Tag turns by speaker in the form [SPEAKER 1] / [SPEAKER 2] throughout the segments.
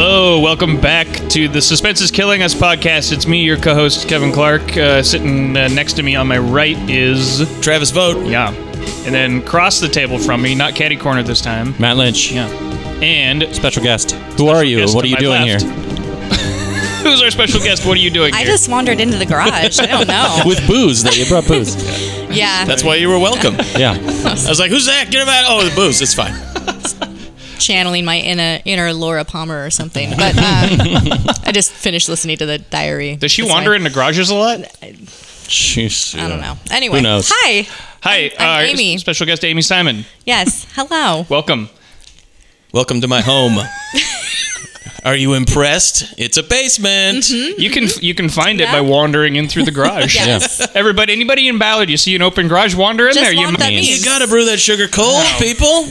[SPEAKER 1] Welcome back to the Suspense is Killing Us podcast. It's me, your co host, Kevin Clark. Uh, sitting uh, next to me on my right is.
[SPEAKER 2] Travis Vote.
[SPEAKER 1] Yeah. And then across the table from me, not Caddy Corner this time.
[SPEAKER 2] Matt Lynch.
[SPEAKER 1] Yeah. And
[SPEAKER 2] Special guest. Who are you?
[SPEAKER 1] guest
[SPEAKER 2] What
[SPEAKER 1] to
[SPEAKER 2] are you
[SPEAKER 1] my
[SPEAKER 2] doing
[SPEAKER 1] left.
[SPEAKER 2] here?
[SPEAKER 1] who's our special guest? What are you doing
[SPEAKER 3] I
[SPEAKER 1] here?
[SPEAKER 3] just wandered into the garage. I don't know.
[SPEAKER 2] With booze. That you brought booze.
[SPEAKER 3] Yeah.
[SPEAKER 2] That's why you were welcome. yeah. I was like, who's that? Get him out. Oh, the booze. It's fine.
[SPEAKER 3] channeling my inner inner Laura Palmer or something. But um, I just finished listening to the diary.
[SPEAKER 1] Does she
[SPEAKER 3] That's
[SPEAKER 1] wander
[SPEAKER 3] why-
[SPEAKER 1] into garages a lot?
[SPEAKER 2] Jeez.
[SPEAKER 3] I don't know. Anyway.
[SPEAKER 2] Who knows?
[SPEAKER 3] Hi.
[SPEAKER 1] Hi,
[SPEAKER 3] I'm- I'm
[SPEAKER 1] uh,
[SPEAKER 3] Amy.
[SPEAKER 1] special guest Amy Simon.
[SPEAKER 3] Yes. Hello.
[SPEAKER 1] Welcome.
[SPEAKER 2] Welcome to my home. are you impressed? It's a basement.
[SPEAKER 3] Mm-hmm.
[SPEAKER 1] You can you can find it
[SPEAKER 3] Yeah.
[SPEAKER 1] by wandering in through the garage.
[SPEAKER 3] Yes.
[SPEAKER 1] Everybody, anybody in Ballard, you see an open garage, wander in
[SPEAKER 3] Just
[SPEAKER 1] there. You
[SPEAKER 3] want that
[SPEAKER 1] might-
[SPEAKER 3] means-
[SPEAKER 2] You gotta brew that sugar cold, people.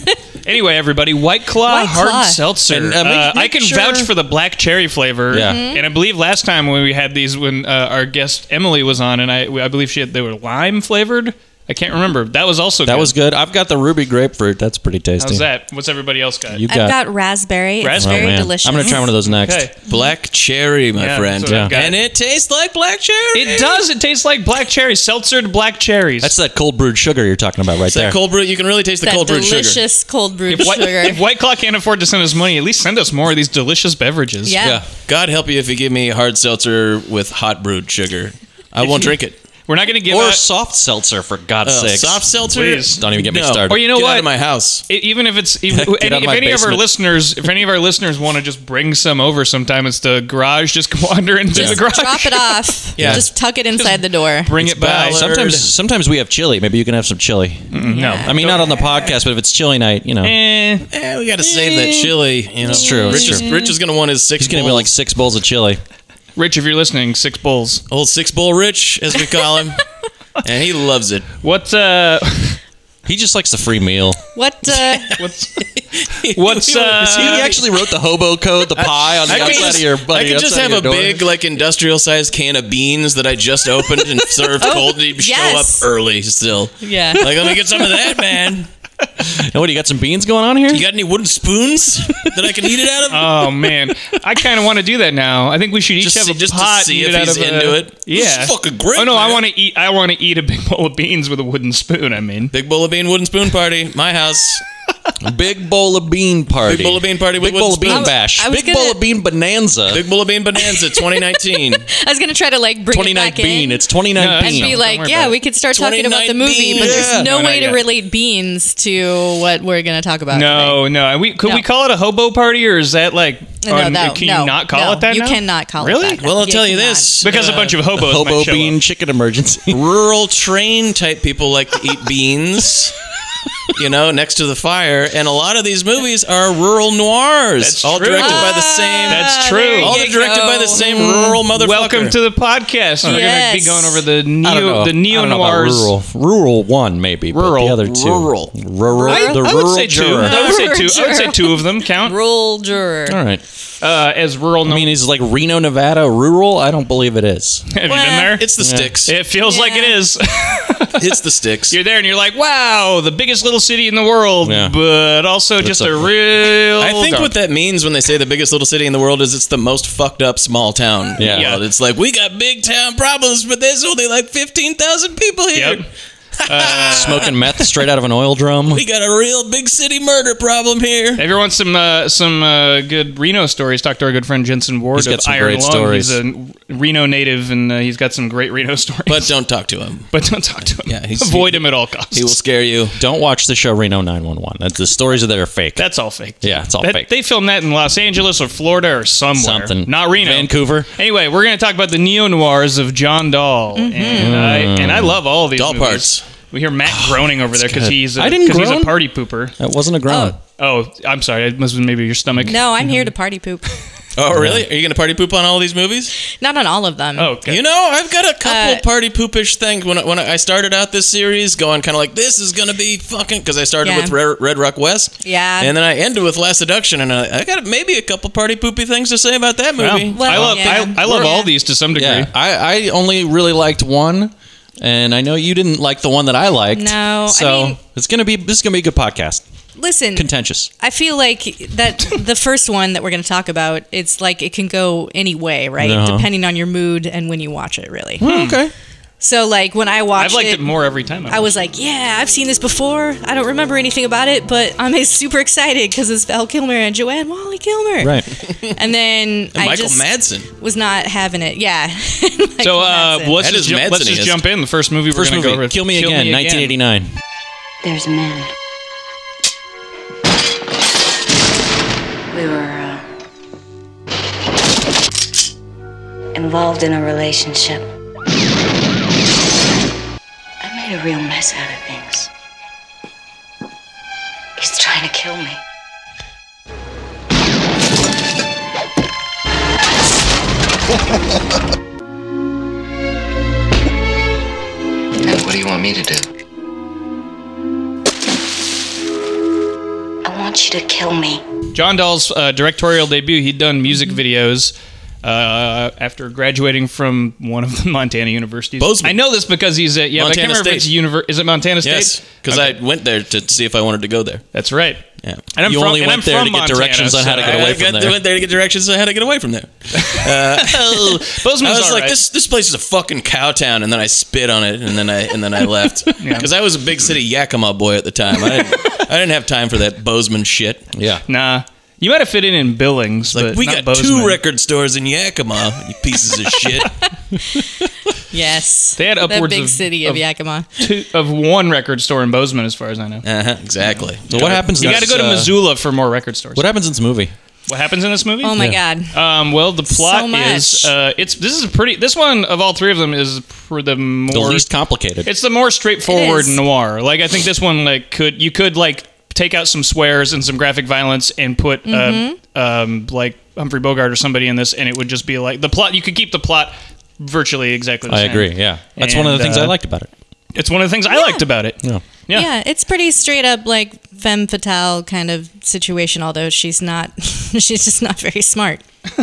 [SPEAKER 1] Anyway, everybody, White Claw
[SPEAKER 3] White
[SPEAKER 1] hard
[SPEAKER 3] Claw.
[SPEAKER 1] seltzer.
[SPEAKER 2] And, uh, make-
[SPEAKER 1] Uh, I
[SPEAKER 2] make
[SPEAKER 1] can
[SPEAKER 2] sure-
[SPEAKER 1] vouch for the black cherry flavor.
[SPEAKER 2] Yeah. Mhm.
[SPEAKER 1] And I believe last time when we had these, when uh, our guest Emily was on, and I I believe she had, they were lime flavored. I can't remember. That was also
[SPEAKER 2] That
[SPEAKER 1] good.
[SPEAKER 2] was good. I've got the ruby grapefruit. That's pretty tasty.
[SPEAKER 1] How's that? What's everybody else got?
[SPEAKER 2] You've
[SPEAKER 3] I've
[SPEAKER 2] got,
[SPEAKER 3] got raspberry. It's
[SPEAKER 1] Raspberry?
[SPEAKER 3] very
[SPEAKER 1] Oh, man.
[SPEAKER 3] delicious.
[SPEAKER 2] I'm gonna try one of those next.
[SPEAKER 1] Okay.
[SPEAKER 2] Black cherry, my
[SPEAKER 1] Yeah,
[SPEAKER 2] friend.
[SPEAKER 1] that's what I've got.
[SPEAKER 2] And it tastes like black cherry.
[SPEAKER 1] It does. It tastes like black cherry, seltzered black cherries.
[SPEAKER 2] That's that cold brewed sugar you're talking about right
[SPEAKER 4] That
[SPEAKER 2] there.
[SPEAKER 4] cold brew, you can really taste the
[SPEAKER 3] that
[SPEAKER 4] cold brewed sugar.
[SPEAKER 3] delicious cold brewed
[SPEAKER 1] White,
[SPEAKER 3] sugar.
[SPEAKER 1] if White Claw can't afford to send us money, at least send us more of these delicious beverages.
[SPEAKER 3] yeah.
[SPEAKER 2] Yeah.
[SPEAKER 4] God help you if you give me hard seltzer with hot brewed sugar. I won't drink it.
[SPEAKER 1] We're not going to give
[SPEAKER 2] Or
[SPEAKER 1] out-
[SPEAKER 2] soft seltser, for God's
[SPEAKER 4] Oh,
[SPEAKER 2] sake.
[SPEAKER 4] soft seltzer?
[SPEAKER 1] Please.
[SPEAKER 2] Don't even get me
[SPEAKER 4] No.
[SPEAKER 2] started.
[SPEAKER 1] Or you know
[SPEAKER 4] Get
[SPEAKER 1] what?
[SPEAKER 4] out of my house.
[SPEAKER 1] I- E-, even if it's even,
[SPEAKER 2] Get out
[SPEAKER 1] any,
[SPEAKER 2] of
[SPEAKER 1] if
[SPEAKER 2] my
[SPEAKER 1] any of our
[SPEAKER 2] basement.
[SPEAKER 1] listeners if any of our listeners want to just bring some over sometime it's the garage just wander into the
[SPEAKER 3] Just
[SPEAKER 1] garage
[SPEAKER 3] drop it off.
[SPEAKER 4] Yeah.
[SPEAKER 3] Just tuck it inside the door.
[SPEAKER 1] bring
[SPEAKER 4] It's
[SPEAKER 1] it by
[SPEAKER 4] Ballard.
[SPEAKER 2] Sometimes, sometimes we have chili. Maybe you can have some chili.
[SPEAKER 4] Mm-hmm.
[SPEAKER 1] no
[SPEAKER 2] I mean, not on the podcast, but if it's chili night, you know, it's
[SPEAKER 1] Eh,
[SPEAKER 4] Eh, we got to save that chili. You know, it's
[SPEAKER 2] true, it's
[SPEAKER 4] Rich is, Rich is going to want his six.
[SPEAKER 2] gonna be
[SPEAKER 4] bowls.
[SPEAKER 2] like six bowls of chili.
[SPEAKER 1] Rich if you're listening six bowls
[SPEAKER 4] old six bowl Rich, as we call him, and he loves it.
[SPEAKER 1] what uh
[SPEAKER 2] He just likes the free meal.
[SPEAKER 3] What? Uh,
[SPEAKER 1] what's what's
[SPEAKER 2] he
[SPEAKER 1] uh
[SPEAKER 2] actually wrote the hobo code, the pie on the
[SPEAKER 4] I could
[SPEAKER 2] outside
[SPEAKER 4] just,
[SPEAKER 2] of your
[SPEAKER 4] I
[SPEAKER 2] buddy.
[SPEAKER 4] could just have a big, like, industrial sized can of beans that I just opened and served cold. He'd
[SPEAKER 3] yes.
[SPEAKER 4] show up early still.
[SPEAKER 3] yeah.
[SPEAKER 4] Like, let me get some of that, man.
[SPEAKER 2] And what? You got some beans going on here?
[SPEAKER 4] You got any wooden spoons that I can eat it out of?
[SPEAKER 1] oh man I kind of want to do that now I think we should each
[SPEAKER 4] Just
[SPEAKER 1] have
[SPEAKER 4] see-
[SPEAKER 1] a
[SPEAKER 4] just to
[SPEAKER 1] pot
[SPEAKER 4] see
[SPEAKER 1] and eat
[SPEAKER 4] if
[SPEAKER 1] it out
[SPEAKER 4] he's
[SPEAKER 1] of a-
[SPEAKER 4] into it.
[SPEAKER 1] yeah
[SPEAKER 4] This is fucking great,
[SPEAKER 1] oh no I
[SPEAKER 4] man.
[SPEAKER 1] want to eat I want to eat a big bowl of beans with a wooden spoon I mean
[SPEAKER 4] Big bowl of bean wooden spoon party, my house.
[SPEAKER 2] big bowl of bean party.
[SPEAKER 4] Big bowl of bean party with
[SPEAKER 2] Big bowl of bean
[SPEAKER 4] wooden spoons.
[SPEAKER 2] bash.
[SPEAKER 3] I was
[SPEAKER 2] Big
[SPEAKER 3] gonna-
[SPEAKER 2] bowl of bean bonanza.
[SPEAKER 4] Big bowl of bean bonanza 2019.
[SPEAKER 3] I was gonna try to like bring
[SPEAKER 2] Twenty
[SPEAKER 3] it
[SPEAKER 2] nine
[SPEAKER 3] back
[SPEAKER 2] bean.
[SPEAKER 3] in.
[SPEAKER 2] It's twenty nine
[SPEAKER 1] No,
[SPEAKER 2] bean.
[SPEAKER 1] that's
[SPEAKER 3] and be
[SPEAKER 1] Don't worry
[SPEAKER 3] like, yeah,
[SPEAKER 1] about it.
[SPEAKER 3] we could start talking about the
[SPEAKER 4] 29
[SPEAKER 3] movie, but
[SPEAKER 2] beans.
[SPEAKER 3] there's
[SPEAKER 1] No,
[SPEAKER 3] no,
[SPEAKER 1] not
[SPEAKER 3] way to
[SPEAKER 1] yet.
[SPEAKER 3] relate beans to what we're gonna talk about. today.
[SPEAKER 1] No, no. We could
[SPEAKER 3] No.
[SPEAKER 1] we call it a hobo party, or is that like?
[SPEAKER 3] No,
[SPEAKER 1] on-
[SPEAKER 3] no,
[SPEAKER 1] can you
[SPEAKER 3] no,
[SPEAKER 1] not call
[SPEAKER 3] no.
[SPEAKER 1] it that?
[SPEAKER 3] You
[SPEAKER 1] now?
[SPEAKER 3] cannot call it
[SPEAKER 1] really?
[SPEAKER 3] that.
[SPEAKER 4] Well, I'll
[SPEAKER 3] You
[SPEAKER 4] tell you
[SPEAKER 3] cannot.
[SPEAKER 4] this.
[SPEAKER 1] Because a bunch of hobos
[SPEAKER 2] Uh, hobo
[SPEAKER 1] might show
[SPEAKER 2] bean
[SPEAKER 1] up.
[SPEAKER 2] chicken emergency.
[SPEAKER 4] Rural train type people like to eat beans. You know, next to the fire, and a lot of these movies are rural noirs,
[SPEAKER 1] That's
[SPEAKER 4] all
[SPEAKER 1] true. Ah,
[SPEAKER 4] directed by the same.
[SPEAKER 1] That's true.
[SPEAKER 4] all
[SPEAKER 3] Ah, you
[SPEAKER 4] directed
[SPEAKER 3] go.
[SPEAKER 4] by the same rural motherfucker.
[SPEAKER 1] Mm. Welcome to the podcast. We're going to be
[SPEAKER 3] Yes.
[SPEAKER 1] going over the
[SPEAKER 2] I don't
[SPEAKER 1] neo
[SPEAKER 2] know.
[SPEAKER 1] the
[SPEAKER 2] I
[SPEAKER 1] neo
[SPEAKER 2] don't know about
[SPEAKER 1] noirs.
[SPEAKER 2] Rural, rural one maybe.
[SPEAKER 1] Rural.
[SPEAKER 2] but the other two.
[SPEAKER 4] Rural.
[SPEAKER 2] rural.
[SPEAKER 1] I,
[SPEAKER 2] the
[SPEAKER 1] I
[SPEAKER 2] rural
[SPEAKER 1] would say two.
[SPEAKER 2] juror.
[SPEAKER 1] I would say two. I would say
[SPEAKER 3] Juror.
[SPEAKER 1] two of them count
[SPEAKER 3] Roll juror.
[SPEAKER 2] All right.
[SPEAKER 1] uh, as rural.
[SPEAKER 2] I
[SPEAKER 1] No-
[SPEAKER 2] mean, is like Reno, Nevada rural? I don't believe it is.
[SPEAKER 1] have you been there?
[SPEAKER 4] It's the sticks.
[SPEAKER 1] it feels like it
[SPEAKER 3] Yeah.
[SPEAKER 1] is.
[SPEAKER 4] It's the sticks.
[SPEAKER 1] You're there and you're like, wow, the biggest little city in the world,
[SPEAKER 2] Yeah.
[SPEAKER 1] but also just
[SPEAKER 2] a-
[SPEAKER 1] a real.
[SPEAKER 4] I think
[SPEAKER 1] dump.
[SPEAKER 4] what that means when they say the biggest little city in the world is it's the most fucked up small town. in the
[SPEAKER 2] Yeah.
[SPEAKER 4] world. It's like we got big town problems, but there's only like fifteen thousand people here.
[SPEAKER 1] Yep. Uh,
[SPEAKER 2] Smoking meth straight out of an oil drum.
[SPEAKER 4] We got a real big city murder problem here.
[SPEAKER 1] If you want some uh, some uh, good Reno stories, talk to our good friend Jensen Ward
[SPEAKER 2] He's got
[SPEAKER 1] of
[SPEAKER 2] some
[SPEAKER 1] Iron
[SPEAKER 2] great
[SPEAKER 1] Lung.
[SPEAKER 2] stories.
[SPEAKER 1] He's a Reno native, and uh, he's got some great Reno stories.
[SPEAKER 4] But don't talk to him.
[SPEAKER 1] But don't talk to him.
[SPEAKER 4] Yeah, he's-
[SPEAKER 1] Avoid him at all costs.
[SPEAKER 4] He will scare you.
[SPEAKER 2] Don't watch the show Reno 911. That's the stories of that are fake.
[SPEAKER 1] That's all fake.
[SPEAKER 2] Yeah, it's all
[SPEAKER 1] That-
[SPEAKER 2] fake.
[SPEAKER 1] They filmed that in Los Angeles or Florida or somewhere.
[SPEAKER 2] Something.
[SPEAKER 1] Not Reno.
[SPEAKER 2] Vancouver.
[SPEAKER 1] Anyway, we're going to talk about the neo noirs of John Dahl,
[SPEAKER 3] Mm-hmm.
[SPEAKER 1] and I and
[SPEAKER 2] Mm.
[SPEAKER 1] I love all these
[SPEAKER 4] Dahl
[SPEAKER 1] movies.
[SPEAKER 4] parts.
[SPEAKER 1] We hear Matt groaning over there because
[SPEAKER 2] Oh, good.
[SPEAKER 1] he's a-
[SPEAKER 2] I didn't
[SPEAKER 1] 'cause he's a
[SPEAKER 2] groan.
[SPEAKER 1] party pooper.
[SPEAKER 2] That wasn't a groan.
[SPEAKER 1] Oh, I'm sorry. It must have been maybe your stomach.
[SPEAKER 3] No, I'm here to party poop.
[SPEAKER 4] Oh, really? Are you going to party poop on all these movies?
[SPEAKER 3] Not on all of them.
[SPEAKER 1] Oh, okay.
[SPEAKER 4] You know, I've got a couple
[SPEAKER 3] Uh,
[SPEAKER 4] party poopish things. When I, when I started out this series, going kind of like, this is going to be fucking. Because I started
[SPEAKER 3] Yeah.
[SPEAKER 4] with Red, Red Rock West.
[SPEAKER 3] Yeah.
[SPEAKER 4] And then I ended with Last Seduction. And I, I got maybe a couple party poopy things to say about that movie.
[SPEAKER 1] Well, I
[SPEAKER 3] Well,
[SPEAKER 1] love
[SPEAKER 3] yeah.
[SPEAKER 1] I, I love
[SPEAKER 3] We're-
[SPEAKER 1] all these to some degree.
[SPEAKER 2] Yeah, I, I only really liked one, and I know you didn't like the one that I liked.
[SPEAKER 3] No, I
[SPEAKER 2] so
[SPEAKER 3] mean-
[SPEAKER 2] it's gonna be this is gonna be a good podcast.
[SPEAKER 3] listen,
[SPEAKER 2] contentious.
[SPEAKER 3] I feel like that the first one that we're going to talk about, it's like it can go any way, right?
[SPEAKER 2] Uh-huh.
[SPEAKER 3] Depending on your mood and when you watch it, really.
[SPEAKER 1] Hmm.
[SPEAKER 2] Okay.
[SPEAKER 3] So, like when I watched
[SPEAKER 1] I've liked it more every time.
[SPEAKER 3] I was like, yeah, I've seen this before. I don't remember anything about it, but I'm super excited because it's Val Kilmer and Joanne Wally Kilmer.
[SPEAKER 2] Right.
[SPEAKER 3] And then I
[SPEAKER 4] Michael
[SPEAKER 3] just
[SPEAKER 4] Madsen.
[SPEAKER 3] was not having it. Yeah.
[SPEAKER 1] So uh,
[SPEAKER 3] Michael Madsen.
[SPEAKER 1] let's
[SPEAKER 4] That
[SPEAKER 1] just
[SPEAKER 4] is
[SPEAKER 1] ju- let's just
[SPEAKER 4] Madsenist.
[SPEAKER 1] jump in. The first movie
[SPEAKER 2] First
[SPEAKER 1] we're gonna
[SPEAKER 2] movie,
[SPEAKER 1] go over.
[SPEAKER 2] Kill Me Again, 1989.
[SPEAKER 5] There's a man. We were uh, involved in a relationship. I made a real mess out of things. He's trying to kill me.
[SPEAKER 6] And what do you want me to do?
[SPEAKER 5] I want you to kill me.
[SPEAKER 1] John Dahl's uh, directorial debut. He'd done music
[SPEAKER 3] Mm-hmm.
[SPEAKER 1] videos uh, after graduating from one of the Montana universities.
[SPEAKER 4] Bozeman.
[SPEAKER 1] I know this because he's at yeah. but I can't
[SPEAKER 4] Montana
[SPEAKER 1] remember if it's
[SPEAKER 4] State.
[SPEAKER 1] univer- Is it Montana State?
[SPEAKER 4] Yes, because I went there to see if I wanted to go there.
[SPEAKER 1] That's right.
[SPEAKER 4] Yeah.
[SPEAKER 1] And I'm
[SPEAKER 4] you
[SPEAKER 1] from-
[SPEAKER 4] only
[SPEAKER 1] and
[SPEAKER 4] went
[SPEAKER 1] I'm
[SPEAKER 4] there
[SPEAKER 1] from
[SPEAKER 4] to get
[SPEAKER 1] Montana,
[SPEAKER 4] directions on how to
[SPEAKER 1] so
[SPEAKER 4] get
[SPEAKER 1] I
[SPEAKER 4] away
[SPEAKER 1] got-
[SPEAKER 4] from there. went there to get directions on how to get away from there. Uh, I
[SPEAKER 1] Bozeman's
[SPEAKER 4] was
[SPEAKER 1] all
[SPEAKER 4] like,
[SPEAKER 1] right.
[SPEAKER 4] this this place is a fucking cow town, and then I spit on it, and then I and then I left because I was a big city Yakima boy at the time. I didn't, I didn't have time for that Bozeman shit.
[SPEAKER 2] Yeah.
[SPEAKER 1] Nah. You might have fit in in Billings,
[SPEAKER 4] Like
[SPEAKER 1] but
[SPEAKER 4] we
[SPEAKER 1] not
[SPEAKER 4] got
[SPEAKER 1] Bozeman.
[SPEAKER 4] two record stores in Yakima, you pieces of shit.
[SPEAKER 3] Yes.
[SPEAKER 1] They had
[SPEAKER 3] that
[SPEAKER 1] upwards
[SPEAKER 3] big
[SPEAKER 1] of-
[SPEAKER 3] city of,
[SPEAKER 1] of-
[SPEAKER 3] Yakima.
[SPEAKER 1] two, of one record store in Bozeman, as far as I know.
[SPEAKER 4] Uh-huh, exactly.
[SPEAKER 2] So what happens?
[SPEAKER 1] You
[SPEAKER 2] in
[SPEAKER 1] got to
[SPEAKER 2] this,
[SPEAKER 1] go to
[SPEAKER 2] uh,
[SPEAKER 1] Missoula for more record stores.
[SPEAKER 2] What happens in this movie?
[SPEAKER 1] What happens in this movie?
[SPEAKER 3] Oh my
[SPEAKER 2] Yeah.
[SPEAKER 3] God.
[SPEAKER 1] Um, well, the plot
[SPEAKER 3] much.
[SPEAKER 1] is uh, it's this is a pretty this one of all three of them is for the more
[SPEAKER 2] The least complicated.
[SPEAKER 1] it's the more straightforward
[SPEAKER 3] It is.
[SPEAKER 1] noir. Like I think this one like could you could like take out some swears and some graphic violence and put
[SPEAKER 3] Mm-hmm.
[SPEAKER 1] uh, um, like Humphrey Bogart or somebody in this, and it would just be like the plot. You could keep the plot virtually exactly. the
[SPEAKER 2] I
[SPEAKER 1] same.
[SPEAKER 2] agree. Yeah. That's one of
[SPEAKER 1] And,
[SPEAKER 2] the things
[SPEAKER 1] uh,
[SPEAKER 2] I liked about it.
[SPEAKER 1] It's one of the things I
[SPEAKER 3] Yeah.
[SPEAKER 1] liked about it.
[SPEAKER 2] Yeah.
[SPEAKER 1] Yeah.
[SPEAKER 3] Yeah. it's pretty straight up like femme fatale kind of situation, although she's not, she's just not very smart.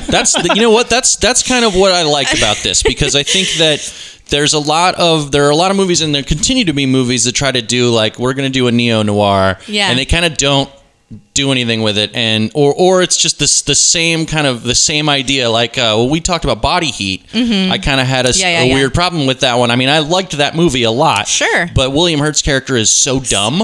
[SPEAKER 2] That's the, you know what that's that's kind of what I liked about this because I think that there's a lot of there are a lot of movies and there continue to be movies that try to do like we're going to do a neo noir
[SPEAKER 3] Yeah.
[SPEAKER 2] and they kind of don't do anything with it and or or it's just this the same kind of the same idea like uh, when we talked about body heat I kind of had a, s-
[SPEAKER 3] Mm-hmm. Yeah, yeah,
[SPEAKER 2] a
[SPEAKER 3] yeah.
[SPEAKER 2] weird problem with that one I mean I liked that movie a lot
[SPEAKER 3] Sure.
[SPEAKER 2] but William Hurt's character is so dumb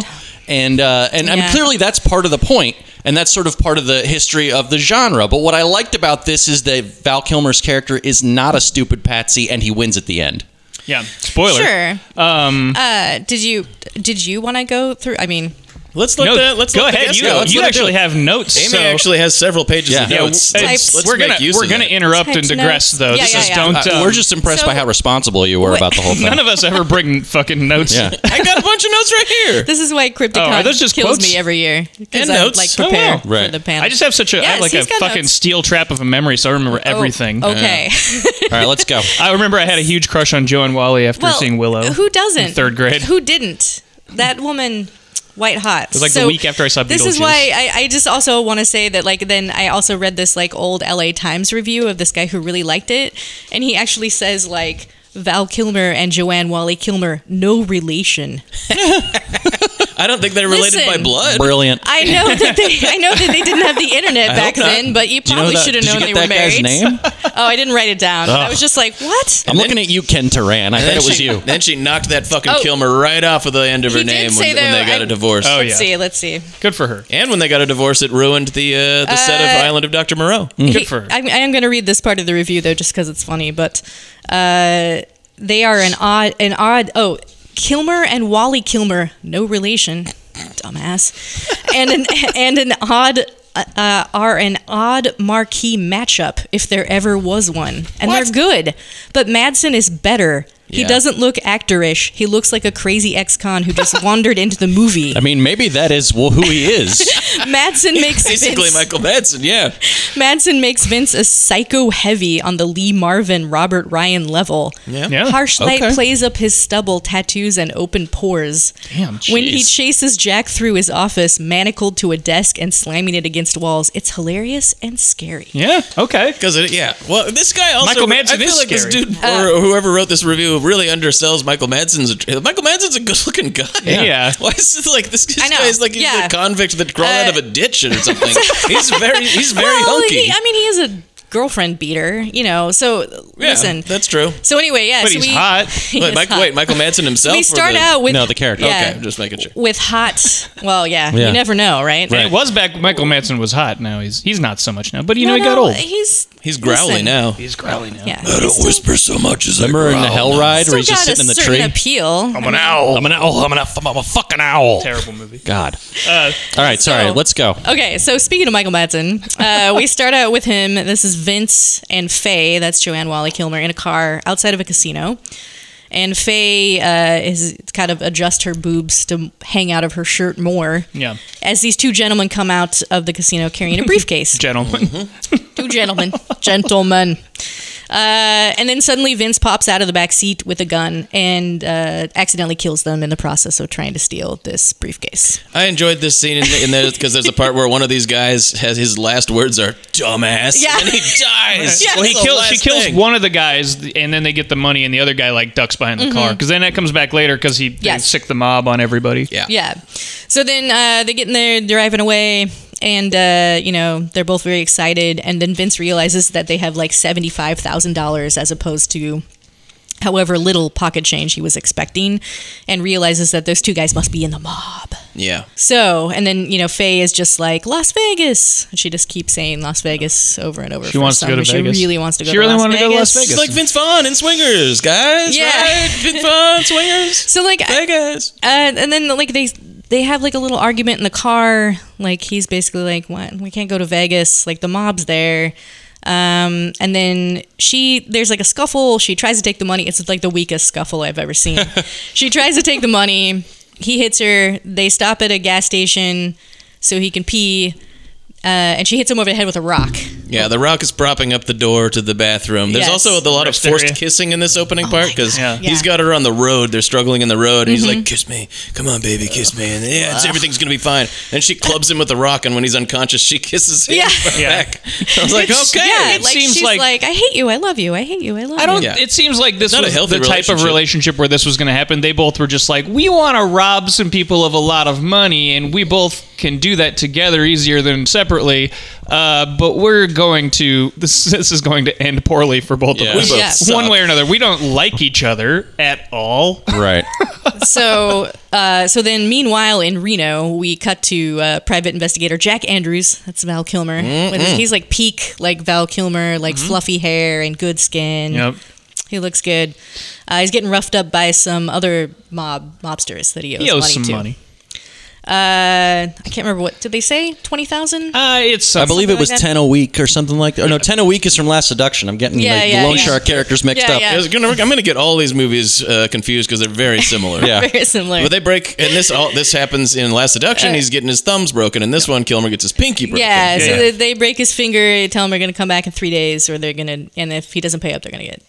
[SPEAKER 2] and uh, and I mean
[SPEAKER 3] Yeah.
[SPEAKER 2] clearly clearly that's part of the point and that's sort of part of the history of the genre but what i liked about this is that val kilmer's character is not a stupid patsy and he wins at the end
[SPEAKER 1] Yeah. Spoiler. Um,
[SPEAKER 3] Sure. uh, did you, did you want to go through? I mean,
[SPEAKER 4] Let's let
[SPEAKER 1] No,
[SPEAKER 4] the, let's
[SPEAKER 1] go
[SPEAKER 4] let the
[SPEAKER 1] ahead.
[SPEAKER 4] guests
[SPEAKER 1] You,
[SPEAKER 4] go. Let's
[SPEAKER 1] you
[SPEAKER 4] let them do
[SPEAKER 1] actually
[SPEAKER 4] it.
[SPEAKER 1] have notes.
[SPEAKER 4] Amy
[SPEAKER 1] so-
[SPEAKER 4] actually has several pages
[SPEAKER 2] Yeah.
[SPEAKER 4] of
[SPEAKER 1] Yeah,
[SPEAKER 4] notes.
[SPEAKER 1] it's-
[SPEAKER 4] Let's, let's
[SPEAKER 1] we're
[SPEAKER 4] make
[SPEAKER 1] gonna
[SPEAKER 4] use
[SPEAKER 1] we're
[SPEAKER 4] of
[SPEAKER 1] gonna
[SPEAKER 4] that.
[SPEAKER 1] interrupt and
[SPEAKER 3] Typed
[SPEAKER 1] digress
[SPEAKER 3] notes.
[SPEAKER 1] though.
[SPEAKER 3] Yeah,
[SPEAKER 1] this
[SPEAKER 3] yeah,
[SPEAKER 1] is
[SPEAKER 3] yeah.
[SPEAKER 1] don't.
[SPEAKER 2] Uh,
[SPEAKER 1] um,
[SPEAKER 2] we're just impressed by
[SPEAKER 3] so-
[SPEAKER 2] how responsible you were about the whole thing
[SPEAKER 1] none of us ever bring fucking notes.
[SPEAKER 2] yeah
[SPEAKER 4] I got a bunch of notes right here.
[SPEAKER 3] this is why Crypticon
[SPEAKER 1] Oh, are those just
[SPEAKER 3] kills
[SPEAKER 1] quotes?
[SPEAKER 3] me every year. Because
[SPEAKER 4] And
[SPEAKER 3] I
[SPEAKER 4] notes.
[SPEAKER 3] like
[SPEAKER 4] Oh, wow.
[SPEAKER 3] prepare
[SPEAKER 2] Right.
[SPEAKER 3] for the panel.
[SPEAKER 1] I just have such a I have
[SPEAKER 3] Yes,
[SPEAKER 1] like
[SPEAKER 3] he's
[SPEAKER 1] a
[SPEAKER 3] got
[SPEAKER 1] fucking
[SPEAKER 3] notes.
[SPEAKER 1] steel trap of a memory, so I remember
[SPEAKER 3] Oh,
[SPEAKER 1] everything.
[SPEAKER 3] Okay.
[SPEAKER 2] all right let's go
[SPEAKER 1] I remember I had a huge crush on Joe and Wally after seeing Willow.
[SPEAKER 3] Who doesn't?
[SPEAKER 1] in third grade.
[SPEAKER 3] Who didn't? That woman, white hot. It
[SPEAKER 1] was like the week after I saw
[SPEAKER 3] This
[SPEAKER 1] Beetlejuice.
[SPEAKER 3] is why I, I just also want to say that like then I also read this like old L.A. Times review of this guy who really liked it, and he actually says like. Val Kilmer and Joanne Wally Kilmer, no relation.
[SPEAKER 4] I don't think they're related
[SPEAKER 3] Listen.
[SPEAKER 4] by blood.
[SPEAKER 2] brilliant
[SPEAKER 3] I know that they, I know that they didn't have the internet back
[SPEAKER 4] hope not.
[SPEAKER 3] then, but you
[SPEAKER 2] Do you know
[SPEAKER 3] probably
[SPEAKER 2] that-
[SPEAKER 3] should have
[SPEAKER 2] did
[SPEAKER 3] known
[SPEAKER 2] you
[SPEAKER 3] they
[SPEAKER 2] get
[SPEAKER 3] were
[SPEAKER 2] that guy's
[SPEAKER 3] married.
[SPEAKER 2] name?
[SPEAKER 3] Oh, I didn't write it down. I
[SPEAKER 1] Oh.
[SPEAKER 3] was just like, what?
[SPEAKER 2] I'm looking at you, Ken Turan. I
[SPEAKER 4] Then
[SPEAKER 2] bet it was
[SPEAKER 4] she-
[SPEAKER 2] you.
[SPEAKER 4] Then she knocked that fucking
[SPEAKER 3] Oh.
[SPEAKER 4] Kilmer right off of the end of her
[SPEAKER 3] He did
[SPEAKER 4] name
[SPEAKER 3] say
[SPEAKER 4] when, when
[SPEAKER 3] though,
[SPEAKER 4] they got
[SPEAKER 3] I-
[SPEAKER 4] a divorce.
[SPEAKER 1] Oh,
[SPEAKER 3] let's
[SPEAKER 1] yeah.
[SPEAKER 3] see. Let's see.
[SPEAKER 1] Good for her.
[SPEAKER 4] And when they got a divorce, it ruined the uh, the set of
[SPEAKER 3] Uh,
[SPEAKER 4] Island of Dr. Moreau.
[SPEAKER 1] Good for her.
[SPEAKER 3] I, I am going to read this part of the review though, just because it's funny. But uh, they are an odd, an odd. Oh, Kilmer and Wally Kilmer, no relation, dumbass, and an and an odd. Uh, uh, are an odd marquee matchup if there ever was one, and they're good. But Madsen is better. He
[SPEAKER 4] Yeah.
[SPEAKER 3] doesn't look actorish. He looks like a crazy ex-con who just wandered into the movie.
[SPEAKER 2] I mean, maybe that is wh- who he is.
[SPEAKER 3] Madsen makes
[SPEAKER 4] Basically,
[SPEAKER 3] Vince-
[SPEAKER 4] Michael Madsen, yeah.
[SPEAKER 3] Madsen makes Vince a psycho heavy on the Lee Marvin Robert Ryan level.
[SPEAKER 1] Yeah.
[SPEAKER 3] Harsh light
[SPEAKER 2] Okay.
[SPEAKER 3] plays up his stubble, tattoos, and open pores.
[SPEAKER 1] Damn,
[SPEAKER 3] when he
[SPEAKER 1] jeez.
[SPEAKER 3] chases Jack through his office, manacled to a desk and slamming it against walls, it's hilarious and scary.
[SPEAKER 1] Yeah. Okay.
[SPEAKER 4] Because, yeah. Well, this guy also.
[SPEAKER 1] Michael Madsen
[SPEAKER 4] I feel
[SPEAKER 1] is
[SPEAKER 4] like this
[SPEAKER 1] scary.
[SPEAKER 3] Uh,
[SPEAKER 4] dude, or whoever wrote this review, who really undersells Michael Madsen's. Michael Madsen's a good-looking guy.
[SPEAKER 1] Yeah.
[SPEAKER 4] Why is this like this, this
[SPEAKER 3] I know,
[SPEAKER 4] guy's like he's
[SPEAKER 3] yeah.
[SPEAKER 4] a convict that crawled
[SPEAKER 3] Uh,
[SPEAKER 4] out of a ditch or something. he's very he's very
[SPEAKER 3] well,
[SPEAKER 4] hunky.
[SPEAKER 3] he, I mean, he is a girlfriend beater, you know. So
[SPEAKER 4] yeah,
[SPEAKER 3] listen.
[SPEAKER 4] that's true.
[SPEAKER 3] So anyway, yeah.
[SPEAKER 1] But
[SPEAKER 3] so
[SPEAKER 1] he's
[SPEAKER 3] we,
[SPEAKER 1] hot.
[SPEAKER 3] He
[SPEAKER 4] Wait,
[SPEAKER 3] is
[SPEAKER 4] Mike,
[SPEAKER 3] hot.
[SPEAKER 4] wait, Michael Madsen himself.
[SPEAKER 3] we
[SPEAKER 4] or
[SPEAKER 3] start
[SPEAKER 4] the-
[SPEAKER 3] out with
[SPEAKER 2] No, the character.
[SPEAKER 3] yeah,
[SPEAKER 4] Okay, just making sure.
[SPEAKER 3] with hot. Well, yeah,
[SPEAKER 2] Yeah.
[SPEAKER 3] you never know, right?
[SPEAKER 1] It was back Michael Madsen was hot. Now he's he's not so much now. But you know he got
[SPEAKER 3] no,
[SPEAKER 1] old.
[SPEAKER 3] He's
[SPEAKER 4] He's growly
[SPEAKER 3] listen,
[SPEAKER 4] now.
[SPEAKER 1] He's growly now.
[SPEAKER 3] Yeah,
[SPEAKER 4] I
[SPEAKER 3] he's
[SPEAKER 4] don't
[SPEAKER 3] still,
[SPEAKER 4] whisper so much as
[SPEAKER 2] Remember
[SPEAKER 4] I
[SPEAKER 2] in the
[SPEAKER 4] growl.
[SPEAKER 2] Hell Ride
[SPEAKER 3] still
[SPEAKER 2] where he's just
[SPEAKER 3] got
[SPEAKER 2] sitting
[SPEAKER 3] a
[SPEAKER 2] in the
[SPEAKER 3] certain
[SPEAKER 2] tree?
[SPEAKER 3] appeal.
[SPEAKER 2] I'm an owl. I'm an owl. I'm an owl. I'm a fucking owl.
[SPEAKER 1] Terrible movie. Uh,
[SPEAKER 2] God. All right, sorry.
[SPEAKER 3] so-
[SPEAKER 2] let's go.
[SPEAKER 3] Okay, so speaking of Michael Madsen, uh, we start out with him. This is Vince and Faye. That's Joanne Wally Kilmer in a car outside of a casino, and Faye uh, is kind of adjust her boobs to hang out of her shirt more.
[SPEAKER 1] Yeah.
[SPEAKER 3] As these two gentlemen come out of the casino carrying a briefcase,
[SPEAKER 1] Gentlemen.
[SPEAKER 3] two gentlemen, gentlemen. Uh, and then suddenly Vince pops out of the back seat with a gun and uh, accidentally kills them in the process of trying to steal this briefcase.
[SPEAKER 4] I enjoyed this scene in, in there because there's a part where one of these guys has his last words are "dumbass,"
[SPEAKER 3] Yeah.
[SPEAKER 4] and he dies.
[SPEAKER 3] Yeah.
[SPEAKER 1] well, he kills.
[SPEAKER 4] That's the
[SPEAKER 1] She
[SPEAKER 4] last
[SPEAKER 1] kills
[SPEAKER 4] thing.
[SPEAKER 1] one of the guys, and then they get the money, and the other guy like ducks behind the car. Because then that comes back later because he they
[SPEAKER 3] Mm-hmm. Yes.
[SPEAKER 1] sick the mob on everybody.
[SPEAKER 4] Yeah.
[SPEAKER 3] Yeah. So then uh, they get in there, driving away, and uh, you know they're both very excited. And then Vince realizes that they have like seventy five thousand dollars as opposed to however little pocket change he was expecting, and realizes that those two guys must be in the mob.
[SPEAKER 4] Yeah.
[SPEAKER 3] So and then you know Faye is just like Las Vegas. And she just keeps saying Las Vegas over and over.
[SPEAKER 1] She wants to go to Vegas.
[SPEAKER 3] She really wants to go.
[SPEAKER 1] She
[SPEAKER 3] to
[SPEAKER 1] really
[SPEAKER 3] Las
[SPEAKER 1] wanted to go to Las
[SPEAKER 3] Vegas.
[SPEAKER 1] Vegas.
[SPEAKER 4] It's like Vince Vaughn and Swingers, guys.
[SPEAKER 3] Yeah.
[SPEAKER 4] Right? Vince Vaughn, Swingers.
[SPEAKER 3] So like
[SPEAKER 4] Hey, guys.
[SPEAKER 3] Uh, and then like they they have like a little argument in the car. Like he's basically like, "What? We can't go to Vegas. Like the mob's there." Um, and then she there's like a scuffle. She tries to take the money. It's like the weakest scuffle I've ever seen. she tries to take the money. He hits her. They stop at a gas station so he can pee. Uh, and she hits him over the head with a rock.
[SPEAKER 4] Yeah, The Rock is propping up the door to the bathroom. There's
[SPEAKER 3] Yes.
[SPEAKER 4] also a lot of
[SPEAKER 1] Rest area.
[SPEAKER 4] forced kissing in this opening part because
[SPEAKER 1] God.
[SPEAKER 3] Yeah.
[SPEAKER 4] he's got her on the road. They're struggling in the road, and he's like, "Kiss me, come on, baby, kiss me." And yeah, it's, everything's gonna be fine. And she clubs him with the rock, and when he's unconscious, she kisses him
[SPEAKER 3] Yeah.
[SPEAKER 1] Yeah.
[SPEAKER 4] back. I was like,
[SPEAKER 1] It's-
[SPEAKER 4] "Okay."
[SPEAKER 3] Yeah,
[SPEAKER 1] it
[SPEAKER 3] like
[SPEAKER 1] seems
[SPEAKER 3] she's
[SPEAKER 1] like-
[SPEAKER 3] like, I hate you, I love you, I hate you, I love
[SPEAKER 1] I don't.
[SPEAKER 4] Yeah.
[SPEAKER 1] It seems like this
[SPEAKER 4] Not a
[SPEAKER 1] was
[SPEAKER 4] healthy
[SPEAKER 1] the type of
[SPEAKER 4] relationship.
[SPEAKER 1] relationship where this was going to happen. They both were just like, we want to rob some people of a lot of money, and we both can do that together easier than separately. Uh, but we're going to this. This is going to end poorly for both
[SPEAKER 4] Yeah.
[SPEAKER 1] of
[SPEAKER 4] We
[SPEAKER 1] us,
[SPEAKER 4] both
[SPEAKER 3] Yeah.
[SPEAKER 4] suck.
[SPEAKER 1] one way or another. We don't like each other at all.
[SPEAKER 2] Right.
[SPEAKER 3] so uh, so then meanwhile in Reno we cut to uh, private investigator Jack Andrews that's Val Kilmer With his- he's like peak like Val Kilmer like fluffy hair and good skin
[SPEAKER 1] Mm-hmm. Yep.
[SPEAKER 3] he looks good uh, he's getting roughed up by some other mob mobsters that he owes,
[SPEAKER 1] He owes
[SPEAKER 3] money
[SPEAKER 1] some
[SPEAKER 3] to
[SPEAKER 1] money.
[SPEAKER 3] Uh, I can't remember what did they say twenty thousand
[SPEAKER 1] Uh, it's
[SPEAKER 2] I believe it was
[SPEAKER 3] Something like that.
[SPEAKER 2] 10 a week or something like that. Oh, no, 10 a week is from Last Seduction. I'm getting the,
[SPEAKER 3] Yeah,
[SPEAKER 2] the
[SPEAKER 3] yeah,
[SPEAKER 2] loan
[SPEAKER 3] yeah.
[SPEAKER 2] shark characters mixed
[SPEAKER 3] Yeah,
[SPEAKER 2] up.
[SPEAKER 3] yeah.
[SPEAKER 4] I was gonna- I'm going to get all these movies uh, confused because they're very similar.
[SPEAKER 2] Yeah.
[SPEAKER 3] very similar Uh,
[SPEAKER 4] But they break, and this all this happens in Last Seduction. He's getting his thumbs broken, and this one Kilmer gets his pinky broken.
[SPEAKER 3] yeah, so
[SPEAKER 1] Yeah.
[SPEAKER 3] They, they break his finger they tell him they're gonna come back in three days or they're gonna and if he doesn't pay up they're gonna get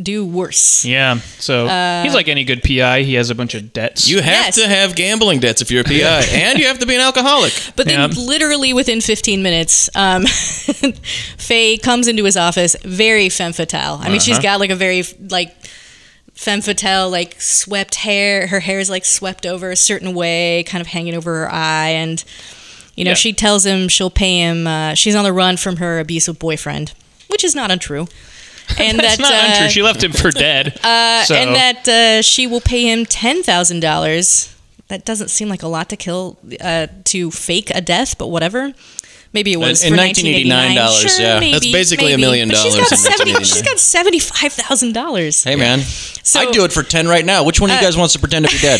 [SPEAKER 3] do worse
[SPEAKER 1] Yeah. So
[SPEAKER 3] Uh,
[SPEAKER 1] he's like any good PI. He has a bunch of debts.
[SPEAKER 4] You have
[SPEAKER 3] Yes.
[SPEAKER 4] to have gambling debts if you're a PI, and you have to be an alcoholic.
[SPEAKER 3] But then,
[SPEAKER 1] Yeah.
[SPEAKER 3] literally within 15 minutes, um, Faye comes into his office, very femme fatale. I mean, she's
[SPEAKER 1] Uh-huh.
[SPEAKER 3] got like a very like femme fatale, like swept hair. Her hair is like swept over a certain way, kind of hanging over her eye, and you know,
[SPEAKER 1] Yeah.
[SPEAKER 3] she tells him she'll pay him. Uh, she's on the run from her abusive boyfriend, which is not untrue. And
[SPEAKER 1] That's
[SPEAKER 3] that,
[SPEAKER 1] not
[SPEAKER 3] uh,
[SPEAKER 1] untrue. She left him for dead. Uh, so.
[SPEAKER 3] and that uh, she will pay him ten thousand dollars. That doesn't seem like a lot to kill uh, to fake a death, but whatever. Maybe it was
[SPEAKER 2] in
[SPEAKER 3] for
[SPEAKER 2] 1989
[SPEAKER 3] 1989
[SPEAKER 2] dollars,
[SPEAKER 3] Sure,
[SPEAKER 2] yeah.
[SPEAKER 3] maybe,
[SPEAKER 4] That's basically a
[SPEAKER 3] maybe.
[SPEAKER 4] million
[SPEAKER 3] But she's
[SPEAKER 4] dollars
[SPEAKER 3] got
[SPEAKER 4] in 1989.
[SPEAKER 3] She's got seventy-five thousand dollars.
[SPEAKER 2] Hey, man.
[SPEAKER 3] So- Uh,
[SPEAKER 2] I'd do it for 10 right now. Which one of you guys wants to pretend to be dead?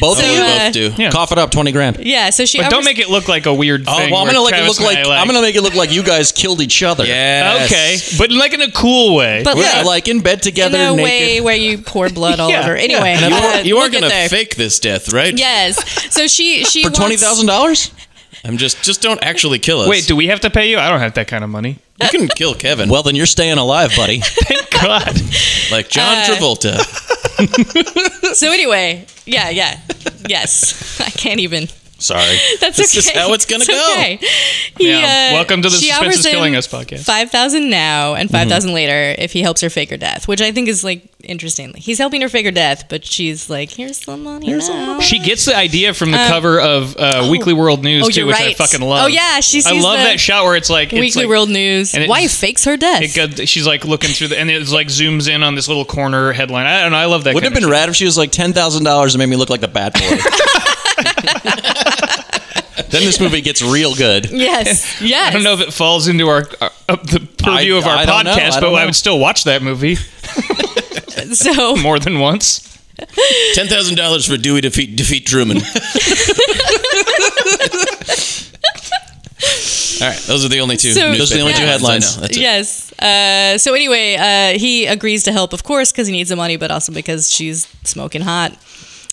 [SPEAKER 2] Both of
[SPEAKER 4] We
[SPEAKER 2] you.
[SPEAKER 4] both do.
[SPEAKER 1] Yeah.
[SPEAKER 2] Cough it up, 20 grand.
[SPEAKER 3] Yeah, so she.
[SPEAKER 1] but don't
[SPEAKER 3] offers-
[SPEAKER 1] make it look like a weird
[SPEAKER 2] Oh,
[SPEAKER 1] thing.
[SPEAKER 2] well, I'm
[SPEAKER 1] where
[SPEAKER 2] gonna make it
[SPEAKER 1] Travis
[SPEAKER 2] look
[SPEAKER 1] and I,
[SPEAKER 2] like I'm gonna make it look like you guys killed each other.
[SPEAKER 4] Yes.
[SPEAKER 1] Okay, but like in a cool way.
[SPEAKER 3] But
[SPEAKER 2] yeah,
[SPEAKER 3] like,
[SPEAKER 2] like in bed
[SPEAKER 3] in
[SPEAKER 2] together,
[SPEAKER 3] a
[SPEAKER 2] naked.
[SPEAKER 3] way where you pour blood all
[SPEAKER 1] Yeah,
[SPEAKER 3] over.
[SPEAKER 1] yeah.
[SPEAKER 3] Anyway,
[SPEAKER 4] You are,
[SPEAKER 3] uh,
[SPEAKER 4] you are
[SPEAKER 3] we'll get
[SPEAKER 4] gonna
[SPEAKER 3] there.
[SPEAKER 4] fake this death, right?
[SPEAKER 3] Yes. So she she
[SPEAKER 2] for
[SPEAKER 3] wants-
[SPEAKER 2] twenty thousand dollars?
[SPEAKER 4] I'm just just don't actually kill us.
[SPEAKER 1] Wait, do we have to pay you? I don't have that kind of money.
[SPEAKER 4] you can kill Kevin
[SPEAKER 2] Well, then you're staying alive, buddy.
[SPEAKER 1] Thank God.
[SPEAKER 4] like John
[SPEAKER 3] Uh,
[SPEAKER 4] Travolta?
[SPEAKER 3] So anyway, yeah, yeah, yes. I can't even.
[SPEAKER 2] Sorry.
[SPEAKER 3] That's
[SPEAKER 4] This is
[SPEAKER 3] okay.
[SPEAKER 4] how it's gonna go.
[SPEAKER 3] Okay. He,
[SPEAKER 1] Yeah.
[SPEAKER 3] uh,
[SPEAKER 1] Welcome to the
[SPEAKER 3] she
[SPEAKER 1] Suspense
[SPEAKER 3] offers
[SPEAKER 1] is Killing
[SPEAKER 3] him
[SPEAKER 1] Us podcast.
[SPEAKER 3] 5,000 now and 5,000 later if he helps her fake her death, which I think is like interesting. He's helping her fake her death, but she's like, here's the money. now.
[SPEAKER 1] She gets the idea from the cover of uh, Weekly World News
[SPEAKER 3] Um, Oh,
[SPEAKER 1] too,
[SPEAKER 3] you're
[SPEAKER 1] which I
[SPEAKER 3] right.
[SPEAKER 1] fucking love.
[SPEAKER 3] Oh, yeah, she
[SPEAKER 1] I
[SPEAKER 3] sees
[SPEAKER 1] love
[SPEAKER 3] the
[SPEAKER 1] that shot where it's like it's
[SPEAKER 3] Weekly
[SPEAKER 1] like,
[SPEAKER 3] World News.
[SPEAKER 1] and it
[SPEAKER 3] Wife
[SPEAKER 1] just-
[SPEAKER 3] fakes her death.
[SPEAKER 1] It got, she's like looking through the and it's like zooms in on this little corner headline. I don't know. I love that.
[SPEAKER 2] Wouldn't have
[SPEAKER 1] kind
[SPEAKER 2] been
[SPEAKER 1] of
[SPEAKER 2] rad if she was like ten thousand dollars and made me look like the Bat Boy. then this movie gets real good.
[SPEAKER 3] yes. Yes.
[SPEAKER 1] shit. I don't know if it falls into our uh, the purview
[SPEAKER 2] I-
[SPEAKER 1] of our
[SPEAKER 2] I don't know.
[SPEAKER 1] podcast, but
[SPEAKER 2] I don't
[SPEAKER 1] I
[SPEAKER 2] know.
[SPEAKER 1] would still watch that movie
[SPEAKER 3] So
[SPEAKER 1] more than once.
[SPEAKER 4] Ten thousand dollars for Dewey defeat defeat Truman. All right, those are the only two.
[SPEAKER 3] So-
[SPEAKER 4] those are the only two headlines. I know. That's it.
[SPEAKER 3] yes. Uh, so anyway, uh, he agrees to help, of course, because he needs the money, but also because she's smoking hot.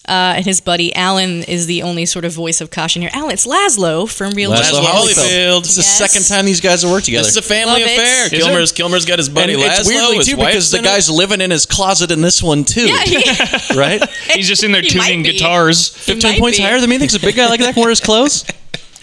[SPEAKER 3] Uh, and his buddy Alan is the only sort of voice of caution here. Alan, it's Laslo from Real
[SPEAKER 4] Laszlo
[SPEAKER 2] Laszlo
[SPEAKER 3] Genius.
[SPEAKER 2] Holyfield.
[SPEAKER 4] Holyfield.
[SPEAKER 2] It's the
[SPEAKER 3] Yes.
[SPEAKER 2] second time these guys have worked together.
[SPEAKER 4] This is a family
[SPEAKER 3] Love it.
[SPEAKER 4] affair.
[SPEAKER 3] Is
[SPEAKER 2] it?
[SPEAKER 4] Kilmer's Kilmer's got his buddy
[SPEAKER 2] and
[SPEAKER 4] Laszlo.
[SPEAKER 2] it's weirdly
[SPEAKER 4] his
[SPEAKER 2] too
[SPEAKER 4] wife's
[SPEAKER 2] because the
[SPEAKER 4] in it.
[SPEAKER 2] guy's living in his closet in this one too,
[SPEAKER 3] Yeah, he,
[SPEAKER 2] right?
[SPEAKER 1] He's just in there
[SPEAKER 3] He might
[SPEAKER 1] tuning
[SPEAKER 3] be.
[SPEAKER 1] guitars.
[SPEAKER 3] he
[SPEAKER 2] Fifteen
[SPEAKER 3] might
[SPEAKER 2] points
[SPEAKER 3] be.
[SPEAKER 2] higher than me. Thinks a big guy like that can wear his clothes.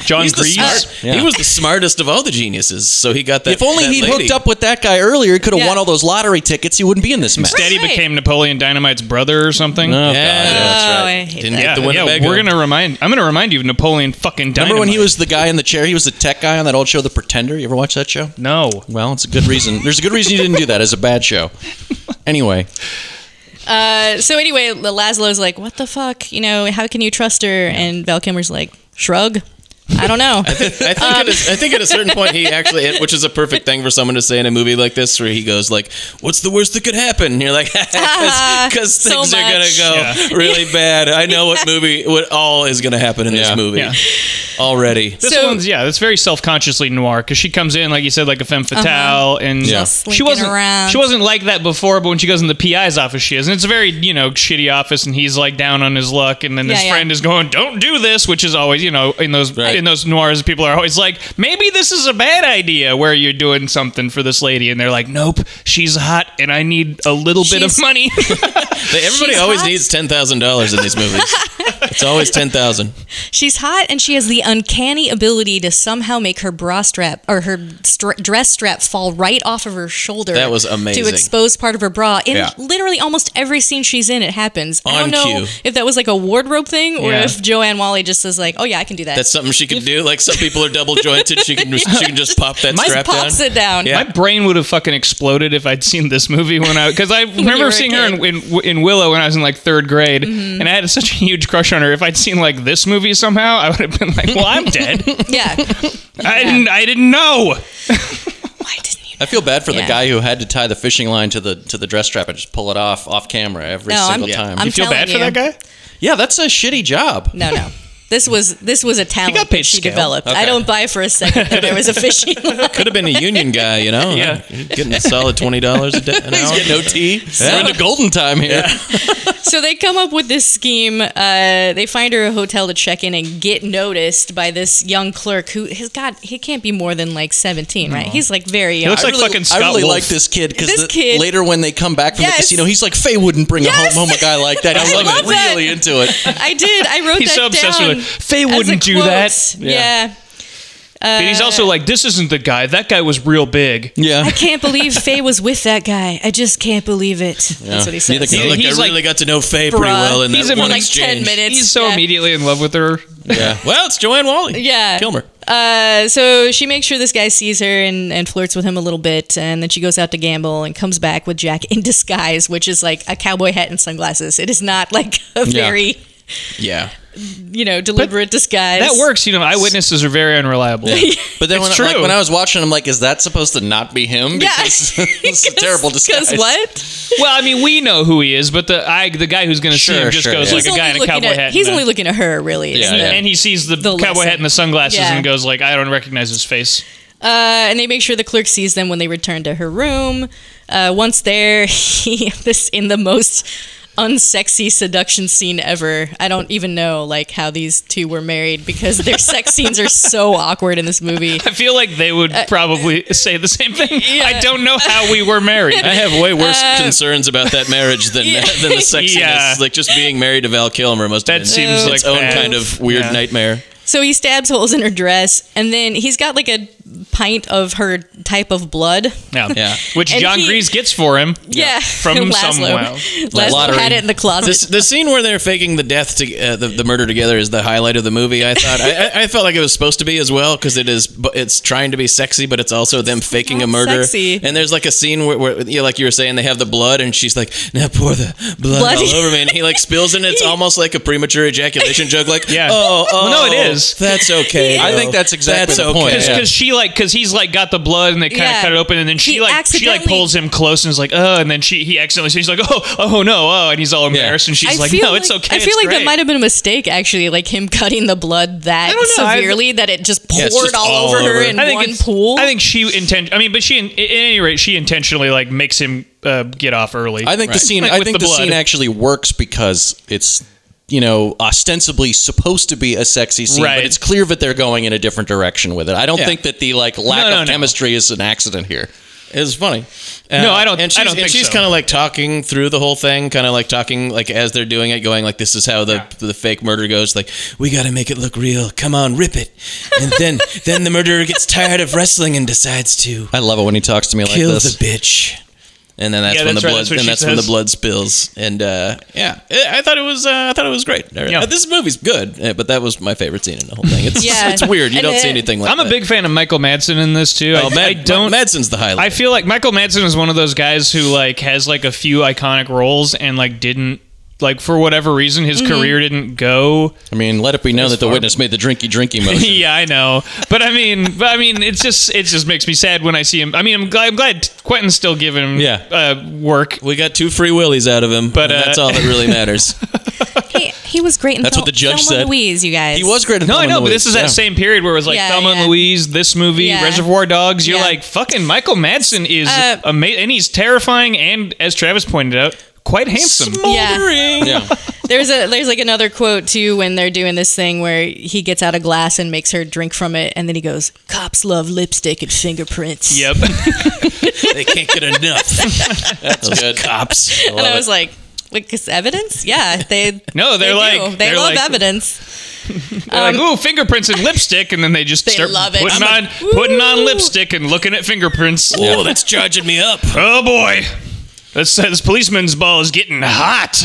[SPEAKER 1] John
[SPEAKER 4] He's the
[SPEAKER 1] Grease.
[SPEAKER 4] smart-
[SPEAKER 2] Yeah.
[SPEAKER 4] He was the smartest of all the geniuses. So he got that.
[SPEAKER 2] If only
[SPEAKER 4] that
[SPEAKER 2] he'd
[SPEAKER 4] lady.
[SPEAKER 2] hooked up with that guy earlier, he could have
[SPEAKER 3] Yeah.
[SPEAKER 2] won all those lottery tickets. He wouldn't be in this mess.
[SPEAKER 1] Daddy
[SPEAKER 3] Right.
[SPEAKER 1] became Napoleon Dynamite's brother or something.
[SPEAKER 2] Oh, God,
[SPEAKER 4] Yeah,
[SPEAKER 2] yeah.
[SPEAKER 4] that's
[SPEAKER 3] Oh,
[SPEAKER 4] right.
[SPEAKER 3] I hate
[SPEAKER 4] Didn't
[SPEAKER 3] that.
[SPEAKER 4] get the
[SPEAKER 1] yeah,
[SPEAKER 4] Winnebago.
[SPEAKER 1] we're gonna remind. I'm gonna remind you of Napoleon fucking Dynamite.
[SPEAKER 2] Remember when he was the guy in the chair? He was the tech guy on that old show, The Pretender. You ever watch that show?
[SPEAKER 1] no.
[SPEAKER 2] Well, it's a good reason. There's a good reason you didn't do that. It's a bad show. Anyway,
[SPEAKER 3] Uh, so anyway, Laszlo's like, "What the fuck? You know, how can you trust her?" And Val Kilmer's like, "Shrug." I don't know.
[SPEAKER 4] I think,
[SPEAKER 3] Um.
[SPEAKER 4] at a, I think at a certain point he actually, which is a perfect thing for someone to say in a movie like this, where he goes like, "What's the worst that could happen?" And you're like, "Because
[SPEAKER 3] so
[SPEAKER 4] things are gonna
[SPEAKER 3] much.
[SPEAKER 4] go really bad." I know what movie, what all is gonna happen in
[SPEAKER 2] Yeah.
[SPEAKER 4] this movie
[SPEAKER 1] Yeah.
[SPEAKER 4] already.
[SPEAKER 1] This
[SPEAKER 3] So-
[SPEAKER 1] one's yeah, that's very self-consciously noir because she comes in like you said, like a femme fatale, and
[SPEAKER 2] Yeah.
[SPEAKER 1] she
[SPEAKER 3] Uh-huh. slinking
[SPEAKER 1] wasn't
[SPEAKER 3] around.
[SPEAKER 1] she wasn't like that before. But when she goes in the PI's office, she is, and it's a very you know shitty office, and he's like down on his luck, and then
[SPEAKER 3] Yeah,
[SPEAKER 1] his
[SPEAKER 3] yeah.
[SPEAKER 1] friend is going, "Don't do this," which is always you know in those
[SPEAKER 4] Right.
[SPEAKER 1] in those noirs, people are always like, "Maybe this is a bad idea where you're doing something for this lady," and they're like, "Nope, she's hot, and I need a little bit of
[SPEAKER 3] She's-
[SPEAKER 1] money."
[SPEAKER 4] They- everybody
[SPEAKER 3] She's
[SPEAKER 4] always
[SPEAKER 3] hot.
[SPEAKER 4] needs ten thousand dollars in these movies. it's always ten thousand.
[SPEAKER 3] She's hot, and she has the uncanny ability to somehow make her bra strap or her stra- dress strap fall right off of her shoulder.
[SPEAKER 4] That was
[SPEAKER 3] To
[SPEAKER 4] amazing.
[SPEAKER 3] expose part of her bra. In
[SPEAKER 4] Yeah.
[SPEAKER 3] literally almost every scene she's in, it happens. I don't
[SPEAKER 4] On
[SPEAKER 3] know
[SPEAKER 4] cue.
[SPEAKER 3] if that was like a wardrobe thing or
[SPEAKER 1] Yeah.
[SPEAKER 3] if Joanne Wally just is like, "Oh yeah, I can do that."
[SPEAKER 4] That's something she could do. Like some people are double jointed, she can just, she can just pop that
[SPEAKER 3] Just
[SPEAKER 4] strap down.
[SPEAKER 3] pops it down.
[SPEAKER 4] Yeah.
[SPEAKER 1] My brain would have fucking exploded if I'd seen this movie when I because I
[SPEAKER 3] were
[SPEAKER 1] remember
[SPEAKER 3] a Mm-hmm.
[SPEAKER 1] seeing her in, in in Willow when I was in like third grade, and I had such a huge crush on her. If I'd seen like this movie somehow, I would have been like, "Well, I'm dead.
[SPEAKER 3] Yeah.
[SPEAKER 1] I didn't. I didn't know."
[SPEAKER 3] Why didn't you?
[SPEAKER 2] I feel bad for the
[SPEAKER 3] Yeah.
[SPEAKER 2] guy who had to tie the fishing line to the to the dress strap and just pull it off off camera every
[SPEAKER 3] No, I'm-
[SPEAKER 2] single
[SPEAKER 3] Yeah.
[SPEAKER 2] time.
[SPEAKER 3] I'm-
[SPEAKER 1] you feel
[SPEAKER 3] telling
[SPEAKER 1] bad for
[SPEAKER 3] you.
[SPEAKER 1] that guy?
[SPEAKER 2] yeah, that's a shitty job.
[SPEAKER 3] No, no. This was this was a talent
[SPEAKER 1] got paid
[SPEAKER 3] that she
[SPEAKER 1] scale.
[SPEAKER 3] developed. I
[SPEAKER 2] Okay.
[SPEAKER 3] don't buy for a second that there was a fishing line.
[SPEAKER 4] Could have been a union guy, you know.
[SPEAKER 1] Yeah.
[SPEAKER 4] getting a solid twenty dollars a day. An hour.
[SPEAKER 2] Get no tea. We're into golden time here.
[SPEAKER 3] So they come up with this scheme. Uh, they find her a hotel to check in and get noticed by this young clerk who has got he can't be more than like seventeen, right? He's like very young.
[SPEAKER 1] looks
[SPEAKER 2] I
[SPEAKER 1] like
[SPEAKER 2] really,
[SPEAKER 1] fucking
[SPEAKER 2] I
[SPEAKER 1] Scott
[SPEAKER 2] really
[SPEAKER 1] Wolf.
[SPEAKER 2] like this kid
[SPEAKER 3] This
[SPEAKER 2] because
[SPEAKER 3] kid-
[SPEAKER 2] later when they come back from
[SPEAKER 3] Yes.
[SPEAKER 2] the casino, he's like, Faye wouldn't bring
[SPEAKER 3] Yes.
[SPEAKER 2] a home, home a guy like that. I
[SPEAKER 3] love
[SPEAKER 2] love
[SPEAKER 3] that.
[SPEAKER 2] really into it.
[SPEAKER 3] I did. I wrote
[SPEAKER 1] He's
[SPEAKER 3] that
[SPEAKER 1] so obsessed
[SPEAKER 3] down.
[SPEAKER 1] with it. Faye
[SPEAKER 3] as a
[SPEAKER 1] wouldn't do
[SPEAKER 3] quote.
[SPEAKER 1] that.
[SPEAKER 3] Yeah.
[SPEAKER 1] But he's also like, "This isn't the guy. That guy was real big."
[SPEAKER 2] Yeah.
[SPEAKER 3] I can't believe Faye was with that guy. I just can't believe it. That's what he
[SPEAKER 2] Neither
[SPEAKER 3] says.
[SPEAKER 2] can
[SPEAKER 4] Yeah, look,
[SPEAKER 1] He's
[SPEAKER 4] I
[SPEAKER 1] like-
[SPEAKER 4] really got to know Faye
[SPEAKER 3] Bruh.
[SPEAKER 4] pretty well in
[SPEAKER 1] He's
[SPEAKER 4] that
[SPEAKER 1] in
[SPEAKER 4] one
[SPEAKER 1] like
[SPEAKER 4] exchange.
[SPEAKER 3] 10 minutes.
[SPEAKER 1] He's so
[SPEAKER 3] Yeah.
[SPEAKER 1] immediately in love with her.
[SPEAKER 4] Yeah. Well, it's Joanne Wally.
[SPEAKER 3] Yeah.
[SPEAKER 4] Kilmer.
[SPEAKER 3] Uh, so she makes sure this guy sees her and, and flirts with him a little bit, and then she goes out to gamble and comes back with Jack in disguise, which is like a cowboy hat and sunglasses. It is not like a very
[SPEAKER 4] Yeah.
[SPEAKER 3] you know deliberate disguise.
[SPEAKER 1] That works, you know. Eyewitnesses are very unreliable.
[SPEAKER 2] But then when,
[SPEAKER 1] It's
[SPEAKER 2] I- like,
[SPEAKER 1] true.
[SPEAKER 2] when I was watching, I'm like, is that supposed to not be him?
[SPEAKER 3] Yeah.
[SPEAKER 2] Because it's a terrible disguise.
[SPEAKER 3] Because what?
[SPEAKER 1] well, I mean, we know who he is, but the I, the guy who's going to see
[SPEAKER 2] Sure,
[SPEAKER 1] him just
[SPEAKER 2] sure,
[SPEAKER 1] goes
[SPEAKER 2] yeah.
[SPEAKER 1] like a guy in a
[SPEAKER 3] looking
[SPEAKER 1] cowboy
[SPEAKER 3] at,
[SPEAKER 1] hat.
[SPEAKER 3] He's
[SPEAKER 1] and a-
[SPEAKER 3] only looking at her, really. isn't
[SPEAKER 2] yeah.
[SPEAKER 3] it?
[SPEAKER 1] and he sees the,
[SPEAKER 3] The
[SPEAKER 1] cowboy
[SPEAKER 3] lesson.
[SPEAKER 1] hat and the sunglasses
[SPEAKER 3] Yeah.
[SPEAKER 1] and goes like, "I don't recognize his face."
[SPEAKER 3] Uh, and they make sure the clerk sees them when they return to her room. Uh, once there, he this in the most unsexy seduction scene ever. I don't even know like how these two were married because their sex scenes are so awkward in this movie.
[SPEAKER 1] I feel like they would
[SPEAKER 3] Uh,
[SPEAKER 1] probably say the same thing. I don't know how we were married.
[SPEAKER 4] I have way worse concerns about that marriage than than the sexiness.
[SPEAKER 1] Yeah.
[SPEAKER 4] Like just being married to Val Kilmer must have
[SPEAKER 1] That
[SPEAKER 4] been
[SPEAKER 1] seems
[SPEAKER 4] its
[SPEAKER 1] like
[SPEAKER 4] own
[SPEAKER 1] bad.
[SPEAKER 4] kind of weird
[SPEAKER 1] Yeah.
[SPEAKER 4] nightmare.
[SPEAKER 3] So he stabs holes in her dress, and then he's got like a pint of her type of blood.
[SPEAKER 1] Yeah.
[SPEAKER 4] Yeah.
[SPEAKER 1] Which
[SPEAKER 3] And
[SPEAKER 1] John
[SPEAKER 3] he-
[SPEAKER 1] Grease gets for him.
[SPEAKER 3] Yeah,
[SPEAKER 1] From somewhere.
[SPEAKER 3] Laszlo
[SPEAKER 4] Lottery.
[SPEAKER 3] had it in the closet.
[SPEAKER 4] This, the scene where they're faking the death, to, uh, the, the murder together, is the highlight of the movie. I thought. I, I- I felt like it was supposed to be as well because it is. bu- It's trying to be sexy, but it's also them faking a
[SPEAKER 3] not
[SPEAKER 4] murder.
[SPEAKER 3] sexy.
[SPEAKER 4] And there's like a scene where, where you know, like you were saying, they have the blood, and she's like, "Now pour the blood,
[SPEAKER 3] Blood.
[SPEAKER 4] all over me," and he like spills, and it's almost like a premature ejaculation joke. Like,
[SPEAKER 1] Yeah.
[SPEAKER 4] oh, oh,
[SPEAKER 1] Well, no, it is.
[SPEAKER 4] That's okay.
[SPEAKER 2] I think
[SPEAKER 4] though.
[SPEAKER 2] that's exactly
[SPEAKER 4] that's
[SPEAKER 2] the
[SPEAKER 4] okay.
[SPEAKER 2] point.
[SPEAKER 1] Because
[SPEAKER 2] Yeah.
[SPEAKER 1] she like because he's like got the blood and they kind of
[SPEAKER 3] Yeah.
[SPEAKER 1] cut it open and then she
[SPEAKER 3] He
[SPEAKER 1] like she like
[SPEAKER 3] accidentally-
[SPEAKER 1] pulls him close and is like oh and then she he accidentally she's like oh oh no oh and he's all embarrassed and she's like no it's okay
[SPEAKER 3] I feel
[SPEAKER 1] it's
[SPEAKER 3] like
[SPEAKER 1] great."
[SPEAKER 3] that might have been a mistake, actually, like him cutting the blood that
[SPEAKER 1] I don't know, I-
[SPEAKER 3] severely that it just poured
[SPEAKER 4] it's just
[SPEAKER 3] all,
[SPEAKER 4] all
[SPEAKER 3] over her
[SPEAKER 4] over.
[SPEAKER 3] in
[SPEAKER 1] I think
[SPEAKER 3] one
[SPEAKER 1] it's-
[SPEAKER 3] pool.
[SPEAKER 1] I think she intent. I mean, but she in- at any rate she intentionally like makes him uh, get off early.
[SPEAKER 2] I think the scene.
[SPEAKER 1] Like,
[SPEAKER 2] I
[SPEAKER 1] with
[SPEAKER 2] think
[SPEAKER 1] the
[SPEAKER 2] the,
[SPEAKER 1] blood.
[SPEAKER 2] scene actually works because it's you know ostensibly supposed to be a sexy scene,
[SPEAKER 1] Right.
[SPEAKER 2] but it's clear that they're going in a different direction with it. I don't
[SPEAKER 4] Yeah.
[SPEAKER 2] think that the like lack
[SPEAKER 1] No, no,
[SPEAKER 2] of
[SPEAKER 1] no.
[SPEAKER 2] chemistry is an accident here.
[SPEAKER 4] It was funny.
[SPEAKER 1] No, I don't-
[SPEAKER 4] And
[SPEAKER 1] I
[SPEAKER 4] she's,
[SPEAKER 1] don't
[SPEAKER 4] and
[SPEAKER 1] think
[SPEAKER 4] she's
[SPEAKER 1] so.
[SPEAKER 4] kind of like talking through the whole thing, kind of like talking like as they're doing it, going like, "This is how the the fake murder goes." Like, we got to make it look real. Come on, rip it. And then then the murderer gets tired of wrestling and decides to
[SPEAKER 2] I love it when he talks to me like
[SPEAKER 4] kill
[SPEAKER 2] this.
[SPEAKER 4] the bitch. And then that's
[SPEAKER 1] Yeah,
[SPEAKER 4] when
[SPEAKER 1] that's
[SPEAKER 4] the
[SPEAKER 1] right,
[SPEAKER 4] blood
[SPEAKER 1] that's what
[SPEAKER 4] and
[SPEAKER 1] she
[SPEAKER 4] that's when the
[SPEAKER 1] says.
[SPEAKER 4] blood spills. And uh, yeah, I I thought it was uh, I thought it was great.
[SPEAKER 1] Yeah.
[SPEAKER 4] This movie's good, uh, but that was my favorite scene in the whole thing. It's
[SPEAKER 3] Yeah.
[SPEAKER 4] it's weird. You
[SPEAKER 3] And
[SPEAKER 4] don't
[SPEAKER 3] it-
[SPEAKER 4] see anything like
[SPEAKER 1] I'm a
[SPEAKER 4] that.
[SPEAKER 1] big fan of Michael Madsen in this too.
[SPEAKER 4] Oh,
[SPEAKER 1] I,
[SPEAKER 4] Mad,
[SPEAKER 1] I don't.
[SPEAKER 4] Madsen's the highlight.
[SPEAKER 1] I feel like Michael Madsen is one of those guys who like has like a few iconic roles and like didn't like for whatever reason his
[SPEAKER 4] Mm-hmm.
[SPEAKER 1] career didn't go.
[SPEAKER 2] I mean, let it be known that the
[SPEAKER 1] far-
[SPEAKER 2] witness made the drinky drinky motion.
[SPEAKER 1] yeah, I know. But I mean, but I mean, it's just it just makes me sad when I see him. I mean, I'm glad, I'm glad Quentin's still giving him
[SPEAKER 4] Yeah.
[SPEAKER 1] uh, work.
[SPEAKER 4] We got two free willies out of him, but
[SPEAKER 1] uh,
[SPEAKER 4] that's all that really matters.
[SPEAKER 3] he, he was great in
[SPEAKER 2] That's
[SPEAKER 3] Thel-
[SPEAKER 2] what the judge
[SPEAKER 3] Thelma
[SPEAKER 2] said.
[SPEAKER 3] and Louise, you guys.
[SPEAKER 2] He was great. in
[SPEAKER 1] No, I
[SPEAKER 2] Thelma
[SPEAKER 1] know,
[SPEAKER 2] and
[SPEAKER 1] but this is
[SPEAKER 2] Louise,
[SPEAKER 1] that
[SPEAKER 2] yeah.
[SPEAKER 1] same period where it was like
[SPEAKER 3] Yeah,
[SPEAKER 1] Thelma
[SPEAKER 3] yeah.
[SPEAKER 1] and Louise, this movie,
[SPEAKER 3] Yeah.
[SPEAKER 1] Reservoir Dogs. You're
[SPEAKER 3] Yeah.
[SPEAKER 1] like fucking Michael Madsen is
[SPEAKER 3] Uh,
[SPEAKER 1] amazing, and he's terrifying, and as Travis pointed out, quite handsome.
[SPEAKER 3] Yeah.
[SPEAKER 2] Yeah.
[SPEAKER 3] There's a there's like another quote too when they're doing this thing where he gets out a glass and makes her drink from it, and then he goes, "Cops love lipstick and fingerprints."
[SPEAKER 1] Yep.
[SPEAKER 4] they can't get enough. That's Those
[SPEAKER 2] good.
[SPEAKER 4] cops.
[SPEAKER 3] And I was like, "Wait, 'cause evidence? Yeah, they
[SPEAKER 1] No, they're
[SPEAKER 3] they
[SPEAKER 1] like-
[SPEAKER 3] do. they
[SPEAKER 1] they're
[SPEAKER 3] love
[SPEAKER 1] like-
[SPEAKER 3] evidence."
[SPEAKER 1] They're like, ooh, fingerprints and lipstick, and then they just
[SPEAKER 3] Um, They
[SPEAKER 1] start
[SPEAKER 3] love it.
[SPEAKER 1] putting on
[SPEAKER 3] I'm like,
[SPEAKER 1] putting on
[SPEAKER 3] "Ooh."
[SPEAKER 1] lipstick and looking at fingerprints.
[SPEAKER 4] Oh, that's charging me up.
[SPEAKER 1] Oh boy. This, this policeman's ball is getting hot.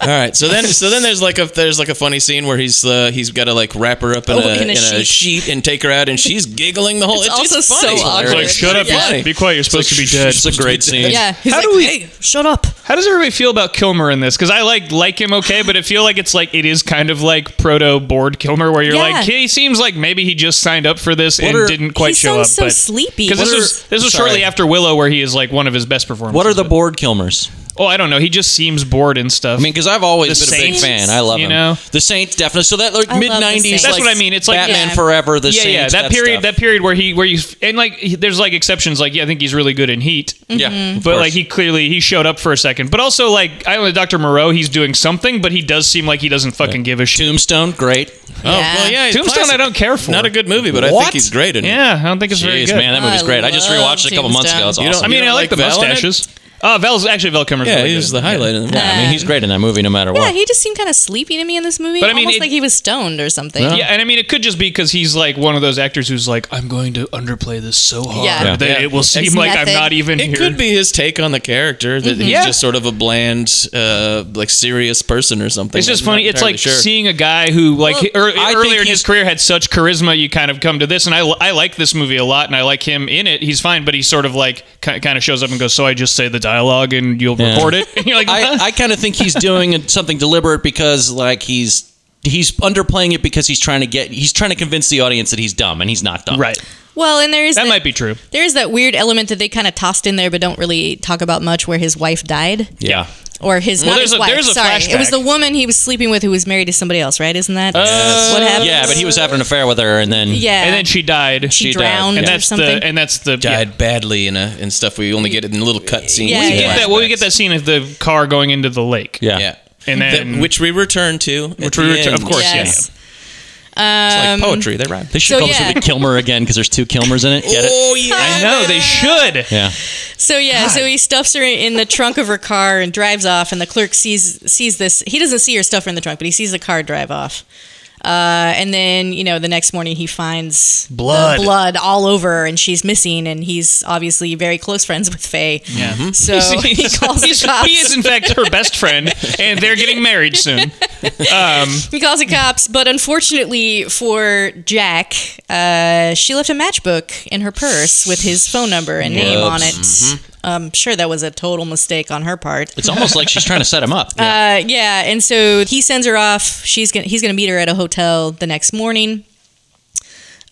[SPEAKER 4] All right, so then, so then there's like a there's like a funny scene where he's uh, he's got to like wrap her up in,
[SPEAKER 3] Oh,
[SPEAKER 4] a, in, a, sheet. and take her out, and she's giggling the whole.
[SPEAKER 3] It's
[SPEAKER 4] just
[SPEAKER 3] also
[SPEAKER 4] funny.
[SPEAKER 3] so awkward.
[SPEAKER 1] It's like, shut up,
[SPEAKER 3] Yeah.
[SPEAKER 1] be- be quiet. You're supposed to be dead.
[SPEAKER 2] It's a great scene.
[SPEAKER 3] Yeah, he's
[SPEAKER 1] How
[SPEAKER 3] like,
[SPEAKER 1] do we-
[SPEAKER 3] "Hey, shut up."
[SPEAKER 1] How does everybody feel about Kilmer in this? Because I like like him okay, but I feel like it's like it is kind of like proto bored Kilmer, where you're
[SPEAKER 3] Yeah.
[SPEAKER 1] like he seems like maybe he just signed up for this and
[SPEAKER 2] are-
[SPEAKER 1] didn't quite
[SPEAKER 3] he
[SPEAKER 1] show
[SPEAKER 3] sounds
[SPEAKER 1] up.
[SPEAKER 3] so
[SPEAKER 1] but-
[SPEAKER 3] sleepy.
[SPEAKER 1] Because this
[SPEAKER 3] What
[SPEAKER 1] was
[SPEAKER 3] are-
[SPEAKER 1] this was shortly
[SPEAKER 2] sorry.
[SPEAKER 1] after Willow, where he is like one of his best performances.
[SPEAKER 2] What are the
[SPEAKER 1] but-
[SPEAKER 2] board Kilmers?
[SPEAKER 1] Oh, I don't know. He just seems bored and stuff.
[SPEAKER 2] I mean, because I've always
[SPEAKER 1] The
[SPEAKER 2] been a big
[SPEAKER 1] Saints,
[SPEAKER 2] fan. I love
[SPEAKER 1] you
[SPEAKER 2] him.
[SPEAKER 1] know?
[SPEAKER 2] The Saints definitely. So that like
[SPEAKER 3] I love The
[SPEAKER 2] mid nineties.
[SPEAKER 3] Saints.
[SPEAKER 1] That's what I mean. It's like-
[SPEAKER 2] Batman
[SPEAKER 3] Yeah.
[SPEAKER 2] Forever. The
[SPEAKER 1] yeah,
[SPEAKER 2] Saints.
[SPEAKER 1] yeah. That, period.
[SPEAKER 2] stuff.
[SPEAKER 1] That period where he where you and like he- there's like exceptions. Like yeah, I think he's really good in Heat.
[SPEAKER 2] Yeah,
[SPEAKER 1] mm-hmm. But like he clearly he showed up for a second, but also like I don't know Dr. Moreau, he's doing something, but he does seem like he doesn't fucking give a shit.
[SPEAKER 2] Tombstone, great.
[SPEAKER 4] Oh well, yeah. he's
[SPEAKER 1] Tombstone,
[SPEAKER 4] classic.
[SPEAKER 1] I don't care for.
[SPEAKER 4] Not a good movie, but I think
[SPEAKER 2] What?
[SPEAKER 4] he's great in it.
[SPEAKER 1] Yeah, I don't think it's very
[SPEAKER 2] Jeez,
[SPEAKER 1] good.
[SPEAKER 2] man, that movie's
[SPEAKER 3] I
[SPEAKER 2] great. I just
[SPEAKER 3] love
[SPEAKER 2] rewatched it a couple months ago. It's
[SPEAKER 4] Tombstone. You
[SPEAKER 2] awesome.
[SPEAKER 1] I mean,
[SPEAKER 4] don't
[SPEAKER 1] I like,
[SPEAKER 4] like
[SPEAKER 1] the
[SPEAKER 4] Val in it?
[SPEAKER 1] mustaches. Oh, Val's actually Val Kilmer's
[SPEAKER 4] yeah,
[SPEAKER 1] really
[SPEAKER 4] he's
[SPEAKER 1] good.
[SPEAKER 4] the highlight in the
[SPEAKER 2] yeah, I mean, he's great in that movie, no matter
[SPEAKER 3] Yeah,
[SPEAKER 2] what.
[SPEAKER 3] he just seemed kind of sleepy to me in this movie.
[SPEAKER 1] But I
[SPEAKER 3] But
[SPEAKER 1] mean,
[SPEAKER 3] almost
[SPEAKER 1] it-
[SPEAKER 3] like he was stoned or something.
[SPEAKER 1] Yeah, and I mean, it could just be because he's like one of those actors who's like, I'm going to underplay this so hard
[SPEAKER 3] Yeah.
[SPEAKER 1] that
[SPEAKER 4] Yeah.
[SPEAKER 1] it will seem
[SPEAKER 3] It's
[SPEAKER 1] like I'm
[SPEAKER 3] method.
[SPEAKER 1] not even
[SPEAKER 4] It
[SPEAKER 1] here.
[SPEAKER 4] could be his take on the character that he's
[SPEAKER 1] Yeah.
[SPEAKER 4] just sort of a bland, uh, like serious person or something.
[SPEAKER 1] It's just
[SPEAKER 4] I'm not
[SPEAKER 1] funny. It's
[SPEAKER 4] entirely
[SPEAKER 1] like
[SPEAKER 4] sure.
[SPEAKER 1] seeing a guy who, like, he- ear-
[SPEAKER 2] I think
[SPEAKER 1] earlier in
[SPEAKER 2] he's-
[SPEAKER 1] his career had such charisma. You kind of come to this, and I, I like this movie a lot, and I like him in it. He's fine, but he sort of like ki- kind of shows up and goes, "So I just say the dialogue, and you'll
[SPEAKER 2] Yeah.
[SPEAKER 1] record it." And you're like,
[SPEAKER 2] I,
[SPEAKER 1] "Huh?"
[SPEAKER 2] I kind of think he's doing it- something deliberate because like he's he's underplaying it because he's trying to get he's trying to convince the audience that he's dumb and he's not dumb.
[SPEAKER 1] right.
[SPEAKER 3] Well, and there is
[SPEAKER 1] That
[SPEAKER 3] the-
[SPEAKER 1] might be true.
[SPEAKER 3] there is that weird element that they kind of tossed in there, but don't really talk about much, where his wife died.
[SPEAKER 2] Yeah.
[SPEAKER 3] Or his
[SPEAKER 1] Well,
[SPEAKER 3] not
[SPEAKER 1] there's
[SPEAKER 3] his
[SPEAKER 1] a-
[SPEAKER 3] wife.
[SPEAKER 1] there's a
[SPEAKER 3] Sorry, it was
[SPEAKER 1] flashback.
[SPEAKER 3] the woman he was sleeping with who was married to somebody else, right? Isn't that
[SPEAKER 1] Uh,
[SPEAKER 3] what happened?
[SPEAKER 2] Uh, Yeah, but he was having an affair with her and then
[SPEAKER 3] yeah,
[SPEAKER 1] And then she died.
[SPEAKER 3] she,
[SPEAKER 2] died.
[SPEAKER 3] drowned
[SPEAKER 1] and
[SPEAKER 3] or
[SPEAKER 1] that's
[SPEAKER 3] something.
[SPEAKER 1] the and that's the yeah.
[SPEAKER 4] died badly in a and stuff. We only get it in little cut scenes.
[SPEAKER 3] Yeah, yeah.
[SPEAKER 4] and
[SPEAKER 1] We get that. Well, we get
[SPEAKER 4] flashbacks.
[SPEAKER 1] that scene of the car going into the lake.
[SPEAKER 2] yeah.
[SPEAKER 4] Yeah.
[SPEAKER 1] and then
[SPEAKER 4] That- which we return to. at
[SPEAKER 1] Which we
[SPEAKER 4] the
[SPEAKER 1] return-
[SPEAKER 4] end.
[SPEAKER 1] of course, yeah.
[SPEAKER 3] yes.
[SPEAKER 4] It's like poetry. They rhyme.
[SPEAKER 2] They should
[SPEAKER 3] So,
[SPEAKER 2] call
[SPEAKER 3] yeah.
[SPEAKER 2] this movie Kilmer again because there's two Kilmers in it. Get it?
[SPEAKER 4] yeah.
[SPEAKER 1] I know they should.
[SPEAKER 2] Yeah.
[SPEAKER 3] So yeah, so he stuffs her in the trunk of her car and drives off, and the clerk sees sees this. He doesn't see her stuff her in the trunk, but he sees the car drive off. Uh, and then you know the next morning he finds the
[SPEAKER 1] Blood.
[SPEAKER 3] blood all over, and she's missing, and he's obviously very close friends with Faye.
[SPEAKER 1] Yeah.
[SPEAKER 3] So Oh, he calls
[SPEAKER 1] He's-
[SPEAKER 3] the cops.
[SPEAKER 1] He is, in fact, her best friend, and they're getting married soon.
[SPEAKER 3] He calls the cops, but unfortunately for Jack, uh, she left a matchbook in her purse with his phone number and name on it. I'm sure that was a total mistake on her part.
[SPEAKER 2] It's almost like she's trying to set him up.
[SPEAKER 3] Uh, yeah, and so he sends her off. She's gonna he's gonna meet her at a hotel the next morning,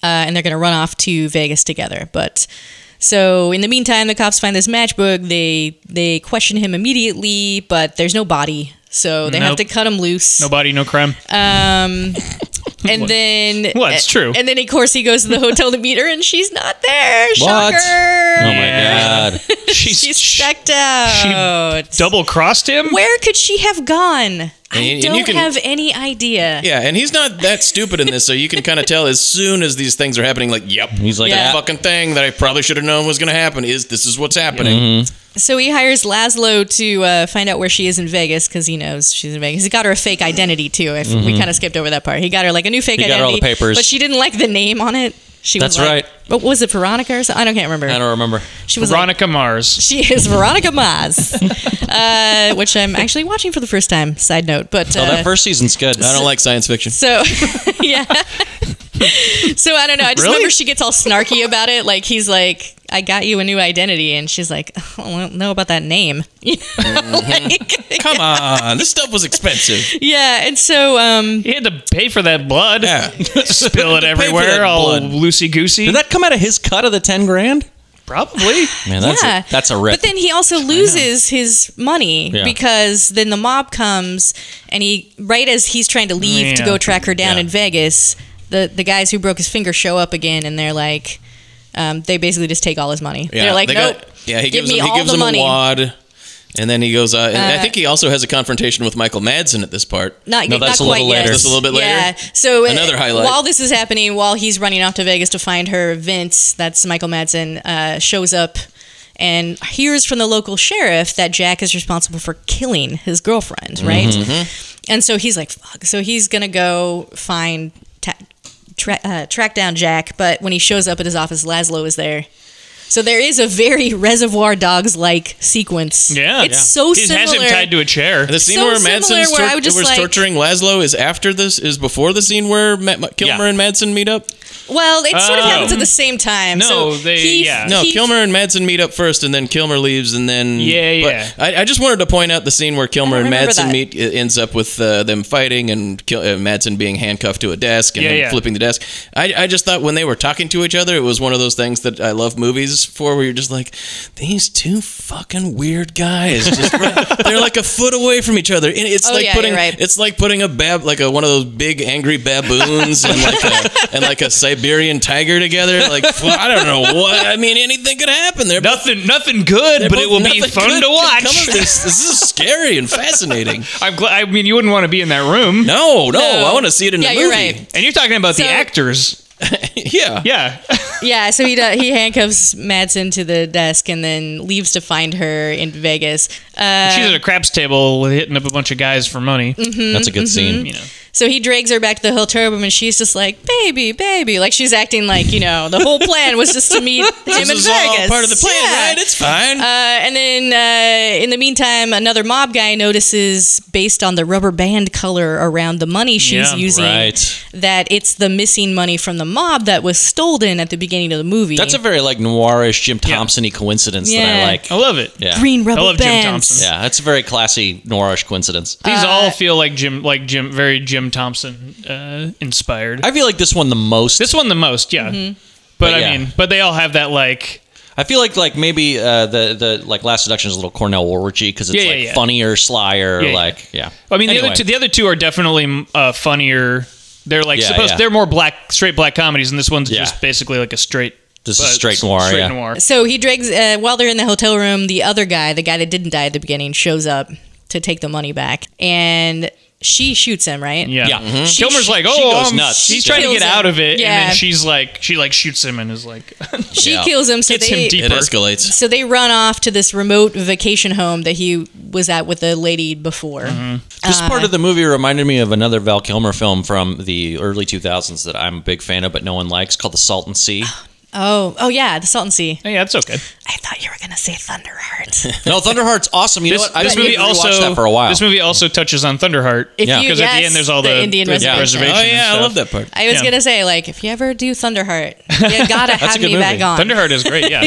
[SPEAKER 3] uh, and they're gonna run off to Vegas together. But so in the meantime, the cops find this matchbook. They they question him immediately, but there's no body, so they have
[SPEAKER 1] Nope.
[SPEAKER 3] to cut him loose.
[SPEAKER 1] Nobody, no crime.
[SPEAKER 3] Um, and then
[SPEAKER 1] Well, it's true.
[SPEAKER 3] And then of course he goes to the hotel to meet her, and she's not there.
[SPEAKER 2] What?
[SPEAKER 3] Shocker!
[SPEAKER 2] oh
[SPEAKER 1] yeah.
[SPEAKER 2] my god.
[SPEAKER 1] She's,
[SPEAKER 3] She's checked out.
[SPEAKER 1] double crossed him.
[SPEAKER 3] Where could she have gone? I
[SPEAKER 4] and you
[SPEAKER 3] don't
[SPEAKER 4] can-
[SPEAKER 3] have any idea.
[SPEAKER 4] Yeah, and he's not that stupid in this, so you can kind of tell as soon as these things are happening. Like, yep,
[SPEAKER 2] He's like, "Ah,
[SPEAKER 4] the
[SPEAKER 3] Yeah.
[SPEAKER 4] fucking thing that I probably should have known was going to happen is this is what's happening.
[SPEAKER 3] So he hires Laszlo to uh, find out where she is in Vegas because he knows she's in Vegas. He got her a fake identity too. If We kind of skipped over that part. He got her like a new fake
[SPEAKER 2] Mm-hmm. He got
[SPEAKER 3] identity.
[SPEAKER 2] her all the papers.
[SPEAKER 3] but she didn't like the name on it. She
[SPEAKER 2] That's
[SPEAKER 3] was like,
[SPEAKER 2] right.
[SPEAKER 3] But was it Veronica or something? I don't can't remember.
[SPEAKER 2] I don't remember.
[SPEAKER 3] she was like,
[SPEAKER 1] Veronica Mars.
[SPEAKER 3] She is Veronica Mars, uh, which I'm actually watching for the first time. Side note, but uh,
[SPEAKER 2] Oh, that first season's good.
[SPEAKER 4] I don't like science fiction.
[SPEAKER 3] so yeah. so I don't know. I just
[SPEAKER 1] Really?
[SPEAKER 3] remember she gets all snarky about it. Like he's like, "I got you a new identity," and she's like, "Oh, "I don't know about that name." You know,
[SPEAKER 2] Mm-hmm.
[SPEAKER 3] like-
[SPEAKER 4] Come
[SPEAKER 2] Uh,
[SPEAKER 4] on, this stuff was expensive.
[SPEAKER 3] yeah, and so um,
[SPEAKER 1] He had to pay for that blood.
[SPEAKER 4] Yeah.
[SPEAKER 1] Spill it
[SPEAKER 4] Had to pay for
[SPEAKER 1] everywhere,
[SPEAKER 4] that
[SPEAKER 1] all
[SPEAKER 4] blood.
[SPEAKER 1] loosey goosey.
[SPEAKER 2] Did that come out of his cut of the ten grand?
[SPEAKER 1] Probably.
[SPEAKER 2] Man, that's
[SPEAKER 3] yeah,
[SPEAKER 2] a, that's a rip.
[SPEAKER 3] But then he also loses his money
[SPEAKER 2] Yeah.
[SPEAKER 3] because then the mob comes and he right as he's trying to leave to
[SPEAKER 1] Yeah.
[SPEAKER 3] go track her down
[SPEAKER 2] Yeah.
[SPEAKER 3] in Vegas, the the guys who broke his finger show up again and they're like, um, they basically just take all his money. they're like,
[SPEAKER 4] they
[SPEAKER 3] nope.
[SPEAKER 4] got- yeah, he
[SPEAKER 3] give
[SPEAKER 4] gives
[SPEAKER 3] me
[SPEAKER 4] him, he
[SPEAKER 3] all
[SPEAKER 4] gives
[SPEAKER 3] the
[SPEAKER 4] him
[SPEAKER 3] money.
[SPEAKER 4] a wad, and then he goes. Uh, and I think he also has a confrontation with Michael Madsen at this part.
[SPEAKER 3] Not,
[SPEAKER 2] No,
[SPEAKER 3] not
[SPEAKER 2] that's a
[SPEAKER 3] quite
[SPEAKER 2] little
[SPEAKER 3] yet.
[SPEAKER 2] later.
[SPEAKER 4] That's a little bit later?
[SPEAKER 3] Yeah. So uh,
[SPEAKER 4] Another highlight.
[SPEAKER 3] While this is happening, while he's running off to Vegas to find her, Vince, that's Michael Madsen, uh, shows up and hears from the local sheriff that Jack is responsible for killing his girlfriend.
[SPEAKER 4] Mm-hmm,
[SPEAKER 3] Right. And so he's like, "Fuck!" So he's gonna go find ta- tra- uh, track down Jack. But when he shows up at his office, Laszlo is there. So there is a very Reservoir Dogs like sequence.
[SPEAKER 1] Yeah.
[SPEAKER 3] It's
[SPEAKER 1] Yeah.
[SPEAKER 3] so
[SPEAKER 1] he
[SPEAKER 3] similar.
[SPEAKER 1] has him tied to a chair.
[SPEAKER 4] The scene
[SPEAKER 3] So
[SPEAKER 4] where
[SPEAKER 3] similar
[SPEAKER 4] Madsen's
[SPEAKER 3] where
[SPEAKER 4] tor-
[SPEAKER 3] I would just
[SPEAKER 4] was
[SPEAKER 3] like-
[SPEAKER 4] torturing Laszlo is after this is before the scene where Ma- Ma- Kilmer
[SPEAKER 1] Yeah.
[SPEAKER 4] and Madsen meet up.
[SPEAKER 3] Well, it sort of
[SPEAKER 1] Oh.
[SPEAKER 3] happens at the same time.
[SPEAKER 1] No,
[SPEAKER 3] so
[SPEAKER 1] they-
[SPEAKER 3] he,
[SPEAKER 1] yeah.
[SPEAKER 4] No,
[SPEAKER 3] he-
[SPEAKER 4] Kilmer and Madsen meet up first, and then Kilmer leaves, and then
[SPEAKER 1] Yeah, yeah.
[SPEAKER 4] But I, I just wanted to point out the scene where Kilmer
[SPEAKER 3] I
[SPEAKER 4] and
[SPEAKER 3] remember
[SPEAKER 4] Madsen
[SPEAKER 3] that.
[SPEAKER 4] meet it ends up with uh, them fighting and Kil- uh, Madsen being handcuffed to a desk and
[SPEAKER 1] Yeah,
[SPEAKER 4] him
[SPEAKER 1] yeah.
[SPEAKER 4] flipping the desk. I, I just thought when they were talking to each other, it was one of those things that I love movies for, where you're just like, these two fucking weird guys, just, they're like a foot away from each other, and it's
[SPEAKER 3] Oh,
[SPEAKER 4] like
[SPEAKER 3] yeah,
[SPEAKER 4] putting
[SPEAKER 3] you're right.
[SPEAKER 4] it's like putting a bab like a one of those big angry baboons and like a and like a Siberian tiger together. Like f- I don't know what I mean. Anything could happen. They're both-
[SPEAKER 1] nothing, nothing good,
[SPEAKER 4] they're
[SPEAKER 1] but it
[SPEAKER 4] both-
[SPEAKER 1] will be
[SPEAKER 4] nothing
[SPEAKER 1] fun
[SPEAKER 4] good
[SPEAKER 1] to
[SPEAKER 4] could
[SPEAKER 1] watch.
[SPEAKER 4] come of This, this is scary and fascinating.
[SPEAKER 1] I'm glad. I mean, you wouldn't want to be in that room.
[SPEAKER 4] No, no,
[SPEAKER 3] No.
[SPEAKER 4] I want to see it in
[SPEAKER 3] Yeah,
[SPEAKER 4] a
[SPEAKER 3] you're
[SPEAKER 4] movie.
[SPEAKER 3] right.
[SPEAKER 1] And you're talking about
[SPEAKER 3] So-
[SPEAKER 1] the actors.
[SPEAKER 4] Yeah.
[SPEAKER 1] Yeah.
[SPEAKER 3] yeah, so he does, he handcuffs Madsen to the desk and then leaves to find her in Vegas. Uh,
[SPEAKER 1] She's at a craps table hitting up a bunch of guys for money.
[SPEAKER 3] Mm-hmm.
[SPEAKER 2] that's a good scene.
[SPEAKER 1] You know.
[SPEAKER 3] so he drags her back to the hotel room and she's just like, "Baby, baby," like she's acting like you know the whole plan was just to meet him in
[SPEAKER 4] This is
[SPEAKER 3] Vegas.
[SPEAKER 4] all part of the plan,
[SPEAKER 3] Yeah.
[SPEAKER 4] right? It's fine.
[SPEAKER 3] Uh, and then, uh, in the meantime, another mob guy notices, based on the rubber band color around the money she's
[SPEAKER 1] Yeah,
[SPEAKER 3] using,
[SPEAKER 2] Right.
[SPEAKER 3] that it's the missing money from the mob that was stolen at the beginning of the movie.
[SPEAKER 2] That's a very like noirish Jim Thompson y coincidence that I
[SPEAKER 3] Yeah.
[SPEAKER 2] like.
[SPEAKER 1] I love it.
[SPEAKER 2] Yeah.
[SPEAKER 3] green
[SPEAKER 1] I
[SPEAKER 3] rubber
[SPEAKER 1] love Jim
[SPEAKER 3] bands.
[SPEAKER 1] Thompson.
[SPEAKER 2] Yeah, that's a very classy noirish coincidence.
[SPEAKER 3] Uh,
[SPEAKER 1] These all feel like Jim, like Jim, very Jim Thompson uh, inspired.
[SPEAKER 2] I feel like this one the most.
[SPEAKER 1] this one the most, yeah.
[SPEAKER 3] Mm-hmm.
[SPEAKER 1] But,
[SPEAKER 2] But
[SPEAKER 1] I
[SPEAKER 2] yeah.
[SPEAKER 1] mean, but they all have that like
[SPEAKER 2] I feel like like maybe uh, the the like last seduction is a little Cornell Orgy because it's
[SPEAKER 1] Yeah, yeah,
[SPEAKER 2] like
[SPEAKER 1] yeah.
[SPEAKER 2] funnier, slyer,
[SPEAKER 1] Yeah, yeah.
[SPEAKER 2] like yeah.
[SPEAKER 1] I mean, the
[SPEAKER 2] Anyway.
[SPEAKER 1] other two, the other two are definitely uh, funnier. They're like
[SPEAKER 2] Yeah,
[SPEAKER 1] supposed
[SPEAKER 2] yeah.
[SPEAKER 1] they're more black, straight black comedies, and this one's
[SPEAKER 2] Yeah.
[SPEAKER 1] just basically like a straight.
[SPEAKER 2] This is
[SPEAKER 1] uh,
[SPEAKER 2] straight noir,
[SPEAKER 1] Straight
[SPEAKER 2] yeah.
[SPEAKER 1] noir.
[SPEAKER 3] So he drags, uh, while they're in the hotel room, the other guy, the guy that didn't die at the beginning, shows up to take the money back. And she shoots him, right?
[SPEAKER 1] Yeah.
[SPEAKER 2] Yeah. Mhm.
[SPEAKER 3] She-
[SPEAKER 1] Kilmer's
[SPEAKER 3] she-
[SPEAKER 1] like,
[SPEAKER 2] she
[SPEAKER 1] oh,
[SPEAKER 2] goes
[SPEAKER 1] um,
[SPEAKER 2] nuts.
[SPEAKER 1] he's
[SPEAKER 2] She
[SPEAKER 1] trying to
[SPEAKER 3] kills
[SPEAKER 1] get out
[SPEAKER 3] him.
[SPEAKER 1] of it, and
[SPEAKER 3] Yeah.
[SPEAKER 1] then she's like, she like shoots him and is like,
[SPEAKER 3] She
[SPEAKER 4] Yeah.
[SPEAKER 3] kills him, so
[SPEAKER 1] Gets him
[SPEAKER 3] they
[SPEAKER 1] deep.
[SPEAKER 4] It escalates.
[SPEAKER 3] so they run off to this remote vacation home that he was at with a lady before.
[SPEAKER 1] Mm-hmm.
[SPEAKER 2] This
[SPEAKER 1] Uh,
[SPEAKER 2] part of the movie reminded me of another Val Kilmer film from the early 2000s that I'm a big fan of, but no one likes, called The Salton Sea.
[SPEAKER 3] Oh, oh yeah, the Salton Sea.
[SPEAKER 1] hey, that's okay.
[SPEAKER 3] I thought you were gonna say Thunderheart.
[SPEAKER 2] No, Thunderheart's awesome. You
[SPEAKER 1] This,
[SPEAKER 2] know what?
[SPEAKER 1] this
[SPEAKER 2] I've
[SPEAKER 1] movie also
[SPEAKER 2] watched that for a while.
[SPEAKER 1] This movie also touches on Thunderheart.
[SPEAKER 3] If
[SPEAKER 2] Yeah.
[SPEAKER 3] you-
[SPEAKER 1] because at the
[SPEAKER 3] yes,
[SPEAKER 1] end there's all the,
[SPEAKER 3] the Indian
[SPEAKER 1] there's the
[SPEAKER 3] reservation.
[SPEAKER 1] reservation.
[SPEAKER 4] Oh
[SPEAKER 1] and
[SPEAKER 4] yeah, I
[SPEAKER 1] stuff.
[SPEAKER 4] love that part.
[SPEAKER 3] I was
[SPEAKER 1] Yeah.
[SPEAKER 3] gonna say like if you ever do Thunderheart, you gotta
[SPEAKER 2] a
[SPEAKER 3] have
[SPEAKER 2] good
[SPEAKER 3] me back
[SPEAKER 2] movie.
[SPEAKER 3] on.
[SPEAKER 1] Thunderheart is great. Yeah.
[SPEAKER 2] Oh,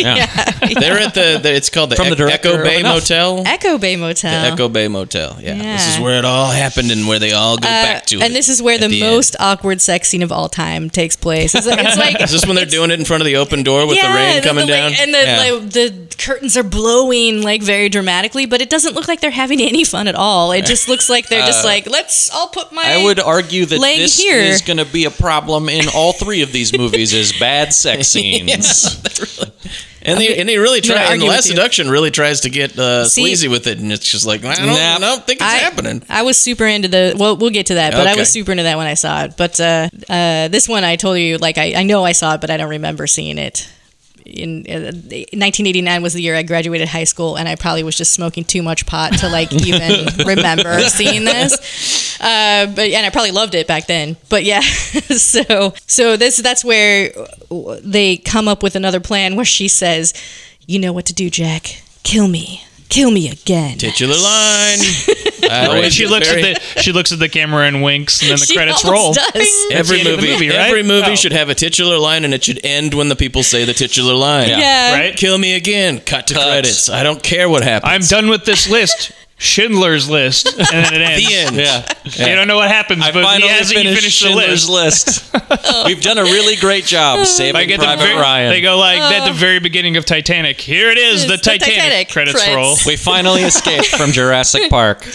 [SPEAKER 2] Yeah.
[SPEAKER 4] They're at the, the it's called the,
[SPEAKER 2] From
[SPEAKER 4] Ec-
[SPEAKER 2] the director
[SPEAKER 4] Echo Bay
[SPEAKER 2] of Enough.
[SPEAKER 4] Motel.
[SPEAKER 3] Echo Bay Motel.
[SPEAKER 4] Echo Bay Motel. Yeah. This is
[SPEAKER 3] Yeah.
[SPEAKER 4] where it all happened and where they all go
[SPEAKER 3] Uh,
[SPEAKER 4] back to.
[SPEAKER 3] and
[SPEAKER 4] it
[SPEAKER 3] this is where
[SPEAKER 4] at
[SPEAKER 3] the,
[SPEAKER 4] end.
[SPEAKER 3] most awkward sex scene of all time takes place. It's, like- it's like
[SPEAKER 4] Is this when they're doing it in front of the open door with the rain
[SPEAKER 3] the-
[SPEAKER 4] coming
[SPEAKER 3] the,
[SPEAKER 4] down?
[SPEAKER 3] Like, and the,
[SPEAKER 4] Yeah.
[SPEAKER 3] like, the curtains are blowing like very dramatically, but it doesn't look like they're having any fun at all. It just looks like they're
[SPEAKER 4] Uh,
[SPEAKER 3] just like, let's. I'll put my.
[SPEAKER 2] I would argue that
[SPEAKER 3] leg
[SPEAKER 2] this
[SPEAKER 3] here.
[SPEAKER 2] is going to be a problem in all three of these movies is bad sex scenes.
[SPEAKER 4] And they and they really
[SPEAKER 3] gonna
[SPEAKER 4] try. And
[SPEAKER 3] argue
[SPEAKER 4] the
[SPEAKER 3] with
[SPEAKER 4] last
[SPEAKER 3] you.
[SPEAKER 4] seduction really tries to get uh,
[SPEAKER 3] See-
[SPEAKER 4] sleazy with it, and it's just like I don't,
[SPEAKER 2] Nah.
[SPEAKER 4] I don't think it's happening.
[SPEAKER 3] I was super into the. Well, we'll get to that, but I
[SPEAKER 4] Okay.
[SPEAKER 3] was super into that when I saw it. But uh, uh, this one, I told you, like I, I know I saw it, but I don't remember seeing it. In uh, 1989 was the year I graduated high school, and I probably was just smoking too much pot to like even remember seeing this. Uh, but and I probably loved it back then. But yeah, so so this that's where uh, they come up with another plan where she says, "You know what to do, Jack. Kill me, kill me again."
[SPEAKER 4] Titular line. I
[SPEAKER 1] And
[SPEAKER 4] always
[SPEAKER 1] she
[SPEAKER 4] get
[SPEAKER 1] looks
[SPEAKER 4] very-
[SPEAKER 1] at the she looks at the camera and winks, and then the
[SPEAKER 3] She
[SPEAKER 1] credits
[SPEAKER 3] almost
[SPEAKER 1] roll.
[SPEAKER 3] does.
[SPEAKER 4] every
[SPEAKER 1] the end of the
[SPEAKER 4] movie.
[SPEAKER 1] movie, right?
[SPEAKER 4] Every movie
[SPEAKER 1] Oh.
[SPEAKER 4] should have a titular line, and it should end when the people say the titular line.
[SPEAKER 3] Yeah.
[SPEAKER 1] Right.
[SPEAKER 4] Kill me again. Cut to
[SPEAKER 2] Cut.
[SPEAKER 4] credits. I don't care what happens.
[SPEAKER 1] I'm done with this list. Schindler's List, and then it ends.
[SPEAKER 4] The end.
[SPEAKER 2] yeah.
[SPEAKER 1] You don't know what happens,
[SPEAKER 2] I
[SPEAKER 1] but he
[SPEAKER 2] finally
[SPEAKER 1] hasn't even
[SPEAKER 2] finished
[SPEAKER 1] finished the
[SPEAKER 2] Schindler's
[SPEAKER 1] list.
[SPEAKER 2] list. We've done a really great job saving
[SPEAKER 1] Like at the
[SPEAKER 2] Private
[SPEAKER 1] very,
[SPEAKER 2] Ryan.
[SPEAKER 1] they go like at the very beginning of Titanic. Here it is,
[SPEAKER 3] It's
[SPEAKER 1] the
[SPEAKER 3] Oh. the
[SPEAKER 1] Titanic.
[SPEAKER 3] Titanic.
[SPEAKER 1] Credits
[SPEAKER 3] Credits.
[SPEAKER 1] roll.
[SPEAKER 2] we finally escaped from Jurassic Park.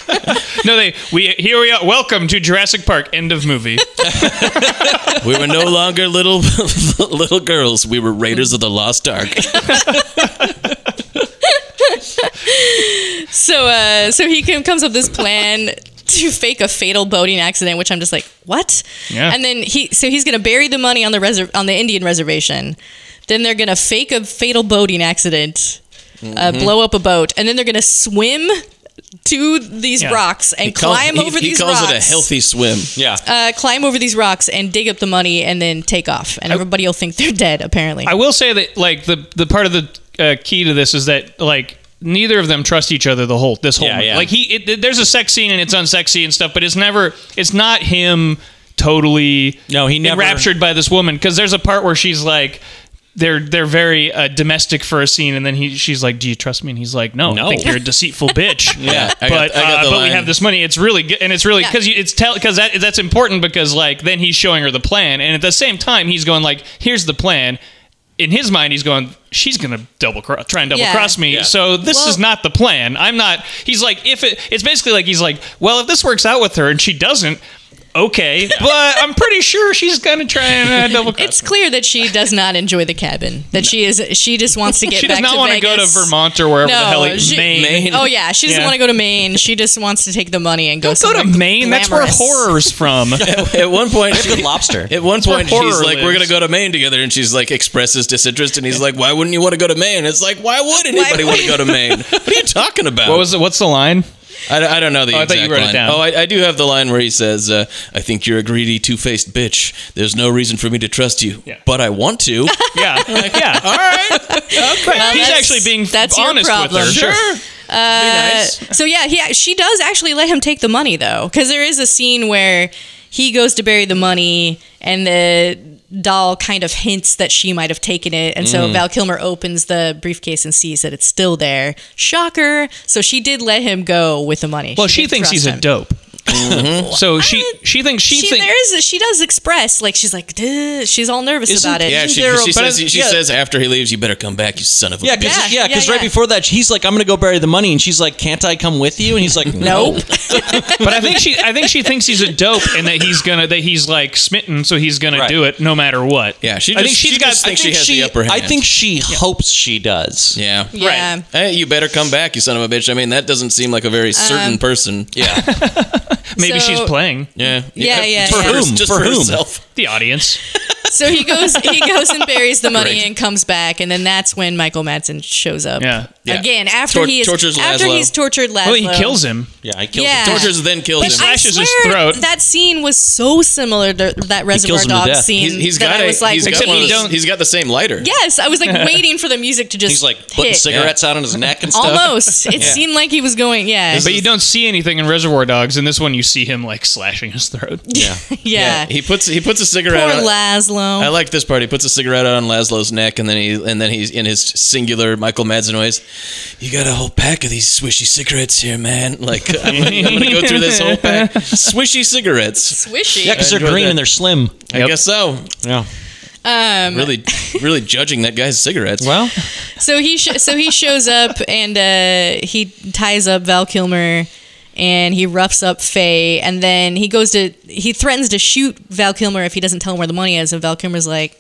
[SPEAKER 1] No, they we here we are. Welcome to Jurassic Park. End of movie.
[SPEAKER 4] We were no longer little little girls. We were Raiders of the Lost Ark.
[SPEAKER 3] So uh, so he com- comes up with this plan to fake a fatal boating accident, which I'm just like, what?
[SPEAKER 1] Yeah.
[SPEAKER 3] And then he so he's gonna bury the money on the reser- on the Indian reservation. Then they're gonna fake a fatal boating accident,
[SPEAKER 4] Mm-hmm.
[SPEAKER 3] uh, blow up a boat, and then they're gonna swim to these
[SPEAKER 1] Yeah.
[SPEAKER 3] rocks and
[SPEAKER 4] He calls-
[SPEAKER 3] climb
[SPEAKER 4] he-
[SPEAKER 3] over
[SPEAKER 4] he
[SPEAKER 3] these
[SPEAKER 4] calls
[SPEAKER 3] rocks.
[SPEAKER 4] it a healthy swim.
[SPEAKER 2] Yeah.
[SPEAKER 3] uh, climb over these rocks and dig up the money and then take off, and everybody will think they're dead. Apparently,
[SPEAKER 1] I will say that like the the part of the uh, key to this is that like neither of them trust each other the whole this whole
[SPEAKER 2] Yeah,
[SPEAKER 1] movie.
[SPEAKER 2] yeah.
[SPEAKER 1] like he it, there's a sex scene and it's unsexy and stuff, but it's never it's not him totally
[SPEAKER 2] No, he never-
[SPEAKER 1] enraptured by this woman because there's a part where she's like. They're they're very uh, domestic for a scene, and then he she's like, "Do you trust me?" And he's like, "No, I
[SPEAKER 2] No.
[SPEAKER 1] think you're a deceitful bitch."
[SPEAKER 4] Yeah, I
[SPEAKER 1] but
[SPEAKER 4] got- I got
[SPEAKER 1] uh,
[SPEAKER 4] the
[SPEAKER 1] but we
[SPEAKER 4] line.
[SPEAKER 1] have this money. It's really good, and it's really
[SPEAKER 3] Yeah.
[SPEAKER 1] because it's tell because that that's important because like then he's showing her the plan, and at the same time he's going like, "Here's the plan." In his mind, he's going, "She's gonna double cross, try and double
[SPEAKER 3] Yeah.
[SPEAKER 1] cross me." So this
[SPEAKER 3] Well-
[SPEAKER 1] is not the plan. I'm not. He's like, if it, it's basically like he's like, well, if this works out with her and she doesn't, okay, but I'm pretty sure she's gonna try and uh, double cross.
[SPEAKER 3] It's clear that she does not enjoy the cabin. That she is she just wants to get
[SPEAKER 1] She
[SPEAKER 3] back
[SPEAKER 1] does not
[SPEAKER 3] to
[SPEAKER 1] want to go to
[SPEAKER 3] Vegas.
[SPEAKER 1] Vermont or wherever the hell. He,
[SPEAKER 3] she-
[SPEAKER 1] Maine.
[SPEAKER 4] Maine.
[SPEAKER 3] Oh yeah, she doesn't
[SPEAKER 1] Yeah.
[SPEAKER 3] want to go to Maine. She just wants to take the money and go.
[SPEAKER 1] Don't go to
[SPEAKER 3] somewhere
[SPEAKER 1] Maine. That's where
[SPEAKER 3] glamorous.
[SPEAKER 1] horror's from.
[SPEAKER 4] At one point,
[SPEAKER 2] Good lobster.
[SPEAKER 4] At one
[SPEAKER 1] where
[SPEAKER 4] point, she's
[SPEAKER 1] horror
[SPEAKER 4] like, "We're
[SPEAKER 1] lives.
[SPEAKER 4] gonna go to Maine together," and she's like, expresses disinterest, and he's like, "Why wouldn't you want to go to Maine?" It's like, why would anybody want to go to Maine? What are you talking about?
[SPEAKER 1] What was the, what's the line?
[SPEAKER 4] I, I don't know the
[SPEAKER 1] Oh, I
[SPEAKER 4] exact
[SPEAKER 1] thought you wrote it
[SPEAKER 4] line.
[SPEAKER 1] down.
[SPEAKER 4] Oh, I, I do have the line where he says, uh, "I think you're a greedy, two-faced bitch. There's no reason for me to trust you,
[SPEAKER 1] Yeah.
[SPEAKER 4] but I want to."
[SPEAKER 1] Yeah, yeah. All right.
[SPEAKER 3] Well,
[SPEAKER 1] He's
[SPEAKER 3] that's-
[SPEAKER 1] actually being
[SPEAKER 3] that's your
[SPEAKER 1] honest
[SPEAKER 3] problem.
[SPEAKER 1] with her.
[SPEAKER 3] Sure.
[SPEAKER 4] Be
[SPEAKER 3] Uh,
[SPEAKER 4] nice.
[SPEAKER 3] so yeah, he she does actually let him take the money though, because there is a scene where he goes to bury the money and the doll kind of hints that she might have taken it and
[SPEAKER 1] Mm.
[SPEAKER 3] so val kilmer opens the briefcase and sees that it's still there shocker so she did let him go with the money
[SPEAKER 1] Well, she
[SPEAKER 3] did
[SPEAKER 1] thinks
[SPEAKER 3] trust
[SPEAKER 1] he's a
[SPEAKER 3] him.
[SPEAKER 1] dope. So she she thinks she,
[SPEAKER 3] she
[SPEAKER 1] thinks
[SPEAKER 3] there is a, she does express like she's like "Duh," she's all nervous
[SPEAKER 2] Isn't-
[SPEAKER 3] about it.
[SPEAKER 4] Yeah, she,
[SPEAKER 2] There-
[SPEAKER 4] she
[SPEAKER 2] but
[SPEAKER 4] says.
[SPEAKER 2] it's-
[SPEAKER 4] She
[SPEAKER 2] yeah.
[SPEAKER 4] says after he leaves, "You better come back, you son of a
[SPEAKER 2] Yeah,
[SPEAKER 4] bitch."
[SPEAKER 2] because
[SPEAKER 3] Yeah,
[SPEAKER 2] yeah, 'cause
[SPEAKER 3] yeah,
[SPEAKER 2] right
[SPEAKER 3] yeah.
[SPEAKER 2] before that, he's like, "I'm gonna go bury the money," and she's like, "Can't I come with you?" And he's like, "No."
[SPEAKER 3] Nope.
[SPEAKER 1] but I think she I think she thinks he's a dope and that he's gonna that he's like smitten so he's gonna
[SPEAKER 2] Right.
[SPEAKER 1] do it no matter what.
[SPEAKER 4] Yeah, she
[SPEAKER 1] I
[SPEAKER 4] just-
[SPEAKER 1] think she's
[SPEAKER 4] she
[SPEAKER 1] got
[SPEAKER 4] just
[SPEAKER 1] I
[SPEAKER 4] thinks
[SPEAKER 1] think
[SPEAKER 4] has the
[SPEAKER 2] she,
[SPEAKER 4] upper
[SPEAKER 2] I
[SPEAKER 4] hand.
[SPEAKER 2] think she hopes she does.
[SPEAKER 4] Yeah.
[SPEAKER 3] yeah.
[SPEAKER 1] Right.
[SPEAKER 3] Um,
[SPEAKER 4] Hey, you better come back, you son of a bitch. I mean, that doesn't seem like a very certain person.
[SPEAKER 2] Yeah.
[SPEAKER 1] Maybe
[SPEAKER 3] So-
[SPEAKER 1] she's playing
[SPEAKER 4] Yeah.
[SPEAKER 3] Yeah, yeah,
[SPEAKER 4] For
[SPEAKER 3] yeah.
[SPEAKER 4] whom?
[SPEAKER 2] Just
[SPEAKER 4] Just
[SPEAKER 2] for
[SPEAKER 4] for
[SPEAKER 2] whom?
[SPEAKER 4] herself.
[SPEAKER 1] the audience.
[SPEAKER 3] So he goes he goes and buries the money and comes back, and then that's when Michael Madsen shows up.
[SPEAKER 1] Yeah.
[SPEAKER 4] Yeah.
[SPEAKER 3] Again, after
[SPEAKER 4] Tor-
[SPEAKER 3] he is
[SPEAKER 4] tortures
[SPEAKER 3] after
[SPEAKER 4] Laszlo.
[SPEAKER 3] he's tortured Laszlo.
[SPEAKER 1] Well, he kills him.
[SPEAKER 2] Yeah, I killed
[SPEAKER 3] Yeah.
[SPEAKER 2] him.
[SPEAKER 4] Tortures then kills him.
[SPEAKER 3] I
[SPEAKER 1] slashes his
[SPEAKER 3] swear
[SPEAKER 1] throat.
[SPEAKER 3] That scene was so similar to that Reservoir
[SPEAKER 2] kills him to
[SPEAKER 3] Dogs
[SPEAKER 2] death.
[SPEAKER 3] scene.
[SPEAKER 4] He's, he's
[SPEAKER 3] that
[SPEAKER 4] got
[SPEAKER 3] I
[SPEAKER 4] a,
[SPEAKER 3] was like,
[SPEAKER 4] he's got
[SPEAKER 1] except
[SPEAKER 4] one of
[SPEAKER 1] he
[SPEAKER 4] those-
[SPEAKER 1] don't-
[SPEAKER 4] he's got the same lighter.
[SPEAKER 3] yes, I was like waiting for the music to just.
[SPEAKER 2] He's like putting
[SPEAKER 3] hit.
[SPEAKER 2] cigarettes out on his neck and stuff.
[SPEAKER 3] Almost, it seemed like he was going. Yeah,
[SPEAKER 1] But you don't see anything in Reservoir Dogs. In this one, you see him like slashing his throat.
[SPEAKER 2] Yeah.
[SPEAKER 3] yeah.
[SPEAKER 4] He puts he puts a cigarette
[SPEAKER 3] Poor
[SPEAKER 4] out.
[SPEAKER 3] Laszlo.
[SPEAKER 4] I like this part. He puts a cigarette out on Laszlo's neck, and then he and then he's in his singular Michael Madsen noise. You got a whole pack of these swishy cigarettes here, man. Like I'm, gonna- I'm gonna go through this whole pack. Swishy cigarettes.
[SPEAKER 3] Swishy.
[SPEAKER 2] Yeah, because they're
[SPEAKER 4] enjoyed
[SPEAKER 2] green
[SPEAKER 4] that.
[SPEAKER 2] and they're slim.
[SPEAKER 4] I guess so.
[SPEAKER 2] Yeah.
[SPEAKER 3] Um,
[SPEAKER 4] Really, really judging that guy's cigarettes.
[SPEAKER 2] Well,
[SPEAKER 3] So he sh- so he shows up and uh, he ties up Val Kilmer and he roughs up Faye and then he goes to he threatens to shoot Val Kilmer if he doesn't tell him where the money is and Val Kilmer's like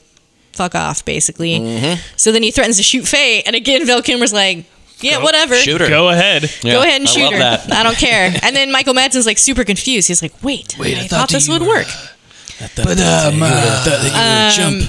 [SPEAKER 3] fuck off basically. So then he threatens to shoot Faye and again Val Kilmer's like yeah whatever.
[SPEAKER 2] shoot her.
[SPEAKER 1] Go ahead.
[SPEAKER 2] Yeah,
[SPEAKER 3] Go ahead and
[SPEAKER 2] I
[SPEAKER 3] shoot
[SPEAKER 2] love
[SPEAKER 3] her.
[SPEAKER 2] That.
[SPEAKER 3] I don't care. And then Michael Madsen's like super confused. He's like, "Wait, I, thought, this would work." um,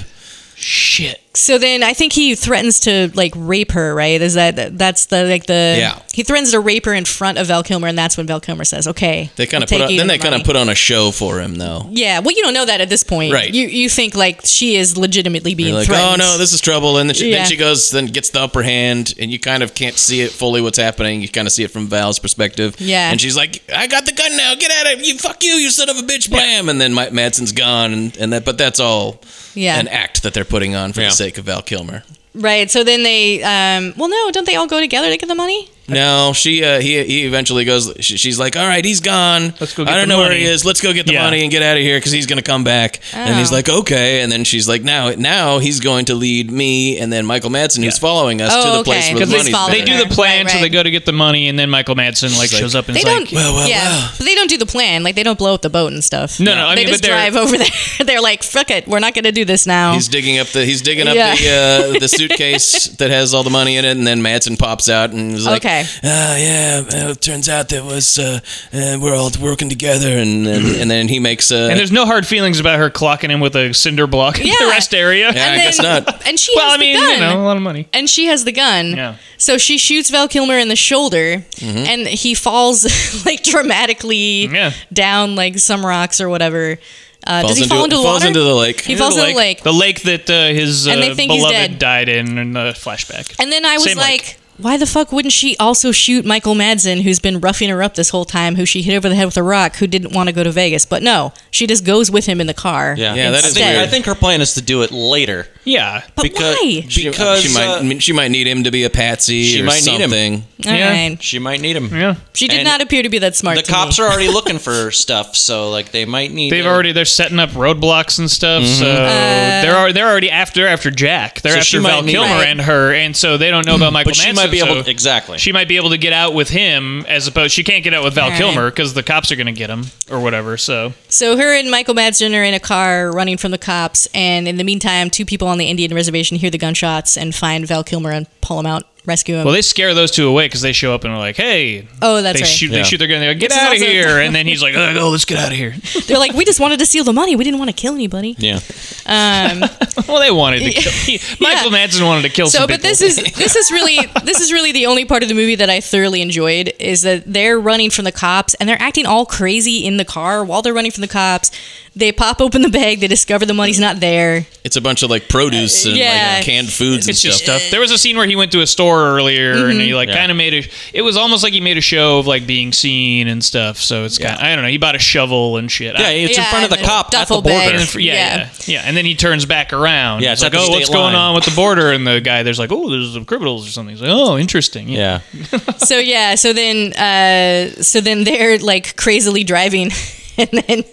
[SPEAKER 1] Shit.
[SPEAKER 3] So then I think he threatens to like rape her, right? Is that that's the like the
[SPEAKER 4] Yeah.
[SPEAKER 3] he threatens to rape her in front of Val Kilmer and that's when Val Kilmer says, "Okay."
[SPEAKER 4] They
[SPEAKER 3] I'll
[SPEAKER 4] kind of put
[SPEAKER 3] take
[SPEAKER 4] on,
[SPEAKER 3] you
[SPEAKER 4] then
[SPEAKER 3] the
[SPEAKER 4] they kind
[SPEAKER 3] money.
[SPEAKER 4] of put on a show for him though.
[SPEAKER 3] Yeah, well you don't know that at this point.
[SPEAKER 4] Right.
[SPEAKER 3] You you think like she is legitimately being
[SPEAKER 4] You're like,
[SPEAKER 3] threatened.
[SPEAKER 4] oh no, this is trouble, and then she,
[SPEAKER 3] Yeah.
[SPEAKER 4] then she goes, then gets the upper hand, and you kind of can't see it fully what's happening. You kind of see it from Val's perspective.
[SPEAKER 3] Yeah.
[SPEAKER 4] and she's like, "I got the gun now, get at it, you fuck you, you son of a bitch, blam!" And then Mike Madsen's gone, and, and that, but that's all
[SPEAKER 3] Yeah.
[SPEAKER 4] an act that they're putting on for
[SPEAKER 2] Yeah.
[SPEAKER 4] the sake of Val Kilmer.
[SPEAKER 3] Right. So then they um well no, don't they all go together to get the money?
[SPEAKER 4] No, she uh, he he eventually goes. She, she's like, "All right, he's gone.
[SPEAKER 1] Let's go get
[SPEAKER 4] I don't
[SPEAKER 1] the
[SPEAKER 4] know where
[SPEAKER 1] money."
[SPEAKER 4] he is. Let's go get the
[SPEAKER 1] Yeah.
[SPEAKER 4] money and get out of here because he's gonna come back." And he's
[SPEAKER 3] Oh.
[SPEAKER 4] like, "Okay." And then she's like, "Now, now he's going to lead me and then Michael Madsen, who's following us
[SPEAKER 3] Oh,
[SPEAKER 4] to the
[SPEAKER 3] okay.
[SPEAKER 4] place where
[SPEAKER 3] Because
[SPEAKER 4] the
[SPEAKER 3] they
[SPEAKER 4] money's
[SPEAKER 3] follow
[SPEAKER 4] been."
[SPEAKER 1] They
[SPEAKER 3] Right.
[SPEAKER 1] do the plan,
[SPEAKER 3] Right,
[SPEAKER 1] so
[SPEAKER 3] right.
[SPEAKER 1] they go to get the money, and then Michael Madsen like
[SPEAKER 4] like,
[SPEAKER 1] shows up and
[SPEAKER 3] They
[SPEAKER 1] is
[SPEAKER 3] don't
[SPEAKER 1] like,
[SPEAKER 4] "Well, well,
[SPEAKER 3] yeah,
[SPEAKER 4] well."
[SPEAKER 3] They don't do the plan. Like they don't blow up the boat and stuff.
[SPEAKER 1] No, no, I
[SPEAKER 3] they
[SPEAKER 1] mean,
[SPEAKER 3] just
[SPEAKER 1] but they're-
[SPEAKER 3] drive over there. they're like, "Fuck it. We're not going to do this now."
[SPEAKER 4] He's digging up the he's digging up
[SPEAKER 3] Yeah.
[SPEAKER 4] the uh, the suitcase that has all the money in it, and then Madsen pops out and is like,
[SPEAKER 3] Okay.
[SPEAKER 4] "Ah, yeah. uh, It turns out that was uh, uh, we're all working together." And and, and then he makes uh,
[SPEAKER 1] and there's no hard feelings about her clocking him with a cinder block in
[SPEAKER 3] Yeah.
[SPEAKER 1] the rest area.
[SPEAKER 4] Yeah, I guess not.
[SPEAKER 3] And she
[SPEAKER 1] Well,
[SPEAKER 3] has
[SPEAKER 1] I mean,
[SPEAKER 3] the gun.
[SPEAKER 1] you know, a lot of money.
[SPEAKER 3] and she has the gun.
[SPEAKER 1] Yeah.
[SPEAKER 3] So she shoots Val Kilmer in the shoulder, and he falls like dramatically
[SPEAKER 1] Yeah.
[SPEAKER 3] down like some rocks or whatever. Uh, does
[SPEAKER 4] falls
[SPEAKER 3] he fall into, the
[SPEAKER 4] falls
[SPEAKER 3] water?
[SPEAKER 4] into the lake.
[SPEAKER 3] he falls into the lake.
[SPEAKER 1] The lake that uh, his
[SPEAKER 3] And they
[SPEAKER 1] uh,
[SPEAKER 3] think he's
[SPEAKER 1] beloved
[SPEAKER 3] dead.
[SPEAKER 1] died in in the flashback.
[SPEAKER 3] And then I was
[SPEAKER 1] Same
[SPEAKER 3] like,
[SPEAKER 1] lake.
[SPEAKER 3] why the fuck wouldn't she also shoot Michael Madsen, who's been roughing her up this whole time, who she hit over the head with a rock, who didn't want to go to Vegas? But no, she just goes with him in the car.
[SPEAKER 2] Yeah,
[SPEAKER 4] Yeah, that
[SPEAKER 2] I
[SPEAKER 4] is
[SPEAKER 2] think,
[SPEAKER 3] weird.
[SPEAKER 2] I think her plan is to do it later.
[SPEAKER 1] yeah,
[SPEAKER 3] But
[SPEAKER 2] Because-
[SPEAKER 3] why?
[SPEAKER 4] She-
[SPEAKER 2] Because,
[SPEAKER 4] she, might
[SPEAKER 2] uh,
[SPEAKER 4] I mean, she might need him to be a patsy
[SPEAKER 2] She
[SPEAKER 4] or
[SPEAKER 2] might need him.
[SPEAKER 4] something.
[SPEAKER 3] All
[SPEAKER 1] Yeah.
[SPEAKER 3] right.
[SPEAKER 2] She might need him.
[SPEAKER 1] yeah.
[SPEAKER 3] She did
[SPEAKER 2] And
[SPEAKER 3] not appear to be that smart.
[SPEAKER 2] The
[SPEAKER 3] to
[SPEAKER 2] cops
[SPEAKER 3] me.
[SPEAKER 2] are already looking for stuff, so like they might need.
[SPEAKER 1] They've
[SPEAKER 2] a-
[SPEAKER 1] already they're setting up roadblocks and stuff, so they're al- they're already after after Jack. They're
[SPEAKER 2] Mm-hmm. Uh, So she
[SPEAKER 1] after
[SPEAKER 2] might
[SPEAKER 1] Val
[SPEAKER 2] need-
[SPEAKER 1] Kilmer
[SPEAKER 3] Right.
[SPEAKER 1] and her, and so they don't know about Michael.
[SPEAKER 2] But she
[SPEAKER 1] Madsen,
[SPEAKER 2] might be able
[SPEAKER 1] so
[SPEAKER 2] exactly.
[SPEAKER 1] She might be able to get out with him, as opposed she can't get out with Val
[SPEAKER 3] All right.
[SPEAKER 1] Kilmer because the cops are going to get him or whatever. So
[SPEAKER 3] So her and Michael Madsen are in a car running from the cops, and in the meantime, two people on the Indian reservation hear the gunshots and find Val Kilmer and pull him out, rescue him.
[SPEAKER 1] well, they scare those two away because they show up and are like, "Hey,
[SPEAKER 3] oh, that's
[SPEAKER 1] they
[SPEAKER 3] right.
[SPEAKER 1] shoot
[SPEAKER 2] Yeah.
[SPEAKER 1] they shoot their gun. They go, get
[SPEAKER 3] Which is
[SPEAKER 1] out of
[SPEAKER 3] also-
[SPEAKER 1] here, and then he's like, oh, no, let's get out of here.
[SPEAKER 3] They're like, we just wanted to steal the money. We didn't want to kill anybody.
[SPEAKER 2] yeah.
[SPEAKER 3] Um,
[SPEAKER 1] well, they wanted to kill. He, Michael Madsen wanted to kill.
[SPEAKER 3] so,
[SPEAKER 1] some
[SPEAKER 3] but
[SPEAKER 1] people.
[SPEAKER 3] this is this is really this is really the only part of the movie that I thoroughly enjoyed is that they're running from the cops and they're acting all crazy in the car while they're running from the cops. They pop open the bag. They discover the money's not there.
[SPEAKER 4] It's a bunch of like produce and
[SPEAKER 3] Yeah.
[SPEAKER 4] like canned foods and
[SPEAKER 1] It's
[SPEAKER 4] stuff.
[SPEAKER 1] just stuff. Mm-hmm. There was a scene where he went to a store earlier, and he like
[SPEAKER 2] Yeah.
[SPEAKER 1] kind of made a. It was almost like he made a show of like being seen and stuff. So it's kind. of, I don't know. He bought a shovel and shit.
[SPEAKER 2] Yeah,
[SPEAKER 1] I,
[SPEAKER 2] it's in
[SPEAKER 3] Yeah,
[SPEAKER 2] front of the
[SPEAKER 3] and a
[SPEAKER 2] cop at the
[SPEAKER 3] duffel
[SPEAKER 2] border.
[SPEAKER 3] bag.
[SPEAKER 1] and for- yeah,
[SPEAKER 3] Yeah.
[SPEAKER 1] yeah, yeah, And then he turns back around.
[SPEAKER 2] Yeah,
[SPEAKER 1] Yeah,
[SPEAKER 2] it's
[SPEAKER 1] it's like,
[SPEAKER 2] at the
[SPEAKER 1] oh,
[SPEAKER 2] state
[SPEAKER 1] what's going
[SPEAKER 2] line."
[SPEAKER 1] on with the border? And the guy there's like, oh, there's some criminals or something. He's like, oh, interesting. Yeah.
[SPEAKER 2] Yeah.
[SPEAKER 3] so yeah so then uh so then they're like crazily driving and then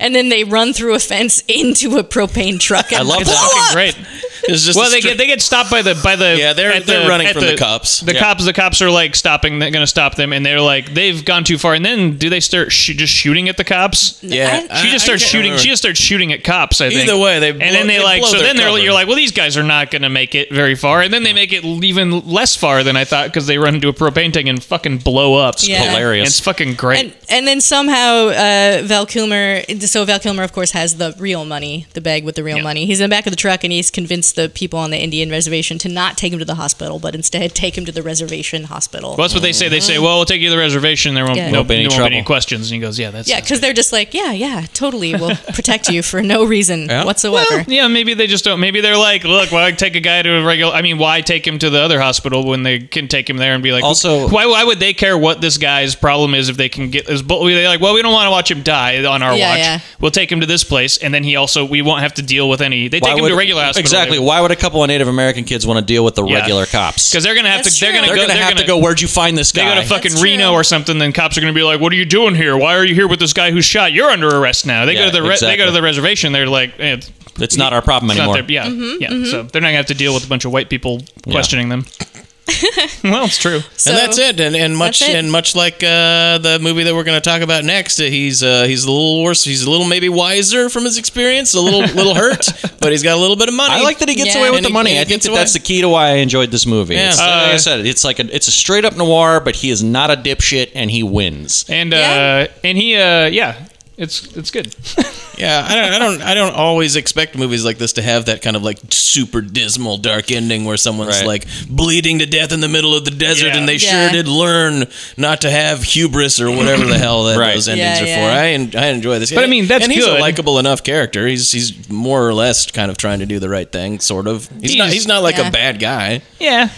[SPEAKER 3] and then they run through a fence into a propane truck and
[SPEAKER 2] I love
[SPEAKER 1] It's
[SPEAKER 2] that.
[SPEAKER 1] fucking great.
[SPEAKER 4] It's just
[SPEAKER 1] Well,
[SPEAKER 4] a
[SPEAKER 1] they
[SPEAKER 4] stri-
[SPEAKER 1] get they get stopped by the by the
[SPEAKER 4] Yeah, they're-
[SPEAKER 1] at
[SPEAKER 4] they're running
[SPEAKER 1] at
[SPEAKER 4] from the cops.
[SPEAKER 1] The
[SPEAKER 4] Yeah.
[SPEAKER 1] cops the cops are like stopping. They're gonna stop them, and they're like they've gone too far. And then do they start sh- just shooting at the cops?
[SPEAKER 4] yeah.
[SPEAKER 3] I-
[SPEAKER 1] She
[SPEAKER 4] I- I
[SPEAKER 1] just starts
[SPEAKER 4] can't
[SPEAKER 1] shooting.
[SPEAKER 4] remember.
[SPEAKER 1] She just starts shooting at cops. I think.
[SPEAKER 4] Either way, they blow-
[SPEAKER 1] and then they,
[SPEAKER 4] they
[SPEAKER 1] like
[SPEAKER 4] blow
[SPEAKER 1] so.
[SPEAKER 4] their
[SPEAKER 1] Then they're
[SPEAKER 4] cover.
[SPEAKER 1] you're like, well, these guys are not gonna make it very far. And then they make it l- even less far than I thought because they run into a propane tank and fucking blow up.
[SPEAKER 3] Yeah.
[SPEAKER 2] hilarious.
[SPEAKER 1] It's fucking great.
[SPEAKER 3] And, and then somehow uh, Val Kilmer, so Val Kilmer, of course, has the real money, the bag with the real
[SPEAKER 1] Yeah.
[SPEAKER 3] money. He's in the back of the truck and he's convinced the people on the Indian reservation to not take him to the hospital, but instead take him to the reservation hospital.
[SPEAKER 1] well, that's what they say. They say, well, we'll take you to the reservation. There won't,
[SPEAKER 3] Mhm. Yeah.
[SPEAKER 1] no,
[SPEAKER 2] Won't be any
[SPEAKER 1] there won't be any
[SPEAKER 2] trouble.
[SPEAKER 1] questions. And he goes, yeah, that's
[SPEAKER 3] yeah, because they're just like, yeah, yeah, totally. We'll protect you for no reason whatsoever.
[SPEAKER 1] Yeah, maybe they just don't. Maybe they're like, look, why take a guy to a regular? I mean, why take him to the other hospital when they can take him there and be like,
[SPEAKER 2] Also-
[SPEAKER 1] why why would they care what this guy's problem is if they can get? Is they're like, well, we don't want to watch him die on our
[SPEAKER 3] Yeah,
[SPEAKER 1] watch.
[SPEAKER 3] yeah.
[SPEAKER 1] We'll take him to this place, and then he also we won't have to deal with any. They take him to a regular hospital
[SPEAKER 2] Exactly. Why would a couple of Native American kids want to deal with the
[SPEAKER 1] Yeah.
[SPEAKER 2] regular cops?
[SPEAKER 1] because they're gonna have
[SPEAKER 3] That's
[SPEAKER 1] to. They're
[SPEAKER 3] true.
[SPEAKER 1] gonna
[SPEAKER 2] they're
[SPEAKER 1] go,
[SPEAKER 2] going to have to go. Where'd you find this
[SPEAKER 1] They
[SPEAKER 2] guy?
[SPEAKER 1] go to fucking
[SPEAKER 3] That's
[SPEAKER 1] Reno
[SPEAKER 3] true.
[SPEAKER 1] or something. Then cops are gonna be like, "What are you doing here? Why are you here with this guy who shot? You're under arrest now." They go
[SPEAKER 2] Yeah,
[SPEAKER 1] to the re- they go
[SPEAKER 2] exactly.
[SPEAKER 1] to the reservation. They're like, eh, it's-
[SPEAKER 2] it's not our problem
[SPEAKER 1] it's not
[SPEAKER 2] anymore.
[SPEAKER 1] their- yeah,
[SPEAKER 3] Mm-hmm,
[SPEAKER 1] yeah. So they're not gonna have to deal with a bunch of white people questioning them. well, it's true.
[SPEAKER 3] So-
[SPEAKER 4] and that's it. And and much
[SPEAKER 3] That's it.
[SPEAKER 4] and much like uh, the movie that we're going to talk about next, uh, he's uh, he's a little worse. He's a little maybe wiser from his experience, a little little hurt, but he's got a little bit of money.
[SPEAKER 2] I like that he gets
[SPEAKER 3] Yeah.
[SPEAKER 2] away with
[SPEAKER 4] And
[SPEAKER 2] the
[SPEAKER 4] he-
[SPEAKER 2] money.
[SPEAKER 4] and he
[SPEAKER 2] I think
[SPEAKER 4] gets
[SPEAKER 2] that
[SPEAKER 4] away.
[SPEAKER 2] that's the key to why I enjoyed this movie.
[SPEAKER 4] Yeah.
[SPEAKER 2] It's, like I said, it's like a, it's a straight up noir, but he is not a dipshit and he wins.
[SPEAKER 1] And
[SPEAKER 3] Yeah.
[SPEAKER 1] uh, and he uh, yeah, it's it's good.
[SPEAKER 4] Yeah, I don't, I don't, I don't always expect movies like this to have that kind of like super dismal, dark ending where someone's
[SPEAKER 2] Right.
[SPEAKER 4] like bleeding to death in the middle of the desert,
[SPEAKER 1] Yeah.
[SPEAKER 4] and they
[SPEAKER 3] Yeah.
[SPEAKER 4] sure did learn not to have hubris or whatever the hell that
[SPEAKER 2] Right.
[SPEAKER 4] those
[SPEAKER 3] Yeah,
[SPEAKER 4] endings
[SPEAKER 3] yeah.
[SPEAKER 4] are for. I, en- I enjoy this,
[SPEAKER 1] But I mean, that's
[SPEAKER 4] and he's a
[SPEAKER 1] good.
[SPEAKER 4] likable enough character. He's he's more or less kind of trying to do the right thing, sort of. He's, not
[SPEAKER 1] He's-
[SPEAKER 4] he's not like
[SPEAKER 3] Yeah.
[SPEAKER 4] a bad guy.
[SPEAKER 1] Yeah,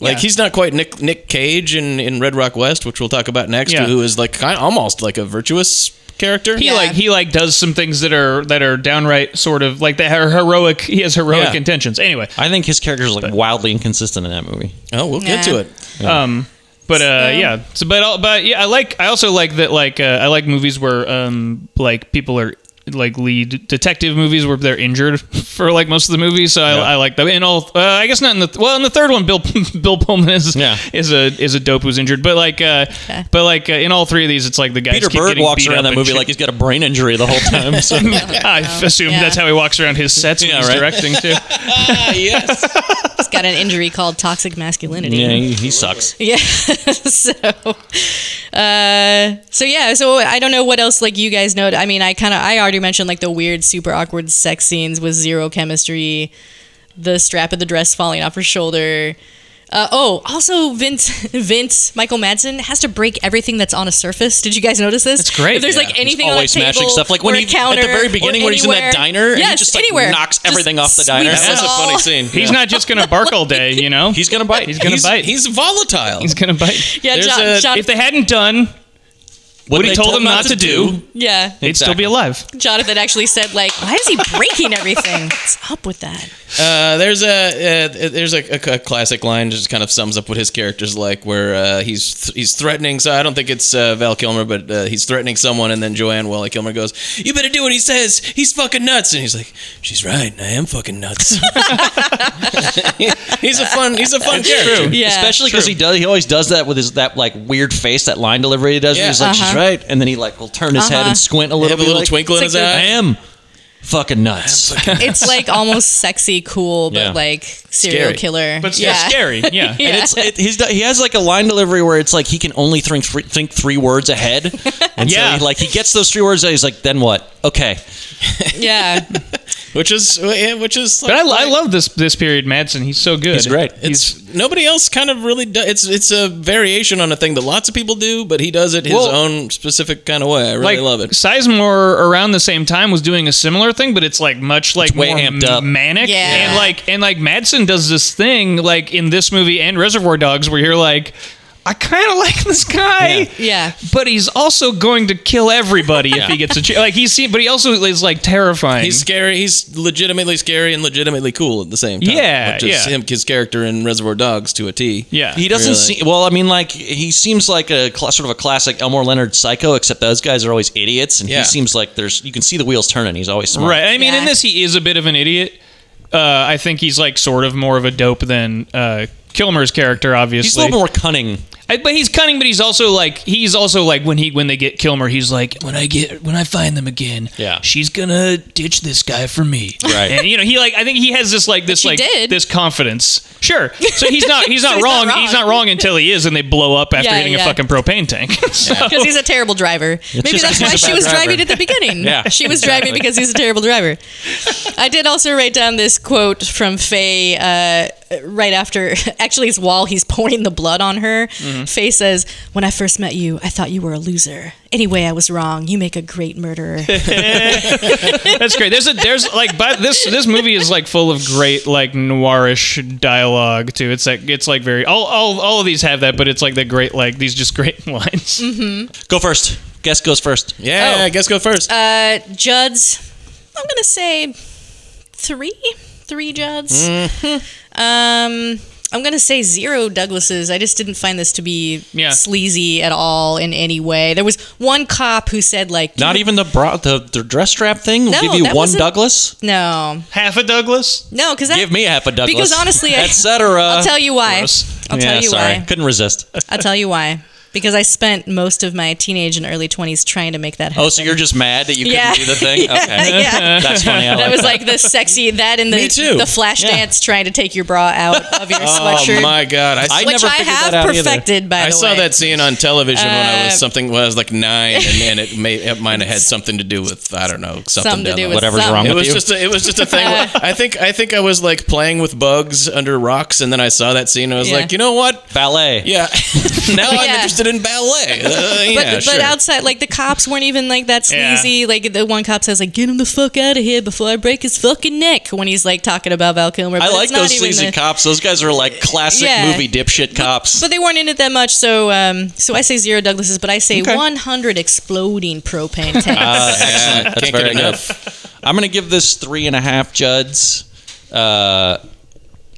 [SPEAKER 4] Like
[SPEAKER 1] Yeah.
[SPEAKER 4] he's not quite Nick Nick Cage in, in Red Rock West, which we'll talk about next,
[SPEAKER 1] Yeah.
[SPEAKER 4] who is like kind almost like a virtuous character.
[SPEAKER 1] he
[SPEAKER 3] Yeah.
[SPEAKER 1] like he like does some things that are that are downright sort of like they are heroic. He has heroic
[SPEAKER 4] Yeah.
[SPEAKER 1] intentions. Anyway,
[SPEAKER 2] I think his character is like wildly inconsistent in that movie.
[SPEAKER 4] Oh, we'll get
[SPEAKER 3] Nah.
[SPEAKER 4] to it.
[SPEAKER 1] Um, but uh,
[SPEAKER 3] So-
[SPEAKER 1] yeah. So, but I'll- but yeah, I like. I also like that. Like, uh, I like movies where um, like people are like lead detective movies where they're injured for like most of the movies. So I, I like that. And all, uh, I guess not in the well in the third one. Bill Bill Pullman is
[SPEAKER 2] Yeah.
[SPEAKER 1] is a is a dope who's injured. But like, uh, but like uh, in all three of these, it's like the guys
[SPEAKER 2] Peter
[SPEAKER 1] keep
[SPEAKER 2] Bird
[SPEAKER 1] getting
[SPEAKER 2] walks
[SPEAKER 1] beat
[SPEAKER 2] around
[SPEAKER 1] up
[SPEAKER 2] that
[SPEAKER 1] and
[SPEAKER 2] movie
[SPEAKER 1] shit.
[SPEAKER 2] like he's got a brain injury the whole time. So.
[SPEAKER 1] I assume
[SPEAKER 3] Yeah.
[SPEAKER 1] that's how he walks around his sets when he's directing too.
[SPEAKER 3] He's got an injury called toxic masculinity.
[SPEAKER 2] yeah, he, he sucks.
[SPEAKER 3] Yeah. so, uh, so yeah. So I don't know what else like you guys know. I mean, I kind of I already mentioned like the weird, super awkward sex scenes with zero chemistry, the strap of the dress falling off her shoulder. Uh, oh, also Vince, Vince, Michael Madsen has to break everything that's on a surface. Did you guys notice this? That's
[SPEAKER 1] great,
[SPEAKER 3] If there's
[SPEAKER 1] yeah.
[SPEAKER 3] like anything
[SPEAKER 2] always
[SPEAKER 3] on a
[SPEAKER 2] smashing
[SPEAKER 3] table
[SPEAKER 2] stuff. Like when
[SPEAKER 3] or a
[SPEAKER 2] he- at the
[SPEAKER 3] counter
[SPEAKER 2] very
[SPEAKER 3] or
[SPEAKER 2] beginning when he's in that
[SPEAKER 3] anywhere-
[SPEAKER 2] diner and he
[SPEAKER 3] yes,
[SPEAKER 2] just, like,
[SPEAKER 3] anywhere.
[SPEAKER 2] knocks
[SPEAKER 3] Just
[SPEAKER 2] everything off the diner.
[SPEAKER 3] sweeps
[SPEAKER 4] That was
[SPEAKER 3] it
[SPEAKER 4] a
[SPEAKER 3] all.
[SPEAKER 4] funny scene.
[SPEAKER 1] He's not just gonna bark all day, you know.
[SPEAKER 2] He's gonna bite.
[SPEAKER 1] He's gonna
[SPEAKER 4] he's,
[SPEAKER 1] bite.
[SPEAKER 4] He's volatile.
[SPEAKER 1] He's gonna bite.
[SPEAKER 3] Yeah,
[SPEAKER 4] There's
[SPEAKER 3] John,
[SPEAKER 4] a-
[SPEAKER 3] John,
[SPEAKER 1] If they hadn't done,
[SPEAKER 2] What
[SPEAKER 1] he
[SPEAKER 2] they
[SPEAKER 1] told him not to do,
[SPEAKER 3] yeah,
[SPEAKER 1] they'd still be
[SPEAKER 2] Exactly.
[SPEAKER 1] alive.
[SPEAKER 3] Jonathan actually said like, "Why is he breaking everything? What's up with that?"
[SPEAKER 4] Uh, there's a uh, there's a, a, a classic line that just kind of sums up what his character's like, where uh, he's th- he's threatening. So I don't think it's uh, Val Kilmer, but uh, he's threatening someone, and then Joanne Wally Kilmer goes, "You better do what he says. He's fucking nuts." And he's like, "She's right. I am fucking nuts." he's a fun he's a fun character.
[SPEAKER 1] true.
[SPEAKER 3] Yeah.
[SPEAKER 2] Especially because he does, he always does that with his that like weird face, that line delivery he does. where
[SPEAKER 4] Yeah.
[SPEAKER 2] He's like, she's
[SPEAKER 3] Uh-huh.
[SPEAKER 2] right, and then he like will turn his head
[SPEAKER 3] Uh-huh.
[SPEAKER 2] and squint a
[SPEAKER 4] They
[SPEAKER 2] little,
[SPEAKER 4] have a
[SPEAKER 2] bit,
[SPEAKER 4] little
[SPEAKER 2] like,
[SPEAKER 4] twinkle in his
[SPEAKER 2] I
[SPEAKER 4] eye.
[SPEAKER 2] am fucking nuts.
[SPEAKER 3] it's like almost sexy, cool, but
[SPEAKER 2] Yeah.
[SPEAKER 3] like serial
[SPEAKER 4] Scary.
[SPEAKER 3] killer.
[SPEAKER 1] But still scary. Yeah.
[SPEAKER 3] Yeah.
[SPEAKER 2] And it's it, he's he has like a line delivery where it's like he can only think three, think three words ahead, and
[SPEAKER 1] Yeah.
[SPEAKER 2] so he, like he gets those three words. And he's like, then what? Okay,
[SPEAKER 3] yeah.
[SPEAKER 4] Which is yeah, which is.
[SPEAKER 1] But I,
[SPEAKER 4] like-
[SPEAKER 1] I love this this period, Madsen. He's so good.
[SPEAKER 2] He's great.
[SPEAKER 1] He's
[SPEAKER 4] It's nobody else kind of really does. It's it's a variation on a thing that lots of people do, but he does it his
[SPEAKER 1] Well-
[SPEAKER 4] own specific kind of way. I really
[SPEAKER 1] like
[SPEAKER 4] love it.
[SPEAKER 1] Sizemore around the same time was doing a similar thing, but it's like much like
[SPEAKER 2] way
[SPEAKER 1] more
[SPEAKER 2] amped up.
[SPEAKER 1] manic.
[SPEAKER 3] Yeah.
[SPEAKER 1] And like and like Madsen does this thing like in this movie and Reservoir Dogs where you're like, I kind of like this guy.
[SPEAKER 3] Yeah.
[SPEAKER 1] But he's also going to kill everybody if he gets a chance. Like he's seen, but he also is like terrifying.
[SPEAKER 4] He's scary. He's legitimately scary and legitimately cool at the same time.
[SPEAKER 1] Yeah,
[SPEAKER 4] which is
[SPEAKER 1] yeah.
[SPEAKER 4] him his character in Reservoir Dogs to a T.
[SPEAKER 1] yeah.
[SPEAKER 2] he doesn't
[SPEAKER 4] Really?
[SPEAKER 2] seem well. I mean, like he seems like a cla- sort of a classic Elmore Leonard psycho, except those guys are always idiots, and
[SPEAKER 4] Yeah.
[SPEAKER 2] he seems like there's you can see the wheels turning. He's always smart.
[SPEAKER 1] Right. I mean, in
[SPEAKER 3] Yeah.
[SPEAKER 1] this, he is a bit of an idiot. uh, I think he's like sort of more of a dope than uh, Kilmer's character, obviously.
[SPEAKER 2] He's a little more cunning.
[SPEAKER 1] I, but he's cunning, but he's also like he's also like when he when they get Kilmer, he's like when I get when I find them again,
[SPEAKER 2] Yeah.
[SPEAKER 1] she's gonna ditch this guy for me,
[SPEAKER 2] Right.
[SPEAKER 1] And you know he like I think he has this like this
[SPEAKER 3] she
[SPEAKER 1] like
[SPEAKER 3] did.
[SPEAKER 1] this confidence. Sure, so he's not he's not
[SPEAKER 3] he's not
[SPEAKER 1] wrong.
[SPEAKER 3] wrong.
[SPEAKER 1] He's not wrong until he is, and they blow up after
[SPEAKER 3] Yeah,
[SPEAKER 1] hitting
[SPEAKER 3] yeah.
[SPEAKER 1] a fucking propane tank. so,
[SPEAKER 3] because he's a terrible driver. Maybe
[SPEAKER 2] just 'cause
[SPEAKER 3] that's
[SPEAKER 2] he's
[SPEAKER 3] why
[SPEAKER 2] a
[SPEAKER 3] she
[SPEAKER 2] bad
[SPEAKER 3] was
[SPEAKER 2] driver.
[SPEAKER 3] driving at the beginning.
[SPEAKER 2] Yeah,
[SPEAKER 3] she was driving
[SPEAKER 2] exactly.
[SPEAKER 3] because he's a terrible driver. I did also write down this quote from Faye uh, right after. Actually, it's while he's pouring the blood on her.
[SPEAKER 2] Mm-hmm.
[SPEAKER 3] Faye says, "When I first met you, I thought you were a loser. Anyway, I was wrong. You make a great murderer."
[SPEAKER 1] That's great. There's a there's like but this this movie is like full of great like noirish dialogue too. It's like it's like very all all, all of these have that, but it's like the great like these just great lines.
[SPEAKER 3] Mm.
[SPEAKER 2] Go first. Guest goes first.
[SPEAKER 4] Yeah,
[SPEAKER 3] Oh.
[SPEAKER 4] I guess go first.
[SPEAKER 3] Uh, Judd's, I'm gonna say three, three Judd's.
[SPEAKER 2] Mm-hmm.
[SPEAKER 3] Um, I'm gonna say zero Douglases. I just didn't find this to be
[SPEAKER 1] Yeah.
[SPEAKER 3] sleazy at all in any way. There was one cop who said like,
[SPEAKER 2] Not even the bra, the, the dress strap thing will
[SPEAKER 3] No,
[SPEAKER 2] give you
[SPEAKER 3] that
[SPEAKER 2] one
[SPEAKER 3] wasn't-
[SPEAKER 2] Douglas.
[SPEAKER 3] no,
[SPEAKER 1] Half a Douglas.
[SPEAKER 3] no, because
[SPEAKER 2] Give me half a Douglas.
[SPEAKER 3] Because honestly, I-
[SPEAKER 2] etc.
[SPEAKER 3] I'll tell you why. I'll
[SPEAKER 2] yeah,
[SPEAKER 3] tell you
[SPEAKER 2] sorry.
[SPEAKER 3] why.
[SPEAKER 2] Couldn't resist.
[SPEAKER 3] I'll tell you why. Because I spent most of my teenage and early 20s trying to make that happen.
[SPEAKER 2] Oh, so you're just mad that you couldn't
[SPEAKER 3] Yeah.
[SPEAKER 2] do the thing? Okay.
[SPEAKER 3] yeah.
[SPEAKER 2] That's funny. Oh, I
[SPEAKER 3] That
[SPEAKER 2] like
[SPEAKER 3] was like the sexy that and the
[SPEAKER 2] Me too.
[SPEAKER 3] the flash
[SPEAKER 2] Yeah.
[SPEAKER 3] dance trying to take your bra out of your sweatshirt.
[SPEAKER 4] oh my god, I,
[SPEAKER 2] I
[SPEAKER 4] I,
[SPEAKER 3] which
[SPEAKER 2] never
[SPEAKER 3] I
[SPEAKER 2] figured
[SPEAKER 3] have
[SPEAKER 2] that out either.
[SPEAKER 3] perfected. By the
[SPEAKER 4] saw
[SPEAKER 3] way,
[SPEAKER 4] that scene on television when I
[SPEAKER 3] Uh,
[SPEAKER 4] was something when I was like nine, and, and it may it might have had something to do with I don't know something,
[SPEAKER 3] Something to
[SPEAKER 4] down
[SPEAKER 3] do
[SPEAKER 4] the
[SPEAKER 3] with
[SPEAKER 2] Whatever's
[SPEAKER 3] some-
[SPEAKER 2] wrong
[SPEAKER 4] It
[SPEAKER 2] with
[SPEAKER 4] was
[SPEAKER 2] you.
[SPEAKER 4] just a, it was just a thing.
[SPEAKER 3] Uh.
[SPEAKER 4] I think I think I was like playing with bugs under rocks, and then I saw that scene, and I was
[SPEAKER 3] Yeah.
[SPEAKER 4] like, you know what?
[SPEAKER 2] ballet.
[SPEAKER 4] Yeah, now I'm
[SPEAKER 3] Yeah.
[SPEAKER 4] interested in ballet. Uh,
[SPEAKER 3] But,
[SPEAKER 4] yeah,
[SPEAKER 3] but
[SPEAKER 4] sure.
[SPEAKER 3] outside, like the cops weren't even like that
[SPEAKER 1] Yeah.
[SPEAKER 3] sleazy. Like the one cop says, like, "Get him the fuck out of here before I break his fucking neck." When he's like talking about Val Kilmer,
[SPEAKER 2] I
[SPEAKER 3] But
[SPEAKER 2] like
[SPEAKER 3] it's not
[SPEAKER 2] those
[SPEAKER 3] even
[SPEAKER 2] sleazy
[SPEAKER 3] the-
[SPEAKER 2] cops. Those guys are like classic
[SPEAKER 3] Yeah.
[SPEAKER 2] movie dipshit cops.
[SPEAKER 3] But they weren't in it that much, so um, so I say zero Douglases, but I say 100 exploding propane tanks.
[SPEAKER 2] Uh, excellent. That's
[SPEAKER 4] can't get
[SPEAKER 2] very good. I'm gonna give this three and a half Juds. Uh,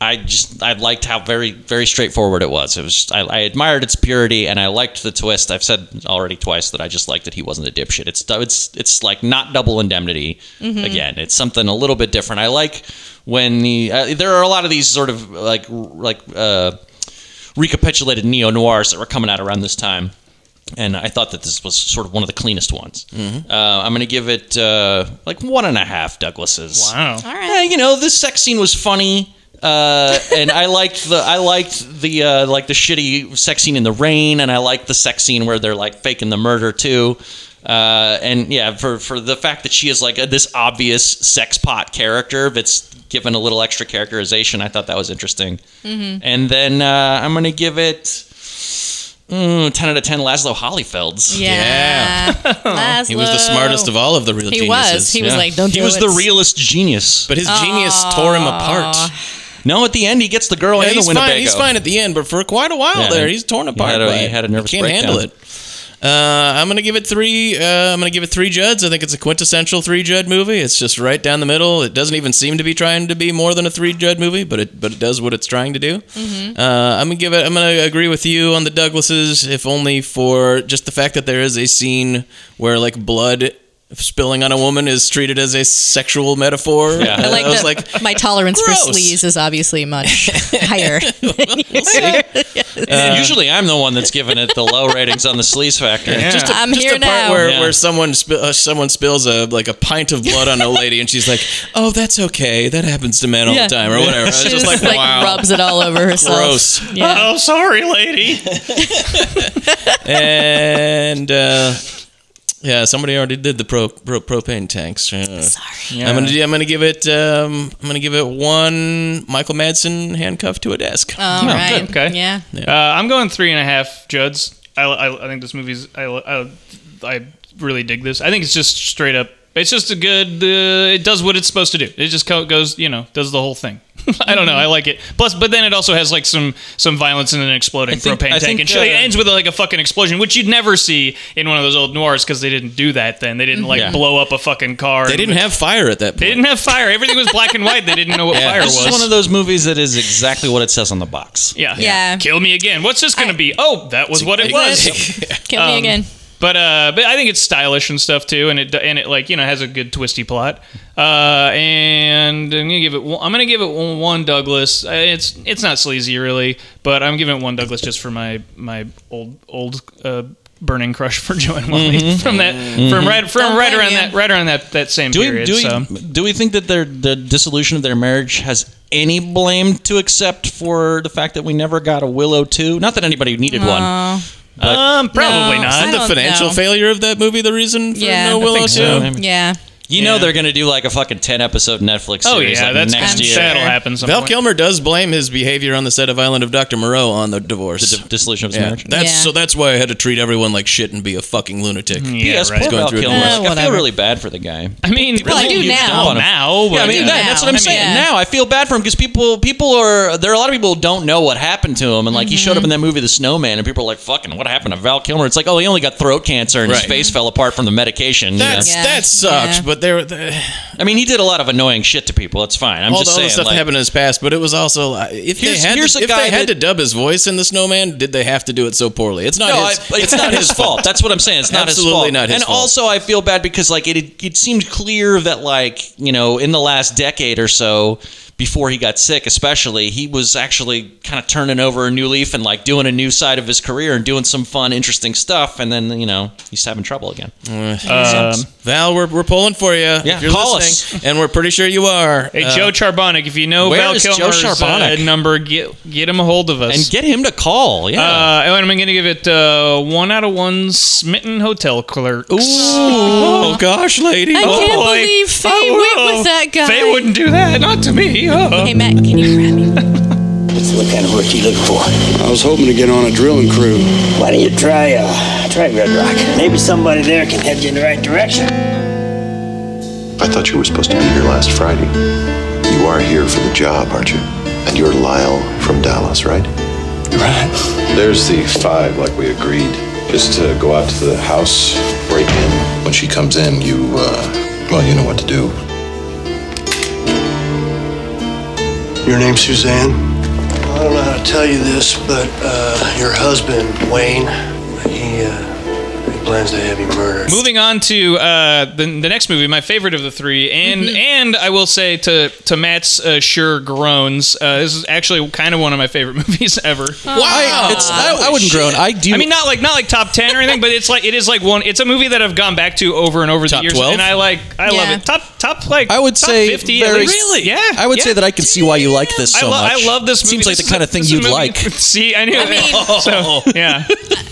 [SPEAKER 2] I just I liked how very very straightforward it was. It was just, I, I admired its purity and I liked the twist. I've said already twice that I just liked that he wasn't a dipshit. It's du- it's it's like not double indemnity again. It's something a little bit different. I like when the uh, there are a lot of these sort of like like uh, recapitulated neo noirs that were coming out around this time and I thought that this was sort of one of the cleanest ones. Uh, I'm going to give it uh, like one and a half Douglases.
[SPEAKER 1] Wow.
[SPEAKER 3] All
[SPEAKER 2] Yeah,
[SPEAKER 3] right.
[SPEAKER 2] Eh, you know, this sex scene was funny. Uh, and I liked the I liked the uh, like the shitty sex scene in the rain, and I liked the sex scene where they're like faking the murder too. Uh, and yeah, for for the fact that she is like a, this obvious sex pot character that's given a little extra characterization, I thought that was interesting.
[SPEAKER 3] Mm-hmm.
[SPEAKER 2] And then uh, I'm gonna give it mm, ten out of ten. Laszlo Hollyfelds.
[SPEAKER 3] Yeah. Laszlo.
[SPEAKER 4] he was the smartest of all of the real
[SPEAKER 3] Oh. He
[SPEAKER 4] geniuses.
[SPEAKER 3] was. He was
[SPEAKER 4] Yeah.
[SPEAKER 3] like, don't
[SPEAKER 2] He
[SPEAKER 3] do
[SPEAKER 2] was
[SPEAKER 3] it.
[SPEAKER 2] the realest genius. But
[SPEAKER 4] But his genius tore him apart.
[SPEAKER 2] no, at the end he gets the girl
[SPEAKER 4] Yeah,
[SPEAKER 2] and the
[SPEAKER 4] he's
[SPEAKER 2] Winnebago.
[SPEAKER 4] fine. He's fine at the end, but for quite a while
[SPEAKER 2] Yeah.
[SPEAKER 4] there, he's torn apart.
[SPEAKER 2] had a-
[SPEAKER 4] by
[SPEAKER 2] he
[SPEAKER 4] it.
[SPEAKER 2] had a nervous
[SPEAKER 4] He can't
[SPEAKER 2] breakdown.
[SPEAKER 4] handle it. Uh, I'm gonna give it three. Uh, I'm gonna give it three Judds. I think it's a quintessential three Judd movie. It's just right down the middle. It doesn't even seem to be trying to be more than a three Judd movie, but it but it does what it's trying to do.
[SPEAKER 3] Mm-hmm.
[SPEAKER 4] Uh, I'm gonna give it. I'm gonna agree with you on the Douglases, if only for just the fact that there is a scene where like blood spilling on a woman is treated as a sexual metaphor.
[SPEAKER 2] Yeah.
[SPEAKER 3] I like
[SPEAKER 4] I was
[SPEAKER 3] that
[SPEAKER 4] like,
[SPEAKER 3] my tolerance for
[SPEAKER 4] gross.
[SPEAKER 3] sleaze is obviously much higher.
[SPEAKER 1] Uh,
[SPEAKER 2] Usually, I'm the one that's giving it the low ratings on the sleaze factor.
[SPEAKER 4] Just a,
[SPEAKER 3] I'm
[SPEAKER 4] just
[SPEAKER 3] here
[SPEAKER 4] a part
[SPEAKER 3] now.
[SPEAKER 4] where,
[SPEAKER 2] Yeah.
[SPEAKER 4] where someone sp- uh, someone spills a like a pint of blood on a lady, and she's like, "Oh, that's okay. That happens to men all
[SPEAKER 3] Yeah.
[SPEAKER 4] the time, or whatever." It's
[SPEAKER 3] She
[SPEAKER 4] just like, wow,
[SPEAKER 3] rubs it all over herself.
[SPEAKER 4] gross.
[SPEAKER 3] Yeah.
[SPEAKER 1] Oh, sorry, lady.
[SPEAKER 4] and uh, yeah, somebody already did the pro, pro propane tanks. Uh,
[SPEAKER 3] Sorry.
[SPEAKER 4] I'm gonna I'm gonna give it um, I'm gonna give it one Michael Madsen handcuffed to a desk.
[SPEAKER 3] All right.
[SPEAKER 1] good, okay.
[SPEAKER 3] Yeah.
[SPEAKER 1] Uh, I'm going three and a half Judds. I, I, I think this movie's I, I, I really dig this. I think it's just straight up. It's just a good. Uh, it does what it's supposed to do. It just co- goes, you know, does the whole thing. I don't know. I like it. Plus, but then it also has like some some violence and an exploding
[SPEAKER 2] I think-
[SPEAKER 1] propane
[SPEAKER 2] I
[SPEAKER 1] tank,
[SPEAKER 2] think,
[SPEAKER 1] and it
[SPEAKER 2] uh,
[SPEAKER 1] ends with like a fucking explosion, which you'd never see in one of those old noirs because they didn't do that then. They didn't like
[SPEAKER 2] Yeah.
[SPEAKER 1] blow up a fucking car.
[SPEAKER 4] they didn't have fire at that point.
[SPEAKER 1] They didn't have fire. Everything was black and white. They didn't know what fire
[SPEAKER 2] This
[SPEAKER 1] was.
[SPEAKER 2] is one of those movies that is exactly what it says on the box.
[SPEAKER 1] Yeah.
[SPEAKER 3] Yeah.
[SPEAKER 1] Kill me again. What's this going to be? Oh, that was what it was.
[SPEAKER 3] Kill me again.
[SPEAKER 1] But uh, but I think it's stylish and stuff too, and it and it like you know has a good twisty plot. Uh, and I'm gonna give it. one- I'm gonna give it one one Douglas. Uh, It's it's not sleazy really, but I'm giving it one Douglas just for my my old old uh, burning crush for Joe and Wally from that from right from
[SPEAKER 3] Don't
[SPEAKER 1] right
[SPEAKER 3] blame
[SPEAKER 1] around
[SPEAKER 3] you.
[SPEAKER 1] that right around that that same
[SPEAKER 2] Mm-hmm. Do we,
[SPEAKER 1] period.
[SPEAKER 2] do, we,
[SPEAKER 1] so. Um,
[SPEAKER 2] do we think that their the dissolution of their marriage has any blame to accept for the fact that we never got a Willow 2? Not that anybody needed one.
[SPEAKER 3] Oh,
[SPEAKER 1] Um, probably
[SPEAKER 3] No,
[SPEAKER 1] not.
[SPEAKER 3] I
[SPEAKER 4] the
[SPEAKER 3] don't
[SPEAKER 4] financial
[SPEAKER 3] know.
[SPEAKER 4] failure of that movie the reason for
[SPEAKER 3] Yeah.
[SPEAKER 4] no
[SPEAKER 3] I
[SPEAKER 4] Willow
[SPEAKER 1] think so.
[SPEAKER 4] too?
[SPEAKER 3] yeah.
[SPEAKER 2] You know they're going to do like a fucking 10 episode Netflix series
[SPEAKER 1] Oh yeah,
[SPEAKER 2] like
[SPEAKER 1] that's
[SPEAKER 2] next
[SPEAKER 3] I'm
[SPEAKER 2] year.
[SPEAKER 1] that'll
[SPEAKER 3] sure.
[SPEAKER 1] happen. Some
[SPEAKER 4] Val
[SPEAKER 1] point.
[SPEAKER 4] Kilmer does blame his behavior on the set of Island of Dr. Moreau on the divorce.
[SPEAKER 2] The di- dissolution of his
[SPEAKER 4] yeah.
[SPEAKER 2] marriage.
[SPEAKER 4] That's
[SPEAKER 3] Yeah.
[SPEAKER 4] so that's why I had to treat everyone like shit and be a fucking lunatic.
[SPEAKER 1] Yeah,
[SPEAKER 2] P.S.
[SPEAKER 1] right.
[SPEAKER 2] poor
[SPEAKER 4] Going
[SPEAKER 2] Val
[SPEAKER 4] through it
[SPEAKER 2] Kilmer.
[SPEAKER 4] now.
[SPEAKER 2] Like, I feel
[SPEAKER 3] Whatever.
[SPEAKER 2] really bad for the guy.
[SPEAKER 1] I mean,
[SPEAKER 3] Well, I do
[SPEAKER 1] you
[SPEAKER 3] now.
[SPEAKER 1] don't Now,
[SPEAKER 2] Yeah, I
[SPEAKER 1] but- uh,
[SPEAKER 2] mean,
[SPEAKER 3] do
[SPEAKER 2] that-
[SPEAKER 3] now.
[SPEAKER 2] that's what I'm
[SPEAKER 3] I mean,
[SPEAKER 2] saying.
[SPEAKER 3] yeah.
[SPEAKER 2] Now I feel bad for him because people, people are there are a lot of people who don't know what happened to him, and like he showed up in that movie, The Snowman, and people are like, "Fucking, what happened to Val Kilmer?" It's like, oh, he only got throat cancer and his
[SPEAKER 4] Right.
[SPEAKER 2] face fell apart from the medication. you know?
[SPEAKER 4] That's
[SPEAKER 3] Yeah.
[SPEAKER 4] that sucks,
[SPEAKER 3] Yeah.
[SPEAKER 4] but there the,
[SPEAKER 2] I mean, he did a lot of annoying shit to people. It's fine. I'm
[SPEAKER 4] all,
[SPEAKER 2] just
[SPEAKER 4] all
[SPEAKER 2] saying.
[SPEAKER 4] the stuff
[SPEAKER 2] like,
[SPEAKER 4] that happened in his past, but it was also like, if
[SPEAKER 2] Here's-
[SPEAKER 4] they had
[SPEAKER 2] here's
[SPEAKER 4] to,
[SPEAKER 2] a
[SPEAKER 4] if
[SPEAKER 2] guy
[SPEAKER 4] they had
[SPEAKER 2] that-
[SPEAKER 4] to dub his voice in the Snowman, did they have to do it so poorly? It's not
[SPEAKER 2] no,
[SPEAKER 4] his,
[SPEAKER 2] I, it's not his fault. That's what I'm saying. It's not his
[SPEAKER 4] Absolutely
[SPEAKER 2] fault.
[SPEAKER 4] not his
[SPEAKER 2] and
[SPEAKER 4] fault.
[SPEAKER 2] also, I feel bad because like it, it seemed clear that like you know in the last decade or so before he got sick, especially he was actually kind of turning over a new leaf and like doing a new side of his career and doing some fun, interesting stuff. And then you know he's having trouble again.
[SPEAKER 1] Um,
[SPEAKER 4] Val, we're, we're pulling for you.
[SPEAKER 2] Yeah,
[SPEAKER 4] if you're
[SPEAKER 2] call
[SPEAKER 4] listening, and we're pretty sure you are.
[SPEAKER 1] Hey,
[SPEAKER 4] Uh,
[SPEAKER 1] Joe Charbonic, if you know
[SPEAKER 2] where
[SPEAKER 1] Val
[SPEAKER 2] is Joe
[SPEAKER 1] Kilmer's uh,
[SPEAKER 2] Charbonic?
[SPEAKER 1] number, get get him a hold of us.
[SPEAKER 2] And get him to call. Yeah.
[SPEAKER 1] uh, and I'm going to give it uh, one out of one smitten hotel clerks.
[SPEAKER 4] Oh gosh, lady.
[SPEAKER 3] I can't
[SPEAKER 1] boy.
[SPEAKER 3] believe Faye
[SPEAKER 1] Oh,
[SPEAKER 3] went
[SPEAKER 1] oh.
[SPEAKER 3] with that guy.
[SPEAKER 1] They wouldn't do that, not to me. Oh.
[SPEAKER 3] Hey, Matt, can you grab me?
[SPEAKER 7] What kind of work you look for?
[SPEAKER 8] I was hoping to get on a drilling crew.
[SPEAKER 7] Why don't you try, uh, try Red Rock? Maybe somebody there can head you in the right direction.
[SPEAKER 9] I thought you were supposed to be here last Friday. You are here for the job, aren't you? And you're Lyle from Dallas, right?
[SPEAKER 8] Right.
[SPEAKER 9] There's the five, like we agreed. Just to go out to the house, break in. When she comes in, you, uh, well, you know what to do.
[SPEAKER 8] Your name's Suzanne? I don't know how to tell you this, but uh, your husband, Wayne, he, uh, he plans to have you murdered.
[SPEAKER 1] Moving on to uh, the, the next movie, my favorite of the three, and
[SPEAKER 3] Mm-hmm.
[SPEAKER 1] and I will say to to Matt's uh, sure groans, uh, this is actually kind of one of my favorite movies ever.
[SPEAKER 2] I, it's, I, I wouldn't groan. I do.
[SPEAKER 1] I mean, not like not like top ten or anything, but it's like it is like one. It's a movie that I've gone back to over and over
[SPEAKER 4] Top
[SPEAKER 1] the years,
[SPEAKER 4] 12?
[SPEAKER 1] and I like I love
[SPEAKER 3] Yeah.
[SPEAKER 1] it. Top top like
[SPEAKER 2] I would
[SPEAKER 1] top
[SPEAKER 2] say
[SPEAKER 1] fifty. at
[SPEAKER 2] very,
[SPEAKER 1] least. yeah.
[SPEAKER 2] I would
[SPEAKER 1] yeah.
[SPEAKER 2] say that I can see why you like this so
[SPEAKER 1] I, lo-
[SPEAKER 2] much.
[SPEAKER 1] I love this movie.
[SPEAKER 2] Seems like
[SPEAKER 1] This
[SPEAKER 2] the kind
[SPEAKER 1] is a-
[SPEAKER 2] of thing
[SPEAKER 1] this is a
[SPEAKER 2] you'd
[SPEAKER 1] movie-
[SPEAKER 2] like. Oh.
[SPEAKER 1] See, I knew.
[SPEAKER 3] I mean-
[SPEAKER 1] it. so yeah,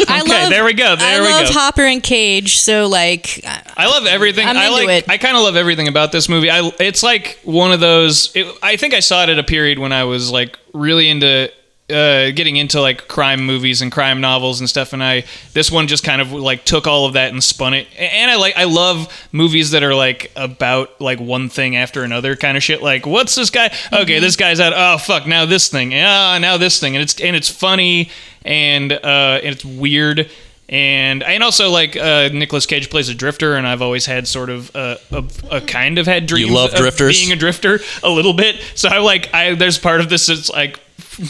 [SPEAKER 3] I
[SPEAKER 1] Okay,
[SPEAKER 3] love,
[SPEAKER 1] there we go,
[SPEAKER 3] I
[SPEAKER 1] there we
[SPEAKER 3] love
[SPEAKER 1] go.
[SPEAKER 3] Hopper and Cage, so like, I-
[SPEAKER 1] I love everything.
[SPEAKER 3] I'm
[SPEAKER 1] I
[SPEAKER 3] into
[SPEAKER 1] like.
[SPEAKER 3] it.
[SPEAKER 1] I kind of love everything about this movie. I it's like one of those. It, I think I saw it at a period when I was like really into. Uh, getting into like crime movies and crime novels and stuff, and I this one just kind of like took all of that and spun it. A- And I like I love movies that are like about like one thing after another kind of shit. Like what's this guy? Okay,
[SPEAKER 3] Mm-hmm.
[SPEAKER 1] this guy's out. Oh fuck, now this thing. Yeah, now this thing, and it's and it's funny and uh, it's weird and and also like uh, Nicolas Cage plays a drifter, and I've always had sort of a, a, a kind of had dreams
[SPEAKER 4] love
[SPEAKER 1] of
[SPEAKER 4] drifters?
[SPEAKER 1] being a drifter a little bit. So I like I there's part of this that's like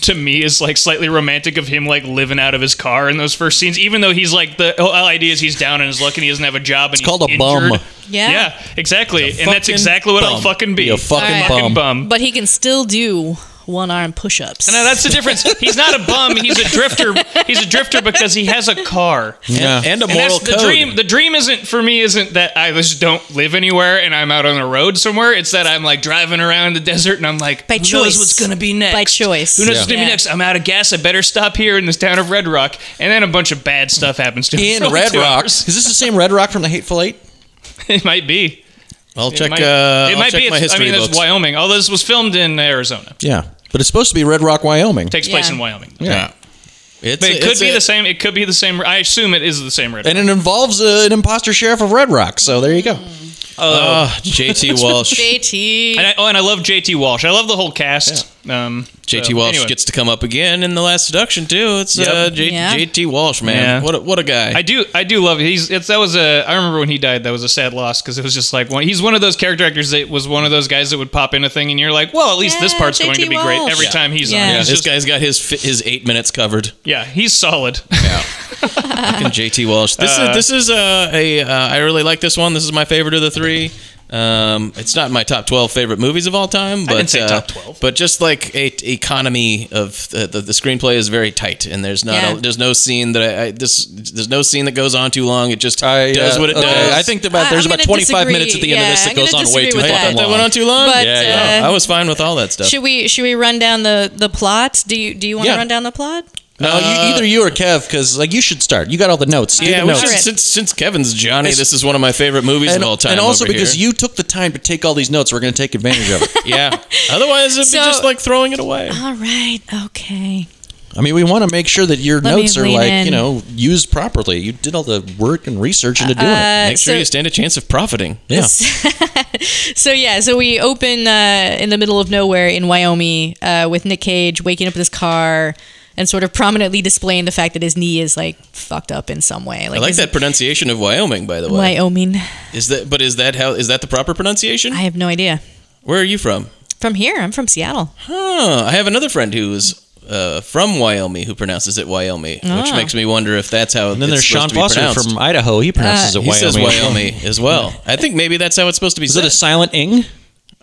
[SPEAKER 1] to me is like slightly romantic of him like living out of his car in those first scenes, even though he's like the whole idea is he's down on his luck and he doesn't have a job. And it's he's
[SPEAKER 2] called a bum.
[SPEAKER 1] injured.
[SPEAKER 3] Yeah.
[SPEAKER 1] yeah, exactly, and that's
[SPEAKER 4] fucking
[SPEAKER 1] exactly what I'll
[SPEAKER 4] bum.
[SPEAKER 1] fucking be.
[SPEAKER 2] You're a fucking
[SPEAKER 1] I'm
[SPEAKER 2] bum.
[SPEAKER 3] but he can still do one-arm push-ups.
[SPEAKER 1] No, that's the difference. He's not a bum. He's a drifter. He's a drifter because he has a car.
[SPEAKER 2] yeah.
[SPEAKER 4] and a
[SPEAKER 1] And
[SPEAKER 4] moral
[SPEAKER 1] that's the
[SPEAKER 4] code.
[SPEAKER 1] dream. The dream isn't for me. Isn't that I just don't live anywhere and I'm out on the road somewhere. It's that I'm like driving around the desert and I'm like,
[SPEAKER 3] By
[SPEAKER 1] who
[SPEAKER 3] choice.
[SPEAKER 1] knows what's gonna be next?
[SPEAKER 3] By choice.
[SPEAKER 1] Who knows
[SPEAKER 3] Yeah.
[SPEAKER 1] what's gonna
[SPEAKER 3] Yeah.
[SPEAKER 1] be next? I'm out of gas. I better stop here in this town of Red Rock. And then a bunch of bad stuff happens to him.
[SPEAKER 2] in
[SPEAKER 1] for only
[SPEAKER 2] Red
[SPEAKER 1] two
[SPEAKER 2] Rock.
[SPEAKER 1] hours.
[SPEAKER 2] Is this the same Red Rock from the Hateful Eight?
[SPEAKER 1] It might be.
[SPEAKER 4] I'll
[SPEAKER 1] It
[SPEAKER 4] check.
[SPEAKER 1] might,
[SPEAKER 4] uh,
[SPEAKER 1] it
[SPEAKER 4] I'll
[SPEAKER 1] might
[SPEAKER 4] check
[SPEAKER 1] be.
[SPEAKER 4] my
[SPEAKER 1] It's- I
[SPEAKER 4] history
[SPEAKER 1] mean,
[SPEAKER 4] books.
[SPEAKER 1] it's Wyoming. Although this was filmed in Arizona.
[SPEAKER 2] Yeah, but it's supposed to be Red Rock, Wyoming.
[SPEAKER 1] takes place
[SPEAKER 3] Yeah.
[SPEAKER 1] in Wyoming.
[SPEAKER 4] yeah. It's
[SPEAKER 1] But
[SPEAKER 4] a-
[SPEAKER 1] it could
[SPEAKER 4] it's
[SPEAKER 1] be
[SPEAKER 4] a-
[SPEAKER 1] the same. It could be the same. I assume it is the same Red. Rock.
[SPEAKER 2] and it involves uh, an imposter sheriff of Red Rock. So there you go.
[SPEAKER 4] Oh, JT Walsh.
[SPEAKER 3] JT.
[SPEAKER 1] And I, oh, and I love JT Walsh. I love the whole cast. Um,
[SPEAKER 4] JT
[SPEAKER 1] so,
[SPEAKER 4] Walsh
[SPEAKER 1] anyway.
[SPEAKER 4] gets to come up again in the last seduction too. It's uh,
[SPEAKER 1] Yep.
[SPEAKER 4] J-
[SPEAKER 3] Yeah.
[SPEAKER 4] JT Walsh,
[SPEAKER 1] Yeah.
[SPEAKER 4] man. What a, what a guy.
[SPEAKER 1] I do, I do love. it. He's it's that was a. I remember when he died. That was a sad loss because it was just like one. He's one of those character actors that was one of those guys that would pop in a thing, and you're like, well, at least this
[SPEAKER 3] Yeah,
[SPEAKER 1] part's going
[SPEAKER 3] J.T.
[SPEAKER 1] to be great
[SPEAKER 3] Walsh.
[SPEAKER 1] every
[SPEAKER 3] Yeah.
[SPEAKER 1] time he's
[SPEAKER 3] Yeah.
[SPEAKER 1] on.
[SPEAKER 4] yeah,
[SPEAKER 1] He's
[SPEAKER 4] this
[SPEAKER 1] just,
[SPEAKER 4] guy's got his fi- his eight minutes covered.
[SPEAKER 1] yeah, he's solid.
[SPEAKER 4] Fucking JT Walsh. This is this is uh, a uh, I really like this one. This is my favorite of the three. Um, it's not my top twelve favorite movies of all time, but
[SPEAKER 1] didn't say
[SPEAKER 4] uh,
[SPEAKER 1] top 12.
[SPEAKER 4] But just like a t- economy of uh, the, the, the screenplay is very tight, and there's not
[SPEAKER 3] Yeah.
[SPEAKER 4] a, there's no scene that I, I this there's no scene that goes on too long. It just
[SPEAKER 2] I,
[SPEAKER 4] does
[SPEAKER 2] uh,
[SPEAKER 4] what it
[SPEAKER 2] okay.
[SPEAKER 4] does.
[SPEAKER 2] I think about,
[SPEAKER 3] I-
[SPEAKER 2] there's
[SPEAKER 3] I'm
[SPEAKER 2] about
[SPEAKER 3] gonna
[SPEAKER 2] 25
[SPEAKER 3] disagree.
[SPEAKER 2] minutes at the end
[SPEAKER 3] Yeah,
[SPEAKER 2] of this
[SPEAKER 3] I'm
[SPEAKER 2] that goes
[SPEAKER 3] gonna
[SPEAKER 2] on way
[SPEAKER 3] disagree
[SPEAKER 2] too
[SPEAKER 3] with
[SPEAKER 2] fucking
[SPEAKER 3] that.
[SPEAKER 2] long.
[SPEAKER 4] that went on too long.
[SPEAKER 3] But,
[SPEAKER 2] Yeah, yeah.
[SPEAKER 3] uh,
[SPEAKER 4] I was fine with all that stuff.
[SPEAKER 3] should we should we run down the the plot? Do you do you want to
[SPEAKER 2] Yeah.
[SPEAKER 3] run down the plot?
[SPEAKER 2] No,
[SPEAKER 1] Uh,
[SPEAKER 2] you, either you or Kev, because like you should start. You got all the notes. Do
[SPEAKER 4] Uh, yeah,
[SPEAKER 2] the
[SPEAKER 4] we
[SPEAKER 2] notes.
[SPEAKER 4] should,
[SPEAKER 3] Alright.
[SPEAKER 4] since since Kevin's Johnny, this is one of my favorite movies
[SPEAKER 2] and,
[SPEAKER 4] of all time.
[SPEAKER 2] and also
[SPEAKER 4] over
[SPEAKER 2] because
[SPEAKER 4] here.
[SPEAKER 2] you took the time to take all these notes, we're going to take advantage of it.
[SPEAKER 4] yeah. Otherwise, it'd
[SPEAKER 3] So-
[SPEAKER 4] be just like throwing it away.
[SPEAKER 2] uh,
[SPEAKER 3] All right. Okay.
[SPEAKER 2] I mean, we want to make sure that your
[SPEAKER 3] Let me
[SPEAKER 2] notes are
[SPEAKER 3] lean
[SPEAKER 2] like
[SPEAKER 3] in.
[SPEAKER 2] you know used properly. You did all the work and research into doing it.
[SPEAKER 4] Make sure
[SPEAKER 3] so-
[SPEAKER 4] you stand a chance of profiting.
[SPEAKER 2] Yeah,
[SPEAKER 3] So yeah, so we open uh, in the middle of nowhere in Wyoming uh, with Nick Cage waking up in his car and sort of prominently displaying the fact that his knee is like fucked up in some way.
[SPEAKER 4] I like
[SPEAKER 3] his-
[SPEAKER 4] that pronunciation of Wyoming, by the way.
[SPEAKER 3] Wyoming.
[SPEAKER 4] Is that but is that how is that the proper pronunciation?
[SPEAKER 3] I have no idea.
[SPEAKER 4] Where are you from?
[SPEAKER 3] From here, I'm from Seattle.
[SPEAKER 4] Huh. I have another friend who is uh, from Wyoming who pronounces it Wyoming, which
[SPEAKER 3] Ah.
[SPEAKER 4] makes me wonder if that's how.
[SPEAKER 2] and then there's Sean
[SPEAKER 4] supposed
[SPEAKER 2] Foster
[SPEAKER 4] to be pronounced.
[SPEAKER 2] from Idaho. He pronounces it
[SPEAKER 4] Uh, He says
[SPEAKER 2] Wyoming.
[SPEAKER 4] Wyoming as well. I think maybe that's how it's supposed to be
[SPEAKER 2] Is
[SPEAKER 4] said.
[SPEAKER 2] it a silent ing?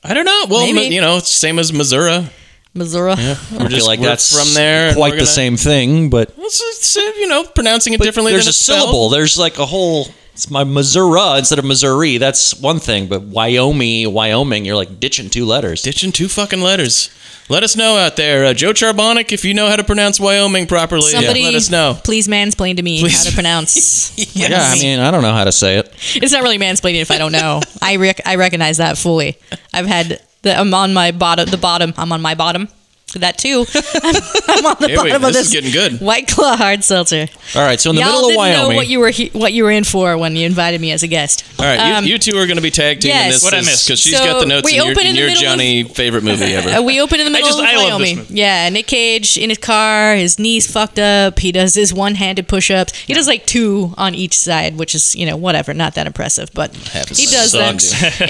[SPEAKER 4] I don't know. Well,
[SPEAKER 3] Maybe.
[SPEAKER 4] you know, it's same as Missouri.
[SPEAKER 3] Missouri.
[SPEAKER 2] We're
[SPEAKER 4] just-
[SPEAKER 2] like
[SPEAKER 4] we're
[SPEAKER 2] that's
[SPEAKER 4] from there and
[SPEAKER 2] Quite
[SPEAKER 4] we're
[SPEAKER 2] the
[SPEAKER 4] gonna-
[SPEAKER 2] same thing, but,
[SPEAKER 4] It's, it's, uh, you know, pronouncing it
[SPEAKER 2] but
[SPEAKER 4] differently.
[SPEAKER 2] there's
[SPEAKER 4] than
[SPEAKER 2] a
[SPEAKER 4] it's spelled.
[SPEAKER 2] syllable. There's like a whole. It's my Missouri instead of Missouri. That's one thing, but Wyoming, Wyoming, you're like ditching two letters.
[SPEAKER 4] Ditching two fucking letters. Let us know out there, uh, Joe Charbonic, if you know how to pronounce Wyoming properly.
[SPEAKER 3] Somebody,
[SPEAKER 4] let us know.
[SPEAKER 3] please mansplain to me
[SPEAKER 4] Please.
[SPEAKER 3] how to pronounce.
[SPEAKER 2] Yeah, I mean, I don't know how to say it.
[SPEAKER 3] it's not really mansplaining if I don't know. I rec- I recognize that fully. I've had the I'm on my bottom. The bottom. I'm on my bottom. That too. I'm, I'm on the
[SPEAKER 4] Here we-
[SPEAKER 3] bottom of this.
[SPEAKER 4] this is getting good.
[SPEAKER 3] White Claw Hard Seltzer.
[SPEAKER 2] All right, so in the
[SPEAKER 3] Y'all
[SPEAKER 2] middle
[SPEAKER 3] didn't
[SPEAKER 2] of Wyoming,
[SPEAKER 3] know what you were he- what you were in for when you invited me as a guest.
[SPEAKER 4] All right,
[SPEAKER 3] Um,
[SPEAKER 4] you, you two are going to be tag teaming
[SPEAKER 3] yes.
[SPEAKER 4] this
[SPEAKER 1] What I missed.
[SPEAKER 4] because she's
[SPEAKER 3] So,
[SPEAKER 4] got the notes
[SPEAKER 3] we
[SPEAKER 4] in your,
[SPEAKER 3] open in
[SPEAKER 4] in
[SPEAKER 3] the
[SPEAKER 4] your
[SPEAKER 3] middle of-
[SPEAKER 4] Johnny favorite movie ever.
[SPEAKER 3] Uh, we open in the middle
[SPEAKER 1] just-
[SPEAKER 3] of
[SPEAKER 1] I
[SPEAKER 3] Wyoming.
[SPEAKER 1] love this movie.
[SPEAKER 3] Yeah, Nick Cage in his car, his knees fucked up. He does his one-handed push-ups. He does like two on each side, which is you know whatever, not that impressive, but he does them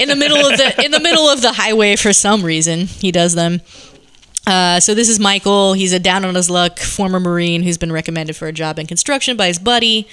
[SPEAKER 3] in the middle of the in the middle of the highway for some reason. He does them. Uh, so this is Michael. He's a down on his luck former Marine who's been recommended for a job in construction by his buddy.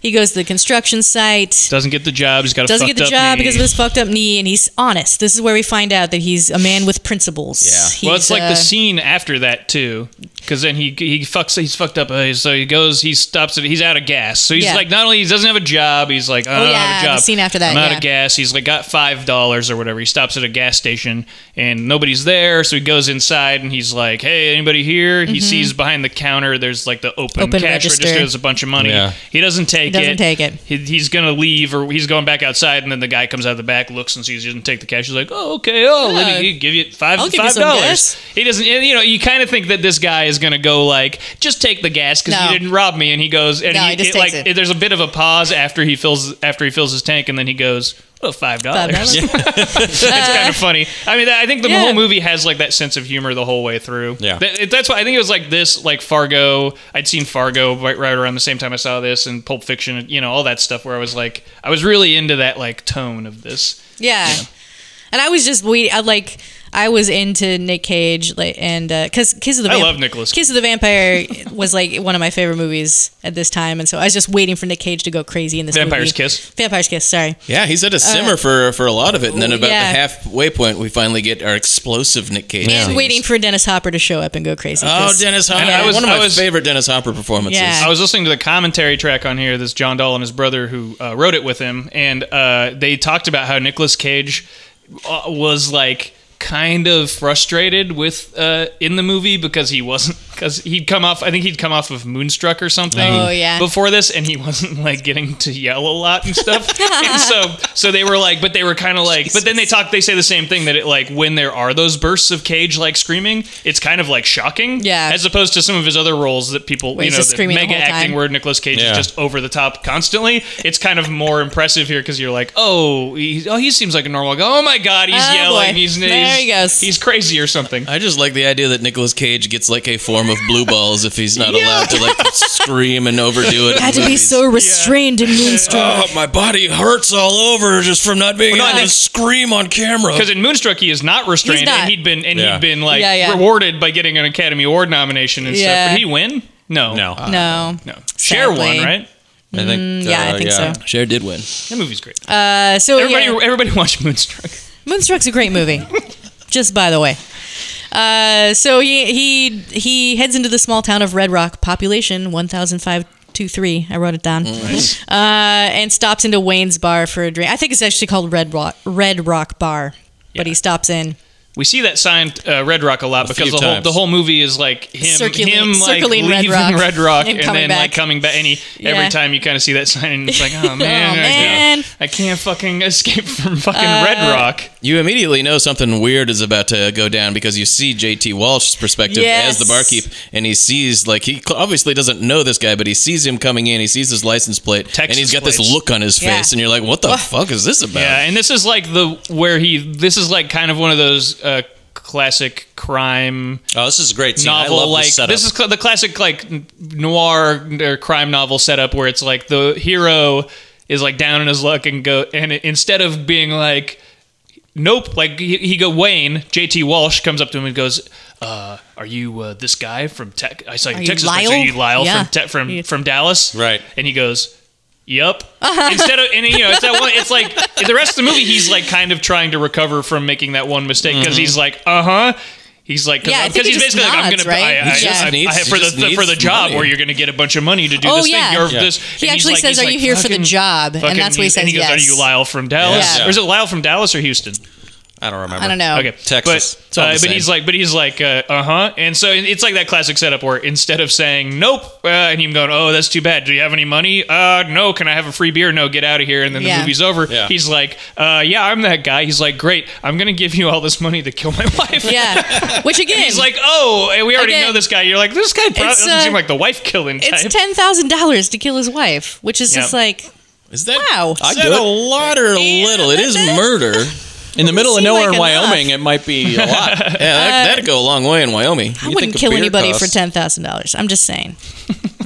[SPEAKER 3] He goes to the construction site
[SPEAKER 1] Doesn't get the job. He's got a
[SPEAKER 3] doesn't
[SPEAKER 1] fucked
[SPEAKER 3] get the
[SPEAKER 1] up
[SPEAKER 3] job
[SPEAKER 1] knee.
[SPEAKER 3] because of his fucked up knee, and he's honest. This is where we find out that he's a man with principles.
[SPEAKER 4] Yeah.
[SPEAKER 3] He's,
[SPEAKER 1] Well, it's like
[SPEAKER 3] uh,
[SPEAKER 1] the scene after that too, because then he he fucks he's fucked up. uh, So he goes, he stops it. He's out of gas. So he's
[SPEAKER 3] Yeah. Oh,
[SPEAKER 1] like, not only he doesn't have a job, he's like, I don't
[SPEAKER 3] yeah,
[SPEAKER 1] have a
[SPEAKER 3] the
[SPEAKER 1] job.
[SPEAKER 3] scene after that,
[SPEAKER 1] I'm out
[SPEAKER 3] yeah.
[SPEAKER 1] of gas. He's like got five dollars or whatever. He stops at a gas station and nobody's there. So he goes inside and he's like, Hey, anybody here? He sees behind the counter there's like the open,
[SPEAKER 3] Mm-hmm. Open
[SPEAKER 1] cash
[SPEAKER 3] register.
[SPEAKER 1] register. There's a bunch of money.
[SPEAKER 2] Yeah.
[SPEAKER 1] He doesn't take
[SPEAKER 3] Doesn't
[SPEAKER 1] it.
[SPEAKER 3] take it.
[SPEAKER 1] He, he's gonna leave or he's going back outside. And then the guy comes out of the back, looks and sees he doesn't take the cash. He's like, Oh, okay. Oh,
[SPEAKER 3] Yeah.
[SPEAKER 1] let me give you five
[SPEAKER 3] I'll give you
[SPEAKER 1] five
[SPEAKER 3] some
[SPEAKER 1] dollars.
[SPEAKER 3] gas.
[SPEAKER 1] He doesn't. and, You know, you kind of think that this guy is gonna go like, just take the gas because
[SPEAKER 3] No.
[SPEAKER 1] you didn't rob me. And he goes, and
[SPEAKER 3] No,
[SPEAKER 1] he,
[SPEAKER 3] he just
[SPEAKER 1] it, like,
[SPEAKER 3] takes it.
[SPEAKER 1] there's a bit of a pause after he fills after he fills his tank, and then he goes, oh, five
[SPEAKER 3] Bob Dylan.
[SPEAKER 1] dollars. That's kind of funny. I mean, I think the
[SPEAKER 3] Uh. Yeah.
[SPEAKER 1] whole movie has like that sense of humor the whole way through.
[SPEAKER 2] Yeah.
[SPEAKER 1] That- it- that's why I think it was like this, like Fargo. I'd seen Fargo right, right around the same time I saw this, and Pulp Fiction, you know, all that stuff. Where I was like, I was really into that like tone of this.
[SPEAKER 3] Yeah. And I was just we I like I was into Nick Cage like and uh, cuz Kiss of the
[SPEAKER 1] I
[SPEAKER 3] Vamp-
[SPEAKER 1] love Nicolas Cage.
[SPEAKER 3] Kiss of the Vampire was like one of my favorite movies at this time and so I was just waiting for Nick Cage to go crazy in this
[SPEAKER 1] Vampire's
[SPEAKER 3] movie.
[SPEAKER 1] Kiss.
[SPEAKER 3] Vampire's Kiss, sorry.
[SPEAKER 4] yeah, he's at a simmer for, for a lot of it. And then about
[SPEAKER 3] Uh, yeah.
[SPEAKER 4] the halfway point, we finally get our explosive Nick Cage.
[SPEAKER 3] And
[SPEAKER 4] scenes.
[SPEAKER 3] waiting for Dennis Hopper to show up and go crazy.
[SPEAKER 4] Oh,
[SPEAKER 3] 'cause-
[SPEAKER 4] Dennis Hopper.
[SPEAKER 1] I was-
[SPEAKER 4] one of my
[SPEAKER 1] I was-
[SPEAKER 4] favorite Dennis Hopper performances.
[SPEAKER 3] Yeah.
[SPEAKER 1] I was listening to the commentary track on here. This John Dahl and his brother who uh, wrote it with him, and uh, they talked about how Nicolas Cage uh, was like kind of frustrated with uh, in the movie because he wasn't because he'd come off. I think he'd come off of Moonstruck or something.
[SPEAKER 3] Oh, yeah.
[SPEAKER 1] Before this, and he wasn't like getting to yell a lot and stuff. and so so they were like, but they were kind of like, but then they talk. They say the same thing that it like when there are those bursts of Cage like screaming, it's kind of like shocking.
[SPEAKER 3] Yeah.
[SPEAKER 1] As opposed to some of his other roles that people
[SPEAKER 3] Where
[SPEAKER 1] you
[SPEAKER 3] he's
[SPEAKER 1] know,
[SPEAKER 3] just
[SPEAKER 1] the
[SPEAKER 3] screaming the
[SPEAKER 1] mega
[SPEAKER 3] whole
[SPEAKER 1] acting
[SPEAKER 3] time.
[SPEAKER 1] where Nicolas Cage
[SPEAKER 2] Yeah.
[SPEAKER 1] is just over the top constantly. It's kind of more impressive here because you're like, oh, he, oh, he seems like a normal guy. Oh my god, he's
[SPEAKER 3] Oh,
[SPEAKER 1] yelling.
[SPEAKER 3] boy.
[SPEAKER 1] He's
[SPEAKER 3] There
[SPEAKER 1] he's,
[SPEAKER 3] he goes.
[SPEAKER 1] He's crazy or something.
[SPEAKER 2] Uh,
[SPEAKER 4] I just like the idea that Nicolas Cage gets like a form of blue balls if he's not allowed to like scream and overdo it. in
[SPEAKER 3] had to be
[SPEAKER 4] movies.
[SPEAKER 3] so restrained and Moonstruck.
[SPEAKER 4] Oh, my body hurts all over just from not being
[SPEAKER 1] I
[SPEAKER 4] able to
[SPEAKER 1] think-
[SPEAKER 4] scream on camera.
[SPEAKER 1] Because in Moonstruck he is not restrained,
[SPEAKER 3] He's not.
[SPEAKER 1] and he'd been and
[SPEAKER 2] Yeah.
[SPEAKER 1] he'd been like
[SPEAKER 3] Yeah, yeah.
[SPEAKER 1] rewarded by getting an Academy Award nomination and
[SPEAKER 3] Yeah.
[SPEAKER 1] stuff. Did he win? No.
[SPEAKER 2] No.
[SPEAKER 3] no.
[SPEAKER 1] No. Cher
[SPEAKER 3] Sadly.
[SPEAKER 1] won, right?
[SPEAKER 2] I
[SPEAKER 4] Mm,
[SPEAKER 2] think.
[SPEAKER 3] Yeah, I think uh, so.
[SPEAKER 4] Cher did win.
[SPEAKER 1] That movie's great.
[SPEAKER 3] Uh, so
[SPEAKER 1] everybody,
[SPEAKER 3] yeah.
[SPEAKER 1] everybody watch Moonstruck.
[SPEAKER 3] Moonstruck's a great movie. just by the way. Uh, so he he he heads into the small town of Red Rock, population one thousand five two three. I wrote it down. Uh, and stops into Wayne's Bar for a drink. I think it's actually called Red Rock Red Rock Bar, but he stops in.
[SPEAKER 1] We see that sign uh, Red Rock a lot because
[SPEAKER 2] few
[SPEAKER 1] the whole,
[SPEAKER 2] times.
[SPEAKER 1] the whole movie is like him
[SPEAKER 3] Circulating-
[SPEAKER 1] him like
[SPEAKER 3] circling Red
[SPEAKER 1] leaving
[SPEAKER 3] Rock
[SPEAKER 1] Red Rock
[SPEAKER 3] and
[SPEAKER 1] and,
[SPEAKER 3] coming
[SPEAKER 1] then like
[SPEAKER 3] back.
[SPEAKER 1] coming back. And he,
[SPEAKER 3] Yeah.
[SPEAKER 1] every time you kind of see that sign, and it's like, oh man, I-
[SPEAKER 3] man. Uh,
[SPEAKER 1] I, can't fucking escape from fucking Red Rock.
[SPEAKER 4] You immediately know something weird is about to go down because you see JT Walsh's perspective
[SPEAKER 3] Yes.
[SPEAKER 4] as the barkeep, and he sees like he cl- obviously doesn't know this guy, but he sees him coming in. He sees his license plate,
[SPEAKER 1] Texas
[SPEAKER 4] and he's got
[SPEAKER 1] plates.
[SPEAKER 4] this look on his
[SPEAKER 3] Yeah.
[SPEAKER 4] face, and you're like, "What the fuck is this about?"
[SPEAKER 1] Yeah, and this is like the where he. This is like kind of one of those uh, classic crime
[SPEAKER 2] Oh, this is a great scene. I
[SPEAKER 1] novel.
[SPEAKER 2] love
[SPEAKER 1] like
[SPEAKER 2] this setup.
[SPEAKER 1] this is cl- the classic like n- noir or crime novel setup where it's like the hero is like down in his luck and go and instead of being like nope like he, he go wayne jt walsh comes up to him and goes uh, are you uh, this guy from Tech? I saw you
[SPEAKER 3] Are
[SPEAKER 1] in
[SPEAKER 3] you
[SPEAKER 1] Texas. I said,
[SPEAKER 3] Lyle?
[SPEAKER 1] you Lyle
[SPEAKER 3] Yeah.
[SPEAKER 1] from, te-
[SPEAKER 3] You-
[SPEAKER 1] from from Dallas,
[SPEAKER 2] Right.
[SPEAKER 1] And he goes, "Yep." Instead of and you know it's that one. It's like the rest of the movie. He's like kind of trying to recover from making that one mistake because
[SPEAKER 2] Mm-hmm.
[SPEAKER 1] he's like, "Uh huh." He's like,
[SPEAKER 3] Yeah, I
[SPEAKER 1] because
[SPEAKER 3] think he
[SPEAKER 1] he's
[SPEAKER 3] just
[SPEAKER 1] basically like, "I'm
[SPEAKER 3] nods,
[SPEAKER 1] gonna, I-
[SPEAKER 3] right?
[SPEAKER 1] I,
[SPEAKER 3] He just
[SPEAKER 1] I- I-
[SPEAKER 4] needs-
[SPEAKER 1] I- for
[SPEAKER 4] he
[SPEAKER 1] the,
[SPEAKER 4] just needs
[SPEAKER 1] for the
[SPEAKER 4] the
[SPEAKER 1] job
[SPEAKER 4] money.
[SPEAKER 1] where you're gonna get a bunch of money to do
[SPEAKER 3] Oh,
[SPEAKER 1] this
[SPEAKER 3] yeah.
[SPEAKER 1] thing. You're
[SPEAKER 3] Yeah.
[SPEAKER 1] this."
[SPEAKER 3] He
[SPEAKER 1] and he's
[SPEAKER 3] actually
[SPEAKER 1] like-
[SPEAKER 3] says,
[SPEAKER 1] he's
[SPEAKER 3] "Are you
[SPEAKER 1] like,
[SPEAKER 3] here for the
[SPEAKER 1] "Fucking-
[SPEAKER 3] job?" And
[SPEAKER 1] fucking-
[SPEAKER 3] that's what he
[SPEAKER 1] And he
[SPEAKER 3] says,
[SPEAKER 1] goes, "Are
[SPEAKER 3] yes.
[SPEAKER 1] you Lyle from Dallas?
[SPEAKER 3] Yeah. Oh.
[SPEAKER 1] Or is it Lyle from Dallas or Houston?"
[SPEAKER 2] I don't remember.
[SPEAKER 3] I don't know.
[SPEAKER 1] Okay,
[SPEAKER 2] Texas.
[SPEAKER 1] But,
[SPEAKER 2] It's all
[SPEAKER 1] uh,
[SPEAKER 2] the
[SPEAKER 1] but
[SPEAKER 2] same.
[SPEAKER 1] he's like, but he's like, uh huh. And so it- it's like that classic setup where instead of saying nope, uh, and him going, oh, that's too bad. Do you have any money? Uh, no. Can I have a free beer? No. Get out of here. And then
[SPEAKER 3] Yeah.
[SPEAKER 1] the movie's over.
[SPEAKER 2] Yeah.
[SPEAKER 1] He's like, uh, yeah, I'm that guy. He's like, great. I'm gonna give you all this money to kill my wife.
[SPEAKER 3] Yeah, which again,
[SPEAKER 1] He's like, oh, and we already
[SPEAKER 3] Again,
[SPEAKER 1] know this guy. You're like, this guy probably
[SPEAKER 3] it's,
[SPEAKER 1] doesn't
[SPEAKER 3] uh,
[SPEAKER 1] seem like the wife killing type.
[SPEAKER 3] it's ten thousand dollars to kill his wife, which is just
[SPEAKER 1] Yeah.
[SPEAKER 3] like
[SPEAKER 4] Is that
[SPEAKER 3] Wow.
[SPEAKER 4] I
[SPEAKER 2] do
[SPEAKER 4] said
[SPEAKER 2] it.
[SPEAKER 4] a lot or a little? It is murder. yeah,
[SPEAKER 2] In the middle of
[SPEAKER 3] seem
[SPEAKER 2] nowhere
[SPEAKER 3] like
[SPEAKER 2] in
[SPEAKER 3] enough.
[SPEAKER 2] Wyoming, it might be a lot.
[SPEAKER 4] that,
[SPEAKER 3] Uh,
[SPEAKER 4] that'd go a long way in Wyoming.
[SPEAKER 3] I
[SPEAKER 2] You
[SPEAKER 3] wouldn't
[SPEAKER 2] think a
[SPEAKER 3] kill
[SPEAKER 2] beer
[SPEAKER 3] anybody for
[SPEAKER 2] costs-
[SPEAKER 3] ten thousand dollars. I'm just saying.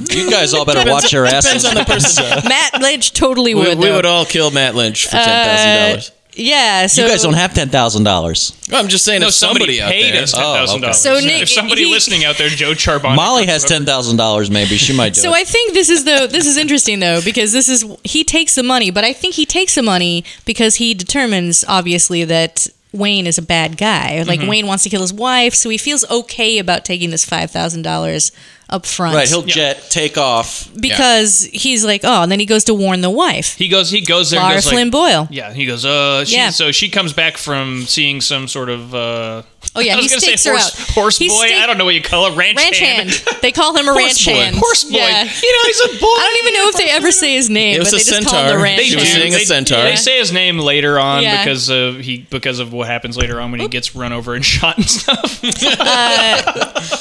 [SPEAKER 2] You guys all better watch your asses.
[SPEAKER 3] Matt Lynch totally
[SPEAKER 4] We,
[SPEAKER 3] would. uh,
[SPEAKER 4] we
[SPEAKER 3] though.
[SPEAKER 4] would all kill Matt Lynch for ten thousand dollars.
[SPEAKER 3] yeah. So
[SPEAKER 2] You guys don't have ten thousand dollars.
[SPEAKER 4] I'm just saying,
[SPEAKER 1] no,
[SPEAKER 4] if somebody,
[SPEAKER 1] somebody, paid
[SPEAKER 4] out there, Oh,
[SPEAKER 1] us ten thousand dollars.
[SPEAKER 3] So Nick-
[SPEAKER 1] if somebody
[SPEAKER 3] he-
[SPEAKER 1] listening out there, Joe Charbonnet,
[SPEAKER 2] Molly has ten thousand dollars. Maybe she might do
[SPEAKER 3] So
[SPEAKER 2] it.
[SPEAKER 3] I think this is though this is interesting though because this is he takes the money, but I think he takes the money because he determines obviously that Wayne is a bad guy. Like
[SPEAKER 1] Mm-hmm.
[SPEAKER 3] Wayne wants to kill his wife, so he feels okay about taking this five thousand dollars up front.
[SPEAKER 2] right, he'll jet, take off.
[SPEAKER 3] because he's like, oh, and then he goes to warn the wife,
[SPEAKER 1] He goes. He goes there. and
[SPEAKER 3] Laura
[SPEAKER 1] goes like,
[SPEAKER 3] Flynn Boyle.
[SPEAKER 1] Yeah, he goes. Uh, she,
[SPEAKER 3] Yeah.
[SPEAKER 1] So she comes back from seeing some sort of. Uh,
[SPEAKER 3] Oh yeah,
[SPEAKER 1] I was
[SPEAKER 3] he
[SPEAKER 1] gonna
[SPEAKER 3] stakes
[SPEAKER 1] say
[SPEAKER 3] her
[SPEAKER 1] horse,
[SPEAKER 3] out.
[SPEAKER 1] horse
[SPEAKER 3] He
[SPEAKER 1] boy.
[SPEAKER 3] stake-
[SPEAKER 1] I don't know what you call a ranch,
[SPEAKER 3] ranch hand. They call him a
[SPEAKER 1] Horse
[SPEAKER 3] ranch
[SPEAKER 1] boy.
[SPEAKER 3] hand.
[SPEAKER 1] Horse boy.
[SPEAKER 3] Yeah.
[SPEAKER 1] You know, he's a boy.
[SPEAKER 3] I don't even know if they ever say his name,
[SPEAKER 4] It
[SPEAKER 3] but
[SPEAKER 4] was
[SPEAKER 3] they
[SPEAKER 4] a
[SPEAKER 3] just call him the
[SPEAKER 4] centaur.
[SPEAKER 3] ranch
[SPEAKER 1] They
[SPEAKER 4] She
[SPEAKER 1] do.
[SPEAKER 4] was
[SPEAKER 3] hand.
[SPEAKER 4] seeing a
[SPEAKER 1] they,
[SPEAKER 4] centaur.
[SPEAKER 1] They say his name later on
[SPEAKER 3] Yeah.
[SPEAKER 1] because of he because of what happens later on when he gets run over and shot and stuff,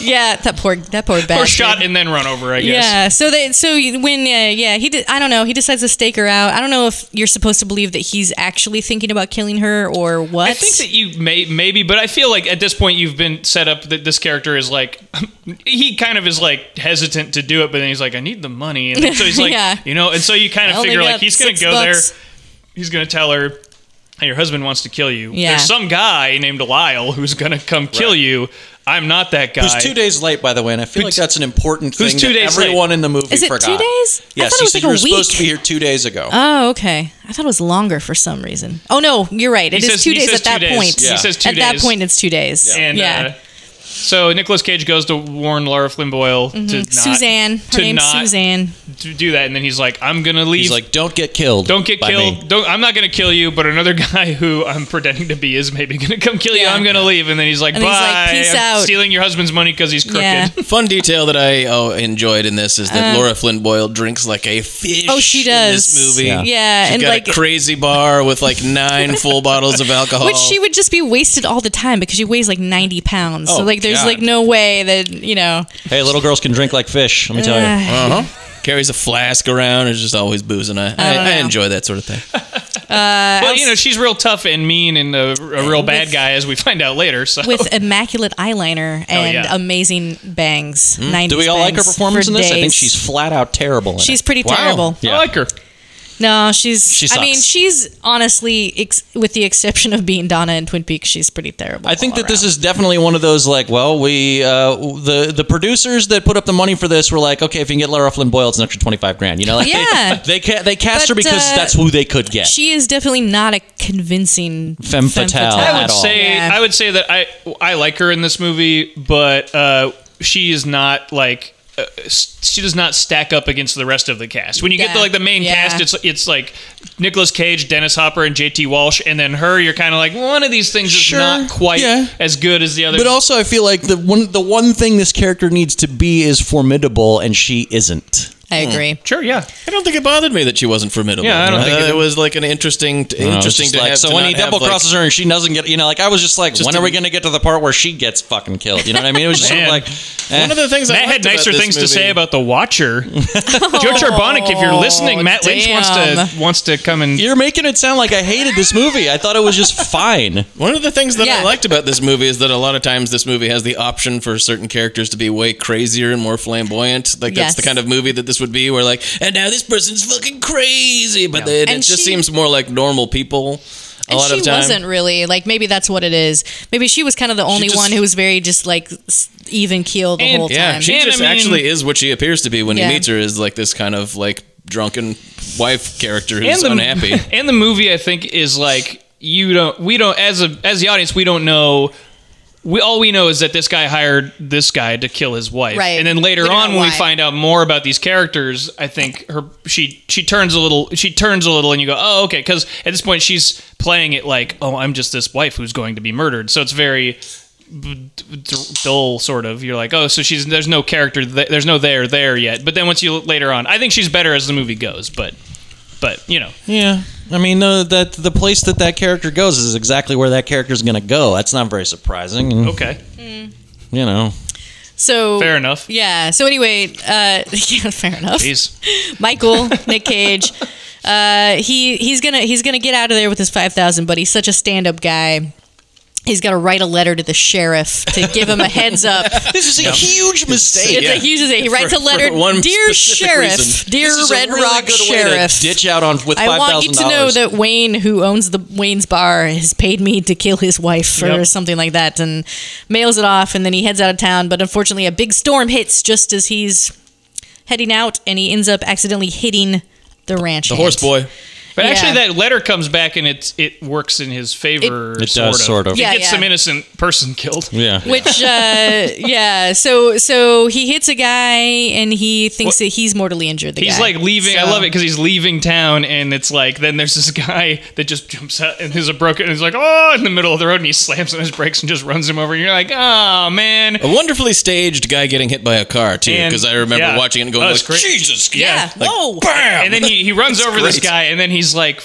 [SPEAKER 3] Yeah, that poor that poor bastard.
[SPEAKER 1] or shot and then run over. I guess.
[SPEAKER 3] Yeah. So they so when uh, yeah he did, I don't know he decides to stake her out. I don't know if you're supposed to believe that he's actually thinking about killing her or what.
[SPEAKER 1] I think that you may maybe, but I feel like at this point you've been set up that this character is like he kind of is like hesitant to do it, but then he's like, I need the money, and then- so he's like,
[SPEAKER 3] Yeah.
[SPEAKER 1] you know, and so you kind
[SPEAKER 3] I
[SPEAKER 1] of
[SPEAKER 3] only
[SPEAKER 1] figure
[SPEAKER 3] got
[SPEAKER 1] like he's gonna
[SPEAKER 3] six
[SPEAKER 1] go
[SPEAKER 3] bucks.
[SPEAKER 1] there, he's gonna tell her, hey, your husband wants to kill you.
[SPEAKER 3] Yeah.
[SPEAKER 1] There's some guy named Lyle who's gonna come kill you. I'm not that guy.
[SPEAKER 2] Who's two days late, by the way, and I feel like
[SPEAKER 1] Who's-
[SPEAKER 2] that's an important thing.
[SPEAKER 1] who's two
[SPEAKER 2] that
[SPEAKER 1] days late?
[SPEAKER 2] Everyone in the movie
[SPEAKER 3] Is it two
[SPEAKER 2] forgot.
[SPEAKER 3] days? I
[SPEAKER 2] Yes,
[SPEAKER 3] thought it
[SPEAKER 2] he
[SPEAKER 3] was
[SPEAKER 2] said
[SPEAKER 3] like
[SPEAKER 2] you
[SPEAKER 3] a
[SPEAKER 2] were supposed
[SPEAKER 3] week.
[SPEAKER 2] to be here two days ago.
[SPEAKER 3] Oh, okay. I thought it was longer for some reason. Oh no, you're right. It is
[SPEAKER 1] He says-
[SPEAKER 3] two
[SPEAKER 1] he
[SPEAKER 3] days
[SPEAKER 1] says
[SPEAKER 3] at that
[SPEAKER 1] two days.
[SPEAKER 3] point.
[SPEAKER 1] He
[SPEAKER 2] Yeah.
[SPEAKER 1] says two
[SPEAKER 3] at that
[SPEAKER 1] days.
[SPEAKER 3] point, it's two days.
[SPEAKER 1] And
[SPEAKER 3] yeah.
[SPEAKER 1] uh, so Nicolas Cage goes to warn Laura Flynn Boyle to not
[SPEAKER 3] Mm-hmm. Suzanne. Her
[SPEAKER 1] to
[SPEAKER 3] name's
[SPEAKER 1] not
[SPEAKER 3] Suzanne.
[SPEAKER 1] to do that, and then he's like, I'm gonna leave.
[SPEAKER 2] He's like, don't get killed.
[SPEAKER 1] Don't get
[SPEAKER 2] by me."
[SPEAKER 1] killed. Don't, I'm not going to kill you, but another guy who I'm pretending to be is maybe going to come kill you.
[SPEAKER 3] Yeah.
[SPEAKER 1] I'm going to leave. And then he's like,
[SPEAKER 3] And
[SPEAKER 1] bye.
[SPEAKER 3] then he's like, "Peace
[SPEAKER 1] I'm
[SPEAKER 3] out."
[SPEAKER 1] stealing your husband's money because he's crooked.
[SPEAKER 3] Yeah.
[SPEAKER 4] Fun detail that I oh, enjoyed in this is that Laura Flynn Boyle drinks like a fish.
[SPEAKER 3] Uh. Oh, she
[SPEAKER 4] In
[SPEAKER 3] does.
[SPEAKER 4] this movie,
[SPEAKER 3] Yeah,
[SPEAKER 4] She's
[SPEAKER 3] and
[SPEAKER 4] got
[SPEAKER 3] like
[SPEAKER 4] a crazy bar with like nine full bottles of alcohol.
[SPEAKER 3] Which she would just be wasted all the time because she weighs like 90 pounds. so,
[SPEAKER 2] Oh,
[SPEAKER 3] like, there's
[SPEAKER 2] God.
[SPEAKER 3] like no way that, you know.
[SPEAKER 2] Hey, little girls can drink like fish. Let me tell you.
[SPEAKER 3] Uh,
[SPEAKER 4] uh-huh. carries a flask around. Is just always boozing.
[SPEAKER 1] Oh,
[SPEAKER 4] I I,
[SPEAKER 3] don't
[SPEAKER 4] I,
[SPEAKER 3] know.
[SPEAKER 4] enjoy that sort of thing.
[SPEAKER 1] Well, you know, she's real tough and mean and a, a real bad guy, as we find out later. So
[SPEAKER 3] with immaculate eyeliner and
[SPEAKER 1] yeah.
[SPEAKER 3] amazing bangs. 90s
[SPEAKER 2] Hmm? Do we all like her
[SPEAKER 3] bangs
[SPEAKER 2] performance
[SPEAKER 3] Uh, for
[SPEAKER 2] in this? I think
[SPEAKER 3] days.
[SPEAKER 2] she's flat out terrible. In
[SPEAKER 3] She's
[SPEAKER 2] it.
[SPEAKER 3] pretty terrible.
[SPEAKER 1] I like her.
[SPEAKER 3] No, she's.
[SPEAKER 2] She
[SPEAKER 3] I mean,
[SPEAKER 2] sucks.
[SPEAKER 3] she's honestly, ex- with the exception of being Donna in Twin Peaks, she's pretty terrible.
[SPEAKER 2] I think
[SPEAKER 3] all
[SPEAKER 2] that this
[SPEAKER 3] around.
[SPEAKER 2] is definitely one of those like, well, we uh, the the producers that put up the money for this were like, okay, if you can get Lara Flynn Boyle, it's an extra twenty five grand. You know, like,
[SPEAKER 3] Yeah.
[SPEAKER 2] they ca- they cast
[SPEAKER 3] But,
[SPEAKER 2] her because
[SPEAKER 3] uh,
[SPEAKER 2] that's who they could get.
[SPEAKER 3] She is definitely not a convincing
[SPEAKER 2] Femme fatale
[SPEAKER 1] I
[SPEAKER 2] at
[SPEAKER 1] would
[SPEAKER 2] all.
[SPEAKER 1] say
[SPEAKER 3] Yeah.
[SPEAKER 1] I would say that I I like her in this movie, but uh, she is not like uh, s- she does not stack up against the rest of the cast. When you get
[SPEAKER 3] Yeah.
[SPEAKER 1] to like the main
[SPEAKER 3] Yeah.
[SPEAKER 1] cast, it's it's like Nicolas Cage, Dennis Hopper, and J.T. Walsh, and then her. You're kind of like one of these things
[SPEAKER 2] Sure.
[SPEAKER 1] is not quite
[SPEAKER 2] Yeah.
[SPEAKER 1] as good as the other.
[SPEAKER 2] but also, I feel like the one the one thing this character needs to be is formidable, and she isn't.
[SPEAKER 3] I
[SPEAKER 1] Hmm.
[SPEAKER 3] agree.
[SPEAKER 1] sure, yeah,
[SPEAKER 4] I don't think it bothered me that she wasn't formidable.
[SPEAKER 1] Yeah, I don't
[SPEAKER 4] Uh,
[SPEAKER 1] think it-
[SPEAKER 4] it was like an interesting, t-
[SPEAKER 2] You know, it's
[SPEAKER 4] interesting
[SPEAKER 2] just
[SPEAKER 4] to
[SPEAKER 2] like,
[SPEAKER 4] have.
[SPEAKER 2] so
[SPEAKER 4] to
[SPEAKER 2] when he
[SPEAKER 4] not have,
[SPEAKER 2] double crosses her and she doesn't get, you know, like I was just like,
[SPEAKER 4] Just
[SPEAKER 2] when
[SPEAKER 4] to-
[SPEAKER 2] are we going to get to the part where she gets fucking killed? You know what I mean? It was just sort of
[SPEAKER 1] Man.
[SPEAKER 2] like eh.
[SPEAKER 4] One of the things I
[SPEAKER 1] Matt had
[SPEAKER 4] liked about
[SPEAKER 1] nicer
[SPEAKER 4] this
[SPEAKER 1] things to
[SPEAKER 4] movie-
[SPEAKER 1] say about the Watcher. Joe Charbonic, if you're listening, Matt Lynch wants to
[SPEAKER 3] damn.
[SPEAKER 1] wants to come and
[SPEAKER 2] You're making it sound like I hated this movie. I thought it was just fine.
[SPEAKER 4] One of the things that I
[SPEAKER 3] Yeah.
[SPEAKER 4] liked about this movie is that a lot of times this movie has the option for certain characters to be way crazier and more flamboyant. Like that's
[SPEAKER 3] Yes.
[SPEAKER 4] the kind of movie that this would be, where like, and now this person's fucking crazy, but then it
[SPEAKER 3] And
[SPEAKER 4] just
[SPEAKER 3] she-
[SPEAKER 4] seems more like normal people. A
[SPEAKER 3] And
[SPEAKER 4] lot
[SPEAKER 3] she
[SPEAKER 4] of time.
[SPEAKER 3] wasn't really like maybe that's what it is. Maybe she was kind of the only
[SPEAKER 4] just-
[SPEAKER 3] one who was very just like even keeled the
[SPEAKER 1] And-
[SPEAKER 3] whole
[SPEAKER 4] Yeah,
[SPEAKER 3] time.
[SPEAKER 4] she
[SPEAKER 1] And,
[SPEAKER 4] just
[SPEAKER 1] I mean-
[SPEAKER 4] actually is what she appears to be when
[SPEAKER 3] Yeah.
[SPEAKER 4] he meets her. Is like this kind of like drunken wife character who's unhappy.
[SPEAKER 1] and the movie, I think, is like you don't. We don't as a as the audience, we don't know. We all we know is that this guy hired this guy to kill his wife,
[SPEAKER 3] Right.
[SPEAKER 1] and then later
[SPEAKER 3] We don't
[SPEAKER 1] on,
[SPEAKER 3] know
[SPEAKER 1] when we
[SPEAKER 3] why.
[SPEAKER 1] find out more about these characters, I think her she she turns a little she turns a little, and you go, oh okay, because at this point she's playing it like, oh, I'm just this wife who's going to be murdered, so it's very d- d- dull sort of you're like oh so she's there's no character th- there's no there there yet but then once you later on i think she's better as the movie goes but but you know
[SPEAKER 2] Yeah. I mean, no, that the place that that character goes is exactly where that character's going to go. That's not very surprising. And,
[SPEAKER 1] okay
[SPEAKER 2] You know,
[SPEAKER 3] So
[SPEAKER 1] Fair enough.
[SPEAKER 3] Yeah. So anyway, uh, yeah, fair enough.
[SPEAKER 1] Jeez.
[SPEAKER 3] Michael, Nick Cage. Uh, he he's gonna he's gonna get out of there with his five thousand, but he's such a stand up guy. He's got to write a letter to the sheriff to give him a heads up.
[SPEAKER 2] this is a huge mistake.
[SPEAKER 3] It's a huge thing. He writes a
[SPEAKER 4] for
[SPEAKER 3] letter,
[SPEAKER 4] one
[SPEAKER 3] dear
[SPEAKER 4] specific
[SPEAKER 3] sheriff,
[SPEAKER 4] reason.
[SPEAKER 3] dear
[SPEAKER 2] This is a
[SPEAKER 3] Red
[SPEAKER 2] really
[SPEAKER 3] Rock
[SPEAKER 2] good way to
[SPEAKER 3] sheriff.
[SPEAKER 2] ditch out on with
[SPEAKER 3] I
[SPEAKER 2] five
[SPEAKER 3] want you
[SPEAKER 2] thousand
[SPEAKER 3] to know
[SPEAKER 2] dollars.
[SPEAKER 3] that Wayne, who owns the Wayne's Bar, has paid me to kill his wife or
[SPEAKER 1] Yep.
[SPEAKER 3] something like that, and mails it off, and then he heads out of town. But unfortunately, a big storm hits just as he's heading out, and he ends up accidentally hitting the ranch.
[SPEAKER 4] The horse boy.
[SPEAKER 1] But actually,
[SPEAKER 3] Yeah.
[SPEAKER 1] that letter comes back and it's it works in his favor.
[SPEAKER 2] It- It
[SPEAKER 1] sort
[SPEAKER 2] does,
[SPEAKER 1] of.
[SPEAKER 2] sort of.
[SPEAKER 1] He
[SPEAKER 3] Yeah,
[SPEAKER 1] gets
[SPEAKER 3] yeah.
[SPEAKER 1] some innocent person killed.
[SPEAKER 2] yeah.
[SPEAKER 3] Which, uh, yeah, so so he hits a guy, and he thinks that he's mortally injured. The
[SPEAKER 1] He's
[SPEAKER 3] guy.
[SPEAKER 1] like leaving. I
[SPEAKER 3] So-
[SPEAKER 1] love it because he's leaving town, and it's like then there's this guy that just jumps out and is a broken. And he's like, oh, in the middle of the road, and he slams on his brakes and just runs him over. And you're like, oh man.
[SPEAKER 4] A wonderfully staged guy getting hit by a car too,
[SPEAKER 1] And-
[SPEAKER 4] because I remember
[SPEAKER 1] yeah.
[SPEAKER 4] watching it and going,
[SPEAKER 1] Oh,
[SPEAKER 4] like,
[SPEAKER 1] it's great.
[SPEAKER 4] "Jesus,
[SPEAKER 3] yeah,
[SPEAKER 1] yeah,
[SPEAKER 3] whoa,
[SPEAKER 4] bam!"
[SPEAKER 1] And then he, he runs over this
[SPEAKER 4] great.
[SPEAKER 1] guy, and then he's like,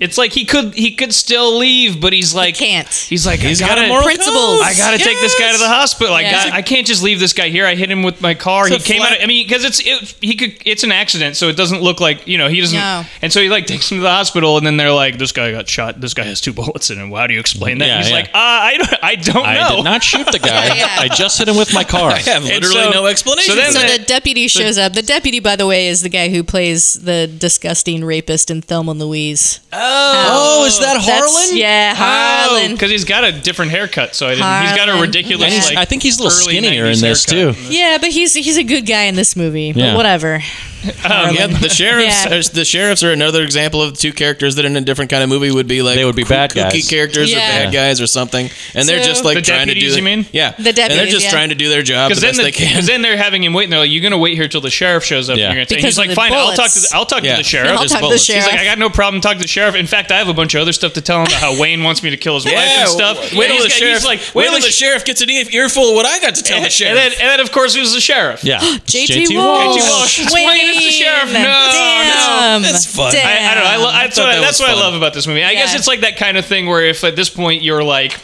[SPEAKER 1] it's like he could he could still leave, but he's like
[SPEAKER 3] can't.
[SPEAKER 1] He's like
[SPEAKER 4] He's
[SPEAKER 1] I
[SPEAKER 4] got a
[SPEAKER 1] gotta,
[SPEAKER 4] moral
[SPEAKER 3] Principles.
[SPEAKER 1] Oh, I gotta take this guy to the hospital. I
[SPEAKER 3] Yeah.
[SPEAKER 1] got. I can't just leave this guy here. I hit him with my car.
[SPEAKER 4] So
[SPEAKER 1] he came
[SPEAKER 4] flat-
[SPEAKER 1] out. Of, I mean, because it's it, he could. It's an accident, so it doesn't look like you know he doesn't.
[SPEAKER 3] No.
[SPEAKER 1] And so he like takes him to the hospital, and then they're like, "This guy got shot. This guy has two bullets in him. How do you explain that?"
[SPEAKER 2] Yeah,
[SPEAKER 1] he's
[SPEAKER 2] yeah.
[SPEAKER 1] like, uh, "I don't. I don't
[SPEAKER 2] I
[SPEAKER 1] know."
[SPEAKER 2] did not shoot the guy.
[SPEAKER 3] Yeah, yeah.
[SPEAKER 2] I just hit him with my car.
[SPEAKER 4] I
[SPEAKER 1] And
[SPEAKER 4] have literally
[SPEAKER 1] so-
[SPEAKER 4] no explanation.
[SPEAKER 1] so then
[SPEAKER 4] for
[SPEAKER 3] So
[SPEAKER 4] that.
[SPEAKER 3] the deputy shows up. The deputy, by the way, is the guy who plays the disgusting rapist in Thelma and Louise. Um,
[SPEAKER 2] Oh, is that
[SPEAKER 3] That's-
[SPEAKER 2] Harlan?
[SPEAKER 3] Yeah, Harlan.
[SPEAKER 1] because he's got a different haircut, so I didn't. He's got a
[SPEAKER 3] Harlan.
[SPEAKER 2] And
[SPEAKER 1] ridiculous.
[SPEAKER 2] he's-
[SPEAKER 1] Like,
[SPEAKER 2] I think he's a little
[SPEAKER 1] early
[SPEAKER 2] skinnier in
[SPEAKER 1] 90s
[SPEAKER 2] this
[SPEAKER 1] haircut.
[SPEAKER 2] too.
[SPEAKER 3] yeah, but he's he's a good guy in this movie. But
[SPEAKER 2] Yeah.
[SPEAKER 3] whatever.
[SPEAKER 4] yeah, the sheriffs,
[SPEAKER 3] Yeah.
[SPEAKER 4] are, the sheriffs are another example of two characters that in a different kind of movie would be like
[SPEAKER 2] They would be
[SPEAKER 4] koo-
[SPEAKER 2] bad
[SPEAKER 4] kooky
[SPEAKER 2] guys.
[SPEAKER 4] characters or
[SPEAKER 3] Yeah.
[SPEAKER 4] bad guys or something, and they're
[SPEAKER 3] So-
[SPEAKER 4] just like
[SPEAKER 1] The
[SPEAKER 4] trying
[SPEAKER 1] deputies,
[SPEAKER 4] to do.
[SPEAKER 1] you mean?
[SPEAKER 4] Yeah,
[SPEAKER 3] The
[SPEAKER 4] And they're
[SPEAKER 3] deputies,
[SPEAKER 4] just
[SPEAKER 3] yeah.
[SPEAKER 4] trying to do their job the
[SPEAKER 1] Because then,
[SPEAKER 4] best
[SPEAKER 1] the,
[SPEAKER 4] they can.
[SPEAKER 1] because then they're having him wait, and they're like, "You're gonna wait here till the sheriff shows up."
[SPEAKER 2] Yeah.
[SPEAKER 1] And you're gonna take-"
[SPEAKER 3] Because
[SPEAKER 1] he's
[SPEAKER 3] of
[SPEAKER 1] like,
[SPEAKER 3] the
[SPEAKER 1] "Fine, I'll talk to the,
[SPEAKER 3] bullets.
[SPEAKER 1] I'll talk
[SPEAKER 4] Yeah.
[SPEAKER 1] to the sheriff."
[SPEAKER 3] I'll
[SPEAKER 4] His
[SPEAKER 3] talk to the
[SPEAKER 4] bullets. He's
[SPEAKER 1] He's
[SPEAKER 3] sheriff.
[SPEAKER 1] like, I got no problem talking to the sheriff. In fact, I have a bunch of other stuff to tell him about how Wayne wants me to kill his wife and stuff. and
[SPEAKER 4] Wait till
[SPEAKER 1] he's
[SPEAKER 4] the
[SPEAKER 1] got-
[SPEAKER 4] sheriff.
[SPEAKER 1] He's like,
[SPEAKER 4] wait till
[SPEAKER 1] till
[SPEAKER 4] the sheriff gets an
[SPEAKER 2] e-
[SPEAKER 4] ear- earful of what I got to tell
[SPEAKER 1] And
[SPEAKER 4] the
[SPEAKER 1] then,
[SPEAKER 4] sheriff.
[SPEAKER 1] and then, of course, it was the sheriff.
[SPEAKER 2] Yeah.
[SPEAKER 3] J.T.
[SPEAKER 2] JT
[SPEAKER 3] Walsh.
[SPEAKER 1] J.T. Walsh. It's Wayne, it's the sheriff. No,
[SPEAKER 3] Damn.
[SPEAKER 4] That's fun.
[SPEAKER 3] Damn.
[SPEAKER 1] I, I don't know. I lo- that's
[SPEAKER 4] thought
[SPEAKER 1] what, I,
[SPEAKER 4] that
[SPEAKER 1] that's
[SPEAKER 4] was
[SPEAKER 1] what I
[SPEAKER 4] fun.
[SPEAKER 1] love about this movie. I guess
[SPEAKER 3] Yeah.
[SPEAKER 1] it's like that kind of thing where if at this point you're like,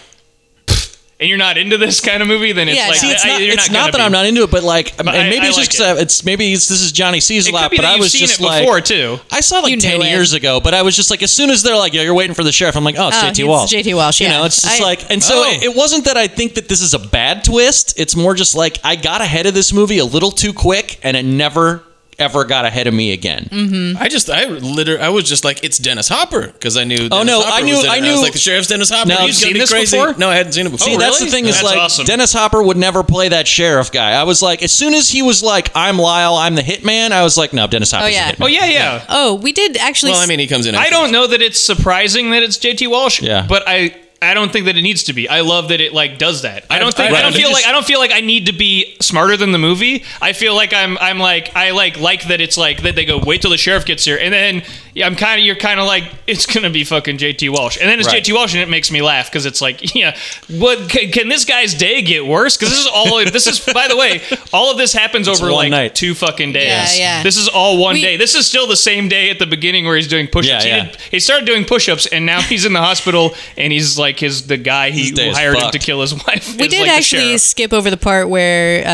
[SPEAKER 1] "Pfft," and you're not into this kind of movie, then it's
[SPEAKER 3] Yeah,
[SPEAKER 1] like,
[SPEAKER 3] no. See,
[SPEAKER 2] it's
[SPEAKER 1] I-
[SPEAKER 2] not,
[SPEAKER 1] you're
[SPEAKER 2] it's
[SPEAKER 1] gonna
[SPEAKER 2] not that
[SPEAKER 1] be.
[SPEAKER 2] I'm not into it, but like,
[SPEAKER 1] But I-
[SPEAKER 2] and maybe
[SPEAKER 1] I
[SPEAKER 2] it's
[SPEAKER 1] like
[SPEAKER 2] just 'cause I- it's maybe it's, this is Johnny C's
[SPEAKER 1] It
[SPEAKER 2] lap,
[SPEAKER 1] could be
[SPEAKER 2] but
[SPEAKER 1] that
[SPEAKER 2] I
[SPEAKER 1] you've
[SPEAKER 2] was
[SPEAKER 1] seen
[SPEAKER 2] just
[SPEAKER 1] it
[SPEAKER 2] like,
[SPEAKER 1] before too.
[SPEAKER 2] I saw it like
[SPEAKER 3] You
[SPEAKER 2] ten
[SPEAKER 3] knew it.
[SPEAKER 2] years ago, but I was just like, as soon as they're like, "Yeah, you're waiting for the sheriff," I'm like, "Oh, it's
[SPEAKER 3] Oh,
[SPEAKER 2] JT
[SPEAKER 3] it's
[SPEAKER 2] Walsh."
[SPEAKER 3] J.T. Walsh,
[SPEAKER 2] You
[SPEAKER 3] yeah.
[SPEAKER 2] know, it's just
[SPEAKER 3] I-
[SPEAKER 2] like, and so
[SPEAKER 4] Oh.
[SPEAKER 2] it, it wasn't that I think that this is a bad twist. It's more just like I got ahead of this movie a little too quick, and it never ever got ahead of me again.
[SPEAKER 3] Mm-hmm.
[SPEAKER 4] I just, I literally, I was just like, it's Dennis Hopper because I knew. Dennis
[SPEAKER 2] Oh, no,
[SPEAKER 4] Hopper
[SPEAKER 2] I knew-
[SPEAKER 4] was in it.
[SPEAKER 2] I
[SPEAKER 4] I was
[SPEAKER 2] knew-
[SPEAKER 4] like the sheriff's Dennis Hopper.
[SPEAKER 2] Now,
[SPEAKER 4] he's
[SPEAKER 2] you've
[SPEAKER 4] gonna
[SPEAKER 2] seen
[SPEAKER 4] be
[SPEAKER 2] this
[SPEAKER 4] crazy.
[SPEAKER 2] before?
[SPEAKER 4] No, I hadn't seen it before.
[SPEAKER 2] See, that's the thing is
[SPEAKER 1] Oh, That's
[SPEAKER 2] like
[SPEAKER 1] awesome.
[SPEAKER 2] Dennis Hopper would never play that sheriff guy. I was like, as soon as he was like, "I'm Lyle, I'm the hitman," I was like, "No, Dennis Hopper's
[SPEAKER 3] yeah.
[SPEAKER 2] the hitman."
[SPEAKER 1] Oh yeah, yeah.
[SPEAKER 3] Oh, we did actually.
[SPEAKER 4] Well, I mean, he comes in.
[SPEAKER 1] I
[SPEAKER 4] after.
[SPEAKER 1] don't know that it's surprising that it's JT Walsh.
[SPEAKER 2] Yeah.
[SPEAKER 1] But I I don't think that it needs to be. I love that it like does that. I don't think
[SPEAKER 4] I-
[SPEAKER 1] I don't
[SPEAKER 4] right.
[SPEAKER 1] feel
[SPEAKER 4] It
[SPEAKER 1] like
[SPEAKER 4] just-
[SPEAKER 1] I don't feel like I need to be smarter than the movie. I feel like I'm I'm like I like like that it's like that they go wait till the sheriff gets here and then yeah, I'm kind of you're kind of like it's gonna be fucking JT Walsh and then it's
[SPEAKER 2] Right.
[SPEAKER 1] JT Walsh and it makes me laugh because it's like yeah what can, can this guy's day get worse because this is all this is by the way all of this happens over
[SPEAKER 2] one
[SPEAKER 1] like
[SPEAKER 2] night.
[SPEAKER 1] two fucking days
[SPEAKER 3] yeah.
[SPEAKER 1] this is all one
[SPEAKER 3] We-
[SPEAKER 1] day this is still the same day at the beginning where he's doing push
[SPEAKER 2] Yeah,
[SPEAKER 1] ups
[SPEAKER 2] yeah.
[SPEAKER 1] he, did, he started doing push-ups and now he's in the hospital and he's like his the guy he
[SPEAKER 2] His day
[SPEAKER 1] who
[SPEAKER 2] is
[SPEAKER 1] hired him
[SPEAKER 2] fucked.
[SPEAKER 1] to kill his wife
[SPEAKER 3] we
[SPEAKER 1] is
[SPEAKER 3] did
[SPEAKER 1] like the
[SPEAKER 3] actually
[SPEAKER 1] sheriff.
[SPEAKER 3] skip over the part where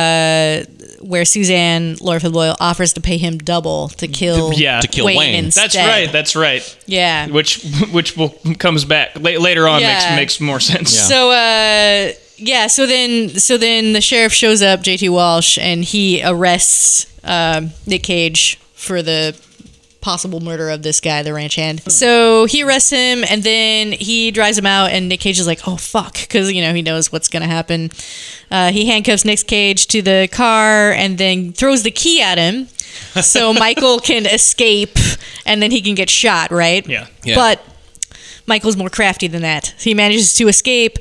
[SPEAKER 3] uh, where Suzanne Laura Flynn Boyle offers to pay him double to kill
[SPEAKER 1] yeah. To
[SPEAKER 2] kill
[SPEAKER 3] Wayne.
[SPEAKER 2] Wayne. That's
[SPEAKER 3] Instead.
[SPEAKER 1] that's right that's right
[SPEAKER 3] yeah.
[SPEAKER 1] which which will comes back la- later on
[SPEAKER 3] Uh, Yeah.
[SPEAKER 1] makes makes more sense
[SPEAKER 3] So uh, yeah. So then so then the sheriff shows up, J.T. Walsh, and he arrests um, Nick Cage for the possible murder of this guy, the ranch hand. So he arrests him, and then he drives him out, and Nick Cage is like, "Oh fuck," because you know he knows what's gonna happen. Uh, he handcuffs Nick Cage to the car, and then throws the key at him, so Michael can escape, and then he can get shot. Right?
[SPEAKER 1] Yeah.
[SPEAKER 4] Yeah.
[SPEAKER 3] But Michael's more crafty than that. He manages to escape.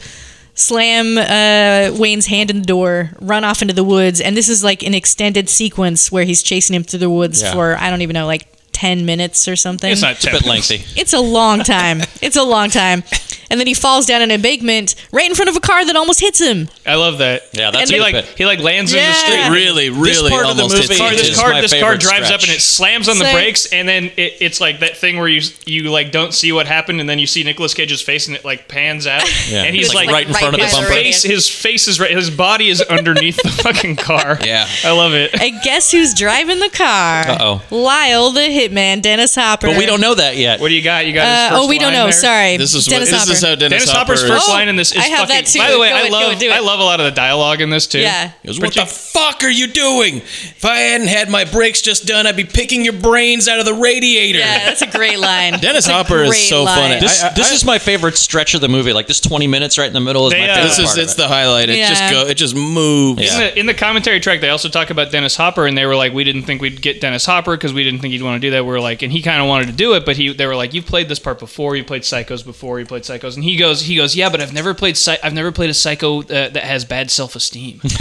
[SPEAKER 3] Slam uh, Wayne's hand in the door, run off into the woods, and this is like an extended sequence where he's chasing him through the woods
[SPEAKER 2] Yeah.
[SPEAKER 3] for I don't even know, like ten minutes or something.
[SPEAKER 1] it's not
[SPEAKER 2] It's a bit lengthy.
[SPEAKER 3] It's a long time. it's a long time. And then he falls down an embankment right in front of a car that almost hits him.
[SPEAKER 1] i love that
[SPEAKER 2] Yeah, that's
[SPEAKER 1] he
[SPEAKER 2] a good
[SPEAKER 1] like
[SPEAKER 2] bit.
[SPEAKER 1] he like lands in
[SPEAKER 3] Yeah.
[SPEAKER 1] the street
[SPEAKER 4] It really,
[SPEAKER 2] This
[SPEAKER 4] really
[SPEAKER 2] part of the movie
[SPEAKER 4] almost hits
[SPEAKER 1] Sorry,
[SPEAKER 4] me.
[SPEAKER 2] is
[SPEAKER 1] this car
[SPEAKER 2] my
[SPEAKER 1] this car
[SPEAKER 2] favorite
[SPEAKER 1] drives up and
[SPEAKER 2] stretch.
[SPEAKER 1] it slams on the
[SPEAKER 3] So-
[SPEAKER 1] brakes and then it, it's like that thing where you you like don't see what happened and then you see Nicolas Cage's face and it like pans out
[SPEAKER 2] Yeah.
[SPEAKER 1] and he's
[SPEAKER 2] Like,
[SPEAKER 1] like,
[SPEAKER 2] right in front of the
[SPEAKER 3] by
[SPEAKER 1] his
[SPEAKER 2] bumper.
[SPEAKER 1] face his face is right his body is underneath the fucking car
[SPEAKER 4] Yeah.
[SPEAKER 1] I love it
[SPEAKER 3] And guess who's driving the car?
[SPEAKER 2] Uh-oh.
[SPEAKER 3] Lyle the hitman, Dennis Hopper.
[SPEAKER 2] But we don't know that yet.
[SPEAKER 1] what do you got you got his
[SPEAKER 3] Uh,
[SPEAKER 1] first
[SPEAKER 3] oh, we don't
[SPEAKER 1] line
[SPEAKER 3] know.
[SPEAKER 1] there?
[SPEAKER 3] Sorry.
[SPEAKER 4] This is what,
[SPEAKER 3] Dennis
[SPEAKER 4] this is
[SPEAKER 3] Hopper.
[SPEAKER 4] how Dennis,
[SPEAKER 1] Dennis, Hopper's
[SPEAKER 4] Hopper is-
[SPEAKER 1] first
[SPEAKER 3] Oh,
[SPEAKER 1] line in this is
[SPEAKER 3] I have
[SPEAKER 1] fucking
[SPEAKER 3] that too.
[SPEAKER 1] by the way
[SPEAKER 3] Go
[SPEAKER 1] I
[SPEAKER 3] and- go
[SPEAKER 1] love
[SPEAKER 3] and do it.
[SPEAKER 1] I love a lot of the dialogue in this too
[SPEAKER 3] Yeah.
[SPEAKER 4] He goes, what the fuck are you doing? If I hadn't had my brakes just done, I'd be picking your brains out of the radiator.
[SPEAKER 3] Yeah, that's a great line.
[SPEAKER 4] Dennis
[SPEAKER 3] That's a
[SPEAKER 4] Hopper is
[SPEAKER 3] great
[SPEAKER 4] so
[SPEAKER 3] line.
[SPEAKER 4] funny.
[SPEAKER 2] This,
[SPEAKER 4] I- I-
[SPEAKER 2] this
[SPEAKER 4] I-
[SPEAKER 2] is my favorite stretch of the movie. Like this 20 minutes right in the middle is my
[SPEAKER 1] They, uh,
[SPEAKER 2] favorite.
[SPEAKER 4] This
[SPEAKER 2] part
[SPEAKER 4] is
[SPEAKER 2] of
[SPEAKER 4] it's
[SPEAKER 2] it.
[SPEAKER 4] the highlight. It
[SPEAKER 3] Yeah.
[SPEAKER 4] just go. It just moves.
[SPEAKER 2] Yeah.
[SPEAKER 1] In the, in the commentary track, they also talk about Dennis Hopper, and they were like, "We didn't think we'd get Dennis Hopper because we didn't think he'd want to do that." We are like, and he kind of wanted to do it, but he they were like, "You've played this part before. You played Psychos before. You played Psychos." And he goes, "He goes, yeah, but I've never played. Psy- I've never played a Psycho uh, that has bad self esteem." and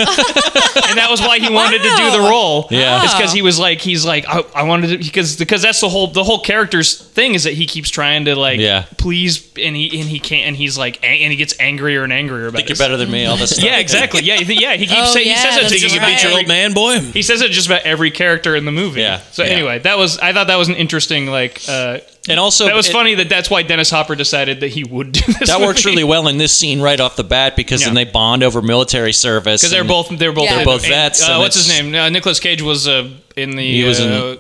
[SPEAKER 1] that was why he wanted to do the
[SPEAKER 3] Wow.
[SPEAKER 1] role.
[SPEAKER 2] Yeah.
[SPEAKER 1] it's because he was like, he's like, I, I wanted to because because that's the whole the whole character's thing is that he keeps trying to like
[SPEAKER 2] Yeah.
[SPEAKER 1] please, and he and he can't, and he's like, ang- and he gets angrier and angrier about
[SPEAKER 2] Think you're
[SPEAKER 1] it.
[SPEAKER 2] better than me. All this stuff.
[SPEAKER 1] Yeah, exactly. Yeah, you think- yeah. He keeps
[SPEAKER 3] Oh,
[SPEAKER 1] saying
[SPEAKER 3] yeah,
[SPEAKER 1] he says it
[SPEAKER 3] that's
[SPEAKER 1] to
[SPEAKER 4] You
[SPEAKER 1] just
[SPEAKER 4] can
[SPEAKER 1] about
[SPEAKER 4] beat your
[SPEAKER 1] every-
[SPEAKER 4] old man, boy.
[SPEAKER 1] He says it just about every character in the movie.
[SPEAKER 2] Yeah.
[SPEAKER 1] So
[SPEAKER 2] Yeah.
[SPEAKER 1] anyway, that was I thought that was an interesting like uh,
[SPEAKER 2] And also,
[SPEAKER 1] that was
[SPEAKER 2] it-
[SPEAKER 1] funny that that's why Dennis Hopper decided that he would do this.
[SPEAKER 2] That works really
[SPEAKER 1] well
[SPEAKER 2] well in this scene right off the bat because then
[SPEAKER 1] Yeah.
[SPEAKER 2] they bond over military service.
[SPEAKER 1] because they're
[SPEAKER 2] and-
[SPEAKER 1] both they're both
[SPEAKER 3] Yeah. They're
[SPEAKER 2] both
[SPEAKER 1] and,
[SPEAKER 2] vets,
[SPEAKER 1] Uh,
[SPEAKER 2] and
[SPEAKER 1] what's his
[SPEAKER 2] it's-
[SPEAKER 1] name? Uh, Nicholas Cage was uh, in the.
[SPEAKER 2] He was in-
[SPEAKER 1] uh,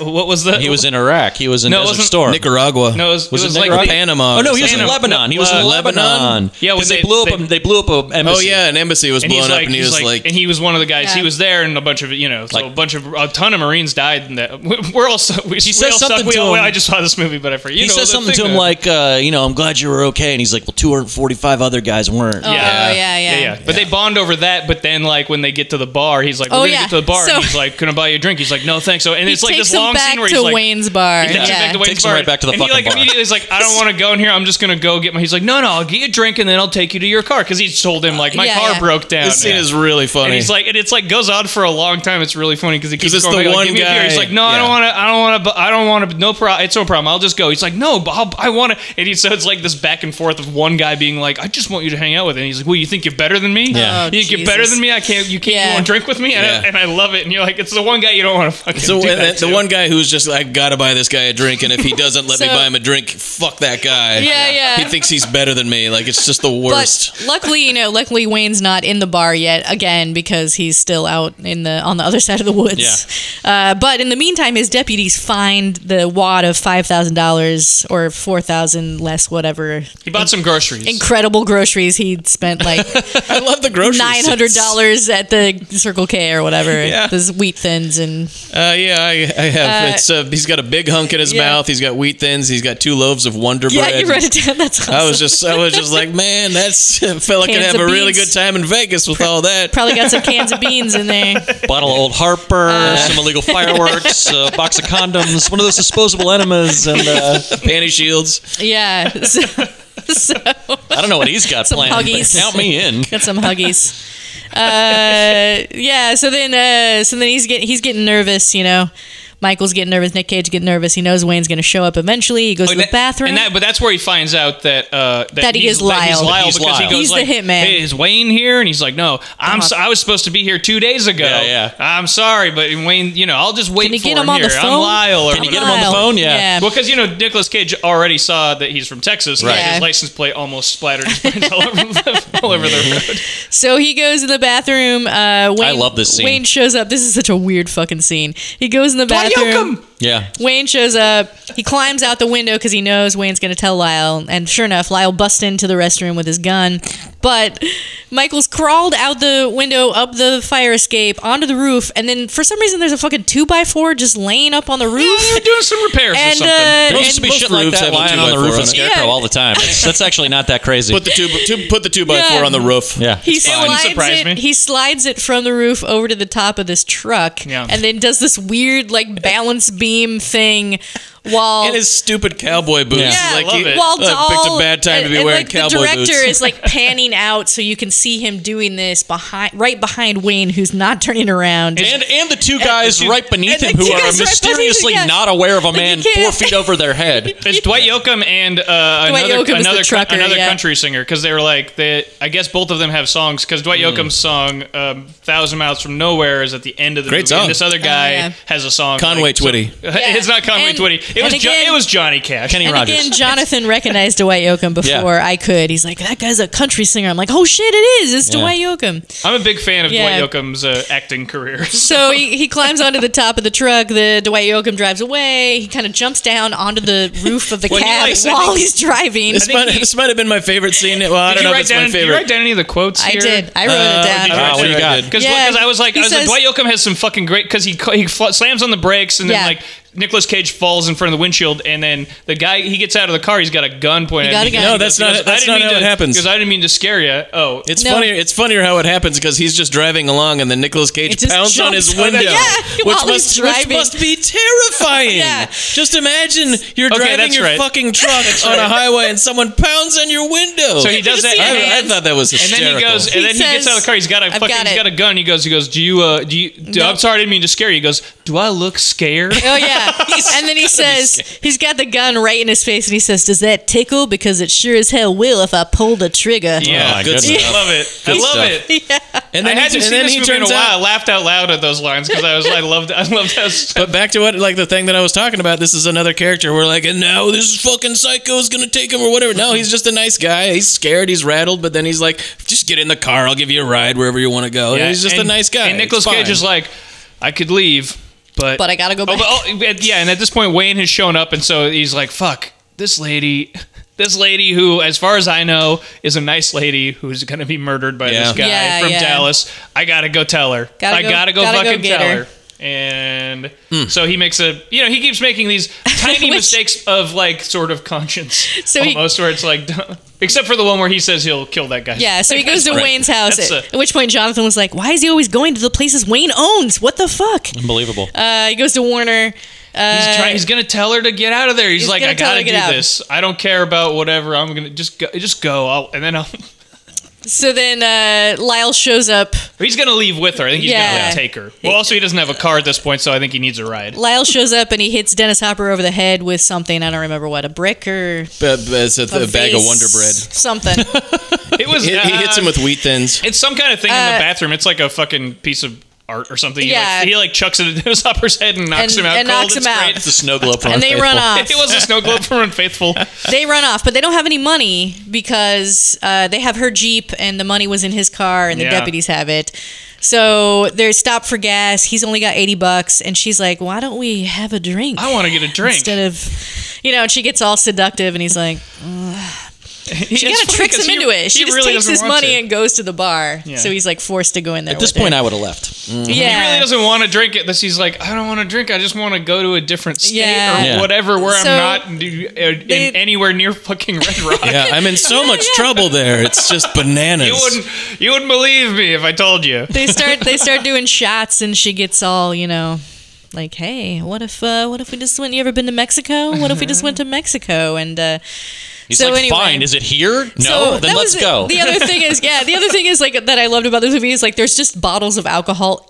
[SPEAKER 1] what was the?
[SPEAKER 2] He was in Iraq. He was in
[SPEAKER 1] No, it
[SPEAKER 2] Desert
[SPEAKER 1] wasn't-
[SPEAKER 2] Storm.
[SPEAKER 4] Nicaragua.
[SPEAKER 1] No, it was,
[SPEAKER 2] Was
[SPEAKER 1] it was
[SPEAKER 2] it
[SPEAKER 1] like
[SPEAKER 2] Nicaragua?
[SPEAKER 1] the-
[SPEAKER 4] Panama.
[SPEAKER 2] Oh no, he was in
[SPEAKER 1] Panama.
[SPEAKER 2] Lebanon. He was
[SPEAKER 1] Uh,
[SPEAKER 2] in Lebanon.
[SPEAKER 1] Yeah, when
[SPEAKER 2] 'Cause they,
[SPEAKER 1] they-
[SPEAKER 2] blew up.
[SPEAKER 1] they-
[SPEAKER 2] a, they blew up a
[SPEAKER 4] Oh
[SPEAKER 2] embassy.
[SPEAKER 4] yeah, an embassy was
[SPEAKER 1] And
[SPEAKER 4] blown
[SPEAKER 1] he's
[SPEAKER 4] up,
[SPEAKER 1] like,
[SPEAKER 4] and he
[SPEAKER 1] he's
[SPEAKER 4] was like,
[SPEAKER 1] and he was one of the guys.
[SPEAKER 3] Yeah.
[SPEAKER 1] He was there, and a bunch of you know, so
[SPEAKER 2] Like-
[SPEAKER 1] a bunch of a ton of Marines died. In that we- we're all so- we, he
[SPEAKER 2] says something to him.
[SPEAKER 1] I just saw this movie, but I forget. You
[SPEAKER 2] he
[SPEAKER 1] know,
[SPEAKER 2] says
[SPEAKER 1] the
[SPEAKER 2] something
[SPEAKER 1] thing
[SPEAKER 2] to him
[SPEAKER 1] that-
[SPEAKER 2] like, uh, you know, I'm glad you were okay, and he's like, well, 245 other guys weren't.
[SPEAKER 3] Oh, yeah, yeah.
[SPEAKER 1] yeah, yeah. But they bond over that. But then, like when they get to the bar, he's like, "We're
[SPEAKER 3] Oh,
[SPEAKER 1] gonna
[SPEAKER 3] yeah.
[SPEAKER 1] get to the bar,"
[SPEAKER 3] So-
[SPEAKER 1] and he's like, "Can I buy you a drink?" He's like, "No, thanks." So, and it's like
[SPEAKER 3] takes
[SPEAKER 1] this
[SPEAKER 3] him
[SPEAKER 1] long
[SPEAKER 3] back
[SPEAKER 1] scene where
[SPEAKER 3] to
[SPEAKER 1] he's like,
[SPEAKER 3] Wayne's bar.
[SPEAKER 1] he takes him back to Wayne's
[SPEAKER 2] Takes him
[SPEAKER 1] bar,
[SPEAKER 2] right back to the
[SPEAKER 1] and he like
[SPEAKER 2] fucking bar.
[SPEAKER 1] immediately is like, "I don't want to go in here. I'm just gonna go get my." He's like, "No, no, I'll get you a drink and then I'll take you to your car," because he's told him like, "My
[SPEAKER 3] Yeah,
[SPEAKER 1] car
[SPEAKER 3] yeah.
[SPEAKER 1] broke down."
[SPEAKER 4] this scene
[SPEAKER 1] Yeah.
[SPEAKER 4] is really funny.
[SPEAKER 1] And he's like, and it's like goes on for a long time. It's really funny because he keeps
[SPEAKER 4] 'Cause it's
[SPEAKER 1] going
[SPEAKER 4] the
[SPEAKER 1] back, like,
[SPEAKER 4] one
[SPEAKER 1] "Give me a beer."
[SPEAKER 4] guy-
[SPEAKER 1] He's like, no, I don't
[SPEAKER 4] yeah.
[SPEAKER 1] want to. I don't want to. I don't want to. No problem. It's no problem. I'll just go. He's like, no, Bob, I want to. And he so it's like this back and forth of one guy being like, I just want you to hang out with. Him. And he's like, well, you think you're better than me?
[SPEAKER 3] Yeah. Oh,
[SPEAKER 1] you think you're better
[SPEAKER 3] Jesus.
[SPEAKER 1] than me. I can't. You can't.
[SPEAKER 3] Yeah.
[SPEAKER 1] You want to drink with me? And, I,
[SPEAKER 4] Yeah.
[SPEAKER 1] and I love it. And you're like, it's the one guy you don't want to fucking.
[SPEAKER 4] so
[SPEAKER 1] do
[SPEAKER 4] and
[SPEAKER 1] that
[SPEAKER 4] the
[SPEAKER 1] to.
[SPEAKER 4] one guy who's just like, gotta buy this guy a drink, and if he doesn't let me
[SPEAKER 3] So-
[SPEAKER 4] buy him a drink, fuck that guy.
[SPEAKER 3] Yeah, yeah.
[SPEAKER 4] He thinks he's better than me. Like it's just the worst.
[SPEAKER 3] But luckily, you know, luckily Wayne's not in the bar yet again because he's still out in the on the other side of the woods. Uh, but in the meantime, his deputies find the wad of five thousand dollars or four thousand less whatever
[SPEAKER 1] He bought some groceries.
[SPEAKER 3] incredible groceries he spent like
[SPEAKER 4] I love the grocery.
[SPEAKER 3] nine hundred dollars at the Circle K or whatever.
[SPEAKER 4] Yeah.
[SPEAKER 3] Those wheat thins and
[SPEAKER 4] Uh, yeah, I, I have.
[SPEAKER 3] Uh,
[SPEAKER 4] it's uh, he's got a big hunk in his
[SPEAKER 3] yeah.
[SPEAKER 4] mouth. He's got wheat thins. He's got two loaves of Wonder
[SPEAKER 3] yeah,
[SPEAKER 4] Bread.
[SPEAKER 3] you wrote it down. That's awesome.
[SPEAKER 4] I was just, I was just like, man, that's a fella could
[SPEAKER 3] Cans
[SPEAKER 4] have
[SPEAKER 3] of
[SPEAKER 4] a really
[SPEAKER 3] beans.
[SPEAKER 4] good time in Vegas with all that.
[SPEAKER 3] probably got some cans of beans in there.
[SPEAKER 2] Bottle of Old Harper,
[SPEAKER 3] Uh,
[SPEAKER 2] some illegal fireworks, a box of condoms, one of those disposable enemas, and uh,
[SPEAKER 4] Panty shields.
[SPEAKER 3] Yeah. So, so
[SPEAKER 2] I don't know what he's got
[SPEAKER 3] Some
[SPEAKER 2] planned. but
[SPEAKER 3] Huggies.
[SPEAKER 2] Count me in.
[SPEAKER 3] got some huggies. Uh, yeah. So then, uh, so then he's getting he's getting nervous. You know, Michael's getting nervous. Nick Cage getting nervous. He knows Wayne's going to show up eventually. He goes
[SPEAKER 2] Oh,
[SPEAKER 1] Oh,
[SPEAKER 3] to
[SPEAKER 1] And
[SPEAKER 3] the
[SPEAKER 1] that-
[SPEAKER 3] bathroom.
[SPEAKER 1] and that, but that's where he finds out that uh,
[SPEAKER 3] That he
[SPEAKER 1] he's-
[SPEAKER 3] is Lyle.
[SPEAKER 1] He's Lyle
[SPEAKER 2] He's
[SPEAKER 1] because
[SPEAKER 2] Lyle.
[SPEAKER 1] he goes
[SPEAKER 3] He's the
[SPEAKER 1] like,
[SPEAKER 3] hitman.
[SPEAKER 1] "Hey, is Wayne here?" And he's like, "No, I'm. So, I was supposed to be here two days ago.
[SPEAKER 2] Yeah, yeah.
[SPEAKER 1] I'm sorry, but Wayne, you know, I'll just wait
[SPEAKER 3] Can you
[SPEAKER 1] for
[SPEAKER 3] get
[SPEAKER 1] him,
[SPEAKER 3] him on the
[SPEAKER 1] here. I'm
[SPEAKER 3] phone?
[SPEAKER 1] Lyle. Or
[SPEAKER 2] Can you
[SPEAKER 1] whatever.
[SPEAKER 2] get him on the
[SPEAKER 3] Lyle.
[SPEAKER 2] phone? Yeah.
[SPEAKER 1] Well, because you know Nicolas Cage already saw that he's from Texas. and
[SPEAKER 3] Right.
[SPEAKER 1] His
[SPEAKER 3] Yeah.
[SPEAKER 1] license plate almost splattered his brains all over the, all over the road.
[SPEAKER 3] So he goes in the bathroom. Uh, Wayne,
[SPEAKER 2] love this scene.
[SPEAKER 3] Wayne shows up. This is such a weird fucking scene. He goes in the
[SPEAKER 1] Yoakum!
[SPEAKER 3] bathroom.
[SPEAKER 2] Yeah.
[SPEAKER 3] Wayne shows up. He climbs out the window because he knows Wayne's going to tell Lyle. And sure enough, Lyle busts into the restroom with his gun. But Michael's crawled out the window, up the fire escape, onto the roof. And then for some reason, there's a fucking two by four just laying up on the
[SPEAKER 1] Yeah,
[SPEAKER 3] roof.
[SPEAKER 1] they were doing some repairs or
[SPEAKER 3] And,
[SPEAKER 1] something.
[SPEAKER 3] uh,
[SPEAKER 2] There
[SPEAKER 3] And
[SPEAKER 2] used to be
[SPEAKER 4] most
[SPEAKER 2] shit like
[SPEAKER 4] roofs
[SPEAKER 2] that
[SPEAKER 4] have a
[SPEAKER 2] lying
[SPEAKER 4] two
[SPEAKER 2] on
[SPEAKER 4] by
[SPEAKER 2] the
[SPEAKER 4] four
[SPEAKER 2] roof
[SPEAKER 4] on
[SPEAKER 2] of
[SPEAKER 4] it.
[SPEAKER 2] Scarecrow
[SPEAKER 3] Yeah.
[SPEAKER 2] all the time. It's, that's actually not that crazy.
[SPEAKER 4] Put the two, two put the two by
[SPEAKER 3] Yeah.
[SPEAKER 4] four on the roof.
[SPEAKER 2] yeah.
[SPEAKER 3] He
[SPEAKER 2] it's fine.
[SPEAKER 1] Wouldn't
[SPEAKER 3] slides,
[SPEAKER 1] surprise
[SPEAKER 3] it,
[SPEAKER 1] me.
[SPEAKER 3] he slides it from the roof over to the top of this truck
[SPEAKER 1] Yeah.
[SPEAKER 3] and then does this weird like balance beam thing while
[SPEAKER 4] And his stupid cowboy boots.
[SPEAKER 2] Yeah.
[SPEAKER 4] He's
[SPEAKER 1] I love
[SPEAKER 4] he-
[SPEAKER 1] it.
[SPEAKER 3] While
[SPEAKER 4] "Look, picked
[SPEAKER 3] Dahl-
[SPEAKER 4] a bad time to be
[SPEAKER 3] and,
[SPEAKER 4] wearing
[SPEAKER 3] like,
[SPEAKER 4] cowboy
[SPEAKER 3] The director
[SPEAKER 4] boots.
[SPEAKER 3] is like panning out so you can see him doing this behind, right behind Wayne, who's not turning around.
[SPEAKER 2] and and the two guys
[SPEAKER 1] two-
[SPEAKER 2] right beneath
[SPEAKER 3] and
[SPEAKER 2] him
[SPEAKER 3] the
[SPEAKER 2] who
[SPEAKER 3] two
[SPEAKER 2] are
[SPEAKER 3] guys right
[SPEAKER 2] mysteriously
[SPEAKER 3] beneath him, yeah.
[SPEAKER 2] not aware of a man
[SPEAKER 3] you
[SPEAKER 2] four
[SPEAKER 3] can't-
[SPEAKER 2] feet over their head.
[SPEAKER 1] It's Dwight Yoakam and uh,
[SPEAKER 3] Dwight
[SPEAKER 1] another
[SPEAKER 3] Yoakam is the
[SPEAKER 1] another,
[SPEAKER 3] trucker,
[SPEAKER 1] another
[SPEAKER 3] yeah.
[SPEAKER 1] country singer because they were like they. I guess both of them have songs because
[SPEAKER 4] Hmm.
[SPEAKER 1] Dwight Yoakam's song um, "Thousand Miles from Nowhere" is at the end of the
[SPEAKER 4] Great
[SPEAKER 1] movie,
[SPEAKER 4] song.
[SPEAKER 1] and this other guy
[SPEAKER 3] Oh, yeah.
[SPEAKER 1] has a song.
[SPEAKER 4] Conway
[SPEAKER 1] like, so-
[SPEAKER 4] Twitty.
[SPEAKER 1] it's not Conway
[SPEAKER 3] And-
[SPEAKER 1] Twitty. It
[SPEAKER 3] and
[SPEAKER 1] was jo-
[SPEAKER 3] again-
[SPEAKER 1] it was Johnny Cash.
[SPEAKER 2] Kenny
[SPEAKER 3] And
[SPEAKER 2] Rogers.
[SPEAKER 3] again, Jonathan recognized Dwight Yoakam before I could. He's like, that guy's a country singer. I'm like, oh shit, it is. It's
[SPEAKER 2] Yeah.
[SPEAKER 3] Dwight Yoakam.
[SPEAKER 1] I'm a big fan of
[SPEAKER 3] Yeah.
[SPEAKER 1] Dwight Yoakam's uh, acting career.
[SPEAKER 3] So he, he climbs onto the top of the truck. The Dwight Yoakam drives away. He kind of jumps down onto the roof of the
[SPEAKER 1] Well, you
[SPEAKER 3] cab
[SPEAKER 1] like- I
[SPEAKER 3] while
[SPEAKER 1] think-
[SPEAKER 3] he's driving.
[SPEAKER 4] This might, this might have been my favorite scene. Well,
[SPEAKER 1] Did
[SPEAKER 4] I don't
[SPEAKER 1] you
[SPEAKER 4] know if
[SPEAKER 1] write
[SPEAKER 4] it's my
[SPEAKER 1] down? Did you write
[SPEAKER 4] favorite.
[SPEAKER 1] down any of the quotes?
[SPEAKER 3] I
[SPEAKER 1] here?
[SPEAKER 3] did. I wrote
[SPEAKER 4] Uh,
[SPEAKER 3] it down.
[SPEAKER 4] Ah,
[SPEAKER 2] you write-
[SPEAKER 1] Because
[SPEAKER 2] what you got?
[SPEAKER 3] Yeah.
[SPEAKER 1] I was like, I
[SPEAKER 3] He
[SPEAKER 1] was
[SPEAKER 3] says-
[SPEAKER 1] like, Dwight Yoakam has some fucking great. Because he cl- he fl- slams on the brakes and then
[SPEAKER 3] Yeah.
[SPEAKER 1] like Nicolas Cage falls in front of the windshield and then the guy he gets out of the car. He's got a gun pointed.
[SPEAKER 3] He
[SPEAKER 1] at
[SPEAKER 3] got
[SPEAKER 1] him.
[SPEAKER 3] a gun. No,
[SPEAKER 4] that's
[SPEAKER 1] goes-
[SPEAKER 4] not-
[SPEAKER 1] he goes,
[SPEAKER 4] that's
[SPEAKER 1] "I didn't
[SPEAKER 4] not
[SPEAKER 1] mean
[SPEAKER 4] how
[SPEAKER 1] to-
[SPEAKER 4] it happens."
[SPEAKER 1] Because I didn't mean to scare you. Oh,
[SPEAKER 4] It's
[SPEAKER 3] No.
[SPEAKER 4] funnier. It's funnier how it happens because he's just driving along and then Nicolas Cage
[SPEAKER 3] It just
[SPEAKER 4] pounds on his
[SPEAKER 3] jumps on
[SPEAKER 4] window,
[SPEAKER 3] the- Yeah,
[SPEAKER 4] which
[SPEAKER 3] while
[SPEAKER 4] must
[SPEAKER 3] he's
[SPEAKER 4] which
[SPEAKER 3] driving.
[SPEAKER 4] must be terrifying.
[SPEAKER 3] Yeah.
[SPEAKER 4] Just imagine you're
[SPEAKER 1] Okay,
[SPEAKER 4] driving
[SPEAKER 1] that's
[SPEAKER 4] your
[SPEAKER 1] right.
[SPEAKER 4] fucking truck on a highway and someone pounds on your window.
[SPEAKER 1] So he does
[SPEAKER 3] just
[SPEAKER 1] that,
[SPEAKER 3] see his
[SPEAKER 1] and,
[SPEAKER 4] I, I
[SPEAKER 3] hands.
[SPEAKER 4] thought that was
[SPEAKER 1] and
[SPEAKER 4] hysterical.
[SPEAKER 1] then he goes, and
[SPEAKER 3] He
[SPEAKER 1] then he gets
[SPEAKER 3] says,
[SPEAKER 1] out of the car. He's got a
[SPEAKER 3] "I've
[SPEAKER 1] fucking,
[SPEAKER 3] got
[SPEAKER 1] he's
[SPEAKER 3] it."
[SPEAKER 1] got a gun. He goes, he goes, do you, uh, do you? Do,
[SPEAKER 3] No.
[SPEAKER 1] I'm sorry, I didn't mean to scare you. He goes, do I look scared?
[SPEAKER 3] Oh yeah. and then he says he's got the gun right in his face, and he says, "Does that tickle? Because it sure as hell will if I pull the trigger."
[SPEAKER 1] Yeah,
[SPEAKER 4] my
[SPEAKER 1] good
[SPEAKER 4] goodness.
[SPEAKER 1] stuff. love it. I
[SPEAKER 4] Good
[SPEAKER 1] love
[SPEAKER 4] stuff.
[SPEAKER 1] it.
[SPEAKER 4] and
[SPEAKER 1] I
[SPEAKER 4] then he,
[SPEAKER 1] hadn't
[SPEAKER 4] and
[SPEAKER 1] seen
[SPEAKER 4] then
[SPEAKER 1] this
[SPEAKER 4] he
[SPEAKER 1] movie in a
[SPEAKER 4] turns
[SPEAKER 1] while. I
[SPEAKER 4] out.
[SPEAKER 1] laughed out loud at those lines because I was, I loved, I loved how.
[SPEAKER 4] But back to what, like the thing that I was talking about. This is another character. We're like, and now this fucking psycho is gonna take him or whatever. No, he's just a nice guy. He's scared. He's rattled. But then he's like, just get in the car. I'll give you a ride wherever you want to go. and he's just a
[SPEAKER 1] and-
[SPEAKER 4] nice guy.
[SPEAKER 1] And Nicolas
[SPEAKER 4] It's
[SPEAKER 1] Cage
[SPEAKER 4] fine.
[SPEAKER 1] is like, I could leave, but
[SPEAKER 3] But I gotta go
[SPEAKER 1] Oh, but-
[SPEAKER 3] back.
[SPEAKER 1] oh, yeah, and at this point, Wayne has shown up, and so he's like, "Fuck this lady." This lady, who, as far as I know, is a nice lady who's going to be murdered by
[SPEAKER 4] Yeah.
[SPEAKER 1] this guy
[SPEAKER 3] Yeah,
[SPEAKER 1] from
[SPEAKER 3] yeah.
[SPEAKER 1] Dallas. I gotta go tell her.
[SPEAKER 3] Gotta
[SPEAKER 1] I
[SPEAKER 3] go-
[SPEAKER 1] gotta go
[SPEAKER 3] gotta go
[SPEAKER 1] fucking
[SPEAKER 3] get
[SPEAKER 1] tell
[SPEAKER 3] her.
[SPEAKER 1] her. And
[SPEAKER 4] Hmm.
[SPEAKER 1] so he makes a, you know, he keeps making these tiny
[SPEAKER 3] Which-
[SPEAKER 1] mistakes of like sort of conscience,
[SPEAKER 3] So he-
[SPEAKER 1] almost where it's like, except for the one where he says he'll kill that guy.
[SPEAKER 3] Yeah, so he goes to Wayne's house.
[SPEAKER 1] That's
[SPEAKER 3] At,
[SPEAKER 1] a-
[SPEAKER 3] at which point, Jonathan was like, "Why is he always going to the places Wayne owns? What the fuck?"
[SPEAKER 2] Unbelievable.
[SPEAKER 3] Uh, he goes to Warner. Uh,
[SPEAKER 1] He's trying. He's gonna tell her to get out of there. He's,
[SPEAKER 3] he's
[SPEAKER 1] like,
[SPEAKER 3] gonna
[SPEAKER 1] I
[SPEAKER 3] tell her
[SPEAKER 1] gotta
[SPEAKER 3] to
[SPEAKER 1] do
[SPEAKER 3] get out."
[SPEAKER 1] this. I don't care about whatever. I'm gonna just go. Just go. I'll, and then I'll.
[SPEAKER 3] so then uh, Lyle shows up.
[SPEAKER 1] He's gonna leave with her. I think he's gonna
[SPEAKER 3] Yeah.
[SPEAKER 1] like, take her. Well, also he doesn't have a car at this point, so I think he needs a ride.
[SPEAKER 3] Lyle shows up and he hits Dennis Hopper over the head with something. I don't remember what a brick or
[SPEAKER 4] But- but it's a,
[SPEAKER 3] a,
[SPEAKER 4] a bag of
[SPEAKER 3] vase,
[SPEAKER 4] Wonder Bread.
[SPEAKER 3] Something.
[SPEAKER 1] It was.
[SPEAKER 4] He, he hits
[SPEAKER 1] uh,
[SPEAKER 4] him with wheat thins.
[SPEAKER 1] It's some kind of thing in
[SPEAKER 3] Uh,
[SPEAKER 1] the bathroom. It's like a fucking piece of art or something. He,
[SPEAKER 3] Yeah.
[SPEAKER 1] like, he like chucks it into his upper's head and knocks
[SPEAKER 3] And-
[SPEAKER 1] him out.
[SPEAKER 3] and
[SPEAKER 1] cold.
[SPEAKER 3] knocks
[SPEAKER 1] It's
[SPEAKER 3] him out.
[SPEAKER 1] great.
[SPEAKER 4] It's a snow globe from
[SPEAKER 3] and they
[SPEAKER 4] Unfaithful.
[SPEAKER 3] run off.
[SPEAKER 1] It was a snow globe from Unfaithful.
[SPEAKER 3] they run off, but they don't have any money because uh, they have her jeep, and the money was in his car, and the
[SPEAKER 1] Yeah.
[SPEAKER 3] deputies have it. So they're stopped for gas. He's only got eighty bucks, and she's like, "Why don't we have a drink?"
[SPEAKER 1] I want to get a drink.
[SPEAKER 3] instead of, you know. And she gets all seductive, and he's like,
[SPEAKER 1] He
[SPEAKER 3] "She kind of tricks him into it." She just takes his money and goes to the bar. So he's like forced to go in there.
[SPEAKER 2] At this point, I would have left.
[SPEAKER 3] yeah,
[SPEAKER 1] He really doesn't want to drink it. This he's like, I don't want to drink. I just want to go to a different state
[SPEAKER 3] Yeah.
[SPEAKER 1] or
[SPEAKER 2] Yeah.
[SPEAKER 1] whatever where
[SPEAKER 3] So,
[SPEAKER 1] I'm not d- uh, in
[SPEAKER 3] they-
[SPEAKER 1] anywhere near fucking Red Rock.
[SPEAKER 4] Yeah, I'm in so much trouble there. It's just bananas.
[SPEAKER 1] You wouldn't, you wouldn't believe me if I told you.
[SPEAKER 3] they start they start doing shots and she gets all you know like hey what if uh, what if we just went you ever been to mexico what if we just went to mexico and uh
[SPEAKER 2] He's
[SPEAKER 3] so
[SPEAKER 2] like,
[SPEAKER 3] anyway,
[SPEAKER 2] fine. Is it here? No.
[SPEAKER 3] so
[SPEAKER 2] then
[SPEAKER 3] that
[SPEAKER 2] let's
[SPEAKER 3] was-
[SPEAKER 2] go.
[SPEAKER 3] The other thing is, yeah, the other thing is like that I loved about this movie is like there's just bottles of alcohol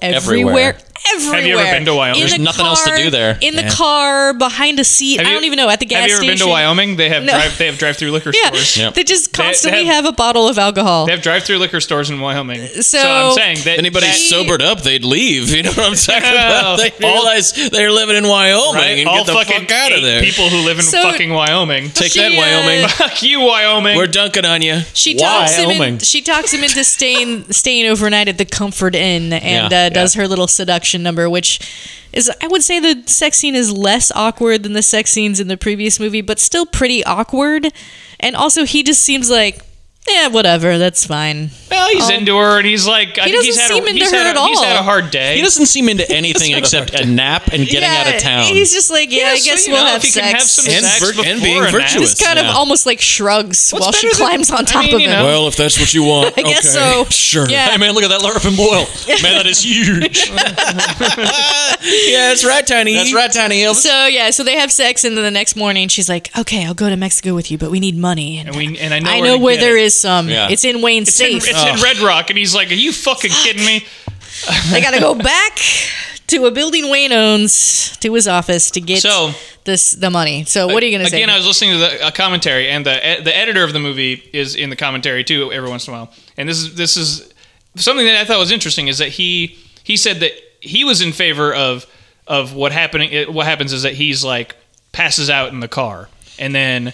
[SPEAKER 2] Everywhere.
[SPEAKER 3] everywhere. Everywhere.
[SPEAKER 1] Have you ever been to Wyoming?
[SPEAKER 3] In
[SPEAKER 2] There's
[SPEAKER 3] the
[SPEAKER 2] nothing else to
[SPEAKER 3] car,
[SPEAKER 2] do there.
[SPEAKER 3] In the
[SPEAKER 4] Yeah.
[SPEAKER 3] car, behind a seat.
[SPEAKER 1] Have
[SPEAKER 3] I
[SPEAKER 1] you-
[SPEAKER 3] don't even know. At the gas
[SPEAKER 1] Have you ever
[SPEAKER 3] station.
[SPEAKER 1] been to Wyoming? They have
[SPEAKER 3] No.
[SPEAKER 1] drive. They have drive-through liquor
[SPEAKER 3] Yeah,
[SPEAKER 1] stores.
[SPEAKER 2] Yep.
[SPEAKER 3] they just
[SPEAKER 1] They- they
[SPEAKER 3] constantly
[SPEAKER 1] have-
[SPEAKER 3] have, a bottle of alcohol.
[SPEAKER 1] They have drive-through liquor stores in Wyoming.
[SPEAKER 3] Uh, So-
[SPEAKER 1] I'm saying that
[SPEAKER 4] Anybody
[SPEAKER 1] that-
[SPEAKER 4] sobered up, they'd leave. You know what I'm talking about? They
[SPEAKER 1] All-
[SPEAKER 4] realize they're living in Wyoming
[SPEAKER 1] right?
[SPEAKER 4] and
[SPEAKER 1] all
[SPEAKER 4] get the
[SPEAKER 1] fucking
[SPEAKER 4] fuck out of
[SPEAKER 1] eight
[SPEAKER 4] there.
[SPEAKER 1] people who live in
[SPEAKER 3] So-
[SPEAKER 1] fucking Wyoming.
[SPEAKER 4] Take
[SPEAKER 3] She,
[SPEAKER 4] that,
[SPEAKER 3] uh,
[SPEAKER 4] Wyoming.
[SPEAKER 1] Fuck you, Wyoming.
[SPEAKER 4] We're dunking on you.
[SPEAKER 3] She talks him. In,
[SPEAKER 2] Wyoming.
[SPEAKER 3] she talks him into staying staying overnight at the Comfort Inn and
[SPEAKER 2] Yeah,
[SPEAKER 3] uh, does her little seduction number, which is I would say the sex scene is less awkward than the sex scenes in the previous movie, but still pretty awkward. And also, he just seems like. Yeah, whatever. That's fine.
[SPEAKER 1] well, he's
[SPEAKER 3] Oh.
[SPEAKER 1] into her, and he's like, I
[SPEAKER 3] He
[SPEAKER 1] think he's
[SPEAKER 3] doesn't
[SPEAKER 1] had a,
[SPEAKER 3] seem into
[SPEAKER 1] he's
[SPEAKER 3] her
[SPEAKER 1] had a,
[SPEAKER 3] at
[SPEAKER 1] He's had a
[SPEAKER 3] all.
[SPEAKER 1] hard day.
[SPEAKER 2] he doesn't seem into anything except a nap and getting
[SPEAKER 3] yeah,
[SPEAKER 2] out of town.
[SPEAKER 3] He's just like, yeah, I
[SPEAKER 1] so,
[SPEAKER 3] guess
[SPEAKER 1] you
[SPEAKER 3] we'll
[SPEAKER 1] know,
[SPEAKER 3] have
[SPEAKER 1] if you
[SPEAKER 3] sex.
[SPEAKER 1] can have some
[SPEAKER 4] And
[SPEAKER 1] sex
[SPEAKER 4] vir-
[SPEAKER 1] before
[SPEAKER 4] and being
[SPEAKER 1] that.
[SPEAKER 4] virtuous.
[SPEAKER 3] just kind of
[SPEAKER 2] Yeah.
[SPEAKER 3] almost like shrugs
[SPEAKER 1] What's
[SPEAKER 3] while she
[SPEAKER 1] better than-
[SPEAKER 3] climbs on
[SPEAKER 1] I
[SPEAKER 3] top
[SPEAKER 1] mean,
[SPEAKER 3] of
[SPEAKER 1] you
[SPEAKER 3] him.
[SPEAKER 1] know,
[SPEAKER 4] Well, if that's what you want,
[SPEAKER 3] I guess
[SPEAKER 4] okay.
[SPEAKER 3] so.
[SPEAKER 4] Sure.
[SPEAKER 3] Yeah.
[SPEAKER 2] Hey man, look at that Larpin boil. Man, that is huge.
[SPEAKER 4] Yeah, that's right, Tiny.
[SPEAKER 2] That's right, Tiny Hill.
[SPEAKER 3] So yeah, so they have sex, and then the next morning she's like, "Okay, I'll go to Mexico with you, but we need money." And,
[SPEAKER 1] And we- and I know
[SPEAKER 3] I
[SPEAKER 1] where
[SPEAKER 3] know
[SPEAKER 1] to
[SPEAKER 3] where
[SPEAKER 1] get
[SPEAKER 3] there
[SPEAKER 1] it."
[SPEAKER 3] is some.
[SPEAKER 2] Yeah.
[SPEAKER 3] It's in Wayne's
[SPEAKER 1] It's, in,
[SPEAKER 3] safe.
[SPEAKER 1] it's in Red Rock, and he's like, "Are you fucking kidding me?"
[SPEAKER 3] I gotta go back to a building Wayne owns to his office to get
[SPEAKER 1] So-
[SPEAKER 3] this the money. So what are you gonna
[SPEAKER 1] Again,
[SPEAKER 3] say?
[SPEAKER 1] I was listening to the a commentary, and the e, the editor of the movie is in the commentary too every once in a while. And this is this is something that I thought was interesting is that he he said that he was in favor of of what happening. it- What happens is that he's like passes out in the car, and then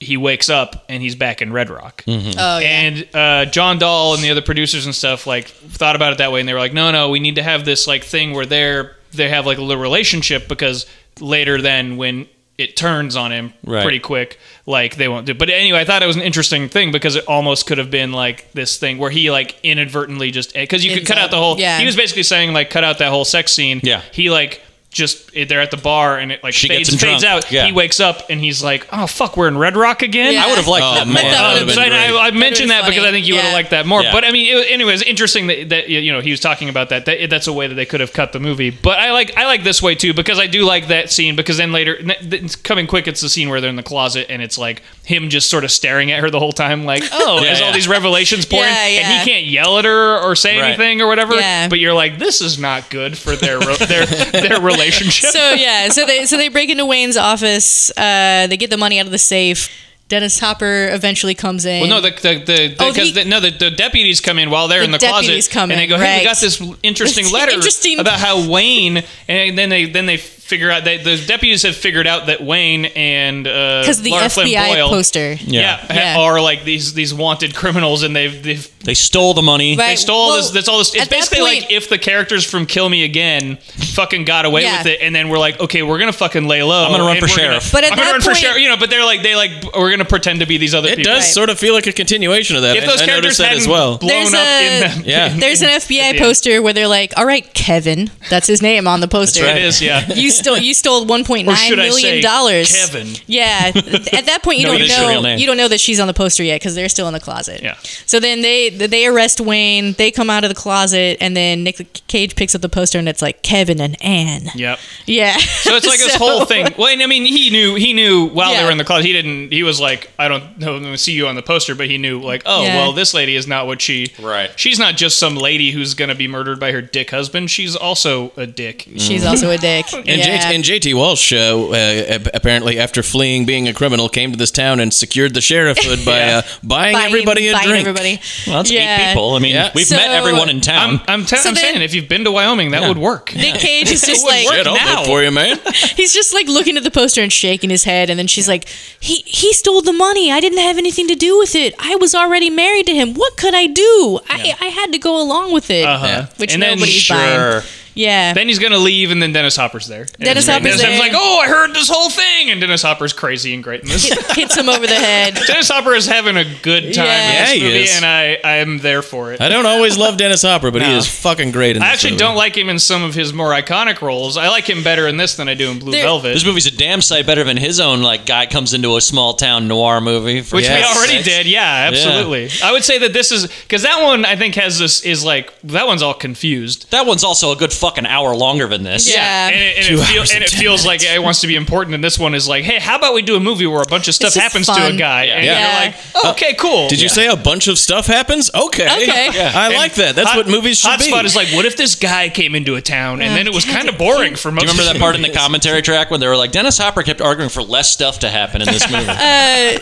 [SPEAKER 1] he wakes up and he's back in Red Rock.
[SPEAKER 2] Mm-hmm.
[SPEAKER 3] oh yeah.
[SPEAKER 1] And uh, John Dahl and the other producers and stuff like thought about it that way, and they were like, "No, no, we need to have this like thing where they're they have like a little relationship because later then when it turns on him
[SPEAKER 2] Right.
[SPEAKER 1] pretty quick, like they won't do." But anyway, I thought it was an interesting thing because it almost could have been like this thing where he like inadvertently just because you could cut out the whole.
[SPEAKER 3] Yeah.
[SPEAKER 1] He was basically saying like cut out that whole sex scene.
[SPEAKER 2] Yeah.
[SPEAKER 1] He like. Just eh, they're at the bar and it like
[SPEAKER 2] She
[SPEAKER 1] fades,
[SPEAKER 2] gets him
[SPEAKER 1] fades
[SPEAKER 2] drunk.
[SPEAKER 1] out.
[SPEAKER 2] Yeah.
[SPEAKER 1] He wakes up and he's like, "Oh fuck, we're in Red Rock again."
[SPEAKER 3] Yeah.
[SPEAKER 2] I would have liked
[SPEAKER 4] Oh,
[SPEAKER 2] that
[SPEAKER 4] man.
[SPEAKER 2] more.
[SPEAKER 3] That would've
[SPEAKER 1] So I-
[SPEAKER 4] been great.
[SPEAKER 1] I, I mentioned that
[SPEAKER 3] That would've been
[SPEAKER 1] because I think you would have
[SPEAKER 3] funny.
[SPEAKER 1] liked that more.
[SPEAKER 2] Yeah.
[SPEAKER 1] But I mean, it, anyway, it's interesting that, that you know he was talking about that. that. That's a way that they could have cut the movie. But I like I like this way too because I do like that scene because then later n- it's coming quick. It's the scene where they're in the closet and it's like him just sort of staring at her the whole time, like oh,
[SPEAKER 2] Yeah,
[SPEAKER 1] there's all
[SPEAKER 2] yeah.
[SPEAKER 1] these revelations pouring,
[SPEAKER 3] Yeah, yeah.
[SPEAKER 1] and he can't yell at her or say
[SPEAKER 2] Right.
[SPEAKER 1] anything or whatever.
[SPEAKER 3] Yeah.
[SPEAKER 1] But you're like, this is not good for their ro- their their relationship.
[SPEAKER 3] so yeah, so they so they break into Wayne's office. Uh, they get the money out of the safe. Dennis Hopper eventually comes in.
[SPEAKER 1] Well, no, the the the,
[SPEAKER 3] Oh,
[SPEAKER 1] because
[SPEAKER 3] the-
[SPEAKER 1] the, no, the, the deputies come in while they're
[SPEAKER 3] The
[SPEAKER 1] in the
[SPEAKER 3] deputies
[SPEAKER 1] closet,
[SPEAKER 3] come
[SPEAKER 1] and they
[SPEAKER 3] in,
[SPEAKER 1] go, "Hey, we
[SPEAKER 3] right.
[SPEAKER 1] got this interesting letter
[SPEAKER 3] Interesting.
[SPEAKER 1] about how Wayne," and then they then they figure out that the deputies have figured out that Wayne and uh, because
[SPEAKER 3] because the FBI poster.
[SPEAKER 1] yeah, ha-
[SPEAKER 3] Yeah.
[SPEAKER 1] are like these these wanted criminals, and they've they've
[SPEAKER 2] They stole the money.
[SPEAKER 3] Right.
[SPEAKER 1] they stole
[SPEAKER 3] Well,
[SPEAKER 1] this. That's all this. It's
[SPEAKER 3] at that
[SPEAKER 1] basically
[SPEAKER 3] point-
[SPEAKER 1] like if the characters from Kill Me Again fucking got away
[SPEAKER 3] Yeah.
[SPEAKER 1] with it, and then we're like, okay, we're gonna fucking lay low.
[SPEAKER 2] I'm gonna run
[SPEAKER 1] and
[SPEAKER 2] for
[SPEAKER 1] we're
[SPEAKER 2] sheriff.
[SPEAKER 3] But at
[SPEAKER 1] I'm gonna
[SPEAKER 3] that
[SPEAKER 1] run for
[SPEAKER 3] point-
[SPEAKER 1] sheriff. You know, but they're like they like we're gonna pretend to be these other
[SPEAKER 4] It
[SPEAKER 1] people.
[SPEAKER 4] does sort of feel like a continuation of that.
[SPEAKER 1] If
[SPEAKER 4] I-
[SPEAKER 1] those
[SPEAKER 4] I
[SPEAKER 1] characters
[SPEAKER 4] noticed that
[SPEAKER 1] hadn't
[SPEAKER 4] as well.
[SPEAKER 1] blown
[SPEAKER 3] There's
[SPEAKER 1] up
[SPEAKER 3] a-
[SPEAKER 1] in the,
[SPEAKER 4] Yeah.
[SPEAKER 3] There's an
[SPEAKER 1] At the
[SPEAKER 3] FBI
[SPEAKER 1] end.
[SPEAKER 3] poster where they're like, "All right, Kevin, that's his name on the poster.
[SPEAKER 1] It is, yeah.
[SPEAKER 3] You stole you stole one point
[SPEAKER 1] Or
[SPEAKER 3] nine
[SPEAKER 1] should I say
[SPEAKER 3] million dollars,
[SPEAKER 1] Kevin?
[SPEAKER 3] Yeah, at that point you
[SPEAKER 1] No, it
[SPEAKER 3] don't
[SPEAKER 1] is her
[SPEAKER 2] real
[SPEAKER 3] know
[SPEAKER 2] name.
[SPEAKER 3] you don't know that she's on the poster yet because they're still in the closet.
[SPEAKER 1] Yeah.
[SPEAKER 3] So then they they arrest Wayne. They come out of the closet and then Nick Cage picks up the poster and it's like Kevin and Anne.
[SPEAKER 1] Yep.
[SPEAKER 3] Yeah.
[SPEAKER 1] So it's like this whole thing. Well, and I mean, he knew he knew while they
[SPEAKER 3] Yeah.
[SPEAKER 1] were in the closet. He didn't. He was like, I don't know, I'm gonna see you on the poster, but he knew like, oh
[SPEAKER 3] Yeah.
[SPEAKER 1] well, this lady is not what she.
[SPEAKER 2] Right.
[SPEAKER 1] She's not just some lady who's gonna be murdered by her dick husband. She's also a dick.
[SPEAKER 3] She's also a dick.
[SPEAKER 1] And
[SPEAKER 3] Yeah.
[SPEAKER 4] J- and JT Walsh uh, uh, ap- apparently, after fleeing being a criminal, came to this town and secured the sheriffhood by uh, buying,
[SPEAKER 3] Buying-
[SPEAKER 4] everybody a
[SPEAKER 3] buying
[SPEAKER 4] drink.
[SPEAKER 3] everybody.
[SPEAKER 2] Well, that's
[SPEAKER 3] Yeah.
[SPEAKER 2] eight people. I mean,
[SPEAKER 4] Yeah.
[SPEAKER 2] we've
[SPEAKER 3] So-
[SPEAKER 2] met everyone in town.
[SPEAKER 1] I'm, I'm, te-
[SPEAKER 3] So
[SPEAKER 1] I'm
[SPEAKER 3] then-
[SPEAKER 1] saying if you've been to Wyoming, that would work.
[SPEAKER 3] Nick Cage is just like
[SPEAKER 4] Shit, I'll
[SPEAKER 1] Now.
[SPEAKER 4] vote for you, man.
[SPEAKER 3] he's just like looking at the poster and shaking his head, and then she's like, "He he stole the money. I didn't have anything to do with it. I was already married to him. What could I do? I I had to go along with it."
[SPEAKER 1] Uh-huh.
[SPEAKER 3] Which
[SPEAKER 1] And then-
[SPEAKER 3] nobody's
[SPEAKER 2] sure.
[SPEAKER 3] buying. Yeah.
[SPEAKER 1] Then he's gonna leave, and then Dennis Hopper's there. And
[SPEAKER 3] Dennis
[SPEAKER 1] then
[SPEAKER 3] Hopper's
[SPEAKER 1] Dennis
[SPEAKER 3] there.
[SPEAKER 1] like, "Oh, I heard this whole thing," and Dennis Hopper's crazy and great in this.
[SPEAKER 3] hits him over the head.
[SPEAKER 1] Dennis Hopper is having a good time
[SPEAKER 3] Yeah.
[SPEAKER 1] in
[SPEAKER 4] Yeah,
[SPEAKER 1] this
[SPEAKER 4] he
[SPEAKER 1] movie,
[SPEAKER 4] is.
[SPEAKER 1] and I, I am there for it.
[SPEAKER 4] I
[SPEAKER 1] I,
[SPEAKER 4] don't always love Dennis Hopper, but he
[SPEAKER 1] No.
[SPEAKER 4] is fucking great in this
[SPEAKER 1] actually
[SPEAKER 4] movie.
[SPEAKER 1] don't like him in some of his more iconic roles. I like him better in this than I do in Blue
[SPEAKER 3] There-
[SPEAKER 1] Velvet,
[SPEAKER 2] This movie's a damn sight better than his own. Like guy comes into a small town noir movie, for
[SPEAKER 1] which
[SPEAKER 4] Yes.
[SPEAKER 1] we already
[SPEAKER 2] That's-
[SPEAKER 1] did. Yeah, absolutely. I would say that this is because that one I think has this is like that one's all confused.
[SPEAKER 2] That one's also a good fucking hour longer than this.
[SPEAKER 3] Yeah.
[SPEAKER 1] and it, and
[SPEAKER 4] Two
[SPEAKER 1] it, feel,
[SPEAKER 4] hours
[SPEAKER 1] and
[SPEAKER 4] and
[SPEAKER 1] it
[SPEAKER 4] 10
[SPEAKER 1] feels like it wants to be important. And this one is like, hey, how about we do a movie where a bunch of stuff
[SPEAKER 3] just
[SPEAKER 1] happens to
[SPEAKER 3] fun.
[SPEAKER 1] a guy, and
[SPEAKER 4] Yeah. Uh,
[SPEAKER 1] you're like, oh, okay, cool.
[SPEAKER 4] Did you say a bunch of stuff happens? Okay.
[SPEAKER 3] Okay. Yeah.
[SPEAKER 4] I
[SPEAKER 1] And
[SPEAKER 4] like that. That's
[SPEAKER 1] Hot-
[SPEAKER 4] what movies should be.
[SPEAKER 1] Hotspot is like, what if this guy came into a town and then it was kind of boring for most.
[SPEAKER 2] Do you remember
[SPEAKER 1] of
[SPEAKER 2] that part in the commentary track when they were like, Dennis Hopper kept arguing for less stuff to happen in this movie?
[SPEAKER 3] Uh,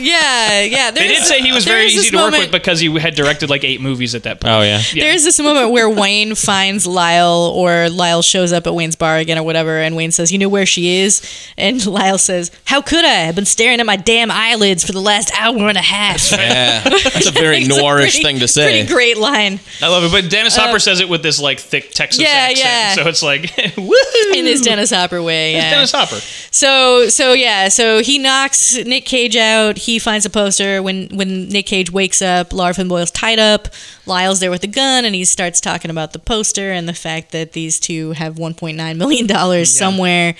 [SPEAKER 3] Yeah, yeah.
[SPEAKER 1] They did say he was very easy to work with
[SPEAKER 3] But-
[SPEAKER 1] because he had directed like eight movies at that point.
[SPEAKER 2] oh, yeah.
[SPEAKER 1] Yeah.
[SPEAKER 3] There is this moment where Wayne finds Lyle, or Lyle shows up at Wayne's bar again, or whatever, and Wayne says, "You know where she is?" And Lyle says, "How could I? I've been staring at my damn eyelids for the last hour and a half."
[SPEAKER 4] Yeah. That's a very
[SPEAKER 3] It's a
[SPEAKER 4] noirish
[SPEAKER 3] pretty-
[SPEAKER 4] thing to say.
[SPEAKER 3] Pretty great line.
[SPEAKER 4] Oh.
[SPEAKER 1] I love it. But Dennis Hopper says it with this like thick Texas
[SPEAKER 3] Uh, yeah,
[SPEAKER 1] accent,
[SPEAKER 3] yeah.
[SPEAKER 1] so it's like, woohoo!
[SPEAKER 3] in his Dennis Hopper way. Yeah.
[SPEAKER 1] Dennis Hopper.
[SPEAKER 3] So so yeah, so he knocks Nick Cage out. He finds a poster when when Nick Cage wakes up. Larfin Boyle's tied up. Lyle's there with a gun, and he starts talking about the poster and the fact that these two have 1.9 million dollars somewhere.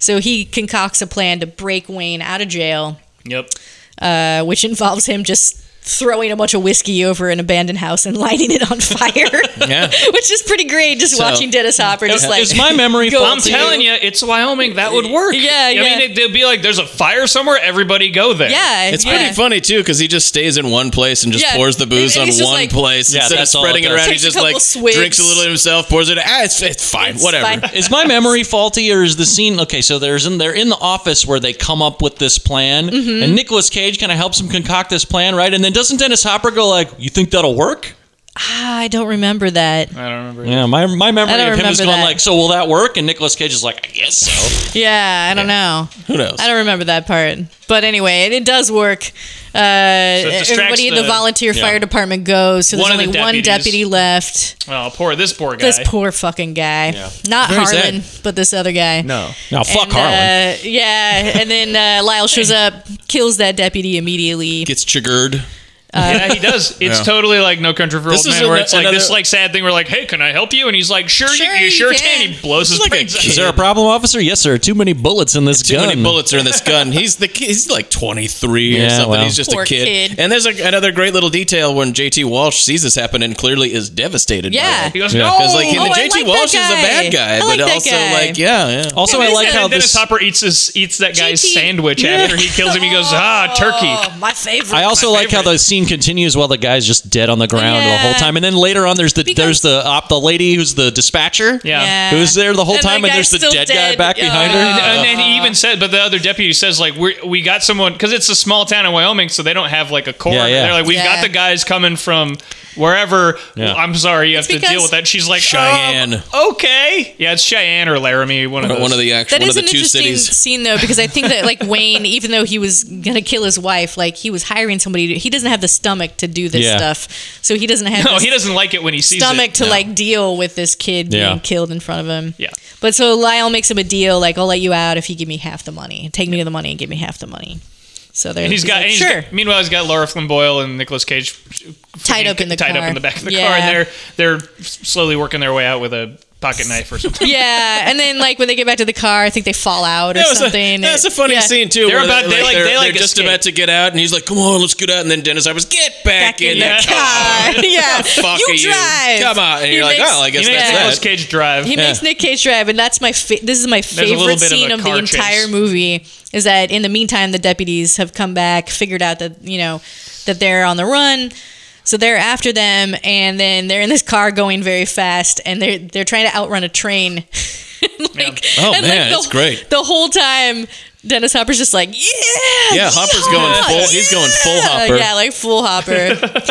[SPEAKER 3] So he concocts a plan to break Wayne out of jail,
[SPEAKER 1] Yep.
[SPEAKER 3] uh, which involves him just throwing a bunch of whiskey over an abandoned house and lighting it on fire.
[SPEAKER 4] Yeah.
[SPEAKER 3] Which is pretty great, just
[SPEAKER 4] So-
[SPEAKER 3] watching Dennis Hopper just like
[SPEAKER 2] Is my memory
[SPEAKER 3] go
[SPEAKER 2] faulty?
[SPEAKER 1] I'm
[SPEAKER 3] to-
[SPEAKER 1] telling you, it's Wyoming. That would work.
[SPEAKER 3] Yeah,
[SPEAKER 1] I
[SPEAKER 3] yeah.
[SPEAKER 1] mean, it, they'd be like, "There's a fire somewhere. Everybody go there."
[SPEAKER 3] Yeah,
[SPEAKER 4] It's
[SPEAKER 3] yeah.
[SPEAKER 4] pretty funny too because he just stays in one place and just
[SPEAKER 3] Yeah.
[SPEAKER 4] pours the booze
[SPEAKER 3] And- and
[SPEAKER 4] on
[SPEAKER 3] he's just
[SPEAKER 4] one
[SPEAKER 3] like-
[SPEAKER 4] place
[SPEAKER 2] Yeah,
[SPEAKER 4] instead of
[SPEAKER 2] that's all it
[SPEAKER 4] spreading it
[SPEAKER 2] does.
[SPEAKER 4] around. He
[SPEAKER 3] Takes a
[SPEAKER 4] just
[SPEAKER 3] couple
[SPEAKER 4] like
[SPEAKER 3] swigs.
[SPEAKER 4] drinks a little himself, pours it. Ah, it's, it's fine,
[SPEAKER 3] It's
[SPEAKER 4] whatever.
[SPEAKER 3] fine.
[SPEAKER 2] Is my memory faulty, or is the scene okay? So there's in they're in the office where they come up with this plan,
[SPEAKER 3] Mm-hmm.
[SPEAKER 2] and Nicolas Cage kind of helps him concoct this plan, right? And then doesn't Dennis Hopper go like, "You think that'll work?"
[SPEAKER 3] Ah, I don't remember that.
[SPEAKER 1] I don't remember.
[SPEAKER 2] Yeah, my my memory
[SPEAKER 3] I don't
[SPEAKER 2] of him is
[SPEAKER 3] remember
[SPEAKER 2] going
[SPEAKER 3] that.
[SPEAKER 2] like, "So will that work?" And Nicolas Cage is like, "I guess so."
[SPEAKER 3] Yeah, I don't know.
[SPEAKER 4] Who knows?
[SPEAKER 3] I don't remember that part. But anyway, it, it does work. Uh,
[SPEAKER 1] distracts
[SPEAKER 3] everybody in the
[SPEAKER 1] the-
[SPEAKER 3] volunteer
[SPEAKER 2] yeah.
[SPEAKER 3] fire department goes, so there's
[SPEAKER 1] One of the
[SPEAKER 3] only one
[SPEAKER 1] deputies.
[SPEAKER 3] deputy left.
[SPEAKER 1] Oh, poor this poor guy.
[SPEAKER 3] This poor fucking guy. Not
[SPEAKER 4] Very sad.
[SPEAKER 3] Harlan, but this other guy.
[SPEAKER 4] No.
[SPEAKER 2] Now fuck
[SPEAKER 3] And,
[SPEAKER 2] Harlan.
[SPEAKER 3] Uh, yeah, and then uh, Lyle shows up, kills that deputy immediately.
[SPEAKER 4] Gets chiggered.
[SPEAKER 1] yeah, he does. It's
[SPEAKER 4] Yeah.
[SPEAKER 1] totally like No Country for
[SPEAKER 4] This
[SPEAKER 1] Old
[SPEAKER 4] is
[SPEAKER 1] Men, where
[SPEAKER 4] an-
[SPEAKER 1] it's like this
[SPEAKER 4] another-
[SPEAKER 1] like sad thing. We're like, hey, can I help you? And he's like, sure,
[SPEAKER 3] Sure
[SPEAKER 1] you, you
[SPEAKER 3] you
[SPEAKER 1] sure
[SPEAKER 3] can.
[SPEAKER 1] can. He blows his
[SPEAKER 4] like a
[SPEAKER 1] brains out.
[SPEAKER 4] kid.
[SPEAKER 2] is there a problem, officer? Yes, sir. Too many bullets in this
[SPEAKER 4] Too
[SPEAKER 2] gun.
[SPEAKER 4] many bullets are in this gun. He's the ki- he's like 23 or
[SPEAKER 2] Yeah,
[SPEAKER 4] something.
[SPEAKER 2] well.
[SPEAKER 4] He's just
[SPEAKER 3] Poor
[SPEAKER 4] a kid.
[SPEAKER 3] kid.
[SPEAKER 4] And there's a, another great little detail when JT Walsh sees this happen and clearly is devastated. by
[SPEAKER 3] Yeah.
[SPEAKER 4] it.
[SPEAKER 1] He goes,
[SPEAKER 2] Yeah.
[SPEAKER 1] no,
[SPEAKER 4] Because like
[SPEAKER 3] Oh, I
[SPEAKER 4] JT
[SPEAKER 3] like that
[SPEAKER 4] Walsh is a bad
[SPEAKER 3] guy.
[SPEAKER 4] guy,
[SPEAKER 3] I like
[SPEAKER 4] but
[SPEAKER 3] that
[SPEAKER 4] also
[SPEAKER 3] guy.
[SPEAKER 4] like yeah, yeah.
[SPEAKER 2] Also, I
[SPEAKER 3] is
[SPEAKER 2] like
[SPEAKER 3] it?
[SPEAKER 2] how
[SPEAKER 1] And Dennis
[SPEAKER 2] this.
[SPEAKER 1] Hopper eats his eats that guy's
[SPEAKER 3] JT.
[SPEAKER 1] sandwich after he kills him. He goes, ah, turkey.
[SPEAKER 3] Oh, my favorite.
[SPEAKER 2] I also
[SPEAKER 1] my
[SPEAKER 2] like how
[SPEAKER 1] favorite.
[SPEAKER 2] the scene continues while the guy's just dead on the ground the whole
[SPEAKER 3] Yeah.
[SPEAKER 2] time, and then later on, there's the there's
[SPEAKER 3] Because-
[SPEAKER 2] the op the lady who's the dispatcher.
[SPEAKER 1] Yeah.
[SPEAKER 2] Who's there the whole
[SPEAKER 3] And that
[SPEAKER 2] time, and there's the
[SPEAKER 3] guy's still
[SPEAKER 2] dead, guy
[SPEAKER 3] dead.
[SPEAKER 2] back behind her.
[SPEAKER 1] And then he even said, but the other deputy says, like, we we got someone because it's a small town in Wyoming, so they don't have like a coroner.
[SPEAKER 2] Yeah, yeah.
[SPEAKER 1] They're like, we've
[SPEAKER 3] Yeah.
[SPEAKER 1] got the guys coming from wherever.
[SPEAKER 2] Yeah.
[SPEAKER 1] I'm sorry, you have to
[SPEAKER 3] because-
[SPEAKER 1] deal with that. She's
[SPEAKER 3] Oh,
[SPEAKER 1] like,
[SPEAKER 4] Cheyenne.
[SPEAKER 1] "Um, okay, yeah, it's Cheyenne or Laramie, one of those.
[SPEAKER 4] one of the actual
[SPEAKER 3] That
[SPEAKER 4] one
[SPEAKER 3] is
[SPEAKER 4] of the
[SPEAKER 3] an
[SPEAKER 4] two
[SPEAKER 3] interesting
[SPEAKER 4] cities.
[SPEAKER 3] scene though, because I think that like Wayne, even though he was gonna kill his wife, like he was hiring somebody. To, he doesn't have the stomach to do this
[SPEAKER 2] Yeah.
[SPEAKER 3] stuff, so he doesn't have
[SPEAKER 1] No,
[SPEAKER 3] the
[SPEAKER 1] Oh, he doesn't like it when he sees
[SPEAKER 3] stomach
[SPEAKER 1] it.
[SPEAKER 3] to like deal with this kid
[SPEAKER 2] Yeah.
[SPEAKER 3] being killed in front of him.
[SPEAKER 1] Yeah.
[SPEAKER 3] But so Lyle makes him a deal, like I'll let you out if you give me half the money. Take me to the money and give me half the money. So there.
[SPEAKER 1] And he's got,
[SPEAKER 3] like,
[SPEAKER 1] and he's
[SPEAKER 3] sure.
[SPEAKER 1] got- meanwhile, he's got Laura Flynn Boyle and Nicolas Cage
[SPEAKER 3] Tied up in the
[SPEAKER 1] tied
[SPEAKER 3] car.
[SPEAKER 1] up in the back of the
[SPEAKER 3] Yeah.
[SPEAKER 1] car, and they're they're slowly working their way out with a pocket knife or something.
[SPEAKER 3] yeah, and then like when they get back to the car, I think they fall out or
[SPEAKER 4] That was a-
[SPEAKER 3] something.
[SPEAKER 4] that's a funny
[SPEAKER 3] Yeah.
[SPEAKER 4] scene too.
[SPEAKER 1] They're
[SPEAKER 4] where
[SPEAKER 1] about- they like-
[SPEAKER 4] they're,
[SPEAKER 1] they like
[SPEAKER 4] they're just
[SPEAKER 1] escape.
[SPEAKER 4] about to get out, and he's like, "Come on, let's get out." And then Dennis Hopper's, "Get back,
[SPEAKER 3] Back in
[SPEAKER 4] the
[SPEAKER 3] the
[SPEAKER 1] that
[SPEAKER 4] car."
[SPEAKER 3] car. yeah.
[SPEAKER 4] Fuck
[SPEAKER 3] you
[SPEAKER 4] are you?
[SPEAKER 3] drive.
[SPEAKER 4] Come on, and
[SPEAKER 3] He
[SPEAKER 4] you're like,
[SPEAKER 3] makes-
[SPEAKER 4] "Oh, I
[SPEAKER 1] He
[SPEAKER 4] guess
[SPEAKER 1] makes Nicolas
[SPEAKER 4] that's that."
[SPEAKER 1] Cage drive.
[SPEAKER 3] He makes Nick Cage drive, and that's my fa- this is
[SPEAKER 1] a
[SPEAKER 3] my
[SPEAKER 1] little
[SPEAKER 3] favorite
[SPEAKER 1] bit of a
[SPEAKER 3] scene of, the
[SPEAKER 1] car
[SPEAKER 3] entire
[SPEAKER 1] chase.
[SPEAKER 3] movie. Is that in the meantime the deputies have come back, figured out that you know that they're on the run, so they're after them, and then they're in this car going very fast, and they're they're trying to outrun a train. like,
[SPEAKER 4] Oh,
[SPEAKER 3] and, like,
[SPEAKER 4] man,
[SPEAKER 3] the,
[SPEAKER 4] it's great.
[SPEAKER 3] The whole time, Dennis Hopper's just like, yeah,
[SPEAKER 4] Yeah, Hopper's going
[SPEAKER 3] yeah,
[SPEAKER 4] full- he's going full
[SPEAKER 3] yeah."
[SPEAKER 4] Hopper.
[SPEAKER 3] Yeah, like full Hopper.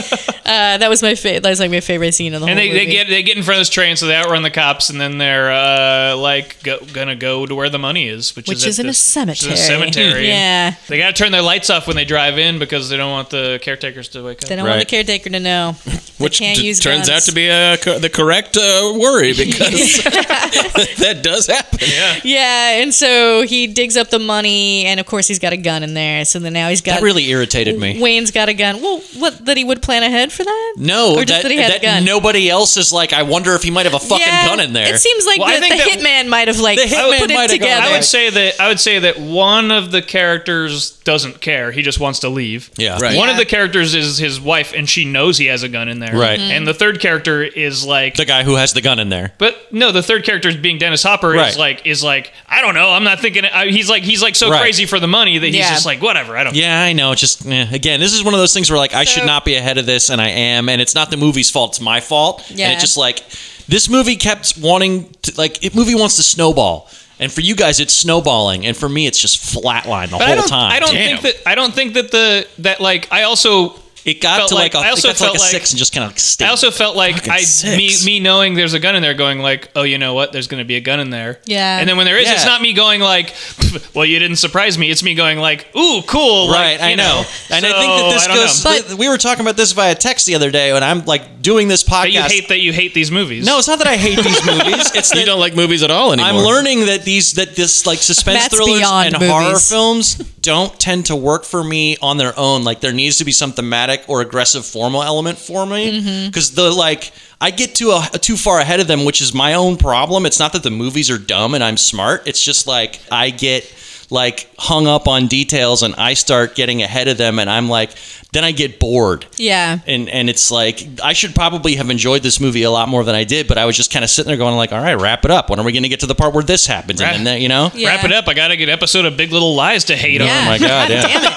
[SPEAKER 3] uh, that was my favorite. That was like my favorite scene in the
[SPEAKER 1] And
[SPEAKER 3] whole
[SPEAKER 1] they, they
[SPEAKER 3] movie.
[SPEAKER 1] get they get in front of this train, so they outrun the cops, and then they're uh, like go, gonna go to where the money is, which,
[SPEAKER 3] which
[SPEAKER 1] is, at
[SPEAKER 3] is in a
[SPEAKER 1] this- which is in
[SPEAKER 3] cemetery.
[SPEAKER 1] a cemetery.
[SPEAKER 3] Yeah,
[SPEAKER 1] They gotta turn their lights off when they drive in because they don't want the caretakers to wake up.
[SPEAKER 3] they don't want the
[SPEAKER 4] Right.
[SPEAKER 3] caretaker to know.
[SPEAKER 4] Which
[SPEAKER 3] can't
[SPEAKER 4] d-
[SPEAKER 3] use
[SPEAKER 4] turns out
[SPEAKER 3] guns.
[SPEAKER 4] to be uh, co- the correct uh, worry because that does happen.
[SPEAKER 1] yeah.
[SPEAKER 3] Yeah, and so he digs up the money, and of course he's got a gun in there. So then now he's got
[SPEAKER 2] That really irritated me.
[SPEAKER 3] Wayne's got a gun. Well, what that he would plan ahead for that?
[SPEAKER 2] No,
[SPEAKER 3] or
[SPEAKER 2] that,
[SPEAKER 3] just that, he had
[SPEAKER 2] that
[SPEAKER 3] a gun.
[SPEAKER 2] nobody else is like. I wonder if he might have a fucking
[SPEAKER 3] Yeah,
[SPEAKER 2] gun in there.
[SPEAKER 3] It seems like
[SPEAKER 1] Well, I
[SPEAKER 3] the,
[SPEAKER 1] think
[SPEAKER 3] the
[SPEAKER 1] that-
[SPEAKER 3] hitman might have like
[SPEAKER 2] The hitman
[SPEAKER 3] put it
[SPEAKER 2] might have gone
[SPEAKER 3] together.
[SPEAKER 1] I
[SPEAKER 2] there.
[SPEAKER 1] would say that I would say that one of the characters doesn't care. He just wants to leave.
[SPEAKER 2] yeah,
[SPEAKER 4] Right.
[SPEAKER 1] One
[SPEAKER 3] Yeah.
[SPEAKER 1] of the characters is his wife, and she knows he has a gun in there.
[SPEAKER 2] Right.
[SPEAKER 3] Mm-hmm.
[SPEAKER 2] Mhm.
[SPEAKER 1] And the third character is like,
[SPEAKER 2] The guy who has the gun in there.
[SPEAKER 1] but no, the third character is being Dennis Hopper
[SPEAKER 2] Right.
[SPEAKER 1] is like is like I don't know. I'm not thinking. I, he's like he's like so
[SPEAKER 2] Right.
[SPEAKER 1] crazy for the money that he's
[SPEAKER 3] Yeah.
[SPEAKER 1] just like whatever. I don't.
[SPEAKER 2] Yeah, I know. Just eh. again, this is one of those things where like I should not be ahead of this, and I am, and it's not the movie's fault; it's my fault. And
[SPEAKER 3] Yeah.
[SPEAKER 2] it just like this movie kept wanting to, like it movie wants to snowball, and for you guys it's snowballing, and for me it's just flatline the
[SPEAKER 1] But
[SPEAKER 2] whole
[SPEAKER 1] I don't.
[SPEAKER 2] time.
[SPEAKER 1] I don't
[SPEAKER 2] Damn.
[SPEAKER 1] think that. I don't think that the that like I also.
[SPEAKER 2] it got
[SPEAKER 1] felt
[SPEAKER 2] to like,
[SPEAKER 1] like-
[SPEAKER 2] a,
[SPEAKER 1] I also
[SPEAKER 2] it got to like
[SPEAKER 1] felt
[SPEAKER 2] a
[SPEAKER 1] like-
[SPEAKER 2] six and just kind of like stayed.
[SPEAKER 1] I also felt like I
[SPEAKER 4] six.
[SPEAKER 1] me me knowing there's a gun in there, going like, oh, you know what? There's going to be a gun in there.
[SPEAKER 3] Yeah.
[SPEAKER 1] And then when there is, it's
[SPEAKER 2] Yeah.
[SPEAKER 1] not me going like, well, you didn't surprise me. It's me going like, ooh, cool.
[SPEAKER 2] Right,
[SPEAKER 1] like,
[SPEAKER 2] I
[SPEAKER 1] you
[SPEAKER 2] know. And I think that
[SPEAKER 1] So,
[SPEAKER 2] this
[SPEAKER 1] don't
[SPEAKER 2] goes.
[SPEAKER 1] know.
[SPEAKER 2] we were talking about this via text the other day, and I'm like doing this
[SPEAKER 1] But you
[SPEAKER 2] podcast.
[SPEAKER 1] hate that you hate these movies.
[SPEAKER 2] no, it's not that I hate these movies. It's
[SPEAKER 4] You
[SPEAKER 2] that
[SPEAKER 4] don't like movies at all anymore.
[SPEAKER 2] I'm learning that these that this like suspense
[SPEAKER 3] That's
[SPEAKER 2] thrillers
[SPEAKER 3] beyond
[SPEAKER 2] and
[SPEAKER 3] movies.
[SPEAKER 2] horror films don't tend to work for me on their own. Like there needs to be some thematic or aggressive formal element for me
[SPEAKER 3] Mm-hmm.
[SPEAKER 2] because the like I get too a, too far ahead of them, which is my own problem. It's not that the movies are dumb and I'm smart. It's just like I get like hung up on details and I start getting ahead of them and I'm like then I get bored
[SPEAKER 3] yeah.
[SPEAKER 2] and and it's like I should probably have enjoyed this movie a lot more than I did, but I was just kind of sitting there going like, all right, wrap it up. When are we going to get to the part where this happens?
[SPEAKER 1] Right.
[SPEAKER 2] And then you know,
[SPEAKER 1] Wrap it up. I got to get an episode of Big Little Lies to hate
[SPEAKER 3] Yeah.
[SPEAKER 1] on.
[SPEAKER 2] oh my god, yeah,
[SPEAKER 3] Damn it.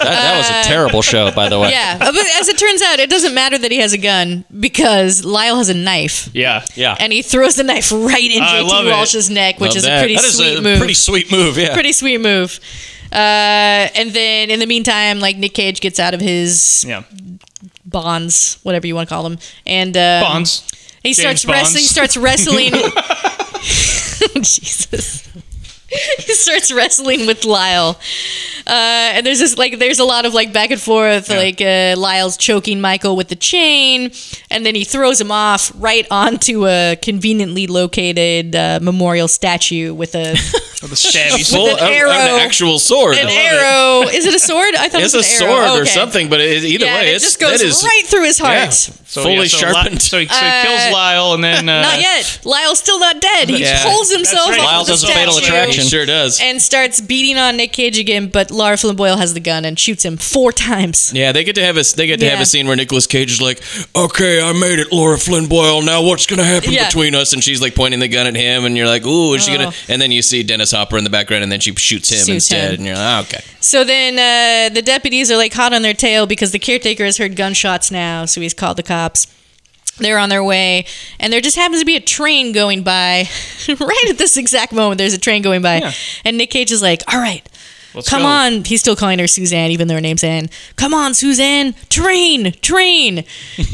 [SPEAKER 2] that, that was a terrible show, by the way.
[SPEAKER 3] Yeah. But as it turns out, it doesn't matter that he has a gun because Lyle has a knife.
[SPEAKER 1] Yeah.
[SPEAKER 2] yeah,
[SPEAKER 3] And he throws the knife right in
[SPEAKER 1] I love
[SPEAKER 3] JT
[SPEAKER 1] it.
[SPEAKER 3] Walsh's neck, which
[SPEAKER 4] Love
[SPEAKER 3] is a
[SPEAKER 4] that.
[SPEAKER 3] pretty
[SPEAKER 2] that is
[SPEAKER 3] sweet
[SPEAKER 2] a
[SPEAKER 3] move.
[SPEAKER 2] pretty sweet move. Yeah,
[SPEAKER 3] pretty sweet move. Uh, and then in the meantime, like Nick Cage gets out of his
[SPEAKER 1] Yeah.
[SPEAKER 3] bonds, whatever you want to call them, and uh,
[SPEAKER 1] Bonds.
[SPEAKER 3] He
[SPEAKER 1] James
[SPEAKER 3] starts wrestling. He
[SPEAKER 1] Bonds.
[SPEAKER 3] starts wrestling. Jesus. He starts wrestling with Lyle, uh, and there's this like there's a lot of like back and forth. Like uh, Lyle's choking Michael with the chain, and then he throws him off right onto a conveniently located uh, memorial statue with a
[SPEAKER 1] Oh, The stabby
[SPEAKER 3] With
[SPEAKER 4] Full
[SPEAKER 3] an
[SPEAKER 4] of- of
[SPEAKER 3] arrow.
[SPEAKER 4] an actual sword.
[SPEAKER 3] an arrow. Is it a sword? I thought
[SPEAKER 4] It's
[SPEAKER 3] it
[SPEAKER 4] a
[SPEAKER 3] was an
[SPEAKER 4] sword
[SPEAKER 3] arrow.
[SPEAKER 4] or
[SPEAKER 3] Okay.
[SPEAKER 4] something, but it, either
[SPEAKER 3] Yeah, and
[SPEAKER 4] way,
[SPEAKER 3] it
[SPEAKER 4] it's,
[SPEAKER 3] just goes
[SPEAKER 4] that is
[SPEAKER 3] right through his heart.
[SPEAKER 4] yeah, fully
[SPEAKER 1] yeah, so Li-
[SPEAKER 4] sharpened.
[SPEAKER 1] So he, so he kills
[SPEAKER 3] Uh,
[SPEAKER 1] Lyle and then. Uh,
[SPEAKER 3] Not yet. Lyle's still not dead. He
[SPEAKER 4] Yeah.
[SPEAKER 3] pulls himself.
[SPEAKER 1] right.
[SPEAKER 3] off
[SPEAKER 2] Lyle
[SPEAKER 3] the
[SPEAKER 2] does a fatal
[SPEAKER 3] statue.
[SPEAKER 2] attraction.
[SPEAKER 4] It sure does.
[SPEAKER 3] and starts beating on Nick Cage again, but Lara Flynn Boyle has the gun and shoots him four times.
[SPEAKER 4] Yeah, they get to have a they get to have
[SPEAKER 3] Yeah.
[SPEAKER 4] a scene where Nicolas Cage is like, "Okay, I made it, Laura Flynn Boyle. Now what's gonna happen
[SPEAKER 3] Yeah.
[SPEAKER 4] between us?" And she's like pointing the gun at him, and you're like, "Ooh, is she gonna?"
[SPEAKER 3] Oh.
[SPEAKER 4] And then you see Dennis Hopper in the background, and then she shoots him
[SPEAKER 3] Shoots
[SPEAKER 4] instead,
[SPEAKER 3] him.
[SPEAKER 4] and you're like, oh, "Okay."
[SPEAKER 3] So then uh, the deputies are like hot on their tail because the caretaker has heard gunshots now, so he's called the cops. They're on their way, and there just happens to be a train going by. right at this exact moment, there's a train going by,
[SPEAKER 1] Yeah.
[SPEAKER 3] and Nick Cage is like, "All right,
[SPEAKER 1] Let's
[SPEAKER 3] Come
[SPEAKER 1] go.
[SPEAKER 3] on. He's still calling her Suzanne, even though her name's Anne. Come on, Suzanne. Train, train.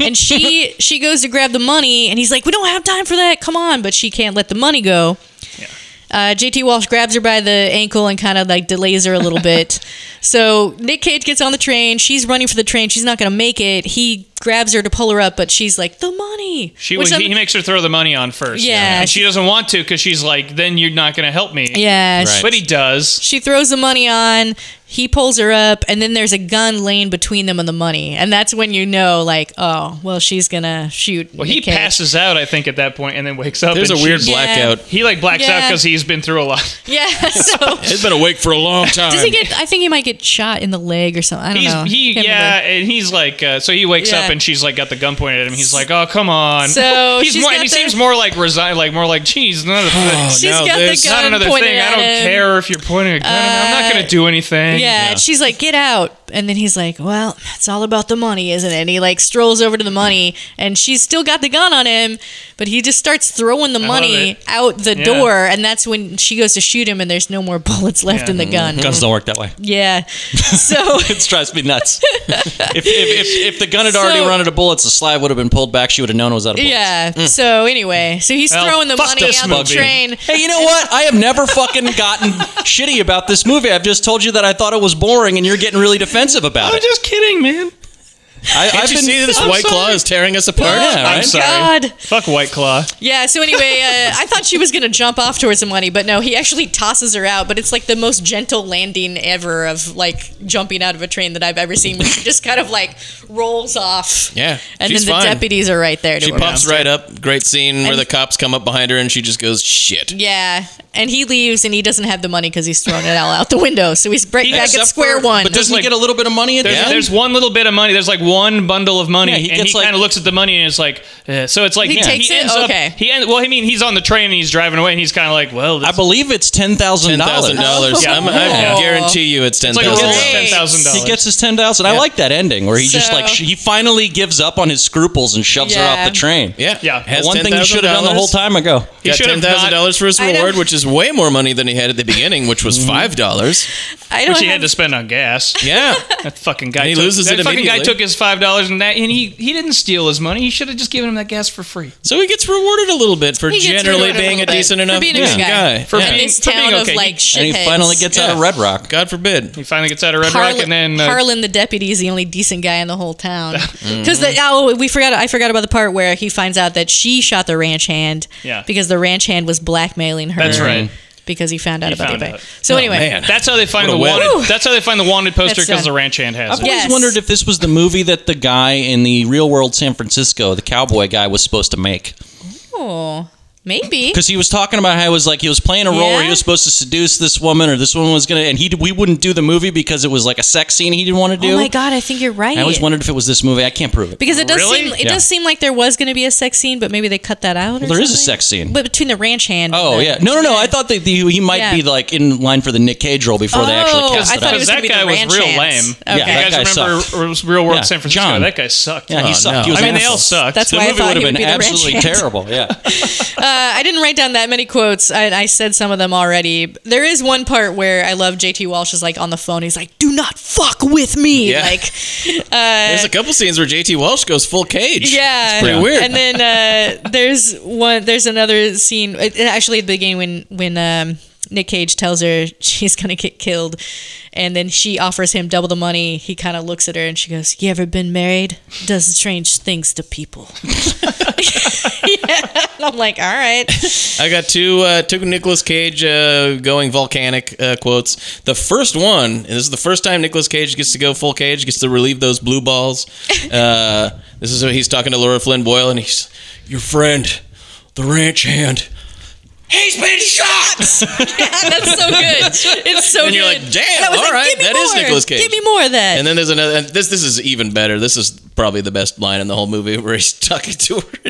[SPEAKER 3] And she she goes to grab the money, and he's like, "We don't have time for that. Come on!" But she can't let the money go. Uh, JT Walsh grabs her by the ankle and kind of like delays her a little bit. So Nick Cage gets on the train. She's running for the train. She's not going to make it. He grabs her to pull her up, but she's like, "The money."
[SPEAKER 1] She
[SPEAKER 3] Which
[SPEAKER 1] was,
[SPEAKER 3] I'm-
[SPEAKER 1] he makes her throw the money on first.
[SPEAKER 3] Yeah.
[SPEAKER 1] And she doesn't want to because she's like, then you're not going to help me.
[SPEAKER 3] yeah. she-
[SPEAKER 1] But he does.
[SPEAKER 3] She throws the money on. He pulls her up, and then there's a gun laying between them and the money, and that's when you know, like, oh, well, she's gonna shoot.
[SPEAKER 1] Well, he
[SPEAKER 3] Nick Cage.
[SPEAKER 1] passes out, I think, at that point, and then wakes up.
[SPEAKER 4] There's
[SPEAKER 1] and
[SPEAKER 4] a weird
[SPEAKER 1] she's-
[SPEAKER 3] Yeah.
[SPEAKER 4] blackout.
[SPEAKER 1] He like blacks out
[SPEAKER 3] Yeah.
[SPEAKER 1] because he's been through a lot.
[SPEAKER 3] Yeah. So
[SPEAKER 4] He's been awake for a long time.
[SPEAKER 3] does he get? I think he might get shot in the leg or something. I don't
[SPEAKER 1] He's
[SPEAKER 3] know.
[SPEAKER 1] he
[SPEAKER 3] Can't
[SPEAKER 1] yeah,
[SPEAKER 3] remember.
[SPEAKER 1] and he's like uh, so he wakes
[SPEAKER 3] Yeah.
[SPEAKER 1] up and she's like got the gun pointed at him. He's like, oh come on.
[SPEAKER 3] So
[SPEAKER 1] he's
[SPEAKER 3] she's
[SPEAKER 1] more, and
[SPEAKER 3] got
[SPEAKER 1] he
[SPEAKER 3] the-
[SPEAKER 1] seems more like resigned, like more like, geez, not a thing.
[SPEAKER 3] She's
[SPEAKER 4] now
[SPEAKER 3] got
[SPEAKER 4] this-
[SPEAKER 3] the gun
[SPEAKER 1] Oh, not another
[SPEAKER 3] pointed
[SPEAKER 1] thing. I
[SPEAKER 3] at
[SPEAKER 1] don't
[SPEAKER 3] him. Uh,
[SPEAKER 1] care if you're pointing a gun. at me. I'm not gonna do anything.
[SPEAKER 3] Yeah, and she's like, "Get out!" up. And then he's like, Well, it's all about the money, isn't it? And he like strolls over to the money and she's still got the gun on him, but he just starts throwing the money
[SPEAKER 1] it.
[SPEAKER 3] out the
[SPEAKER 1] Yeah.
[SPEAKER 3] door. And that's when she goes to shoot him and there's no more bullets left
[SPEAKER 1] Yeah.
[SPEAKER 3] in the gun.
[SPEAKER 2] Guns don't work that way.
[SPEAKER 3] Yeah. So.
[SPEAKER 2] It drives me nuts. if, if, if, if the gun had already
[SPEAKER 3] So-
[SPEAKER 2] run out of bullets, the slide would have been pulled back. She would have known it was out of bullets.
[SPEAKER 3] Yeah. So anyway, so he's
[SPEAKER 1] Mm. Well,
[SPEAKER 3] throwing the
[SPEAKER 1] fuck
[SPEAKER 3] money
[SPEAKER 1] this
[SPEAKER 3] on
[SPEAKER 1] movie.
[SPEAKER 3] the train.
[SPEAKER 2] Hey, you know what? I have never fucking gotten shitty about this movie. I've just told you that I thought it was boring, and you're getting really defensive
[SPEAKER 3] Oh,
[SPEAKER 2] about
[SPEAKER 1] I'm
[SPEAKER 2] it.
[SPEAKER 1] just kidding, man.
[SPEAKER 2] I,
[SPEAKER 4] Can't
[SPEAKER 2] I've
[SPEAKER 4] you
[SPEAKER 2] been,
[SPEAKER 4] see this
[SPEAKER 2] I'm
[SPEAKER 4] white
[SPEAKER 2] sorry.
[SPEAKER 4] claw is tearing us apart?
[SPEAKER 2] Yeah,
[SPEAKER 1] I'm
[SPEAKER 2] right?
[SPEAKER 1] sorry.
[SPEAKER 3] Oh God.
[SPEAKER 1] Fuck White Claw.
[SPEAKER 3] Yeah. So anyway, uh, I thought she was gonna jump off towards the money, but no, he actually tosses her out. But it's like the most gentle landing ever of like jumping out of a train that I've ever seen. She just kind of like rolls off.
[SPEAKER 4] Yeah,
[SPEAKER 3] And
[SPEAKER 4] she's
[SPEAKER 3] then the
[SPEAKER 4] fine.
[SPEAKER 3] deputies are right there. To
[SPEAKER 4] She
[SPEAKER 3] her.
[SPEAKER 4] pops right up. Great scene where the cops come up behind her and she just goes, shit.
[SPEAKER 3] Yeah. And he leaves, and he doesn't have the money because he's thrown it all out the window. So he's right back
[SPEAKER 2] Except
[SPEAKER 3] at square
[SPEAKER 2] for-
[SPEAKER 3] one.
[SPEAKER 2] But doesn't
[SPEAKER 1] Like-
[SPEAKER 2] he get a little bit of money at the
[SPEAKER 1] There's,
[SPEAKER 2] end?
[SPEAKER 1] there's one little bit of money. There's like one bundle of money,
[SPEAKER 2] Yeah, he
[SPEAKER 1] and
[SPEAKER 2] gets
[SPEAKER 1] he
[SPEAKER 2] like-
[SPEAKER 1] kind of looks at the money and it's like, eh. so it's like
[SPEAKER 3] He takes it?
[SPEAKER 1] ends
[SPEAKER 3] Okay.
[SPEAKER 1] Up, he end, well, I mean, he's on the train and he's driving away, and he's kind of like, well, this,
[SPEAKER 2] I believe it's ten thousand
[SPEAKER 4] Ten
[SPEAKER 2] dollars.
[SPEAKER 4] thousand dollars.
[SPEAKER 1] Yeah.
[SPEAKER 4] I guarantee you, it's ten
[SPEAKER 1] it's like a
[SPEAKER 4] thousand
[SPEAKER 1] little
[SPEAKER 3] Oh. Great.
[SPEAKER 4] dollars.
[SPEAKER 1] ten thousand
[SPEAKER 2] He
[SPEAKER 1] dollars.
[SPEAKER 2] gets his ten thousand. I like that ending where he just
[SPEAKER 3] So-
[SPEAKER 2] like sh- he finally gives up on his scruples and shoves her
[SPEAKER 3] Yeah.
[SPEAKER 2] off the train.
[SPEAKER 4] Yeah,
[SPEAKER 1] Yeah.
[SPEAKER 4] Has
[SPEAKER 2] one thing he should have done the
[SPEAKER 4] $10,000.
[SPEAKER 2] whole time ago.
[SPEAKER 1] He
[SPEAKER 4] Got
[SPEAKER 1] should
[SPEAKER 4] ten
[SPEAKER 1] have
[SPEAKER 4] thousand
[SPEAKER 1] not-
[SPEAKER 4] dollars for his
[SPEAKER 3] I don't-
[SPEAKER 4] reward, which is way more money than he had at the beginning, which was
[SPEAKER 2] Mm-hmm.
[SPEAKER 4] five dollars.
[SPEAKER 3] I don't
[SPEAKER 1] which he
[SPEAKER 3] have-
[SPEAKER 1] had to spend on gas.
[SPEAKER 4] Yeah,
[SPEAKER 1] That fucking guy.
[SPEAKER 4] And he
[SPEAKER 1] took,
[SPEAKER 4] loses
[SPEAKER 1] that
[SPEAKER 4] it
[SPEAKER 1] fucking guy
[SPEAKER 4] immediately.
[SPEAKER 1] took his five dollars and that, and he he didn't steal his money. He should have just given him that gas for free.
[SPEAKER 4] so he gets rewarded a little bit for
[SPEAKER 3] He gets
[SPEAKER 4] generally
[SPEAKER 3] rewarded a
[SPEAKER 4] being a
[SPEAKER 3] little bit
[SPEAKER 4] decent
[SPEAKER 3] for
[SPEAKER 4] enough
[SPEAKER 3] being a good guy.
[SPEAKER 4] guy.
[SPEAKER 1] For
[SPEAKER 4] Yeah.
[SPEAKER 3] And
[SPEAKER 1] being-
[SPEAKER 3] this
[SPEAKER 1] for being
[SPEAKER 3] town of
[SPEAKER 1] okay.
[SPEAKER 3] like
[SPEAKER 1] He-
[SPEAKER 3] shitheads.
[SPEAKER 2] And he finally gets out of
[SPEAKER 4] Yeah.
[SPEAKER 2] Red Rock.
[SPEAKER 4] God forbid.
[SPEAKER 1] He finally gets out of Red Rock, and then uh,
[SPEAKER 3] Harlan the deputy is the only decent guy in the whole town.
[SPEAKER 2] Mm-hmm.
[SPEAKER 3] Because oh, we forgot. I forgot about the part where he finds out that she shot the ranch hand.
[SPEAKER 1] Yeah.
[SPEAKER 3] Because the ranch hand was blackmailing her.
[SPEAKER 1] That's right.
[SPEAKER 3] Because he found out about
[SPEAKER 1] found
[SPEAKER 3] the bank.
[SPEAKER 1] out.
[SPEAKER 3] So
[SPEAKER 2] Oh,
[SPEAKER 3] anyway,
[SPEAKER 4] man.
[SPEAKER 1] that's how they find
[SPEAKER 4] What a
[SPEAKER 1] the
[SPEAKER 4] win.
[SPEAKER 1] wanted.
[SPEAKER 3] Whew.
[SPEAKER 1] That's how they find the wanted poster
[SPEAKER 3] That's
[SPEAKER 1] because the
[SPEAKER 3] done.
[SPEAKER 1] ranch hand has
[SPEAKER 2] I've
[SPEAKER 1] it.
[SPEAKER 2] always
[SPEAKER 3] Yes.
[SPEAKER 2] wondered if this was the movie that the guy in the real world San Francisco, the cowboy guy, was supposed to make.
[SPEAKER 3] oh, maybe.
[SPEAKER 2] Because he was talking about how he was like he was playing a role where he
[SPEAKER 3] Yeah.
[SPEAKER 2] was supposed to seduce this woman or this woman was gonna, and he we wouldn't do the movie because it was like a sex scene he didn't want to do.
[SPEAKER 3] Oh my God, I think you're right.
[SPEAKER 2] I always wondered if it was this movie. I can't prove it.
[SPEAKER 3] because it does
[SPEAKER 1] Really?
[SPEAKER 3] seem it
[SPEAKER 2] Yeah.
[SPEAKER 3] does seem like there was going to be a sex scene, but maybe they cut that out. Well,
[SPEAKER 2] there is a sex scene.
[SPEAKER 3] but between the ranch hand. and
[SPEAKER 2] Oh
[SPEAKER 3] the-
[SPEAKER 2] yeah, no, no, no. I thought that the, he might
[SPEAKER 3] Yeah.
[SPEAKER 2] be like in line for the Nick Cage role before they actually
[SPEAKER 3] Oh,
[SPEAKER 2] cast
[SPEAKER 3] I
[SPEAKER 2] it
[SPEAKER 3] thought
[SPEAKER 2] out.
[SPEAKER 3] he was gonna
[SPEAKER 1] that
[SPEAKER 3] be
[SPEAKER 1] guy
[SPEAKER 3] the
[SPEAKER 1] was
[SPEAKER 3] ranch
[SPEAKER 1] real
[SPEAKER 3] hands.
[SPEAKER 1] lame.
[SPEAKER 3] Okay.
[SPEAKER 1] you
[SPEAKER 2] Yeah,
[SPEAKER 1] guys
[SPEAKER 2] that guy
[SPEAKER 1] remember
[SPEAKER 2] sucked.
[SPEAKER 1] it was real world
[SPEAKER 2] Yeah,
[SPEAKER 1] San Francisco?
[SPEAKER 2] John.
[SPEAKER 1] That guy sucked. Oh,
[SPEAKER 2] yeah, he sucked.
[SPEAKER 4] no.
[SPEAKER 2] He was
[SPEAKER 1] I mean,
[SPEAKER 2] an
[SPEAKER 1] they all
[SPEAKER 2] asshole.
[SPEAKER 1] sucked.
[SPEAKER 3] That's
[SPEAKER 2] The
[SPEAKER 3] why I
[SPEAKER 2] movie
[SPEAKER 3] thought
[SPEAKER 2] would
[SPEAKER 3] he
[SPEAKER 2] have
[SPEAKER 3] would
[SPEAKER 2] been
[SPEAKER 3] be the ranch
[SPEAKER 2] absolutely
[SPEAKER 3] hand.
[SPEAKER 2] terrible. Yeah,
[SPEAKER 3] Uh, I didn't write down that many quotes. I, I said some of them already. There is one part where I love JT Walsh is like on the phone. He's like, "Do not fuck with me."
[SPEAKER 4] Yeah.
[SPEAKER 3] Like,
[SPEAKER 4] There's
[SPEAKER 3] Uh,
[SPEAKER 4] a couple scenes where JT Walsh goes full cage.
[SPEAKER 3] yeah,
[SPEAKER 4] it's pretty weird.
[SPEAKER 3] And then uh, there's one. There's another scene. it- it Actually, at the beginning when when um, Nick Cage tells her she's gonna get killed, and then she offers him double the money. He kind of looks at her and she goes, "You ever been married? Does strange things to people." yeah. And I'm like, all right.
[SPEAKER 4] I got two uh, two Nicolas Cage uh, going volcanic uh, quotes. The first one, and this is the first time Nicolas Cage gets to go full Cage, gets to relieve those blue balls. Uh, this is what he's talking to Laura Flynn Boyle, and he's your friend, the ranch hand. He's been shot.
[SPEAKER 3] That's so good. It's so
[SPEAKER 4] And
[SPEAKER 3] good.
[SPEAKER 4] you're like, "Damn,
[SPEAKER 3] And I was
[SPEAKER 4] all right,
[SPEAKER 3] "Give me
[SPEAKER 4] that is
[SPEAKER 3] more.
[SPEAKER 4] Nicolas Cage."
[SPEAKER 3] Give me more of that.
[SPEAKER 4] And then there's another. And this this is even better. This is probably the best line in the whole movie where he's talking to her.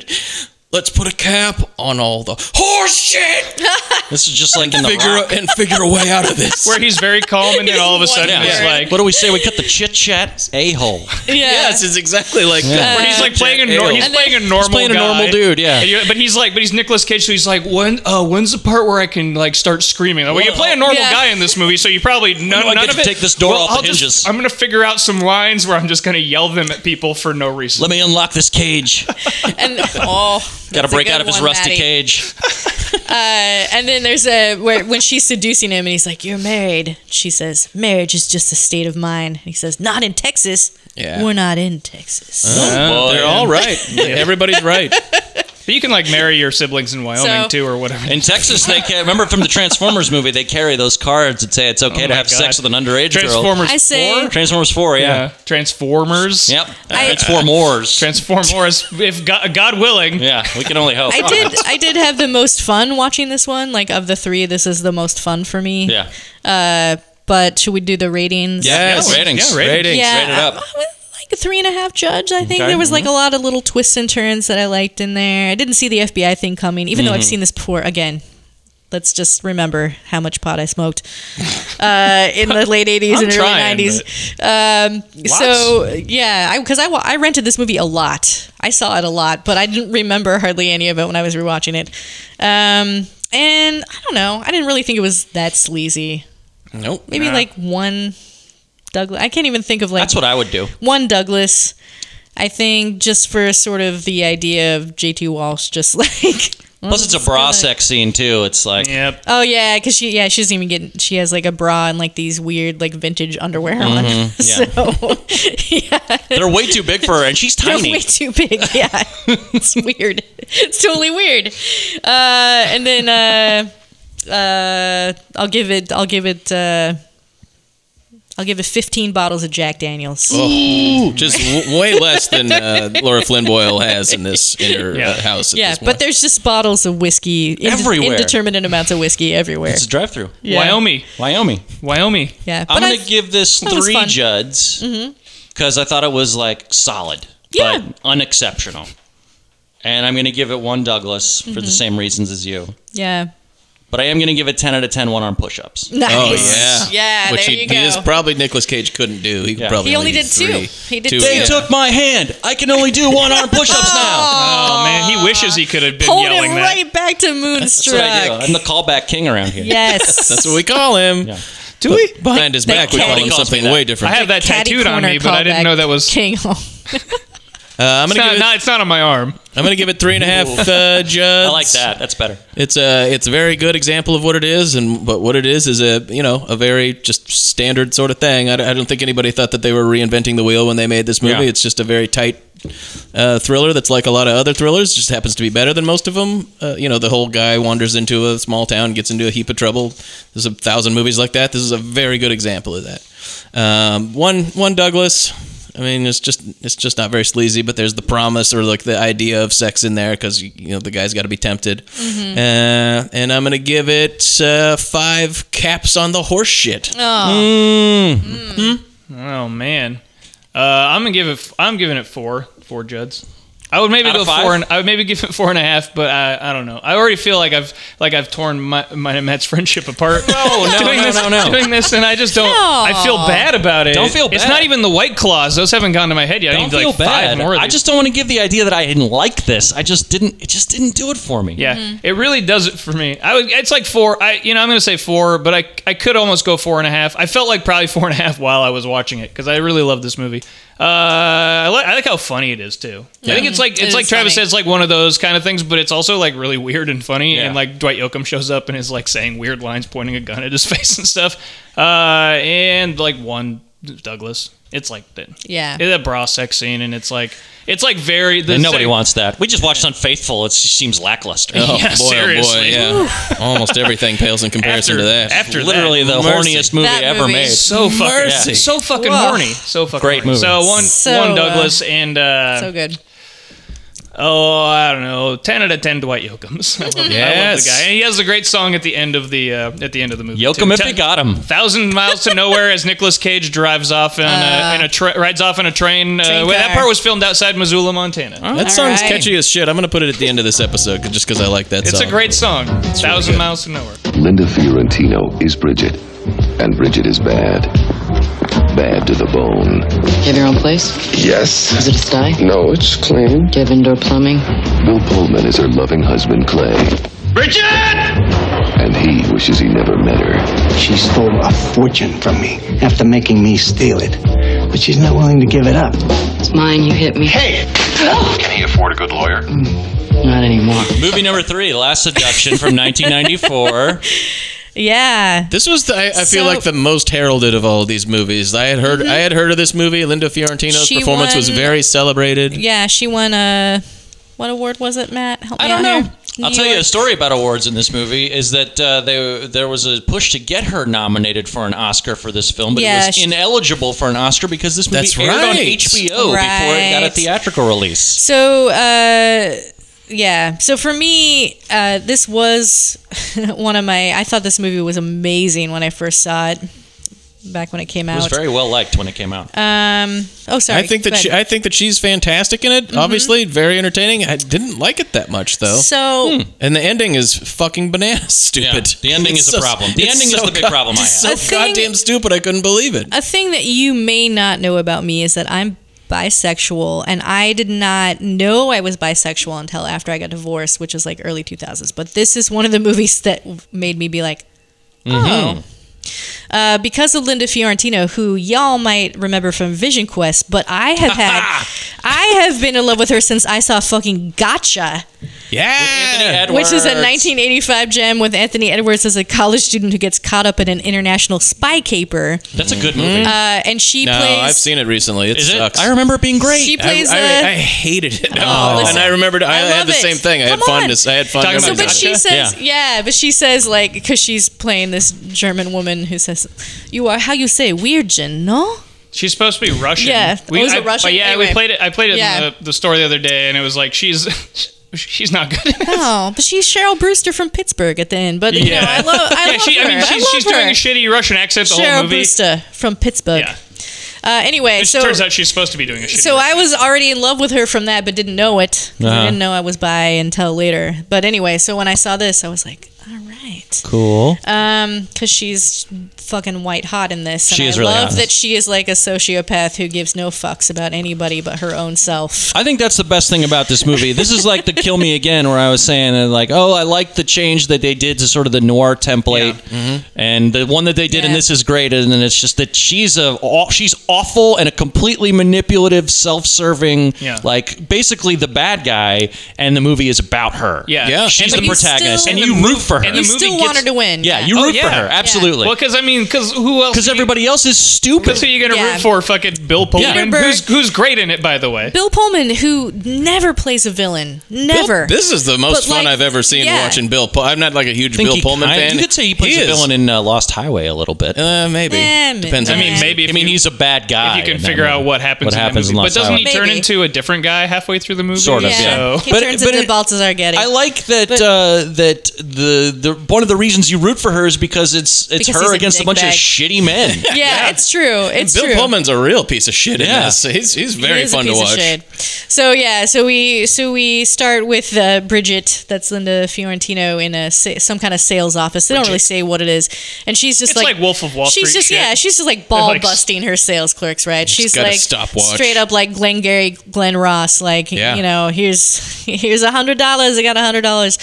[SPEAKER 4] Let's put a cap on all the horse shit.
[SPEAKER 2] this is just like in the
[SPEAKER 4] Figure
[SPEAKER 2] Rock.
[SPEAKER 4] a, and figure a way out of this.
[SPEAKER 1] Where he's very calm, and then all of a
[SPEAKER 3] He's
[SPEAKER 1] sudden
[SPEAKER 3] one
[SPEAKER 1] he's
[SPEAKER 3] word.
[SPEAKER 1] like,
[SPEAKER 2] What do we say? We cut the chit chat. A hole.
[SPEAKER 3] yeah.
[SPEAKER 4] Yes, it's exactly like that.
[SPEAKER 1] where he's like playing a nor- he's
[SPEAKER 3] And then-
[SPEAKER 1] playing a normal
[SPEAKER 2] playing a
[SPEAKER 1] guy.
[SPEAKER 2] normal dude, yeah.
[SPEAKER 1] And you- but he's like, but he's Nicolas Cage, so he's like, when uh, when's the part where I can like start screaming? Like, well, you play a normal
[SPEAKER 3] Yeah.
[SPEAKER 1] guy in this movie, so you probably none,
[SPEAKER 2] do I
[SPEAKER 1] none
[SPEAKER 2] get
[SPEAKER 1] of
[SPEAKER 2] to
[SPEAKER 1] it.
[SPEAKER 2] take this door
[SPEAKER 1] Well,
[SPEAKER 2] off the
[SPEAKER 1] I'll just-
[SPEAKER 2] hinges?
[SPEAKER 1] I'm gonna figure out some lines where I'm just gonna yell them at people for no reason.
[SPEAKER 2] Let me unlock this cage.
[SPEAKER 3] And oh,
[SPEAKER 2] Got to
[SPEAKER 3] that's a
[SPEAKER 2] break
[SPEAKER 3] good
[SPEAKER 2] out of his
[SPEAKER 3] one,
[SPEAKER 2] rusty
[SPEAKER 3] Maddie.
[SPEAKER 2] cage.
[SPEAKER 3] And then there's a where when she's seducing him and he's like, "You're married." She says, "Marriage is just a state of mind." And he says, "Not in Texas.
[SPEAKER 4] Yeah. Uh-huh.
[SPEAKER 3] We're not in Texas."
[SPEAKER 2] Uh,
[SPEAKER 1] Oh,
[SPEAKER 4] They're
[SPEAKER 1] yeah.
[SPEAKER 4] all right. Everybody's right.
[SPEAKER 1] But you can like marry your siblings in Wyoming
[SPEAKER 3] So-
[SPEAKER 1] too, or whatever.
[SPEAKER 2] In Texas, they ca- remember from the Transformers movie, they carry those cards that say it's okay to
[SPEAKER 1] Oh my
[SPEAKER 2] have
[SPEAKER 1] God.
[SPEAKER 2] sex with an underage girl.
[SPEAKER 1] Transformers
[SPEAKER 3] I say-
[SPEAKER 1] four.
[SPEAKER 2] Transformers Four,
[SPEAKER 1] Yeah.
[SPEAKER 2] yeah.
[SPEAKER 1] Transformers.
[SPEAKER 2] Yep. it's four mores.
[SPEAKER 1] Transformers. if God, God willing.
[SPEAKER 2] yeah, we can only hope.
[SPEAKER 3] I did. I did have the most fun watching this one. Like of the three, this is the most fun for me.
[SPEAKER 2] Yeah.
[SPEAKER 3] But should we do the ratings?
[SPEAKER 2] Yes.
[SPEAKER 1] Yeah,
[SPEAKER 2] ratings.
[SPEAKER 1] yeah, ratings.
[SPEAKER 3] yeah,
[SPEAKER 2] Rate it up.
[SPEAKER 3] I- I was like a three and a half judge. I think
[SPEAKER 2] Okay. Mm-hmm.
[SPEAKER 3] there was like a lot of little
[SPEAKER 2] Mm-hmm.
[SPEAKER 3] twists and turns that I liked in there. I didn't see the FBI thing coming, even though I've seen this before. Again, Let's just remember how much pot I smoked uh, in the late 80s
[SPEAKER 1] I'm
[SPEAKER 3] and early
[SPEAKER 1] trying,
[SPEAKER 3] 90s. Um, so, yeah, because I, wa- I rented this movie a lot. I saw it a lot, but I didn't remember hardly any of it when I was rewatching it. Um, and I don't know. I didn't really think it was that sleazy.
[SPEAKER 4] Nope.
[SPEAKER 3] Maybe like one Douglas. I can't even think of like
[SPEAKER 2] That's what I would do.
[SPEAKER 3] one Douglas. I think just for sort of the idea of JT Walsh, just like
[SPEAKER 2] Plus, it's a bra sex scene too. It's like
[SPEAKER 1] Yep.
[SPEAKER 3] oh yeah, because she yeah she doesn't even get she has like a bra and like these weird like vintage underwear on. so yeah,
[SPEAKER 2] Mm-hmm. they're way too big for her, and she's
[SPEAKER 3] they're
[SPEAKER 2] tiny.
[SPEAKER 3] way too big. Yeah, it's weird. It's totally weird. Uh, and then uh, uh, I'll give it. I'll give it. Uh, I'll give it 15 bottles of Jack Daniels.
[SPEAKER 4] Just w- way less than uh, Laura Flynn Boyle has in this in her uh, house. At
[SPEAKER 3] Yeah,
[SPEAKER 4] this
[SPEAKER 3] but
[SPEAKER 4] point.
[SPEAKER 3] there's just bottles of whiskey ind-
[SPEAKER 2] Everywhere.
[SPEAKER 3] indeterminate amounts of whiskey everywhere.
[SPEAKER 2] It's a drive-through.
[SPEAKER 3] Yeah.
[SPEAKER 1] Wyoming.
[SPEAKER 2] Wyoming.
[SPEAKER 1] Wyoming.
[SPEAKER 3] Yeah,
[SPEAKER 2] I'm
[SPEAKER 3] but
[SPEAKER 2] gonna
[SPEAKER 3] I-
[SPEAKER 2] give this
[SPEAKER 3] that was
[SPEAKER 2] three
[SPEAKER 3] fun. Mm-hmm.
[SPEAKER 2] Juds because I thought it was like solid,
[SPEAKER 3] Yeah.
[SPEAKER 2] but unexceptional. And I'm gonna give it one Douglas for
[SPEAKER 3] Mm-hmm.
[SPEAKER 2] the same reasons as you.
[SPEAKER 3] yeah,
[SPEAKER 1] Oh,
[SPEAKER 2] But I am gonna give it 10 out of 10 one-arm push-ups.
[SPEAKER 3] nice.
[SPEAKER 4] Oh yeah,
[SPEAKER 3] yeah.
[SPEAKER 4] Which
[SPEAKER 3] there
[SPEAKER 4] he,
[SPEAKER 3] you go.
[SPEAKER 4] he is probably Nicolas Cage couldn't do. He
[SPEAKER 2] Yeah.
[SPEAKER 4] probably
[SPEAKER 3] He only
[SPEAKER 4] did
[SPEAKER 3] did two.
[SPEAKER 4] three.
[SPEAKER 3] He did two.
[SPEAKER 2] They took my hand. I can only do one-arm push-ups now.
[SPEAKER 1] Oh man, he wishes he could have been
[SPEAKER 3] Pulled it
[SPEAKER 1] yelling that.
[SPEAKER 3] right back to
[SPEAKER 2] That's what I do.
[SPEAKER 3] Moonstruck.
[SPEAKER 2] I'm the callback king around here.
[SPEAKER 3] yes.
[SPEAKER 4] That's what we call him.
[SPEAKER 1] Do we?
[SPEAKER 4] Behind his
[SPEAKER 3] They
[SPEAKER 4] back, we
[SPEAKER 3] can't-
[SPEAKER 4] call him
[SPEAKER 2] Nobody calls
[SPEAKER 4] something
[SPEAKER 2] me that.
[SPEAKER 4] way
[SPEAKER 1] I
[SPEAKER 4] different.
[SPEAKER 1] have that
[SPEAKER 3] Caddy
[SPEAKER 1] tattooed on
[SPEAKER 3] corner
[SPEAKER 1] me, but I didn't
[SPEAKER 3] callback
[SPEAKER 1] know that was.
[SPEAKER 3] King Hall.
[SPEAKER 4] Uh, I'm
[SPEAKER 1] It's
[SPEAKER 4] gonna
[SPEAKER 1] not,
[SPEAKER 4] give it.
[SPEAKER 1] not- it's not on my arm.
[SPEAKER 4] I'm gonna give it three and a half uh,
[SPEAKER 2] I
[SPEAKER 4] Juds.
[SPEAKER 2] like that. That's better.
[SPEAKER 4] It's a it's a very good example of what it is, and but what it is is a you know a very just standard sort of thing. I, don't- I don't think anybody thought that they were reinventing the wheel when they made this movie.
[SPEAKER 2] Yeah.
[SPEAKER 4] It's just a very tight uh, thriller that's like a lot of other thrillers. Just happens to be better than most of them. Uh, you know, the whole guy wanders into a small town, gets into a heap of trouble. There's a thousand movies like that. This is a very good example of that. Um, one one Douglas. I mean, it's just it's just not very sleazy, but there's the promise or like the idea of sex in there because you know the guy's got to be tempted.
[SPEAKER 2] Mm-hmm.
[SPEAKER 4] Uh, and I'm gonna give it uh, five caps on the horse shit.
[SPEAKER 1] Mm. Oh man, uh, I'm gonna give it. f- I'm giving it four. Four Juds. I would maybe
[SPEAKER 2] Out
[SPEAKER 1] go
[SPEAKER 2] of five?
[SPEAKER 1] four, and I would maybe give it four and a half, but I, I don't know. I already feel like I've like I've torn my, mine and Matt's friendship apart. No,
[SPEAKER 2] no,
[SPEAKER 1] doing
[SPEAKER 2] no,
[SPEAKER 1] this,
[SPEAKER 2] no, no.
[SPEAKER 1] doing this, and I just don't. I feel bad about it.
[SPEAKER 2] Don't feel
[SPEAKER 1] It's
[SPEAKER 2] bad.
[SPEAKER 1] not even the White Claws; those haven't gone to my head yet. I
[SPEAKER 2] Don't
[SPEAKER 1] need
[SPEAKER 2] feel
[SPEAKER 1] like
[SPEAKER 2] bad.
[SPEAKER 1] five more. Of
[SPEAKER 2] I
[SPEAKER 1] these.
[SPEAKER 2] just don't want to give the idea that I didn't like this. I just didn't. It just didn't do it for me.
[SPEAKER 1] Yeah,
[SPEAKER 3] Mm-hmm.
[SPEAKER 1] it really does it for me. I would, it's like four. I you know I'm gonna say four, but I I could almost go four and a half. I felt like probably four and a half while I was watching it because I really love this movie. Uh, I, like I like how funny it is too. I think it's like it's
[SPEAKER 3] It
[SPEAKER 1] like
[SPEAKER 3] is
[SPEAKER 1] Travis said,
[SPEAKER 3] funny.
[SPEAKER 1] it's like one of those kind of things, but it's also like really weird and funny.
[SPEAKER 2] Yeah.
[SPEAKER 1] And like Dwight Yoakam shows up and is like saying weird lines, pointing a gun at his face and stuff. Uh, and like one Douglas, it's like that.
[SPEAKER 3] Yeah.
[SPEAKER 1] it's a bra sex scene, and it's like it's like very. the
[SPEAKER 2] And nobody
[SPEAKER 1] same-
[SPEAKER 2] wants that. We just watched Unfaithful. It just seems lackluster.
[SPEAKER 4] Oh
[SPEAKER 1] Yeah, seriously.
[SPEAKER 4] yeah. Almost everything pales in comparison
[SPEAKER 1] after
[SPEAKER 4] to that.
[SPEAKER 1] After that.
[SPEAKER 2] literally the
[SPEAKER 4] Mercy.
[SPEAKER 2] horniest movie
[SPEAKER 3] That
[SPEAKER 2] ever
[SPEAKER 3] movie.
[SPEAKER 2] made.
[SPEAKER 1] so fucking
[SPEAKER 4] Mercy.
[SPEAKER 1] yeah. so fucking
[SPEAKER 3] Whoa.
[SPEAKER 1] horny, so fucking
[SPEAKER 2] Great
[SPEAKER 1] horny.
[SPEAKER 2] movie.
[SPEAKER 1] So one
[SPEAKER 3] So,
[SPEAKER 1] one
[SPEAKER 3] uh,
[SPEAKER 1] Douglas and uh,
[SPEAKER 3] so good.
[SPEAKER 1] oh I don't know ten out of ten Dwight Yoakams. I love, I love
[SPEAKER 4] Yes.
[SPEAKER 1] the guy. And he has a great song at the end of the uh, at the end of the movie.
[SPEAKER 2] Yoakum
[SPEAKER 1] too.
[SPEAKER 2] if
[SPEAKER 1] Ten-
[SPEAKER 2] you got him.
[SPEAKER 1] Thousand miles to nowhere as Nicolas Cage drives off in a, in a tra- rides off in a train.
[SPEAKER 3] Uh, Train
[SPEAKER 1] uh, well, that
[SPEAKER 3] car.
[SPEAKER 1] part was filmed outside Missoula, Montana.
[SPEAKER 2] Oh.
[SPEAKER 4] That song's
[SPEAKER 3] right.
[SPEAKER 4] catchy as shit. I'm gonna put it at the end of this episode 'cause- just because I like that
[SPEAKER 1] It's
[SPEAKER 4] song.
[SPEAKER 1] a great song. Thousand
[SPEAKER 4] good.
[SPEAKER 1] miles to nowhere.
[SPEAKER 9] Linda Fiorentino is Bridget, and Bridget is bad. Bad to the bone.
[SPEAKER 10] You have your own place?
[SPEAKER 9] Yes.
[SPEAKER 10] Is it a sty? Do
[SPEAKER 9] No, it's clean.
[SPEAKER 10] you have indoor plumbing?
[SPEAKER 9] Bill Pullman is her loving husband, Clay,
[SPEAKER 6] Bridget!
[SPEAKER 9] and he wishes he never met her.
[SPEAKER 7] She stole a fortune from me after making me steal it. But she's not willing to give it up.
[SPEAKER 10] It's mine. You hit me.
[SPEAKER 6] Hey! Can he afford a good lawyer?
[SPEAKER 10] Not anymore.
[SPEAKER 2] Movie number three, Last Seduction from 1994.
[SPEAKER 3] Yeah.
[SPEAKER 4] This was the, I, I feel
[SPEAKER 3] So- Mm-hmm.
[SPEAKER 4] like the most heralded of all these movies. I had heard I had heard of this movie. Linda Fiorentino's
[SPEAKER 3] She
[SPEAKER 4] performance was
[SPEAKER 3] won-
[SPEAKER 4] very celebrated.
[SPEAKER 3] Yeah, she won a what award was it, Matt? Help me
[SPEAKER 2] I don't know.
[SPEAKER 3] out here.
[SPEAKER 2] I'll
[SPEAKER 3] New
[SPEAKER 2] tell you a
[SPEAKER 3] York-
[SPEAKER 2] story about awards in this movie is that uh, they, there was a push to get her nominated for an Oscar for this film, but
[SPEAKER 3] Yeah,
[SPEAKER 2] it was
[SPEAKER 3] she-
[SPEAKER 2] ineligible for an Oscar because this movie
[SPEAKER 4] That's
[SPEAKER 2] aired on
[SPEAKER 4] right.
[SPEAKER 2] HBO before it got a
[SPEAKER 3] Right.
[SPEAKER 2] theatrical release.
[SPEAKER 3] So, uh, yeah. So for me, uh, this was one of my. I thought this movie was amazing when I first saw it. back when it came
[SPEAKER 2] It was
[SPEAKER 3] out.
[SPEAKER 2] very well liked when it came out.
[SPEAKER 3] um, oh, sorry.
[SPEAKER 4] I think that
[SPEAKER 3] Go
[SPEAKER 4] she,
[SPEAKER 3] ahead.
[SPEAKER 4] I think that she's fantastic in it.
[SPEAKER 2] Mm-hmm.
[SPEAKER 4] Obviously, very entertaining. I didn't like it that much though.
[SPEAKER 2] Hmm.
[SPEAKER 3] so
[SPEAKER 4] and the ending is fucking bananas stupid.
[SPEAKER 2] Yeah, the ending
[SPEAKER 4] It's
[SPEAKER 2] is a problem. The
[SPEAKER 4] it's
[SPEAKER 2] ending is the big problem I
[SPEAKER 4] it's
[SPEAKER 2] have.
[SPEAKER 4] So
[SPEAKER 3] A thing-
[SPEAKER 4] goddamn stupid. I couldn't believe it.
[SPEAKER 3] a thing that you may not know about me is that I'm bisexual and I did not know I was bisexual until after I got divorced, which was like early 2000s. But this is one of the movies that made me be like, oh. Uh, because of Linda Fiorentino, who y'all might remember from Vision Quest, but I have had, I have been in love with her since I saw fucking Gotcha
[SPEAKER 4] Yeah.
[SPEAKER 3] which is a
[SPEAKER 2] Edwards.
[SPEAKER 3] 1985 gem with Anthony Edwards as a college student who gets caught up in an international spy caper,
[SPEAKER 2] That's a good movie.
[SPEAKER 3] uh, and she
[SPEAKER 4] No,
[SPEAKER 3] plays.
[SPEAKER 4] I've seen it recently. It
[SPEAKER 2] is it?
[SPEAKER 4] sucks.
[SPEAKER 2] I remember it being great.
[SPEAKER 3] She
[SPEAKER 4] I,
[SPEAKER 3] plays.
[SPEAKER 4] I-
[SPEAKER 3] uh,
[SPEAKER 4] I hated it.
[SPEAKER 3] listen,
[SPEAKER 4] and I remembered. I,
[SPEAKER 3] I love
[SPEAKER 4] had the
[SPEAKER 3] it.
[SPEAKER 4] same thing. I had
[SPEAKER 3] Come on.
[SPEAKER 4] fondness. I had
[SPEAKER 1] Talking
[SPEAKER 4] fondness.
[SPEAKER 1] about
[SPEAKER 3] so, but she
[SPEAKER 1] Gotcha?
[SPEAKER 3] says, yeah. but she says like because she's playing this German woman who says, "You are how you say virgin, no?"
[SPEAKER 1] She's supposed to be Russian.
[SPEAKER 3] Yeah. Oh, is it
[SPEAKER 1] I-
[SPEAKER 3] Russian?
[SPEAKER 1] but yeah,
[SPEAKER 3] Anyway.
[SPEAKER 1] we played it. I played it
[SPEAKER 3] Yeah.
[SPEAKER 1] in the, the store the other day, and it was like she's she's not good. At it.
[SPEAKER 3] Oh, but she's Cheryl Brewster from Pittsburgh at the end. But you know, I love. I
[SPEAKER 1] yeah,
[SPEAKER 3] love
[SPEAKER 1] she,
[SPEAKER 3] her.
[SPEAKER 1] I mean, she's,
[SPEAKER 3] love
[SPEAKER 1] she's
[SPEAKER 3] her.
[SPEAKER 1] doing a shitty Russian accent the whole
[SPEAKER 3] Cheryl
[SPEAKER 1] movie.
[SPEAKER 3] Brewster from Pittsburgh.
[SPEAKER 1] Yeah.
[SPEAKER 3] Uh, anyway,
[SPEAKER 1] It
[SPEAKER 3] so
[SPEAKER 1] turns out she's supposed to be doing a shitty.
[SPEAKER 3] So I
[SPEAKER 1] Russian
[SPEAKER 3] was already in love with her from that, but didn't know it. 'cause I
[SPEAKER 2] Uh-huh.
[SPEAKER 3] didn't know I was bi until later. But anyway, so when I saw this, I was like, all right.
[SPEAKER 2] cool.
[SPEAKER 3] Um, because she's fucking white hot in this. And
[SPEAKER 2] She is
[SPEAKER 3] I
[SPEAKER 2] really
[SPEAKER 3] love
[SPEAKER 2] hot.
[SPEAKER 3] that she is like a sociopath who gives no fucks about anybody but her own self.
[SPEAKER 2] I think that's the best thing about this movie. This is like the Kill Me Again, where I was saying that like, oh, I like the change that they did to sort of the noir template, and the one that they did in
[SPEAKER 3] Yeah.
[SPEAKER 2] this is great. And then it's just that she's a aw- she's awful and a completely manipulative, self-serving,
[SPEAKER 1] Yeah.
[SPEAKER 2] like basically the bad guy, and the movie is about her.
[SPEAKER 1] Yeah.
[SPEAKER 4] Yeah.
[SPEAKER 2] she's
[SPEAKER 3] But
[SPEAKER 2] the
[SPEAKER 3] you
[SPEAKER 2] protagonist,
[SPEAKER 3] still-
[SPEAKER 2] and
[SPEAKER 1] And the
[SPEAKER 2] you root for her.
[SPEAKER 1] and
[SPEAKER 3] You
[SPEAKER 1] the movie
[SPEAKER 3] still want her
[SPEAKER 1] gets-
[SPEAKER 3] to win. Oh,
[SPEAKER 2] yeah, you root for
[SPEAKER 1] yeah.
[SPEAKER 2] her absolutely
[SPEAKER 1] Well, because I mean, because who else?
[SPEAKER 2] because
[SPEAKER 1] do you-
[SPEAKER 2] everybody else is stupid.
[SPEAKER 1] That's who you're gonna
[SPEAKER 3] Yeah.
[SPEAKER 1] root for? Fucking Bill Pullman,
[SPEAKER 3] Remember-
[SPEAKER 1] who's who's great in it, by the way.
[SPEAKER 3] Bill Pullman, who never plays a villain, never.
[SPEAKER 4] This is the most
[SPEAKER 3] But,
[SPEAKER 4] fun
[SPEAKER 3] like,
[SPEAKER 4] I've ever seen
[SPEAKER 3] yeah.
[SPEAKER 4] watching Bill. Pull- I'm not like a huge
[SPEAKER 2] think
[SPEAKER 4] Bill
[SPEAKER 2] he
[SPEAKER 4] Pullman
[SPEAKER 2] kind-
[SPEAKER 4] fan.
[SPEAKER 2] You could say he plays a
[SPEAKER 4] is.
[SPEAKER 2] villain in uh, Lost Highway a little bit.
[SPEAKER 4] Uh, maybe
[SPEAKER 3] Eh,
[SPEAKER 4] depends.
[SPEAKER 3] I
[SPEAKER 1] I
[SPEAKER 4] on
[SPEAKER 1] mean,
[SPEAKER 4] the-
[SPEAKER 1] maybe if
[SPEAKER 2] I mean,
[SPEAKER 1] you,
[SPEAKER 2] he's a bad
[SPEAKER 1] if
[SPEAKER 2] guy.
[SPEAKER 1] you can
[SPEAKER 2] in that
[SPEAKER 1] figure out
[SPEAKER 2] movie.
[SPEAKER 1] what happens.
[SPEAKER 2] What
[SPEAKER 1] in that
[SPEAKER 2] happens in
[SPEAKER 1] movie.
[SPEAKER 2] Lost
[SPEAKER 1] But doesn't he
[SPEAKER 2] Highway.
[SPEAKER 1] turn
[SPEAKER 3] Maybe.
[SPEAKER 1] into a different guy halfway through the movie?
[SPEAKER 2] Sort of,
[SPEAKER 3] yeah.
[SPEAKER 1] So-
[SPEAKER 3] He
[SPEAKER 2] But-
[SPEAKER 3] turns
[SPEAKER 2] but
[SPEAKER 3] into
[SPEAKER 2] it-
[SPEAKER 3] Baltazar Getty.
[SPEAKER 2] I like that uh, that the the one of the reasons you root for her is because it's it's
[SPEAKER 3] Because he's
[SPEAKER 2] her
[SPEAKER 3] a
[SPEAKER 2] against a bunch of
[SPEAKER 3] dickbag.
[SPEAKER 2] shitty men.
[SPEAKER 3] yeah, it's true. It's
[SPEAKER 4] Bill
[SPEAKER 3] true.
[SPEAKER 4] Pullman's a real piece of shit in
[SPEAKER 2] Yeah.
[SPEAKER 4] this. He's he's
[SPEAKER 3] He
[SPEAKER 4] very
[SPEAKER 3] is a
[SPEAKER 4] fun to
[SPEAKER 3] piece of
[SPEAKER 4] watch.
[SPEAKER 3] shit. So yeah, so we so we start with uh, Bridget. That's Linda Fiorentino in a sa- some kind of sales office. They don't really say what it is, and she's just
[SPEAKER 1] It's like Wolf of Wall
[SPEAKER 3] she's
[SPEAKER 1] Street
[SPEAKER 3] just
[SPEAKER 1] shit.
[SPEAKER 3] yeah, she's just like ball
[SPEAKER 1] like,
[SPEAKER 3] busting her sales clerks, right? She's
[SPEAKER 4] got a
[SPEAKER 3] like
[SPEAKER 4] stopwatch.
[SPEAKER 3] straight up like Glengarry Glen Ross, like
[SPEAKER 4] Yeah.
[SPEAKER 3] you know, here's here's a hundred dollars. I got a hundred dollars,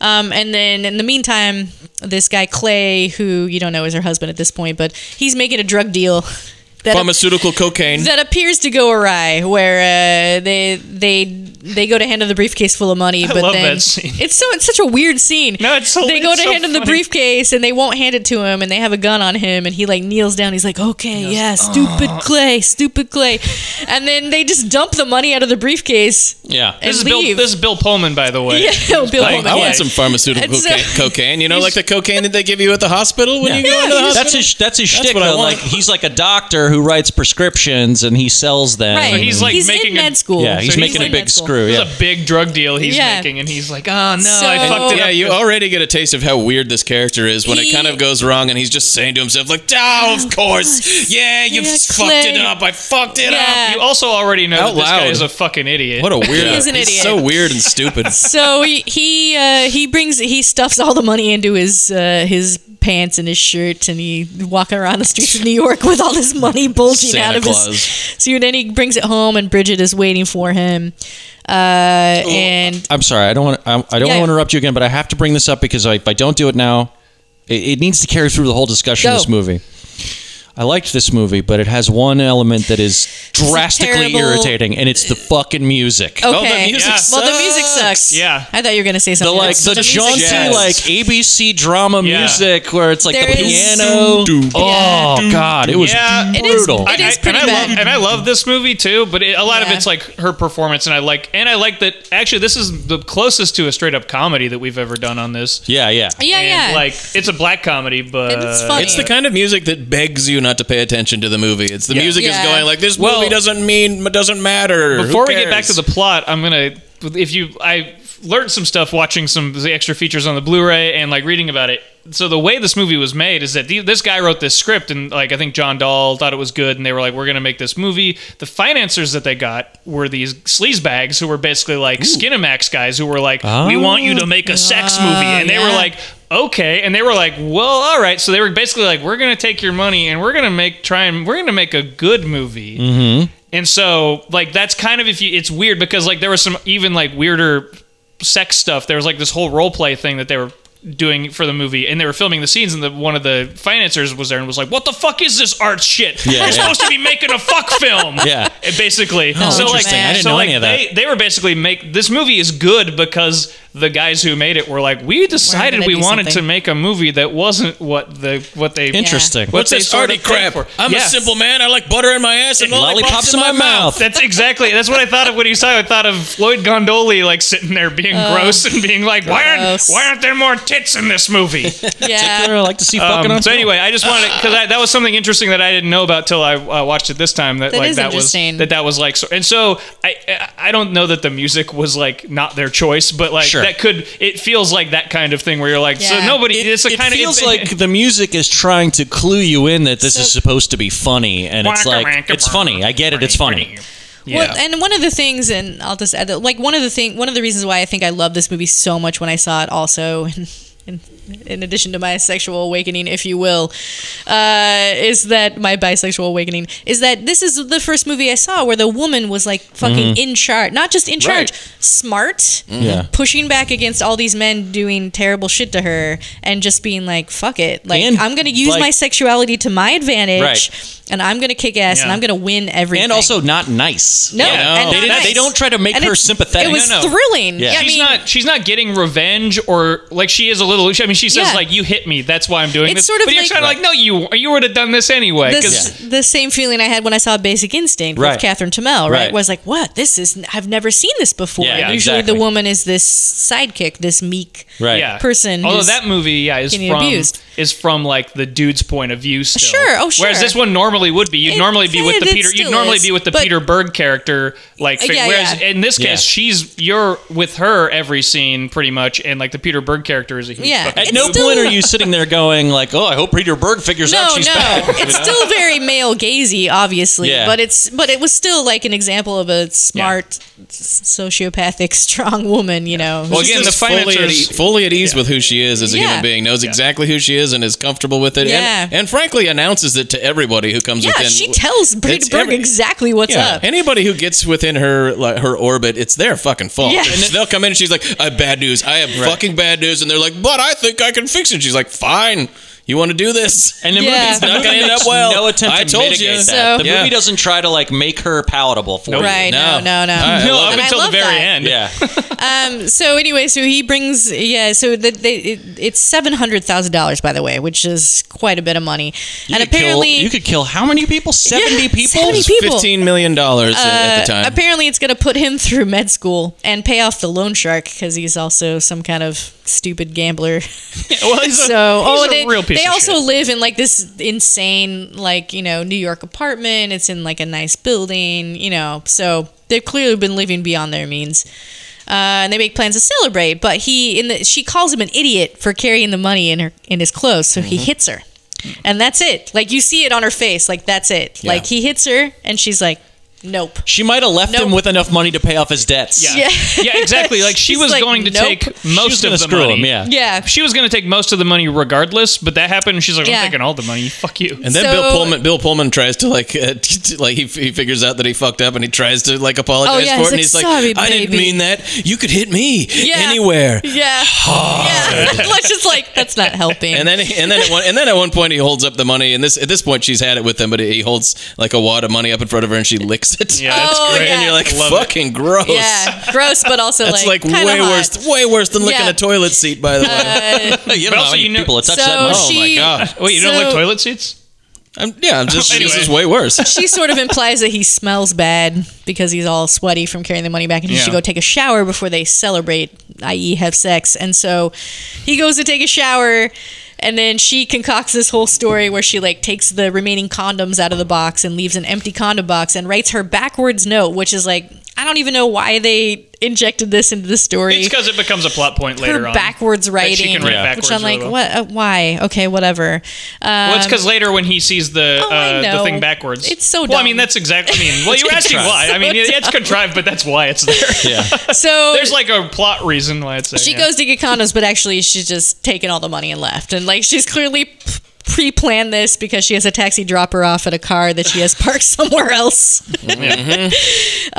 [SPEAKER 3] um, and then in the meantime. This guy Clay, who you don't know is her husband at this point, but he's making a drug deal that
[SPEAKER 4] Pharmaceutical cocaine.
[SPEAKER 3] that appears to go awry, where uh, they they they go to hand him the briefcase full of money, but
[SPEAKER 1] love
[SPEAKER 3] then
[SPEAKER 1] that scene.
[SPEAKER 3] it's so it's such a weird scene.
[SPEAKER 1] No, it's so-
[SPEAKER 3] they go
[SPEAKER 1] it's
[SPEAKER 3] to
[SPEAKER 1] so
[SPEAKER 3] hand him the
[SPEAKER 1] funny.
[SPEAKER 3] briefcase and they won't hand it to him, and they have a gun on him, and he like kneels down. He's like, okay, yeah, stupid Clay, stupid Clay, and then they just dump the money out of the briefcase.
[SPEAKER 2] yeah.
[SPEAKER 1] This is
[SPEAKER 3] and
[SPEAKER 1] Bill.
[SPEAKER 3] leave.
[SPEAKER 1] This is Bill Pullman, by the way.
[SPEAKER 3] Yeah, Bill
[SPEAKER 1] Like,
[SPEAKER 3] Pullman,
[SPEAKER 4] I
[SPEAKER 1] yeah.
[SPEAKER 4] want some pharmaceutical
[SPEAKER 3] It's, uh,
[SPEAKER 4] cocaine, cocaine. You know, like the cocaine that they give you at the hospital when you go
[SPEAKER 2] Yeah.
[SPEAKER 4] into the hospital.
[SPEAKER 2] That's his. That's his
[SPEAKER 4] That's
[SPEAKER 2] shtick.
[SPEAKER 4] what I
[SPEAKER 2] though.
[SPEAKER 4] want.
[SPEAKER 2] Like he's like a doctor who writes prescriptions and he sells them.
[SPEAKER 3] right?
[SPEAKER 1] he's, like, making
[SPEAKER 3] in
[SPEAKER 1] a-
[SPEAKER 3] med school.
[SPEAKER 2] yeah, he's
[SPEAKER 1] So he's
[SPEAKER 2] making
[SPEAKER 1] in
[SPEAKER 2] a
[SPEAKER 3] med
[SPEAKER 2] big
[SPEAKER 3] school.
[SPEAKER 2] screw.
[SPEAKER 1] This
[SPEAKER 2] Yeah.
[SPEAKER 1] is a big drug deal he's
[SPEAKER 3] Yeah.
[SPEAKER 1] making, and he's like, oh no, I
[SPEAKER 3] So-
[SPEAKER 1] fucked it
[SPEAKER 4] yeah,
[SPEAKER 1] up.
[SPEAKER 4] you already get a taste of how weird this character is when
[SPEAKER 3] He-
[SPEAKER 4] it kind of goes wrong, and he's just saying to himself, like,
[SPEAKER 1] "Ah,
[SPEAKER 4] "Oh, of course, yeah, you've
[SPEAKER 3] Yeah,
[SPEAKER 4] fucked it
[SPEAKER 3] Clay.
[SPEAKER 4] up. I fucked it
[SPEAKER 3] Yeah.
[SPEAKER 4] up."
[SPEAKER 1] You also already know
[SPEAKER 4] Out
[SPEAKER 1] that this guy
[SPEAKER 4] loud.
[SPEAKER 1] is a fucking idiot.
[SPEAKER 4] What a weird.
[SPEAKER 3] He is an
[SPEAKER 4] he's
[SPEAKER 3] idiot.
[SPEAKER 4] So weird and stupid.
[SPEAKER 3] so he he, uh, he brings he stuffs all the money into his uh, his pants and his shirt, and he walking around the streets of New York with all this money bulging
[SPEAKER 4] Santa
[SPEAKER 3] out of
[SPEAKER 4] Claus.
[SPEAKER 3] his. So then he brings it home, and Bridget is waiting for him. Uh, and
[SPEAKER 2] I'm sorry. I don't want. I, I don't
[SPEAKER 3] Yeah.
[SPEAKER 2] want to interrupt you again, but I have to bring this up because I, if I don't do it now, it, it needs to carry through the whole discussion of
[SPEAKER 3] Go.
[SPEAKER 2] this movie. I liked this movie, but it has one element that is drastically
[SPEAKER 3] terrible-
[SPEAKER 2] irritating, and it's the fucking music.
[SPEAKER 3] okay,
[SPEAKER 4] Oh, the music
[SPEAKER 1] Yeah.
[SPEAKER 4] sucks.
[SPEAKER 3] well the music sucks.
[SPEAKER 1] Yeah.
[SPEAKER 3] I thought you were gonna say
[SPEAKER 2] the
[SPEAKER 3] something.
[SPEAKER 2] like
[SPEAKER 3] else.
[SPEAKER 2] the
[SPEAKER 3] music
[SPEAKER 2] jaunty
[SPEAKER 3] sucks.
[SPEAKER 2] like ABC drama
[SPEAKER 1] Yeah.
[SPEAKER 2] music where it's like
[SPEAKER 3] There
[SPEAKER 2] the
[SPEAKER 3] is-
[SPEAKER 2] piano.
[SPEAKER 3] Yeah.
[SPEAKER 2] Oh god, it was
[SPEAKER 1] Yeah. It
[SPEAKER 3] is-
[SPEAKER 2] brutal.
[SPEAKER 3] it is pretty
[SPEAKER 1] and I
[SPEAKER 3] bad.
[SPEAKER 1] Love, and I love this movie too, but it, a lot of
[SPEAKER 3] Yeah.
[SPEAKER 1] it's like her performance, and I like, and I like that. Actually, this is the closest to a straight up comedy that we've ever done on this.
[SPEAKER 2] yeah, yeah.
[SPEAKER 3] yeah,
[SPEAKER 1] And,
[SPEAKER 3] yeah.
[SPEAKER 1] Like uh, it's a black comedy, but
[SPEAKER 3] And it's funny.
[SPEAKER 4] It's the kind of music that begs you not to pay attention to the movie. It's the
[SPEAKER 1] Yeah.
[SPEAKER 4] music
[SPEAKER 3] Yeah.
[SPEAKER 4] is going like this
[SPEAKER 1] Well-
[SPEAKER 4] movie doesn't mean doesn't matter. Who
[SPEAKER 1] Before we get back
[SPEAKER 4] cares?
[SPEAKER 1] to the plot, I'm gonna if you I learned some stuff watching some of the extra features on the Blu-ray and like reading about it. So the way this movie was made is that the, this guy wrote this script, and like I think John Dahl thought it was good, and they were like, "We're gonna make this movie." The financiers that they got were these sleazebags who were basically like Skinamax guys who were like, "We
[SPEAKER 4] Oh.
[SPEAKER 1] want you to make a sex movie," and they were
[SPEAKER 3] yeah.
[SPEAKER 1] like. Okay, and they were like, "Well, all right." So they were basically like, "We're gonna take your money and we're gonna make try and we're gonna make a good movie." And so, like, that's kind of if you, it's weird because, like, there was some even, like, weirder sex stuff. There was, like, this whole role play thing that they were doing for the movie and they were filming the scenes and the, one of the financiers was there and was like what the fuck is this art shit
[SPEAKER 2] Yeah,
[SPEAKER 1] we're
[SPEAKER 2] yeah.
[SPEAKER 1] supposed to be making a fuck film
[SPEAKER 2] Yeah.
[SPEAKER 1] And basically so like
[SPEAKER 2] Oh, interesting. I didn't
[SPEAKER 1] so
[SPEAKER 2] know
[SPEAKER 1] like
[SPEAKER 2] any of that.
[SPEAKER 1] they they were basically make this movie is good because the guys who made it were like we decided
[SPEAKER 3] gonna
[SPEAKER 1] we
[SPEAKER 3] do
[SPEAKER 1] wanted
[SPEAKER 3] something."
[SPEAKER 1] to make a movie that wasn't what the what they
[SPEAKER 2] Interesting.
[SPEAKER 1] what
[SPEAKER 4] What's
[SPEAKER 1] they
[SPEAKER 4] this
[SPEAKER 1] sort
[SPEAKER 4] arty
[SPEAKER 1] of paid
[SPEAKER 4] crap?
[SPEAKER 1] for.
[SPEAKER 4] I'm
[SPEAKER 1] Yeah.
[SPEAKER 4] a simple man. I like butter in my ass and lollipops, in my, mouth.
[SPEAKER 1] That's exactly. That's what I thought of when you saw. it. I thought of Floyd Gondoli like sitting there being gross and being like, "Why aren't
[SPEAKER 3] Oh. Gross.
[SPEAKER 1] why aren't there more tits in this movie?"
[SPEAKER 3] Yeah.
[SPEAKER 2] I like to see fucking
[SPEAKER 1] Um,
[SPEAKER 2] on
[SPEAKER 1] so
[SPEAKER 2] film.
[SPEAKER 1] anyway, I just wanted because that was something interesting that I didn't know about till I uh, watched it this time. That,
[SPEAKER 3] That
[SPEAKER 1] like
[SPEAKER 3] is
[SPEAKER 1] that was
[SPEAKER 3] interesting.
[SPEAKER 1] that that was like so, and so I I- I don't know that the music was like not their choice, but like
[SPEAKER 2] Sure.
[SPEAKER 1] that could it feels like that kind of thing where you're like so
[SPEAKER 3] Yeah.
[SPEAKER 1] nobody
[SPEAKER 2] It,
[SPEAKER 1] it's a
[SPEAKER 2] it
[SPEAKER 1] kind
[SPEAKER 2] feels
[SPEAKER 1] of
[SPEAKER 2] like the music is trying to clue you in that this is supposed to be funny, and it's like it's funny. I get it. It's funny.
[SPEAKER 3] Well, and one of the things, and I'll just add that, like one of the thing, one of the reasons why I think I love this movie so much when I saw it, also, in, in addition to my sexual awakening, if you will, uh, is that my bisexual awakening is that this is the first movie I saw where the woman was like fucking
[SPEAKER 2] Mm-hmm.
[SPEAKER 3] in charge, not just in charge, smart,
[SPEAKER 2] Yeah.
[SPEAKER 3] pushing back against all these men doing terrible shit to her, and just being like, fuck it, like
[SPEAKER 2] And,
[SPEAKER 3] I'm gonna use
[SPEAKER 2] like-
[SPEAKER 3] my sexuality to my advantage,
[SPEAKER 2] Right.
[SPEAKER 3] and I'm gonna kick ass, and
[SPEAKER 1] Yeah.
[SPEAKER 3] I'm gonna win everything,
[SPEAKER 2] And also not nice.
[SPEAKER 3] no,
[SPEAKER 2] You know?
[SPEAKER 3] and
[SPEAKER 2] they,
[SPEAKER 3] not
[SPEAKER 2] didn't-
[SPEAKER 3] nice.
[SPEAKER 2] they don't try to make
[SPEAKER 3] And
[SPEAKER 2] her
[SPEAKER 3] it's-
[SPEAKER 2] sympathetic.
[SPEAKER 3] It was
[SPEAKER 2] No, no.
[SPEAKER 3] thrilling.
[SPEAKER 2] Yeah.
[SPEAKER 3] Yeah, I
[SPEAKER 1] she's
[SPEAKER 3] mean,
[SPEAKER 1] not she's not getting revenge or like she is a little I mean she says
[SPEAKER 3] Yeah.
[SPEAKER 1] like you hit me that's why I'm doing
[SPEAKER 3] It's
[SPEAKER 1] this
[SPEAKER 3] sort of
[SPEAKER 1] but you're
[SPEAKER 3] like-
[SPEAKER 1] trying to like no you you would have done this anyway
[SPEAKER 3] this,
[SPEAKER 1] 'cause-
[SPEAKER 3] the same feeling I had when I saw Basic Instinct
[SPEAKER 2] Right.
[SPEAKER 3] with Catherine Tamel. Right,
[SPEAKER 2] Right.
[SPEAKER 3] was like, what? This is I've never seen this before.
[SPEAKER 2] Yeah, yeah,
[SPEAKER 3] Usually,
[SPEAKER 2] exactly.
[SPEAKER 3] the woman is this sidekick, this meek.
[SPEAKER 2] Right.
[SPEAKER 1] yeah.
[SPEAKER 3] person
[SPEAKER 1] although
[SPEAKER 3] who's
[SPEAKER 1] that movie yeah is
[SPEAKER 3] getting
[SPEAKER 1] from
[SPEAKER 3] abused.
[SPEAKER 1] is from like the dude's point of view still
[SPEAKER 3] Sure, oh, sure.
[SPEAKER 1] whereas this one normally would be you'd
[SPEAKER 3] It-
[SPEAKER 1] normally be with the
[SPEAKER 3] it
[SPEAKER 1] Peter you'd
[SPEAKER 3] still
[SPEAKER 1] normally
[SPEAKER 3] is,
[SPEAKER 1] be with the
[SPEAKER 3] but- Uh,
[SPEAKER 1] Peter Berg character like fi-
[SPEAKER 3] Yeah,
[SPEAKER 1] whereas
[SPEAKER 3] yeah.
[SPEAKER 1] in this case
[SPEAKER 2] Yeah.
[SPEAKER 1] she's you're with her every scene pretty much and like the Peter Berg character is a huge
[SPEAKER 3] Yeah.
[SPEAKER 1] fucking
[SPEAKER 2] At
[SPEAKER 3] It's
[SPEAKER 2] no
[SPEAKER 3] still-
[SPEAKER 2] point are you sitting there going like, "Oh, I hope Peter Berg figures out
[SPEAKER 3] No,
[SPEAKER 2] she's
[SPEAKER 3] no,
[SPEAKER 2] back."
[SPEAKER 3] it's still very male gazy, obviously.
[SPEAKER 2] Yeah.
[SPEAKER 3] But it's but it was still like an example of a smart, s- sociopathic, strong woman. You know,
[SPEAKER 1] Well,
[SPEAKER 3] who's
[SPEAKER 1] again, the
[SPEAKER 4] Just fully at,
[SPEAKER 1] financiers
[SPEAKER 4] e- fully at ease with who she is as a
[SPEAKER 3] Yeah.
[SPEAKER 4] human being, knows exactly who she is and is comfortable with it,
[SPEAKER 3] Yeah.
[SPEAKER 4] and, and frankly announces it to everybody who comes
[SPEAKER 3] yeah,
[SPEAKER 4] within.
[SPEAKER 3] she tells Peter
[SPEAKER 4] It's
[SPEAKER 3] Berg
[SPEAKER 4] every-
[SPEAKER 3] exactly what's
[SPEAKER 4] Yeah,
[SPEAKER 3] up.
[SPEAKER 4] anybody who gets within her like, her orbit, it's their fucking fault.
[SPEAKER 3] Yeah.
[SPEAKER 4] And they'll come in and she's like, "I have bad news. I have fucking bad news," and they're like, "But I think I can fix it." She's like, "Fine, you want to do this?"
[SPEAKER 2] And the
[SPEAKER 3] Yeah.
[SPEAKER 2] movie's
[SPEAKER 3] It's not
[SPEAKER 2] not going
[SPEAKER 4] gonna
[SPEAKER 2] to
[SPEAKER 4] end
[SPEAKER 2] end
[SPEAKER 4] up
[SPEAKER 2] up
[SPEAKER 4] well.
[SPEAKER 2] No attempt
[SPEAKER 4] I
[SPEAKER 2] to
[SPEAKER 4] told
[SPEAKER 2] mitigate
[SPEAKER 4] you.
[SPEAKER 2] that.
[SPEAKER 3] So-
[SPEAKER 2] the
[SPEAKER 4] Yeah.
[SPEAKER 2] movie doesn't try to like make her palatable for you.
[SPEAKER 3] Right? No, no, no.
[SPEAKER 4] I
[SPEAKER 1] no
[SPEAKER 4] love
[SPEAKER 1] up
[SPEAKER 3] And I
[SPEAKER 1] until the
[SPEAKER 3] love
[SPEAKER 1] very
[SPEAKER 3] that.
[SPEAKER 1] end
[SPEAKER 2] Yeah.
[SPEAKER 3] Um, so anyway, so he brings yeah. So that they it, it's seven hundred thousand dollars, by the way, which is quite a bit of money.
[SPEAKER 2] could
[SPEAKER 3] and
[SPEAKER 2] kill-
[SPEAKER 3] apparently,
[SPEAKER 2] you could kill how many people? Seventy
[SPEAKER 3] Yeah,
[SPEAKER 2] people.
[SPEAKER 3] 70 people.
[SPEAKER 4] Fifteen million dollars at the
[SPEAKER 3] uh,
[SPEAKER 4] time.
[SPEAKER 3] apparently it's going to put him through med school and pay off the loan shark because he's also some kind of stupid gambler.
[SPEAKER 1] well he's a,
[SPEAKER 3] so
[SPEAKER 1] he's
[SPEAKER 3] oh,
[SPEAKER 1] a
[SPEAKER 3] they,
[SPEAKER 1] real piece
[SPEAKER 3] they
[SPEAKER 1] of
[SPEAKER 3] also
[SPEAKER 1] shit.
[SPEAKER 3] live in like this insane like you know New York apartment. It's in like a nice building, you know. So they've clearly been living beyond their means. Uh, and they make plans to celebrate, but he in the she calls him an idiot for carrying the money in her in his clothes, so
[SPEAKER 4] Mm-hmm.
[SPEAKER 3] he hits her, and that's it. Like you see it on her face, like that's it. Like he hits her, and she's like, "Nope."
[SPEAKER 2] She might have left
[SPEAKER 3] Nope.
[SPEAKER 2] him with enough money to pay off his debts.
[SPEAKER 1] yeah. yeah exactly like she
[SPEAKER 3] She's
[SPEAKER 1] was
[SPEAKER 3] like,
[SPEAKER 1] going to
[SPEAKER 3] nope.
[SPEAKER 1] take
[SPEAKER 2] She was
[SPEAKER 1] most of
[SPEAKER 2] gonna
[SPEAKER 1] the
[SPEAKER 2] screw
[SPEAKER 1] money
[SPEAKER 2] him. Yeah.
[SPEAKER 3] Yeah,
[SPEAKER 1] she was going to take most of the money regardless, but that happened, and she's like,
[SPEAKER 3] Yeah.
[SPEAKER 1] "I'm taking all the money. Fuck you."
[SPEAKER 4] And then
[SPEAKER 3] So-
[SPEAKER 4] Bill Pullman, Bill Pullman tries to like, uh, like he, he figures out that he fucked up, and he tries to like apologize
[SPEAKER 3] Oh, yeah,
[SPEAKER 4] for it.
[SPEAKER 3] he's
[SPEAKER 4] and
[SPEAKER 3] like,
[SPEAKER 4] he's like,
[SPEAKER 3] "Sorry,
[SPEAKER 4] "I didn't
[SPEAKER 3] baby."
[SPEAKER 4] mean that. You could hit me
[SPEAKER 3] Yeah.
[SPEAKER 4] anywhere."
[SPEAKER 3] yeah, yeah. Let's just like that's not helping.
[SPEAKER 4] And then, and then, at one, and then at one point, he holds up the money, and this at this point, she's had it with him, but he holds like a wad of money up in front of her, and she licks it.
[SPEAKER 1] Yeah, that's
[SPEAKER 3] Oh,
[SPEAKER 1] great.
[SPEAKER 3] yeah.
[SPEAKER 4] and you're like,
[SPEAKER 1] Love it.
[SPEAKER 4] "Fucking gross."
[SPEAKER 3] yeah, gross, but also
[SPEAKER 4] That's like,
[SPEAKER 3] like, kinda
[SPEAKER 4] way
[SPEAKER 3] hot.
[SPEAKER 4] worse, way worse than licking
[SPEAKER 3] Yeah. Uh,
[SPEAKER 4] a toilet seat. By the way,
[SPEAKER 2] you don't
[SPEAKER 1] But also
[SPEAKER 2] know how many
[SPEAKER 1] you know-
[SPEAKER 2] people have touched
[SPEAKER 3] so
[SPEAKER 2] that money.
[SPEAKER 4] Oh,
[SPEAKER 3] she,
[SPEAKER 4] my God.
[SPEAKER 1] Wait, you don't
[SPEAKER 3] so
[SPEAKER 1] like toilet seats?
[SPEAKER 4] I'm, yeah, I'm just
[SPEAKER 1] Anyway.
[SPEAKER 4] this is way worse.
[SPEAKER 3] She sort of implies that he smells bad because he's all sweaty from carrying the money back, and he
[SPEAKER 1] Yeah.
[SPEAKER 3] should go take a shower before they celebrate, i.e., have sex. And so he goes to take a shower. And then she concocts this whole story where she like takes the remaining condoms out of the box and leaves an empty condom box and writes her backwards note, which is like I don't even know why they injected this into the story.
[SPEAKER 1] It's because it becomes a plot point later
[SPEAKER 3] her
[SPEAKER 1] on.
[SPEAKER 3] backwards
[SPEAKER 1] Like,
[SPEAKER 3] writing,
[SPEAKER 1] she can write
[SPEAKER 3] which
[SPEAKER 1] backwards
[SPEAKER 3] I'm like,
[SPEAKER 1] really well.
[SPEAKER 3] what? Uh, why? Okay, whatever. Um,
[SPEAKER 1] Well, it's because later when he sees the
[SPEAKER 3] Oh, I
[SPEAKER 1] uh,
[SPEAKER 3] know.
[SPEAKER 1] the thing backwards,
[SPEAKER 3] It's so
[SPEAKER 1] Well, I
[SPEAKER 3] dumb.
[SPEAKER 1] mean that's exactly. I mean, well, you're
[SPEAKER 3] It's
[SPEAKER 1] asking why. I mean,
[SPEAKER 3] so
[SPEAKER 1] yeah, it's
[SPEAKER 3] dumb.
[SPEAKER 1] contrived, but that's why it's there.
[SPEAKER 2] Yeah.
[SPEAKER 3] so
[SPEAKER 1] There's like a plot reason why it's there.
[SPEAKER 3] she
[SPEAKER 1] yeah.
[SPEAKER 3] goes to get condoms, but actually she's just taken all the money and left. And like she's clearly p- pre-planned this because she has a taxi drop her off at a car that she has parked somewhere else.
[SPEAKER 4] Mm-hmm.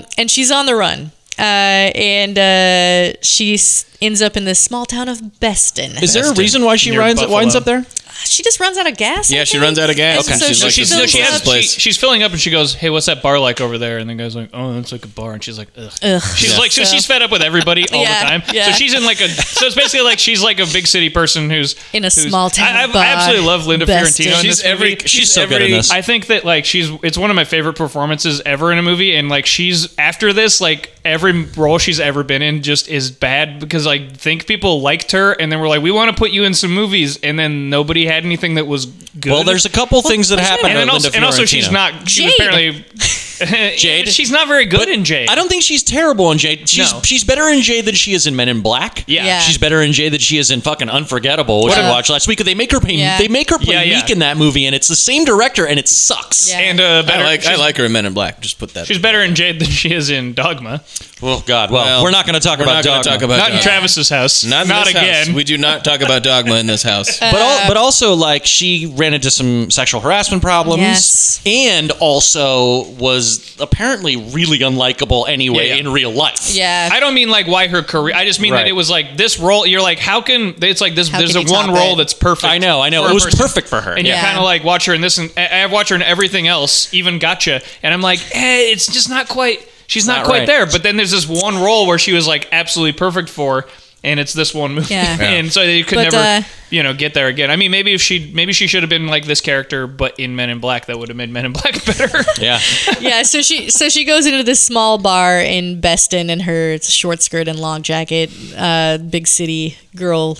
[SPEAKER 3] um, and she's on the run. Uh, and uh, she s- ends up in the small town of Beston.
[SPEAKER 2] Is there a reason why she
[SPEAKER 1] Near
[SPEAKER 2] winds,
[SPEAKER 1] Buffalo.
[SPEAKER 2] winds up there?
[SPEAKER 3] she just runs out of gas.
[SPEAKER 4] Yeah,
[SPEAKER 3] I
[SPEAKER 4] she
[SPEAKER 3] think.
[SPEAKER 4] runs out of gas.
[SPEAKER 3] And
[SPEAKER 4] Okay. She's like,
[SPEAKER 1] She's,
[SPEAKER 4] This
[SPEAKER 1] no,
[SPEAKER 4] is
[SPEAKER 1] she
[SPEAKER 4] a
[SPEAKER 1] has,
[SPEAKER 4] nice place.
[SPEAKER 1] she, she's filling up and she goes, "Hey, what's that bar like over there?" And the guy's like, "Oh, it's like a bar." And she's like, "Ugh."
[SPEAKER 3] "Oh, Ugh.
[SPEAKER 1] She's like, so,
[SPEAKER 3] So-
[SPEAKER 1] she's fed up with everybody all
[SPEAKER 3] Yeah,
[SPEAKER 1] the time.
[SPEAKER 3] yeah.
[SPEAKER 1] So she's in like a, so it's basically like she's like a big city person who's
[SPEAKER 3] In a
[SPEAKER 1] who's-
[SPEAKER 3] small town
[SPEAKER 1] I, I,
[SPEAKER 3] bar,
[SPEAKER 1] I absolutely love Linda
[SPEAKER 3] best
[SPEAKER 1] Fiorentino.
[SPEAKER 3] in-
[SPEAKER 1] in
[SPEAKER 4] She's
[SPEAKER 1] this
[SPEAKER 4] every-
[SPEAKER 1] movie.
[SPEAKER 4] she's She's so
[SPEAKER 2] good every- in this.
[SPEAKER 1] I think that like she's it's one of my favorite performances ever in a movie, and like she's after this like every role she's ever been in just is bad because like think people liked her, and then we're like, we want to put you in some movies, and then nobody had anything that was good.
[SPEAKER 2] Well, there's a couple things that happen.
[SPEAKER 1] and then
[SPEAKER 2] to
[SPEAKER 1] also,
[SPEAKER 2] Linda
[SPEAKER 1] and also
[SPEAKER 2] Fiorentino.
[SPEAKER 1] she's not she was
[SPEAKER 3] Jade.
[SPEAKER 1] apparently
[SPEAKER 2] Jade?
[SPEAKER 1] She's not very good
[SPEAKER 2] But
[SPEAKER 1] in Jade.
[SPEAKER 2] I don't think she's terrible in Jade. She's
[SPEAKER 1] No.
[SPEAKER 2] she's better in Jade than she is in Men in Black.
[SPEAKER 1] Yeah. Yeah.
[SPEAKER 2] she's better in Jade than she is in fucking Unforgettable, which
[SPEAKER 1] What
[SPEAKER 2] I
[SPEAKER 1] a-
[SPEAKER 2] watched last week. They make her play
[SPEAKER 3] Yeah.
[SPEAKER 2] they make her play
[SPEAKER 1] Yeah, yeah.
[SPEAKER 2] meek in that movie, and it's the same director, and it sucks.
[SPEAKER 3] Yeah.
[SPEAKER 1] And uh, better,
[SPEAKER 4] I like I
[SPEAKER 1] she's-
[SPEAKER 4] like her in Men in Black. Just put that.
[SPEAKER 1] She's better in Jade than she is in Dogma.
[SPEAKER 2] Oh God. Well,
[SPEAKER 4] Well,
[SPEAKER 2] we're not going to talk
[SPEAKER 4] we're
[SPEAKER 2] about
[SPEAKER 4] not gonna
[SPEAKER 2] Dogma.
[SPEAKER 4] talk about
[SPEAKER 1] not in
[SPEAKER 4] Dogma.
[SPEAKER 1] Travis's house.
[SPEAKER 4] Not,
[SPEAKER 1] Not,
[SPEAKER 4] in this
[SPEAKER 1] again.
[SPEAKER 4] House. We do not talk about dogma in this house.
[SPEAKER 3] Uh,
[SPEAKER 2] but al- but also like she ran into some sexual harassment problems
[SPEAKER 3] Yes.
[SPEAKER 2] and also was apparently really unlikable anyway
[SPEAKER 1] Yeah, yeah.
[SPEAKER 2] in real life.
[SPEAKER 3] Yeah.
[SPEAKER 1] I don't mean like why her career. I just mean
[SPEAKER 2] Right.
[SPEAKER 1] that it was like this role. You're like, how can it's like this?
[SPEAKER 3] How
[SPEAKER 1] there's
[SPEAKER 3] can
[SPEAKER 1] a
[SPEAKER 3] you
[SPEAKER 1] one
[SPEAKER 3] top
[SPEAKER 1] role
[SPEAKER 3] it?
[SPEAKER 1] that's perfect.
[SPEAKER 2] I know, I know.
[SPEAKER 1] for a
[SPEAKER 2] It was
[SPEAKER 1] person.
[SPEAKER 2] perfect for her.
[SPEAKER 1] And
[SPEAKER 3] Yeah.
[SPEAKER 1] you kind of like watch her in this, and I- I've watched her in everything else, even Gotcha. And I'm like, eh, it's just not quite. She's not,
[SPEAKER 2] Not
[SPEAKER 1] quite
[SPEAKER 2] right.
[SPEAKER 1] there. But then there's this one role where she was like absolutely perfect for. And it's this one movie,
[SPEAKER 3] Yeah. Yeah.
[SPEAKER 1] and so you could
[SPEAKER 3] But,
[SPEAKER 1] never,
[SPEAKER 3] uh,
[SPEAKER 1] you know, get there again. I mean, maybe if she, maybe she should have been like this character, but in Men in Black, that would have made Men in Black better.
[SPEAKER 2] Yeah.
[SPEAKER 3] yeah, so she so she goes into this small bar in Beston in her short skirt and long jacket, uh, big city girl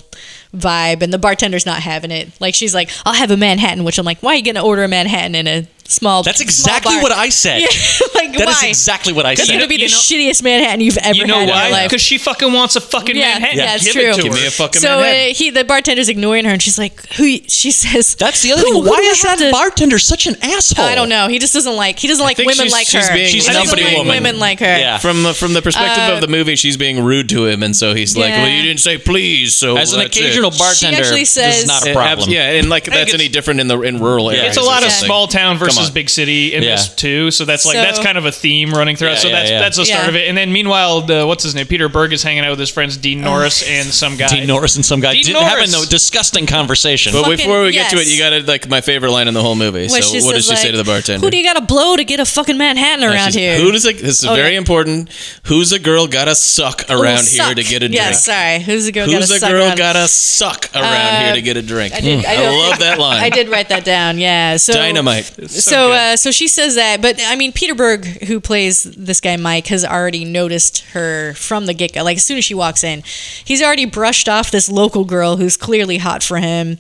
[SPEAKER 3] vibe, and the bartender's not having it. Like she's like, "I'll have a Manhattan," which I'm like, "Why are you gonna order a Manhattan in a small?"
[SPEAKER 2] That's
[SPEAKER 3] small
[SPEAKER 2] exactly
[SPEAKER 3] bar?"
[SPEAKER 2] what I said.
[SPEAKER 3] like
[SPEAKER 2] That
[SPEAKER 3] why?
[SPEAKER 2] is exactly what I
[SPEAKER 3] That's
[SPEAKER 2] said.
[SPEAKER 3] gonna be the
[SPEAKER 1] You know-
[SPEAKER 3] shittiest Manhattan you've ever
[SPEAKER 1] You know
[SPEAKER 3] had in your
[SPEAKER 1] why?
[SPEAKER 3] life.
[SPEAKER 1] Because she fucking wants a fucking
[SPEAKER 3] Yeah,
[SPEAKER 1] Manhattan.
[SPEAKER 3] yeah, it's
[SPEAKER 1] Give
[SPEAKER 3] true.
[SPEAKER 1] It to
[SPEAKER 3] Give
[SPEAKER 1] her.
[SPEAKER 4] me a fucking
[SPEAKER 3] so
[SPEAKER 4] Manhattan.
[SPEAKER 3] uh, he the bartender's ignoring her, and she's like, "Who?" She says,
[SPEAKER 2] That's the other
[SPEAKER 3] "Who-
[SPEAKER 2] thing.
[SPEAKER 3] who
[SPEAKER 2] Why
[SPEAKER 3] do I
[SPEAKER 2] is
[SPEAKER 3] have
[SPEAKER 2] that
[SPEAKER 3] to-
[SPEAKER 2] bartender such an asshole?
[SPEAKER 3] I don't know. He just doesn't like. He doesn't like
[SPEAKER 4] think
[SPEAKER 3] women
[SPEAKER 4] she's-
[SPEAKER 3] like
[SPEAKER 4] she's
[SPEAKER 3] her.
[SPEAKER 4] being-
[SPEAKER 3] He
[SPEAKER 4] She's
[SPEAKER 3] doesn't
[SPEAKER 2] nobody
[SPEAKER 3] like
[SPEAKER 2] woman.
[SPEAKER 3] Women like her.
[SPEAKER 2] Yeah.
[SPEAKER 4] From the from the perspective of the movie, she's being rude to him, and so he's like,
[SPEAKER 3] Uh, Yeah.
[SPEAKER 4] "Well, you didn't say please." So
[SPEAKER 2] As an
[SPEAKER 4] that's it."
[SPEAKER 2] occasional bartender,
[SPEAKER 3] actually
[SPEAKER 2] this
[SPEAKER 3] says-
[SPEAKER 2] is not a
[SPEAKER 4] It abs-
[SPEAKER 2] problem.
[SPEAKER 4] yeah, and like that's
[SPEAKER 1] it's-
[SPEAKER 4] any different in the in rural areas.
[SPEAKER 1] It's a lot
[SPEAKER 4] or
[SPEAKER 1] of
[SPEAKER 4] something.
[SPEAKER 1] small town versus
[SPEAKER 4] on.
[SPEAKER 1] big city in
[SPEAKER 2] Yeah.
[SPEAKER 1] this too. So that's like
[SPEAKER 3] So-
[SPEAKER 1] that's kind of a theme running throughout.
[SPEAKER 2] Yeah,
[SPEAKER 1] so
[SPEAKER 2] yeah,
[SPEAKER 1] that's
[SPEAKER 2] yeah.
[SPEAKER 1] that's the start
[SPEAKER 3] Yeah.
[SPEAKER 1] of it. And then meanwhile, the, what's his name? Peter Berg is hanging out with his friends Dean Norris and some guy.
[SPEAKER 2] Dean Norris and some guy
[SPEAKER 1] Dean
[SPEAKER 2] did
[SPEAKER 1] Norris.
[SPEAKER 2] have a disgusting conversation.
[SPEAKER 4] But
[SPEAKER 3] Fucking-
[SPEAKER 4] before we get to it,
[SPEAKER 3] yes.
[SPEAKER 4] you got to like my favorite line in the whole movie.
[SPEAKER 3] Where
[SPEAKER 4] so
[SPEAKER 3] she
[SPEAKER 4] what does she
[SPEAKER 3] says,
[SPEAKER 4] say
[SPEAKER 3] like,
[SPEAKER 4] to the bartender?
[SPEAKER 3] Who do you got to blow to get a fucking Manhattan
[SPEAKER 4] And
[SPEAKER 3] around
[SPEAKER 4] she's,
[SPEAKER 3] here?
[SPEAKER 4] Who does like this is
[SPEAKER 3] Oh,
[SPEAKER 4] very
[SPEAKER 3] yeah.
[SPEAKER 4] important. Who's a girl gotta suck
[SPEAKER 3] Who
[SPEAKER 4] around
[SPEAKER 3] suck?
[SPEAKER 4] here to get a drink?
[SPEAKER 3] Yeah, sorry. Who's the girl?
[SPEAKER 4] Who's
[SPEAKER 3] gotta
[SPEAKER 4] a
[SPEAKER 3] suck
[SPEAKER 4] girl
[SPEAKER 3] around? Uh,
[SPEAKER 4] gotta suck around here to get a drink?
[SPEAKER 3] I, did, I,
[SPEAKER 4] I
[SPEAKER 3] don't-
[SPEAKER 4] love that line.
[SPEAKER 3] I did write that down. Yeah. So
[SPEAKER 4] Dynamite.
[SPEAKER 3] So uh, so she says that, but I mean Peter Berg, who plays this guy Mike, has already noticed her from the get go. Like as soon as she walks in, he's already brushed off this local girl who's clearly hot for him,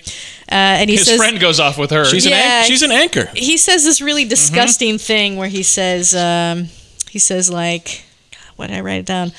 [SPEAKER 3] uh, and he
[SPEAKER 1] His
[SPEAKER 3] says
[SPEAKER 1] friend goes off with her.
[SPEAKER 4] She's an
[SPEAKER 3] Yeah,
[SPEAKER 4] anch- she's an anchor.
[SPEAKER 3] he says this really
[SPEAKER 1] Mm-hmm.
[SPEAKER 3] disgusting thing where he says um, he says like God, what did I write it down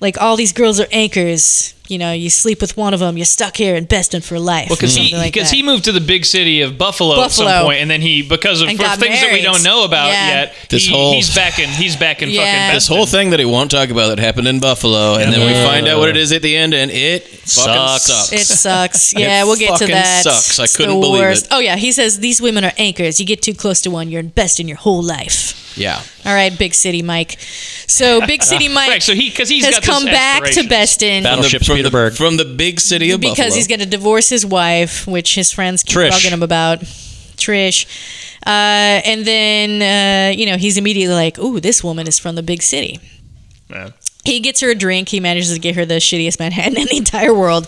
[SPEAKER 3] like all these girls are anchors you know you sleep with one of them you're stuck here in Beston for life
[SPEAKER 1] because
[SPEAKER 3] or
[SPEAKER 1] he,
[SPEAKER 3] something like
[SPEAKER 1] because
[SPEAKER 3] that.
[SPEAKER 1] he moved to the big city of Buffalo, at
[SPEAKER 3] Buffalo.
[SPEAKER 1] some point, and then he because of
[SPEAKER 3] And
[SPEAKER 1] for
[SPEAKER 3] got
[SPEAKER 1] things that we
[SPEAKER 3] married.
[SPEAKER 1] don't know about
[SPEAKER 3] Yeah.
[SPEAKER 1] yet,
[SPEAKER 4] This
[SPEAKER 1] he-
[SPEAKER 4] whole-
[SPEAKER 1] he's back in he's back in
[SPEAKER 3] Yeah.
[SPEAKER 1] fucking
[SPEAKER 4] This
[SPEAKER 1] Beston.
[SPEAKER 4] whole thing that he won't talk about that happened in Buffalo, and then we find out what it is at the end, and it fucking
[SPEAKER 2] Sucks.
[SPEAKER 4] sucks.
[SPEAKER 3] It sucks. Yeah, we'll get to
[SPEAKER 4] fucking
[SPEAKER 3] that.
[SPEAKER 4] sucks. I
[SPEAKER 3] It's
[SPEAKER 4] couldn't
[SPEAKER 3] the
[SPEAKER 4] believe
[SPEAKER 3] worst.
[SPEAKER 4] it.
[SPEAKER 3] Oh yeah, he says these women are anchors. You get too close to one, you're in Beston your whole life.
[SPEAKER 4] Yeah,
[SPEAKER 3] All right, Big City Mike. So Big City Mike
[SPEAKER 1] Right, so he because he's
[SPEAKER 3] has
[SPEAKER 1] got this
[SPEAKER 3] come back to
[SPEAKER 1] aspirations.
[SPEAKER 3] Beston
[SPEAKER 2] Battle-
[SPEAKER 4] the,
[SPEAKER 2] Ships
[SPEAKER 4] from,
[SPEAKER 2] Peter
[SPEAKER 4] the,
[SPEAKER 2] Berg.
[SPEAKER 4] from the big city of
[SPEAKER 3] because
[SPEAKER 4] Buffalo.
[SPEAKER 3] he's going to divorce his wife, which his friends keep
[SPEAKER 2] Trish.
[SPEAKER 3] bugging him about. Trish. Uh, and then, uh, you know, he's immediately like, ooh, this woman is from the big city.
[SPEAKER 1] Yeah.
[SPEAKER 3] He gets her a drink. He manages to get her the shittiest Manhattan in the entire world.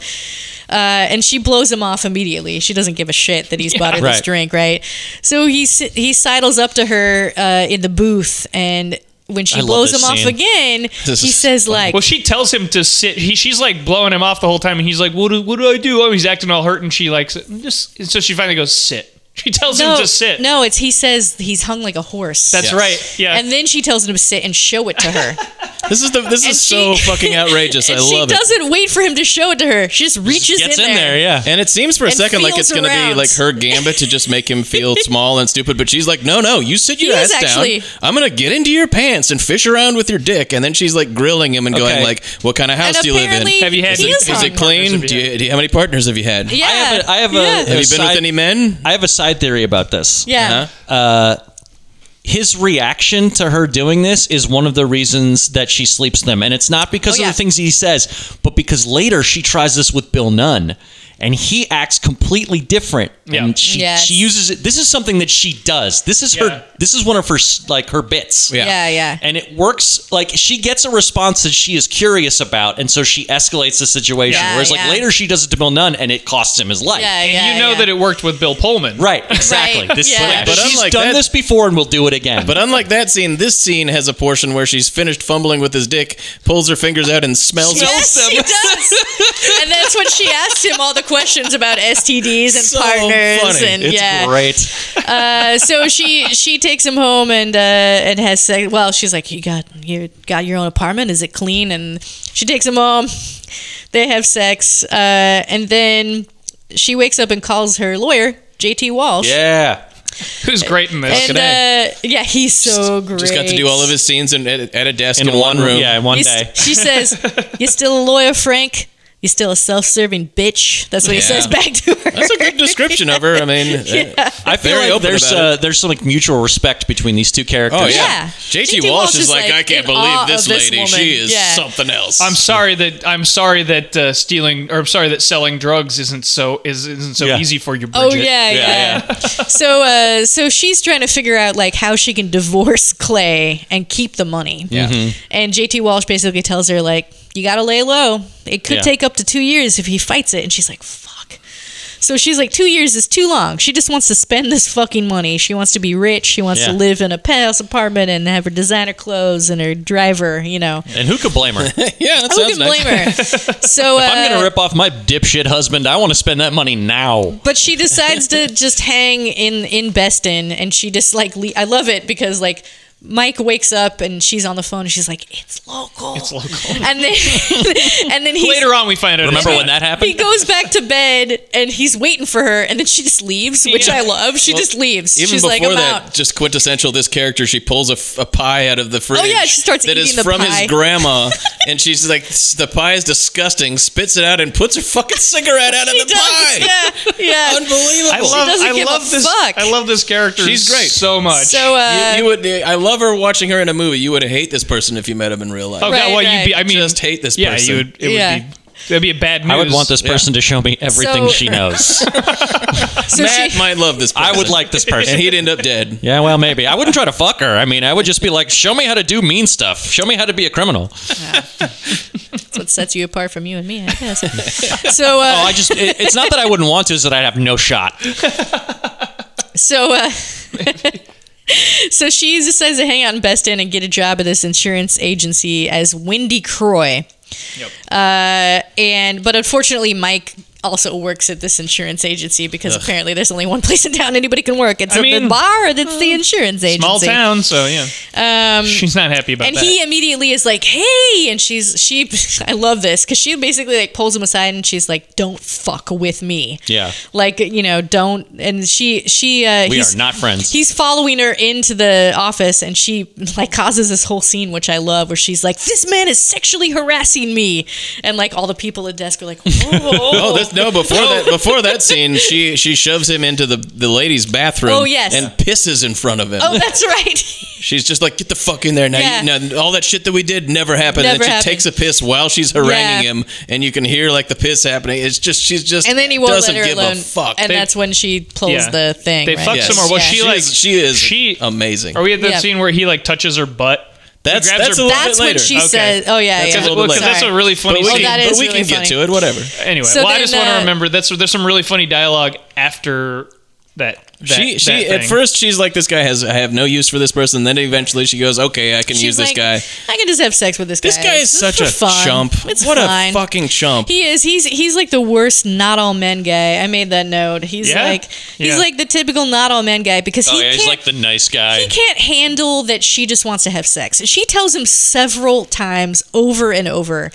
[SPEAKER 3] Uh, and she blows him off immediately. She doesn't give a shit that he's bought her this
[SPEAKER 2] right.
[SPEAKER 3] drink, right? So he si- he sidles up to her uh, in the booth and when she
[SPEAKER 2] I love
[SPEAKER 3] blows him
[SPEAKER 2] this
[SPEAKER 3] off
[SPEAKER 2] scene.
[SPEAKER 3] again,
[SPEAKER 4] This
[SPEAKER 3] he
[SPEAKER 4] is
[SPEAKER 3] says like,
[SPEAKER 1] Well, she tells him to sit. He, she's like blowing him off the whole time, and he's like, "What do, what do I do?" Oh, he's acting all hurt, and she like s- just. and so she finally goes sit. She tells
[SPEAKER 3] no,
[SPEAKER 1] him to sit.
[SPEAKER 3] no, it's he says he's hung like a horse.
[SPEAKER 1] that's
[SPEAKER 4] Yes.
[SPEAKER 1] right. Yeah,
[SPEAKER 3] And then she tells him to sit and show it to her.
[SPEAKER 4] This is the this
[SPEAKER 3] And
[SPEAKER 4] is
[SPEAKER 3] she-
[SPEAKER 4] so fucking outrageous. I
[SPEAKER 3] and she
[SPEAKER 4] love it.
[SPEAKER 3] doesn't wait for him to show it to her. She just reaches
[SPEAKER 2] Gets
[SPEAKER 3] in,
[SPEAKER 2] in there, yeah.
[SPEAKER 4] And it seems for a
[SPEAKER 3] and
[SPEAKER 4] second like it's
[SPEAKER 3] feels
[SPEAKER 4] going to be
[SPEAKER 3] around.
[SPEAKER 4] like her gambit to just make him feel small and stupid, but she's like, no, no, you sit your
[SPEAKER 3] He
[SPEAKER 4] ass
[SPEAKER 3] is actually-
[SPEAKER 4] down. I'm going to get into your pants and fish around with your dick. And then she's like grilling him and going
[SPEAKER 2] Okay.
[SPEAKER 4] like, what kind of house
[SPEAKER 3] And
[SPEAKER 4] do you live in?
[SPEAKER 3] apparently
[SPEAKER 1] Have you had-
[SPEAKER 4] Is
[SPEAKER 3] he
[SPEAKER 4] it,
[SPEAKER 3] is
[SPEAKER 4] is
[SPEAKER 3] hung.
[SPEAKER 4] it clean?
[SPEAKER 1] Partners have
[SPEAKER 4] Do
[SPEAKER 1] you
[SPEAKER 4] you, do you, how many partners have you had?
[SPEAKER 3] Yeah.
[SPEAKER 2] I have a, I have a,
[SPEAKER 3] yeah.
[SPEAKER 4] Have you been
[SPEAKER 2] side-
[SPEAKER 4] with any men? Uh-huh.
[SPEAKER 2] I have a side theory about this.
[SPEAKER 3] Yeah.
[SPEAKER 2] Uh, his reaction to her doing this is one of the reasons that she sleeps them. And it's not because
[SPEAKER 3] Oh, yeah.
[SPEAKER 2] of the things he says, but because later she tries this with Bill Nunn and he acts completely different.
[SPEAKER 1] Yeah.
[SPEAKER 2] And she,
[SPEAKER 3] Yes.
[SPEAKER 2] she uses it. This is something that she does. This is
[SPEAKER 1] Yeah.
[SPEAKER 2] her, this is one of her, s- like her bits.
[SPEAKER 4] Yeah.
[SPEAKER 3] Yeah, yeah.
[SPEAKER 2] And it works like she gets a response that she is curious about, and so she escalates the situation.
[SPEAKER 3] Yeah,
[SPEAKER 2] Whereas,
[SPEAKER 3] yeah.
[SPEAKER 2] like later, she does it to Bill Nunn, and it costs him his life.
[SPEAKER 3] Yeah,
[SPEAKER 1] and
[SPEAKER 3] yeah,
[SPEAKER 1] you know
[SPEAKER 3] yeah.
[SPEAKER 1] that it worked with Bill Pullman,
[SPEAKER 2] Right, exactly. This
[SPEAKER 3] yeah.
[SPEAKER 2] yeah.
[SPEAKER 4] But
[SPEAKER 2] she's
[SPEAKER 4] unlike
[SPEAKER 2] done
[SPEAKER 4] that-
[SPEAKER 2] this before and will do it again.
[SPEAKER 4] But unlike that scene, this scene has a portion where she's finished fumbling with his dick, pulls her fingers out, and smells it.
[SPEAKER 3] Yes, she does. and that's when she asked him all the questions about STDs and
[SPEAKER 4] So
[SPEAKER 3] partners,
[SPEAKER 4] funny.
[SPEAKER 3] and
[SPEAKER 2] it's
[SPEAKER 3] yeah.
[SPEAKER 2] great.
[SPEAKER 3] Uh, so she she takes him home and uh, and has sex. Well, she's like, you got you got your own apartment. Is it clean? And she takes him home. They have sex, uh, and then she wakes up and calls her lawyer, J.T. Walsh.
[SPEAKER 2] Yeah.
[SPEAKER 1] Who's great in this?
[SPEAKER 3] And uh, yeah, he's so great.
[SPEAKER 4] Just got to do all of his scenes in, at, at a desk in,
[SPEAKER 2] In
[SPEAKER 4] one room.
[SPEAKER 2] Yeah, in one
[SPEAKER 3] You s-
[SPEAKER 2] day.
[SPEAKER 3] she says, "You're still a lawyer, Frank. You're still a self-serving bitch." That's what he
[SPEAKER 4] Yeah.
[SPEAKER 3] says back to her.
[SPEAKER 4] That's a good description of her. I mean, uh,
[SPEAKER 2] I feel
[SPEAKER 4] Very
[SPEAKER 2] like
[SPEAKER 4] open
[SPEAKER 2] there's
[SPEAKER 4] about
[SPEAKER 2] uh, there's some like mutual respect between these two characters.
[SPEAKER 4] oh yeah.
[SPEAKER 3] Yeah.
[SPEAKER 4] JT Walsh is like, I
[SPEAKER 3] in
[SPEAKER 4] can't
[SPEAKER 3] awe
[SPEAKER 4] believe this
[SPEAKER 3] of this
[SPEAKER 4] lady.
[SPEAKER 3] woman."
[SPEAKER 4] She is
[SPEAKER 3] Yeah.
[SPEAKER 4] something else.
[SPEAKER 1] I'm sorry that I'm sorry that uh, stealing or I'm sorry that selling drugs isn't so is, isn't so
[SPEAKER 2] Yeah.
[SPEAKER 1] easy for you.
[SPEAKER 3] Oh
[SPEAKER 1] Bridget.
[SPEAKER 3] yeah, yeah. so, uh, so she's trying to figure out like how she can divorce Clay and keep the money. Yeah. And JT Walsh basically tells her like, "You gotta lay low. It could
[SPEAKER 2] Yeah.
[SPEAKER 3] take up to two years if he fights it." And she's like, "Fuck." So she's like, two years is too long. She just wants to spend this fucking money. She wants to be rich. She wants to
[SPEAKER 2] Yeah.
[SPEAKER 3] live in a penthouse apartment and have her designer clothes and her driver. You know,
[SPEAKER 2] And who could blame her? if
[SPEAKER 4] yeah, that
[SPEAKER 3] who
[SPEAKER 4] sounds
[SPEAKER 3] can
[SPEAKER 4] nice.
[SPEAKER 3] blame her? so uh,
[SPEAKER 2] I'm gonna rip off my dipshit husband. I want to spend that money now.
[SPEAKER 3] but she decides to just hang in in Beston, and she just like le- I love it because like Mike wakes up and she's on the phone. And she's like, "It's local." It's local. And then and then he
[SPEAKER 1] Later on, we find out. it's
[SPEAKER 2] Remember
[SPEAKER 1] not.
[SPEAKER 2] when that
[SPEAKER 3] He
[SPEAKER 2] happened?
[SPEAKER 3] goes back to bed and he's waiting for her, and then she just leaves, which
[SPEAKER 1] Yeah.
[SPEAKER 3] I love. She just leaves.
[SPEAKER 4] Even
[SPEAKER 3] She's
[SPEAKER 4] before
[SPEAKER 3] like, "I'm
[SPEAKER 4] that,
[SPEAKER 3] out."
[SPEAKER 4] just quintessential. This character, she pulls a, f- a pie out of the fridge.
[SPEAKER 3] Oh, yeah, she starts
[SPEAKER 4] that is
[SPEAKER 3] eating the
[SPEAKER 4] from
[SPEAKER 3] pie.
[SPEAKER 4] his grandma, and she's like, "This- "The pie is disgusting." Spits it out and puts her fucking cigarette out of
[SPEAKER 3] She
[SPEAKER 4] the pie.
[SPEAKER 3] does. Yeah, yeah.
[SPEAKER 4] Unbelievable.
[SPEAKER 1] I love.
[SPEAKER 3] doesn't
[SPEAKER 1] I
[SPEAKER 3] give a
[SPEAKER 1] love this.
[SPEAKER 3] fuck.
[SPEAKER 1] I love this character.
[SPEAKER 4] She's great.
[SPEAKER 1] so much.
[SPEAKER 3] So uh,
[SPEAKER 4] you, you would. I love her watching her in a movie. You would hate this person if you met him in real life.
[SPEAKER 1] oh
[SPEAKER 3] Right,
[SPEAKER 1] god, well
[SPEAKER 3] right.
[SPEAKER 1] you'd be. I mean,
[SPEAKER 4] Just hate this
[SPEAKER 1] yeah,
[SPEAKER 4] person.
[SPEAKER 1] you would. It
[SPEAKER 3] Yeah.
[SPEAKER 1] would be. That'd be a bad news.
[SPEAKER 2] I would want this
[SPEAKER 4] Yeah.
[SPEAKER 2] person to show me everything
[SPEAKER 3] So-
[SPEAKER 2] she knows.
[SPEAKER 3] so
[SPEAKER 4] Matt
[SPEAKER 3] she,
[SPEAKER 4] might love this. person.
[SPEAKER 2] I would like this
[SPEAKER 4] and
[SPEAKER 2] person.
[SPEAKER 4] he'd end up dead.
[SPEAKER 2] Yeah, well, maybe. I wouldn't try to fuck her. I mean, I would just be like, show me how to do mean stuff. Show me how to be a criminal.
[SPEAKER 3] that's what sets you apart from you and me, I guess. so uh,
[SPEAKER 2] Oh, I just, it, it's not that I wouldn't want to, it's that I'd have no shot.
[SPEAKER 3] So, uh, so she decides to hang out in Best Inn and get a job at this insurance agency as Wendy Croy. Yep. Uh, and but unfortunately, Mike also works at this insurance agency because apparently there's only one place in town anybody can work. It's
[SPEAKER 1] I
[SPEAKER 3] at the
[SPEAKER 1] mean, uh,
[SPEAKER 3] bar. That's the insurance agency.
[SPEAKER 1] small town. So yeah,
[SPEAKER 3] Um,
[SPEAKER 1] she's not happy about
[SPEAKER 3] and
[SPEAKER 1] that.
[SPEAKER 3] he immediately is like, "Hey!" And she's she. I love this because she basically like pulls him aside and she's like, "Don't fuck with me."
[SPEAKER 2] Yeah.
[SPEAKER 3] Like you know, don't. And she she uh,
[SPEAKER 2] We
[SPEAKER 3] he's-
[SPEAKER 2] are not friends.
[SPEAKER 3] He's following her into the office, and she like causes this whole scene, which I love, where she's like, "This man is sexually harassing me," and like all the people at desk are like, "Whoa!"
[SPEAKER 4] Oh, that's, no! Before that, before that scene, she she shoves him into the the ladies' bathroom.
[SPEAKER 3] Oh, yes.
[SPEAKER 4] and pisses in front of him.
[SPEAKER 3] Oh, that's right.
[SPEAKER 4] She's just like, get the fuck in there now.
[SPEAKER 3] Yeah.
[SPEAKER 4] You, now all that shit that we did never happened.
[SPEAKER 3] Never
[SPEAKER 4] and then she
[SPEAKER 3] happened.
[SPEAKER 4] takes a piss while she's haranguing
[SPEAKER 3] Yeah.
[SPEAKER 4] him, and you can hear like the piss happening. It's just she's just
[SPEAKER 3] And then he won't
[SPEAKER 4] doesn't
[SPEAKER 3] let her
[SPEAKER 4] give
[SPEAKER 3] alone.
[SPEAKER 4] a fuck.
[SPEAKER 3] And
[SPEAKER 1] They-
[SPEAKER 3] that's when she pulls
[SPEAKER 1] Yeah.
[SPEAKER 3] the thing.
[SPEAKER 1] They
[SPEAKER 3] right?
[SPEAKER 1] fuck
[SPEAKER 4] Yes.
[SPEAKER 1] some more. Well,
[SPEAKER 3] Yeah.
[SPEAKER 1] she
[SPEAKER 4] She
[SPEAKER 1] like
[SPEAKER 4] is- she is
[SPEAKER 1] she
[SPEAKER 4] amazing.
[SPEAKER 1] Are we at that
[SPEAKER 3] Yeah.
[SPEAKER 1] scene where he like touches her butt? He
[SPEAKER 4] That's-
[SPEAKER 1] grabs
[SPEAKER 4] that's
[SPEAKER 1] her
[SPEAKER 4] a little
[SPEAKER 1] butt.
[SPEAKER 3] That's when
[SPEAKER 4] later.
[SPEAKER 3] she
[SPEAKER 1] Okay.
[SPEAKER 3] says, "Oh yeah,
[SPEAKER 1] That's
[SPEAKER 3] yeah."
[SPEAKER 1] a- well, 'cause that's
[SPEAKER 3] Sorry.
[SPEAKER 1] a really funny
[SPEAKER 4] but we,
[SPEAKER 1] scene.
[SPEAKER 3] Oh, that
[SPEAKER 4] but
[SPEAKER 3] is
[SPEAKER 4] we
[SPEAKER 3] really
[SPEAKER 4] can get
[SPEAKER 3] funny.
[SPEAKER 4] to it. Whatever.
[SPEAKER 1] anyway,
[SPEAKER 3] So
[SPEAKER 1] well, I
[SPEAKER 3] then,
[SPEAKER 1] just want
[SPEAKER 3] uh,
[SPEAKER 1] to remember that's there's some really funny dialogue after that, that
[SPEAKER 4] she
[SPEAKER 1] that
[SPEAKER 4] she at
[SPEAKER 1] thing.
[SPEAKER 4] first she's like this guy has I have no use for this person. Then eventually she goes, okay, I can use
[SPEAKER 3] She's
[SPEAKER 4] this
[SPEAKER 3] like,
[SPEAKER 4] guy.
[SPEAKER 3] I can just have sex with this guy.
[SPEAKER 4] This guy is
[SPEAKER 3] This
[SPEAKER 4] such
[SPEAKER 3] for
[SPEAKER 4] a
[SPEAKER 3] fun.
[SPEAKER 4] chump.
[SPEAKER 3] It's
[SPEAKER 4] what
[SPEAKER 3] fine.
[SPEAKER 4] a fucking chump.
[SPEAKER 3] He is. He's he's like the worst not all men guy. I made that note. He's
[SPEAKER 1] Yeah.
[SPEAKER 3] like he's
[SPEAKER 1] Yeah.
[SPEAKER 3] like the typical not all men guy because
[SPEAKER 2] Oh
[SPEAKER 3] he
[SPEAKER 2] yeah,
[SPEAKER 3] can't
[SPEAKER 2] he's like the nice guy.
[SPEAKER 3] he can't handle that she just wants to have sex. She tells him several times over and over,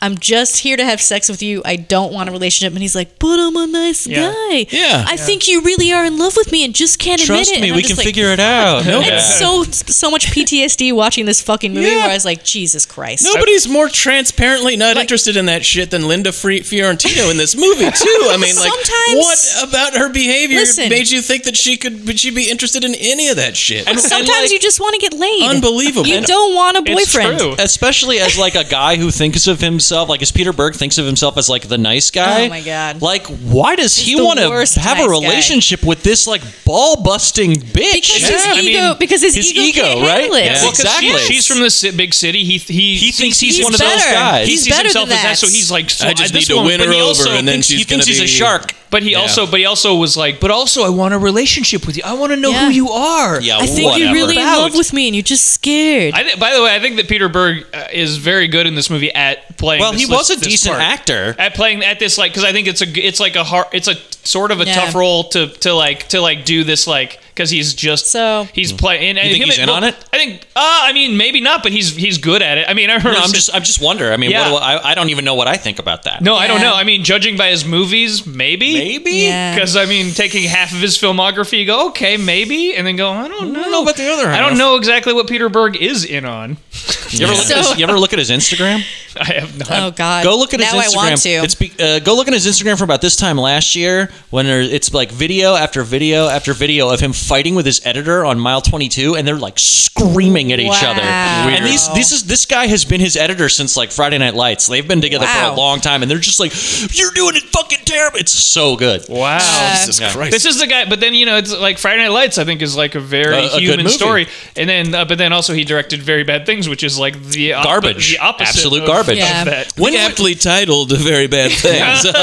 [SPEAKER 3] I'm just here to have sex with you. I don't want a relationship. And he's like, But I'm a nice
[SPEAKER 1] Yeah.
[SPEAKER 3] guy.
[SPEAKER 4] Yeah.
[SPEAKER 3] I think you really are in love with me and just can't
[SPEAKER 2] Trust
[SPEAKER 3] admit it.
[SPEAKER 2] me,
[SPEAKER 3] And I'm
[SPEAKER 2] we
[SPEAKER 3] just
[SPEAKER 2] can
[SPEAKER 3] like,
[SPEAKER 2] figure it out.
[SPEAKER 4] No,
[SPEAKER 3] I had so so much PTSD watching this fucking movie
[SPEAKER 4] Yeah.
[SPEAKER 3] where I was like, Jesus Christ.
[SPEAKER 4] Nobody's more transparently not interested in that shit than Linda Fri- Fiorentino in this movie too. I mean, like,
[SPEAKER 3] Sometimes-
[SPEAKER 4] what about her behavior
[SPEAKER 3] Listen.
[SPEAKER 4] made you think that she could? Would she be interested in any of that shit?
[SPEAKER 3] Sometimes
[SPEAKER 2] like-
[SPEAKER 3] you just want to get laid.
[SPEAKER 4] Unbelievable.
[SPEAKER 3] You don't want a
[SPEAKER 1] It's
[SPEAKER 3] boyfriend.
[SPEAKER 1] true.
[SPEAKER 2] especially as like a guy who thinks of himself like as Peter Berg thinks of himself as like the nice guy.
[SPEAKER 3] Oh, my God.
[SPEAKER 2] Like why does he
[SPEAKER 3] the
[SPEAKER 2] want to
[SPEAKER 3] worst
[SPEAKER 2] have
[SPEAKER 3] nice
[SPEAKER 2] a
[SPEAKER 3] guy.
[SPEAKER 2] relationship with this like ball busting bitch?
[SPEAKER 3] Because
[SPEAKER 1] Yeah, I
[SPEAKER 3] his ego,
[SPEAKER 1] mean,
[SPEAKER 3] because his,
[SPEAKER 2] his
[SPEAKER 3] ego,
[SPEAKER 2] ego,
[SPEAKER 3] can't
[SPEAKER 2] right?
[SPEAKER 3] handle it.
[SPEAKER 2] Yeah.
[SPEAKER 1] Well, 'cause she-
[SPEAKER 2] Exactly.
[SPEAKER 1] she's from the ci- big city. He he
[SPEAKER 2] He thinks he's
[SPEAKER 1] sees
[SPEAKER 2] one of
[SPEAKER 1] himself-
[SPEAKER 2] those
[SPEAKER 3] better.
[SPEAKER 2] guys.
[SPEAKER 1] He
[SPEAKER 3] He's
[SPEAKER 1] sees
[SPEAKER 3] better
[SPEAKER 1] himself
[SPEAKER 3] than
[SPEAKER 1] as
[SPEAKER 3] that.
[SPEAKER 1] that, so he's like,
[SPEAKER 4] I just
[SPEAKER 1] this
[SPEAKER 4] need to
[SPEAKER 1] one,
[SPEAKER 4] win
[SPEAKER 1] but
[SPEAKER 4] her
[SPEAKER 1] he
[SPEAKER 4] over,
[SPEAKER 1] also
[SPEAKER 4] and then
[SPEAKER 1] thinks-
[SPEAKER 4] she's
[SPEAKER 1] he thinks
[SPEAKER 4] gonna
[SPEAKER 1] he's a
[SPEAKER 4] be-
[SPEAKER 1] shark. But he
[SPEAKER 4] Yeah.
[SPEAKER 1] also, but he also was like, but also, I want a relationship with you. I want to know
[SPEAKER 3] Yeah.
[SPEAKER 1] who you are.
[SPEAKER 2] Yeah,
[SPEAKER 3] I think
[SPEAKER 2] whatever.
[SPEAKER 3] you're really in
[SPEAKER 1] About.
[SPEAKER 3] love with me and you're just scared.
[SPEAKER 1] I thi- by the way, I think that Peter Berg uh, is very good in this movie at playing.
[SPEAKER 2] Well,
[SPEAKER 1] this-
[SPEAKER 2] he was a
[SPEAKER 1] this
[SPEAKER 2] decent
[SPEAKER 1] part.
[SPEAKER 2] actor.
[SPEAKER 1] at playing at this like because I think it's a it's like a hard it's a sort of a
[SPEAKER 3] Yeah.
[SPEAKER 1] tough role to to like to like do this like because he's just
[SPEAKER 3] So-
[SPEAKER 1] he's playing. You
[SPEAKER 2] think he's in on it?
[SPEAKER 1] I think. Uh, I mean, maybe not, but he's he's good at it. I mean, I remember.
[SPEAKER 2] No, I'm just I'm just wondering. I mean,
[SPEAKER 1] Yeah.
[SPEAKER 2] what do I, I don't even know what I think about that.
[SPEAKER 1] no, I don't
[SPEAKER 3] Yeah.
[SPEAKER 1] know. I mean, judging by his movies, maybe
[SPEAKER 2] maybe.
[SPEAKER 3] Yeah.
[SPEAKER 1] Because I mean, taking half of his filmography, you go okay, maybe, and then go I don't know.
[SPEAKER 2] I don't know about the other.
[SPEAKER 1] I
[SPEAKER 2] half.
[SPEAKER 1] don't know exactly what Peter Berg is in on.
[SPEAKER 2] You ever, look at
[SPEAKER 3] So-
[SPEAKER 2] his, you ever look at his Instagram?
[SPEAKER 1] I have not.
[SPEAKER 3] oh God.
[SPEAKER 2] Go look at his
[SPEAKER 3] now
[SPEAKER 2] Instagram.
[SPEAKER 3] I want to.
[SPEAKER 2] It's be, uh, go look at his Instagram from about this time last year when there, it's like video after video after video of him fighting with his editor on mile 22, and they're like screaming at each
[SPEAKER 3] Wow.
[SPEAKER 2] other.
[SPEAKER 3] Weird.
[SPEAKER 2] And these this is this guy has been his editor since like Friday Night Lights. They've been together for
[SPEAKER 3] Wow.
[SPEAKER 2] a long time, and they're just like, "You're doing it fucking terrible." It's so good.
[SPEAKER 1] Wow.
[SPEAKER 4] Jesus
[SPEAKER 2] Yeah.
[SPEAKER 4] Christ.
[SPEAKER 1] This is the guy, but then you know it's like Friday Night Lights. I think is like a very
[SPEAKER 2] A- a good
[SPEAKER 1] human
[SPEAKER 2] movie.
[SPEAKER 1] story, and then uh, but then also he directed very bad things, which is like the op-
[SPEAKER 2] Garbage.
[SPEAKER 1] the opposite,
[SPEAKER 2] Absolute
[SPEAKER 1] of-
[SPEAKER 2] garbage.
[SPEAKER 3] Yeah.
[SPEAKER 1] Of that.
[SPEAKER 4] when aptly titled "Very Bad Things."
[SPEAKER 2] Another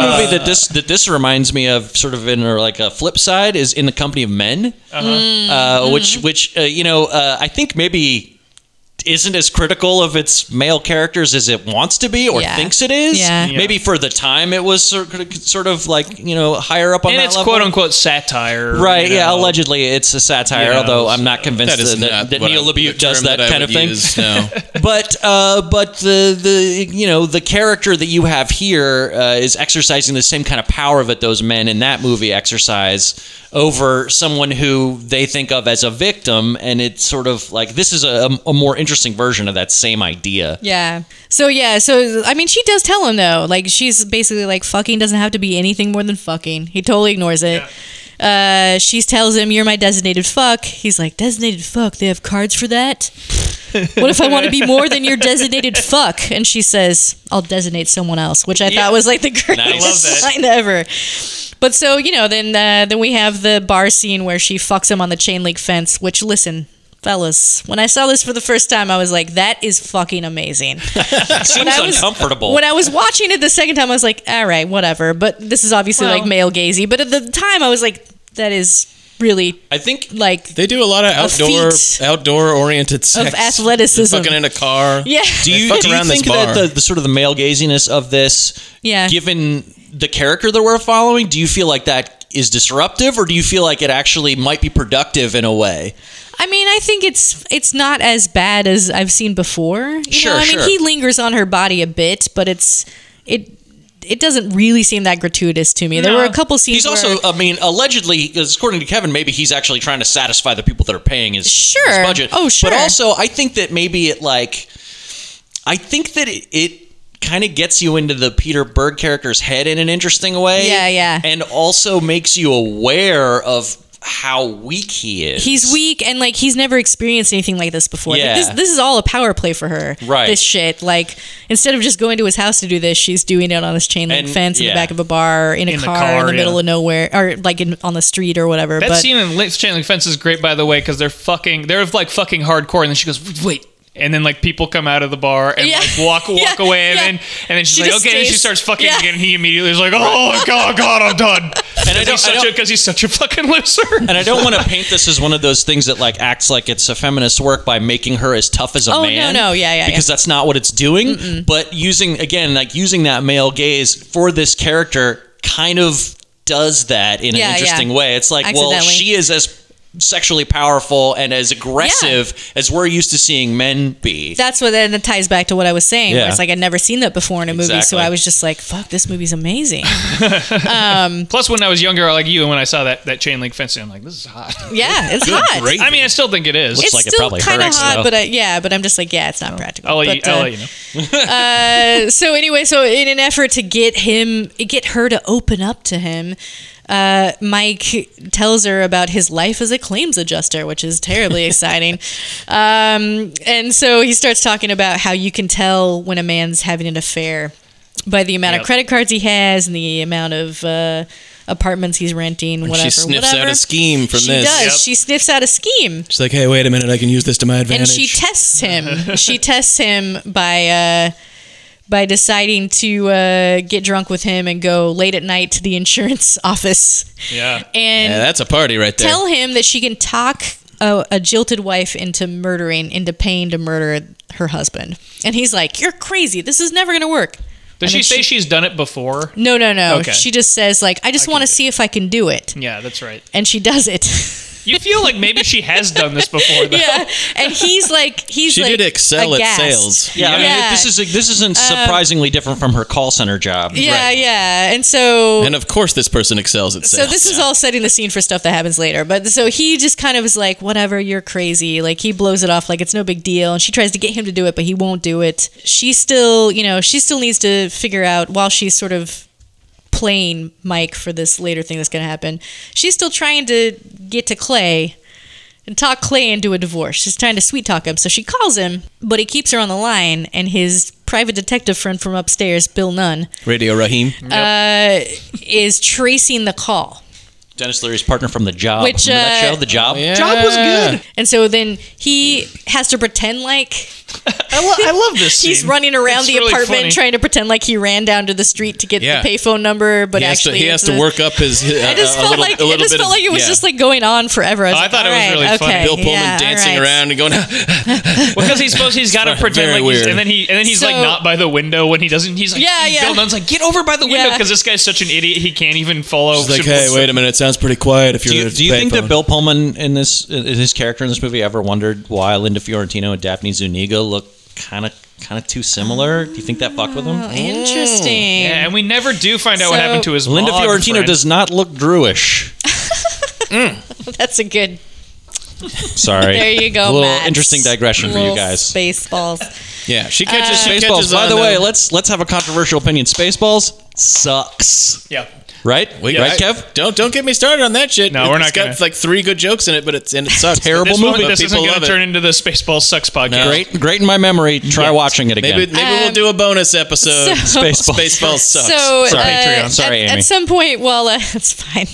[SPEAKER 3] Uh,
[SPEAKER 2] movie that this that this reminds me of, sort of in or like a flip side, is in the company of men,
[SPEAKER 4] Uh-huh.
[SPEAKER 2] uh,
[SPEAKER 3] Mm-hmm.
[SPEAKER 2] which which uh, you know uh, I think maybe isn't as critical of its male characters as it wants to be or
[SPEAKER 3] Yeah.
[SPEAKER 2] thinks it is.
[SPEAKER 3] Yeah. Yeah.
[SPEAKER 2] Maybe for the time it was sort of, sort of like you know higher up on
[SPEAKER 1] and
[SPEAKER 2] that
[SPEAKER 1] it's
[SPEAKER 2] level.
[SPEAKER 1] quote unquote satire,
[SPEAKER 2] Right,
[SPEAKER 1] you
[SPEAKER 2] yeah.
[SPEAKER 1] know.
[SPEAKER 2] Allegedly, it's a satire,
[SPEAKER 1] Yeah,
[SPEAKER 2] although
[SPEAKER 1] it's-
[SPEAKER 2] I'm not convinced
[SPEAKER 4] that
[SPEAKER 2] that,
[SPEAKER 4] is
[SPEAKER 2] that,
[SPEAKER 4] not
[SPEAKER 2] that
[SPEAKER 4] what I-
[SPEAKER 2] Neil
[SPEAKER 4] the
[SPEAKER 2] LaBute does
[SPEAKER 4] term
[SPEAKER 2] that,
[SPEAKER 4] I
[SPEAKER 2] kind of
[SPEAKER 4] would
[SPEAKER 2] thing
[SPEAKER 4] use, no.
[SPEAKER 2] but uh, but the the you know the character that you have here uh, is exercising the same kind of power that those men in that movie exercise over someone who they think of as a victim, and it's sort of like this is a, a more interesting version of that same idea.
[SPEAKER 3] yeah. So yeah. So I mean, she does tell him though. Like she's basically like fucking doesn't have to be anything more than fucking. He totally ignores it. Uh, she tells him, "You're my designated fuck." He's like, "Designated fuck? They have cards for that." what if I want to be more than your designated fuck? And she says, I'll designate someone else, which I
[SPEAKER 1] Yeah.
[SPEAKER 3] thought was like the greatest
[SPEAKER 1] love that.
[SPEAKER 3] line ever. But so you know, then uh, then we have the bar scene where she fucks him on the chain link fence. Which listen, fellas, when I saw this for the first time, I was like, that is fucking amazing.
[SPEAKER 2] It seems uncomfortable.
[SPEAKER 1] Oh.
[SPEAKER 3] When I was watching it the second time, I was like, all right, whatever. But this is obviously
[SPEAKER 1] Well-
[SPEAKER 3] like male gazy. But at the time, I was like, that is really
[SPEAKER 2] I think
[SPEAKER 3] like
[SPEAKER 4] they do a lot of outdoor
[SPEAKER 3] feat.
[SPEAKER 4] outdoor oriented sex
[SPEAKER 3] athleticism.
[SPEAKER 4] They're fucking in a car.
[SPEAKER 3] yeah.
[SPEAKER 2] do you,
[SPEAKER 4] fuck
[SPEAKER 2] do you
[SPEAKER 4] around this
[SPEAKER 2] think that
[SPEAKER 4] bar.
[SPEAKER 2] the, the sort of the male gaziness of this
[SPEAKER 3] Yeah.
[SPEAKER 2] given the character that we're following do you feel like that is disruptive or do you feel like it actually might be productive in a way
[SPEAKER 3] I mean, I think it's it's not as bad as I've seen before. You
[SPEAKER 2] Sure,
[SPEAKER 3] know, I
[SPEAKER 2] sure.
[SPEAKER 3] mean, he lingers on her body a bit, but it's it it doesn't really seem that gratuitous to me. There were a couple scenes.
[SPEAKER 2] he's also
[SPEAKER 3] where-
[SPEAKER 2] i mean allegedly 'cause according to kevin maybe he's actually trying to satisfy the people that are paying his, his
[SPEAKER 3] Sure.
[SPEAKER 2] budget
[SPEAKER 3] Oh, sure.
[SPEAKER 2] but also i think that maybe it like i think that it, it kind of gets you into the peter berg character's head in an interesting way
[SPEAKER 3] Yeah, yeah.
[SPEAKER 2] and also makes you aware of how weak he is
[SPEAKER 3] he's weak and like he's never experienced anything like this before. Like,
[SPEAKER 2] Yeah.
[SPEAKER 3] this this is all a power play for her.
[SPEAKER 2] Right.
[SPEAKER 3] This shit. Like instead of just going to his house to do this, she's doing it on this chain link
[SPEAKER 2] And-
[SPEAKER 3] fence in
[SPEAKER 2] yeah.
[SPEAKER 3] the back of a bar, in a
[SPEAKER 1] In the
[SPEAKER 3] car,
[SPEAKER 1] car,
[SPEAKER 3] in the
[SPEAKER 1] yeah.
[SPEAKER 3] middle of nowhere, or like in, on the street or whatever.
[SPEAKER 1] That
[SPEAKER 3] but
[SPEAKER 1] scene in Lynch Channeling Fence is great, by the way, because they're fucking, they're like fucking hardcore, and then she goes, "Wait, and then like people come out of the bar and
[SPEAKER 3] Yeah.
[SPEAKER 1] like walk walk
[SPEAKER 3] Yeah,
[SPEAKER 1] away, and
[SPEAKER 3] yeah.
[SPEAKER 1] then and then she's
[SPEAKER 3] She
[SPEAKER 1] like,
[SPEAKER 3] just
[SPEAKER 1] okay, and she
[SPEAKER 3] stays-
[SPEAKER 1] starts fucking
[SPEAKER 3] yeah.
[SPEAKER 1] again. And he immediately is like, oh god, god, I'm done. And I
[SPEAKER 2] don't-
[SPEAKER 1] he's such
[SPEAKER 2] I don't-
[SPEAKER 1] because he's such a fucking loser.
[SPEAKER 2] And I don't want to paint this as one of those things that like acts like it's a feminist work by making her as tough as a
[SPEAKER 3] Oh, no,
[SPEAKER 2] man.
[SPEAKER 3] no, yeah, yeah,
[SPEAKER 2] Because that's not what it's doing. But using again, like using that male gaze for this character kind of does that in an
[SPEAKER 3] Yeah, yeah.
[SPEAKER 2] interesting way. It's like, well,
[SPEAKER 3] Accidentally.
[SPEAKER 2] she is as sexually powerful and as aggressive as we're used to seeing men be.
[SPEAKER 3] That's what and that ties back to what I was saying. Where
[SPEAKER 2] Yeah.
[SPEAKER 3] it's like I'd never seen that before in a movie, so
[SPEAKER 2] Exactly.
[SPEAKER 3] I was just like, "Fuck, this movie's amazing."
[SPEAKER 1] Plus, when I was younger, like you, and when I saw that that chain link fencing, I'm like, this is hot.
[SPEAKER 3] Yeah, it's hot.
[SPEAKER 1] I mean, I still think it is.
[SPEAKER 2] Looks
[SPEAKER 3] It's
[SPEAKER 2] like it
[SPEAKER 3] still
[SPEAKER 2] probably
[SPEAKER 3] kind of
[SPEAKER 2] hurts,
[SPEAKER 3] hot,
[SPEAKER 2] though.
[SPEAKER 3] but I, yeah, but I'm just like, yeah, it's not practical.
[SPEAKER 1] I'll let, you,
[SPEAKER 3] But,
[SPEAKER 1] I'll
[SPEAKER 3] uh,
[SPEAKER 1] let you know.
[SPEAKER 3] uh, so anyway, so in an effort to get him, get her to open up to him, uh, Mike tells her about his life as a claims adjuster, which is terribly exciting. Um, and so he starts talking about how you can tell when a man's having an affair by the amount
[SPEAKER 1] Yep.
[SPEAKER 3] of credit cards he has and the amount of uh, apartments he's renting. Whatever,
[SPEAKER 4] she sniffs
[SPEAKER 3] whatever.
[SPEAKER 4] out a scheme from
[SPEAKER 3] She
[SPEAKER 4] this.
[SPEAKER 3] does.
[SPEAKER 1] Yep.
[SPEAKER 3] She sniffs out a scheme
[SPEAKER 4] She's like, hey, wait a minute, I can use this to my advantage.
[SPEAKER 3] and she tests him. she tests him by uh, by deciding to uh, get drunk with him and go late at night to the insurance office
[SPEAKER 1] Yeah.
[SPEAKER 3] and
[SPEAKER 4] yeah, that's a party right there.
[SPEAKER 3] tell him that she can talk a, a jilted wife into murdering, into paying to murder her husband. And he's like, "You're crazy. This is never going to work."
[SPEAKER 1] Does
[SPEAKER 3] And
[SPEAKER 1] she say
[SPEAKER 3] then she-
[SPEAKER 1] she's done it before?
[SPEAKER 3] No, no, no.
[SPEAKER 1] Okay.
[SPEAKER 3] She just says like, "I just want to see if I can do it,"
[SPEAKER 1] Yeah, that's right.
[SPEAKER 3] and she does it.
[SPEAKER 1] You feel like maybe she has done this before, though.
[SPEAKER 3] yeah, and he's like, he's
[SPEAKER 4] She
[SPEAKER 3] like,
[SPEAKER 4] did excel at
[SPEAKER 3] aghast.
[SPEAKER 4] sales.
[SPEAKER 2] Yeah, I mean,
[SPEAKER 3] Yeah. Um,
[SPEAKER 2] this is this isn't surprisingly different from her call center job.
[SPEAKER 3] Yeah, yeah, and so
[SPEAKER 4] And of course, this person excels at
[SPEAKER 3] so
[SPEAKER 4] sales.
[SPEAKER 3] this is all setting the scene for stuff that happens later. But so he just kind of is like, whatever, you're crazy. Like he blows it off like it's no big deal. And she tries to get him to do it, but he won't do it. She still, you know, she still needs to figure out while she's sort of playing Mike for this later thing that's going to happen. She's still trying to get to Clay and talk Clay into a divorce. She's trying to sweet talk him. So she calls him, but he keeps her on the line. And his private detective friend from upstairs, Bill Nunn,
[SPEAKER 4] Radio Raheem.
[SPEAKER 3] is tracing the call.
[SPEAKER 2] Dennis Leary's partner from The Job.
[SPEAKER 3] Which,
[SPEAKER 2] Remember that
[SPEAKER 3] uh,
[SPEAKER 2] show, The Job?
[SPEAKER 4] yeah.
[SPEAKER 1] Eh.
[SPEAKER 3] And so then he has to pretend like
[SPEAKER 1] I, lo- I love this.
[SPEAKER 3] he's
[SPEAKER 1] scene.
[SPEAKER 3] running around
[SPEAKER 1] It's
[SPEAKER 3] the
[SPEAKER 1] really
[SPEAKER 3] apartment
[SPEAKER 1] funny.
[SPEAKER 3] trying to pretend like he ran down to the street to get
[SPEAKER 4] Yeah.
[SPEAKER 3] the payphone number, but
[SPEAKER 4] He has, to,
[SPEAKER 3] actually
[SPEAKER 4] he has
[SPEAKER 3] it's
[SPEAKER 4] to
[SPEAKER 3] a-
[SPEAKER 4] work up his. his
[SPEAKER 3] I just
[SPEAKER 4] a, a
[SPEAKER 3] felt
[SPEAKER 4] little,
[SPEAKER 3] like
[SPEAKER 4] a
[SPEAKER 3] it
[SPEAKER 4] little
[SPEAKER 3] just
[SPEAKER 4] bit
[SPEAKER 3] felt
[SPEAKER 4] of-
[SPEAKER 3] like it was
[SPEAKER 4] yeah.
[SPEAKER 3] just like going on forever. I, was
[SPEAKER 1] I
[SPEAKER 3] like,
[SPEAKER 1] thought it
[SPEAKER 3] "All
[SPEAKER 1] was
[SPEAKER 3] right,
[SPEAKER 1] really funny.
[SPEAKER 3] okay,
[SPEAKER 4] Bill Pullman
[SPEAKER 3] yeah, all
[SPEAKER 4] dancing
[SPEAKER 3] right."
[SPEAKER 4] around and going.
[SPEAKER 1] because he's supposed he's got to pretend
[SPEAKER 4] very
[SPEAKER 1] like he's,
[SPEAKER 4] weird.
[SPEAKER 1] and then he and then he's like
[SPEAKER 3] So-
[SPEAKER 1] not by the window when he doesn't. He's like
[SPEAKER 3] Yeah, yeah.
[SPEAKER 1] Bill Nunn's like get over by the window
[SPEAKER 3] Yeah.
[SPEAKER 1] because this guy's such an idiot he can't even follow.
[SPEAKER 4] She's like, hey, wait a minute, it sounds pretty quiet. If you're
[SPEAKER 2] Do you, do you think that Bill Pullman in this in his character in this movie ever wondered why Linda Fiorentino and Daphne Zuniga look kind of kind of too similar? Do you think that fucked with
[SPEAKER 3] Uh,
[SPEAKER 2] him?
[SPEAKER 3] Interesting.
[SPEAKER 1] Yeah, and we never do find out what
[SPEAKER 3] So-
[SPEAKER 1] happened to his
[SPEAKER 2] Linda
[SPEAKER 1] blonde
[SPEAKER 2] Fiorentino
[SPEAKER 1] friend.
[SPEAKER 2] does not look Drewish.
[SPEAKER 3] That's a good.
[SPEAKER 2] Sorry.
[SPEAKER 3] There you
[SPEAKER 2] A
[SPEAKER 3] go.
[SPEAKER 2] little
[SPEAKER 3] Matt.
[SPEAKER 2] interesting digression for you
[SPEAKER 3] Little
[SPEAKER 2] guys.
[SPEAKER 3] Spaceballs.
[SPEAKER 4] Yeah, she catches. she
[SPEAKER 2] Spaceballs.
[SPEAKER 4] catches
[SPEAKER 2] By
[SPEAKER 4] on,
[SPEAKER 2] the way,
[SPEAKER 4] uh,
[SPEAKER 2] let's let's have a controversial opinion. Spaceballs sucks.
[SPEAKER 1] Yeah.
[SPEAKER 2] Right?
[SPEAKER 4] we-
[SPEAKER 2] right,
[SPEAKER 4] I-
[SPEAKER 2] Kev?
[SPEAKER 4] Don't don't get me started on that shit.
[SPEAKER 1] No,
[SPEAKER 4] It-
[SPEAKER 1] we're not
[SPEAKER 4] It's got
[SPEAKER 1] gonna.
[SPEAKER 4] like three good jokes in it, but it's and it sucks.
[SPEAKER 2] Terrible
[SPEAKER 1] This
[SPEAKER 2] movie,
[SPEAKER 1] movie,
[SPEAKER 4] but
[SPEAKER 1] this isn't
[SPEAKER 4] people
[SPEAKER 1] going
[SPEAKER 4] love
[SPEAKER 1] to
[SPEAKER 4] it.
[SPEAKER 1] turn into the Spaceballs sucks podcast.
[SPEAKER 2] Great great in my memory. Try watching it again.
[SPEAKER 4] Maybe maybe we'll do a bonus episode.
[SPEAKER 3] So-
[SPEAKER 2] Spaceballs.
[SPEAKER 4] Spaceballs sucks.
[SPEAKER 3] So
[SPEAKER 2] Sorry,
[SPEAKER 3] uh,
[SPEAKER 2] Patreon.
[SPEAKER 3] at-
[SPEAKER 2] Sorry,
[SPEAKER 3] at,
[SPEAKER 2] Amy.
[SPEAKER 3] some point, while uh, it's fine.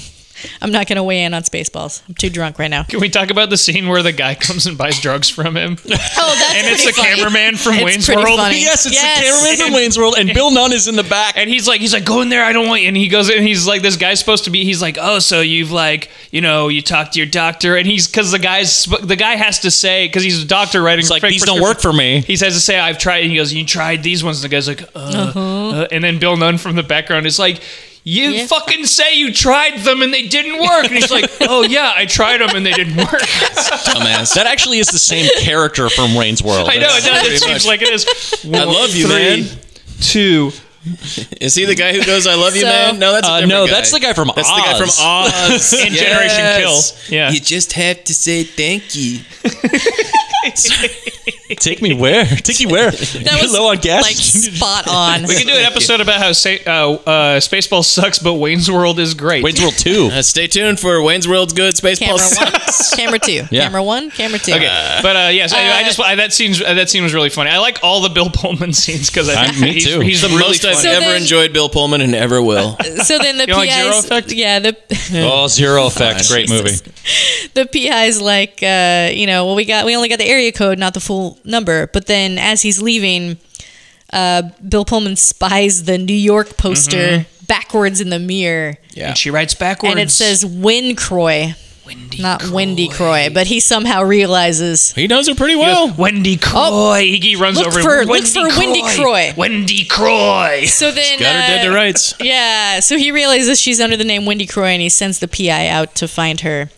[SPEAKER 3] I'm not going to weigh in on Spaceballs. I'm too drunk right now.
[SPEAKER 1] Can we talk about the scene where the guy comes and buys drugs from him?
[SPEAKER 3] Oh, that's
[SPEAKER 1] and it's
[SPEAKER 3] pretty
[SPEAKER 1] the
[SPEAKER 3] funny.
[SPEAKER 1] cameraman from
[SPEAKER 3] It's
[SPEAKER 1] Wayne's
[SPEAKER 3] pretty
[SPEAKER 1] World.
[SPEAKER 3] funny.
[SPEAKER 2] Yes, it's
[SPEAKER 3] Yes.
[SPEAKER 2] the cameraman from Wayne's World, and Bill Nunn is in the back.
[SPEAKER 1] And he's like, he's like, go in there. I don't want. You. And he goes in. And he's like, this guy's supposed to be. He's like, oh, so you've like, you know, you talked to your doctor, and he's because the guy's sp- the guy has to say because he's a doctor writing.
[SPEAKER 2] He's like,
[SPEAKER 1] fake
[SPEAKER 2] these don't
[SPEAKER 1] prescriptions."
[SPEAKER 2] work for me.
[SPEAKER 1] He says to say, I've tried. And he goes, you tried these ones. And the guy's like, uh, uh, and then Bill Nunn from the background is like. You
[SPEAKER 3] Uh-huh. Yeah.
[SPEAKER 1] fucking say you tried them and they didn't work. And he's like, "Oh yeah, I tried them and they didn't work."
[SPEAKER 4] dumbass.
[SPEAKER 2] That actually is the same character from Wayne's World.
[SPEAKER 1] I know it does.
[SPEAKER 4] Pretty
[SPEAKER 1] It seems
[SPEAKER 4] much.
[SPEAKER 1] like it is.
[SPEAKER 4] I love you,
[SPEAKER 1] Three,
[SPEAKER 4] man.
[SPEAKER 1] Two.
[SPEAKER 4] Is he the guy who goes, "I love you,
[SPEAKER 3] So-
[SPEAKER 4] man"? No, that's a
[SPEAKER 2] Uh,
[SPEAKER 4] different
[SPEAKER 2] no,
[SPEAKER 4] guy.
[SPEAKER 2] that's the guy from
[SPEAKER 4] That's
[SPEAKER 2] Oz.
[SPEAKER 4] the guy from
[SPEAKER 1] Uh,
[SPEAKER 4] Oz
[SPEAKER 1] And Generation Kill. Yeah. You
[SPEAKER 4] just have to say thank you.
[SPEAKER 2] Take me where? Take you where?
[SPEAKER 3] That
[SPEAKER 2] You're
[SPEAKER 3] was
[SPEAKER 2] low on gas.
[SPEAKER 3] like spot on.
[SPEAKER 1] We could do an episode about how say, uh, uh, Spaceball sucks, but Wayne's World is great.
[SPEAKER 2] Wayne's World Two.
[SPEAKER 4] Uh, stay tuned for Wayne's World's good
[SPEAKER 3] camera
[SPEAKER 4] Spaceballs.
[SPEAKER 3] one, camera two,
[SPEAKER 2] Yeah.
[SPEAKER 3] camera one, camera two.
[SPEAKER 1] but uh, yes, I, I just I, that scenes uh, that scene was really funny. I like all the Bill Pullman scenes because I
[SPEAKER 2] I-
[SPEAKER 1] think
[SPEAKER 2] me
[SPEAKER 1] he's,
[SPEAKER 2] too.
[SPEAKER 1] he's Uh, the
[SPEAKER 4] the
[SPEAKER 1] really
[SPEAKER 4] most
[SPEAKER 1] funny.
[SPEAKER 4] I've
[SPEAKER 3] So
[SPEAKER 4] ever
[SPEAKER 3] then- Uh,
[SPEAKER 4] enjoyed Bill Pullman and ever will.
[SPEAKER 3] So then the
[SPEAKER 1] You know, like
[SPEAKER 3] PI's
[SPEAKER 1] Zero Effect?
[SPEAKER 3] yeah the
[SPEAKER 2] Oh, Zero Effect, great movie.
[SPEAKER 3] the PI's like, uh, you know, well, we got we only got the area code, not the full number. But then as he's leaving, uh, Bill Pullman spies the New York poster backwards in the mirror,
[SPEAKER 1] And she writes Mm-hmm. backwards.
[SPEAKER 3] and it says Wincroy, not Wendy Croy. But he somehow realizes
[SPEAKER 4] He knows her pretty well.
[SPEAKER 1] Wendy Croy. he runs
[SPEAKER 3] Oh. look
[SPEAKER 1] over.
[SPEAKER 3] for- look
[SPEAKER 1] Wendy
[SPEAKER 3] for Wendy Croy.
[SPEAKER 1] Wendy Croy.
[SPEAKER 3] So then,
[SPEAKER 4] Got her dead
[SPEAKER 3] uh,
[SPEAKER 4] to rights.
[SPEAKER 3] Yeah, so he realizes she's under the name Wendy Croy and he sends the PI out to find her.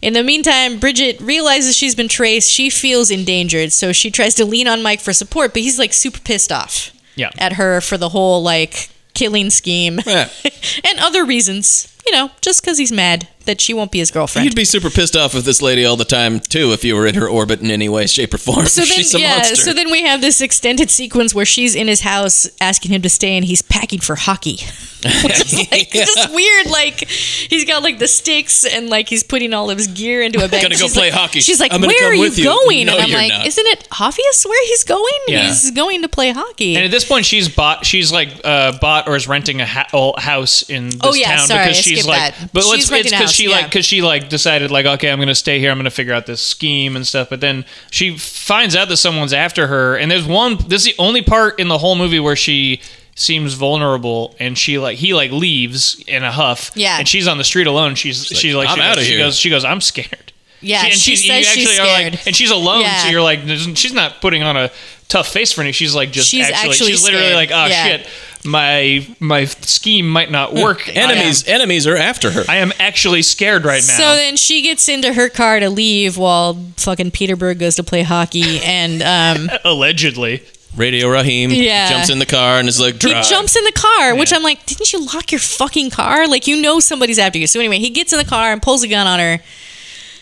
[SPEAKER 3] In the meantime, Bridget realizes she's been traced. She feels endangered, so she tries to lean on Mike for support, but he's like super pissed off
[SPEAKER 1] Yeah.
[SPEAKER 3] at her for the whole like killing scheme
[SPEAKER 4] Yeah.
[SPEAKER 3] and other reasons. You know, just because he's mad that she won't be his girlfriend.
[SPEAKER 4] You'd be super pissed off with this lady all the time too if you were in her orbit in any way, shape, or form.
[SPEAKER 3] so then,
[SPEAKER 4] She's a
[SPEAKER 3] yeah.
[SPEAKER 4] monster.
[SPEAKER 3] So then we have this extended sequence where she's in his house asking him to stay, and he's packing for hockey. Which is like just weird. Like he's got like the sticks, and like he's putting all of his gear into a bag.
[SPEAKER 4] Gonna go
[SPEAKER 3] She's
[SPEAKER 4] play
[SPEAKER 3] like-
[SPEAKER 4] hockey.
[SPEAKER 3] She's like,
[SPEAKER 4] I'm gonna
[SPEAKER 3] "Where
[SPEAKER 4] come
[SPEAKER 3] are you
[SPEAKER 4] with you."
[SPEAKER 3] going?"
[SPEAKER 4] No,
[SPEAKER 3] and I'm
[SPEAKER 4] you're
[SPEAKER 3] like,
[SPEAKER 4] not.
[SPEAKER 3] "Isn't it obvious where he's going?
[SPEAKER 1] Yeah.
[SPEAKER 3] He's going to play hockey."
[SPEAKER 1] And at this point, she's bought. She's like uh, bought or is renting a ha- old house in this
[SPEAKER 3] Oh, yeah,
[SPEAKER 1] town
[SPEAKER 3] sorry,
[SPEAKER 1] because
[SPEAKER 3] I
[SPEAKER 1] she's
[SPEAKER 3] skipped
[SPEAKER 1] like.
[SPEAKER 3] that.
[SPEAKER 1] But
[SPEAKER 3] She's
[SPEAKER 1] let's, it's
[SPEAKER 3] renting a
[SPEAKER 1] because
[SPEAKER 3] house,
[SPEAKER 1] she like
[SPEAKER 3] yeah.
[SPEAKER 1] because she like decided like okay I'm gonna stay here I'm gonna figure out this scheme and stuff. But then she finds out that someone's after her. And there's one. This is the only part in the whole movie where she seems vulnerable and she like he like leaves in a huff.
[SPEAKER 3] Yeah.
[SPEAKER 1] And she's on the street alone. She's she's, like,
[SPEAKER 4] "I'm
[SPEAKER 1] she
[SPEAKER 4] outta
[SPEAKER 1] goes, She
[SPEAKER 4] here."
[SPEAKER 1] goes she goes I'm scared.
[SPEAKER 3] yeah,
[SPEAKER 1] She- and
[SPEAKER 3] she,
[SPEAKER 1] she's, you
[SPEAKER 3] says she's
[SPEAKER 1] actually are
[SPEAKER 3] scared.
[SPEAKER 1] like, and she's alone, so
[SPEAKER 3] Yeah.
[SPEAKER 1] you're like, there's- she's not putting on a tough face for anything. She's like, just
[SPEAKER 3] She's
[SPEAKER 1] actually,
[SPEAKER 3] actually
[SPEAKER 1] she's literally like,
[SPEAKER 3] scared.
[SPEAKER 1] oh
[SPEAKER 3] Yeah. Hmm.
[SPEAKER 1] shit, my my scheme might not work.
[SPEAKER 4] enemies, enemies are after her.
[SPEAKER 1] I am, I am actually scared right now.
[SPEAKER 3] So then she gets into her car to leave while fucking Peterborough goes to play hockey, and um,
[SPEAKER 1] Allegedly,
[SPEAKER 4] Radio Rahim
[SPEAKER 3] Yeah.
[SPEAKER 4] jumps in the car and is like,
[SPEAKER 3] He
[SPEAKER 4] "Drive."
[SPEAKER 3] jumps in the car, which I'm like, didn't you lock your fucking car? Like, you know somebody's after you. So anyway, he gets in the car and pulls a gun on her,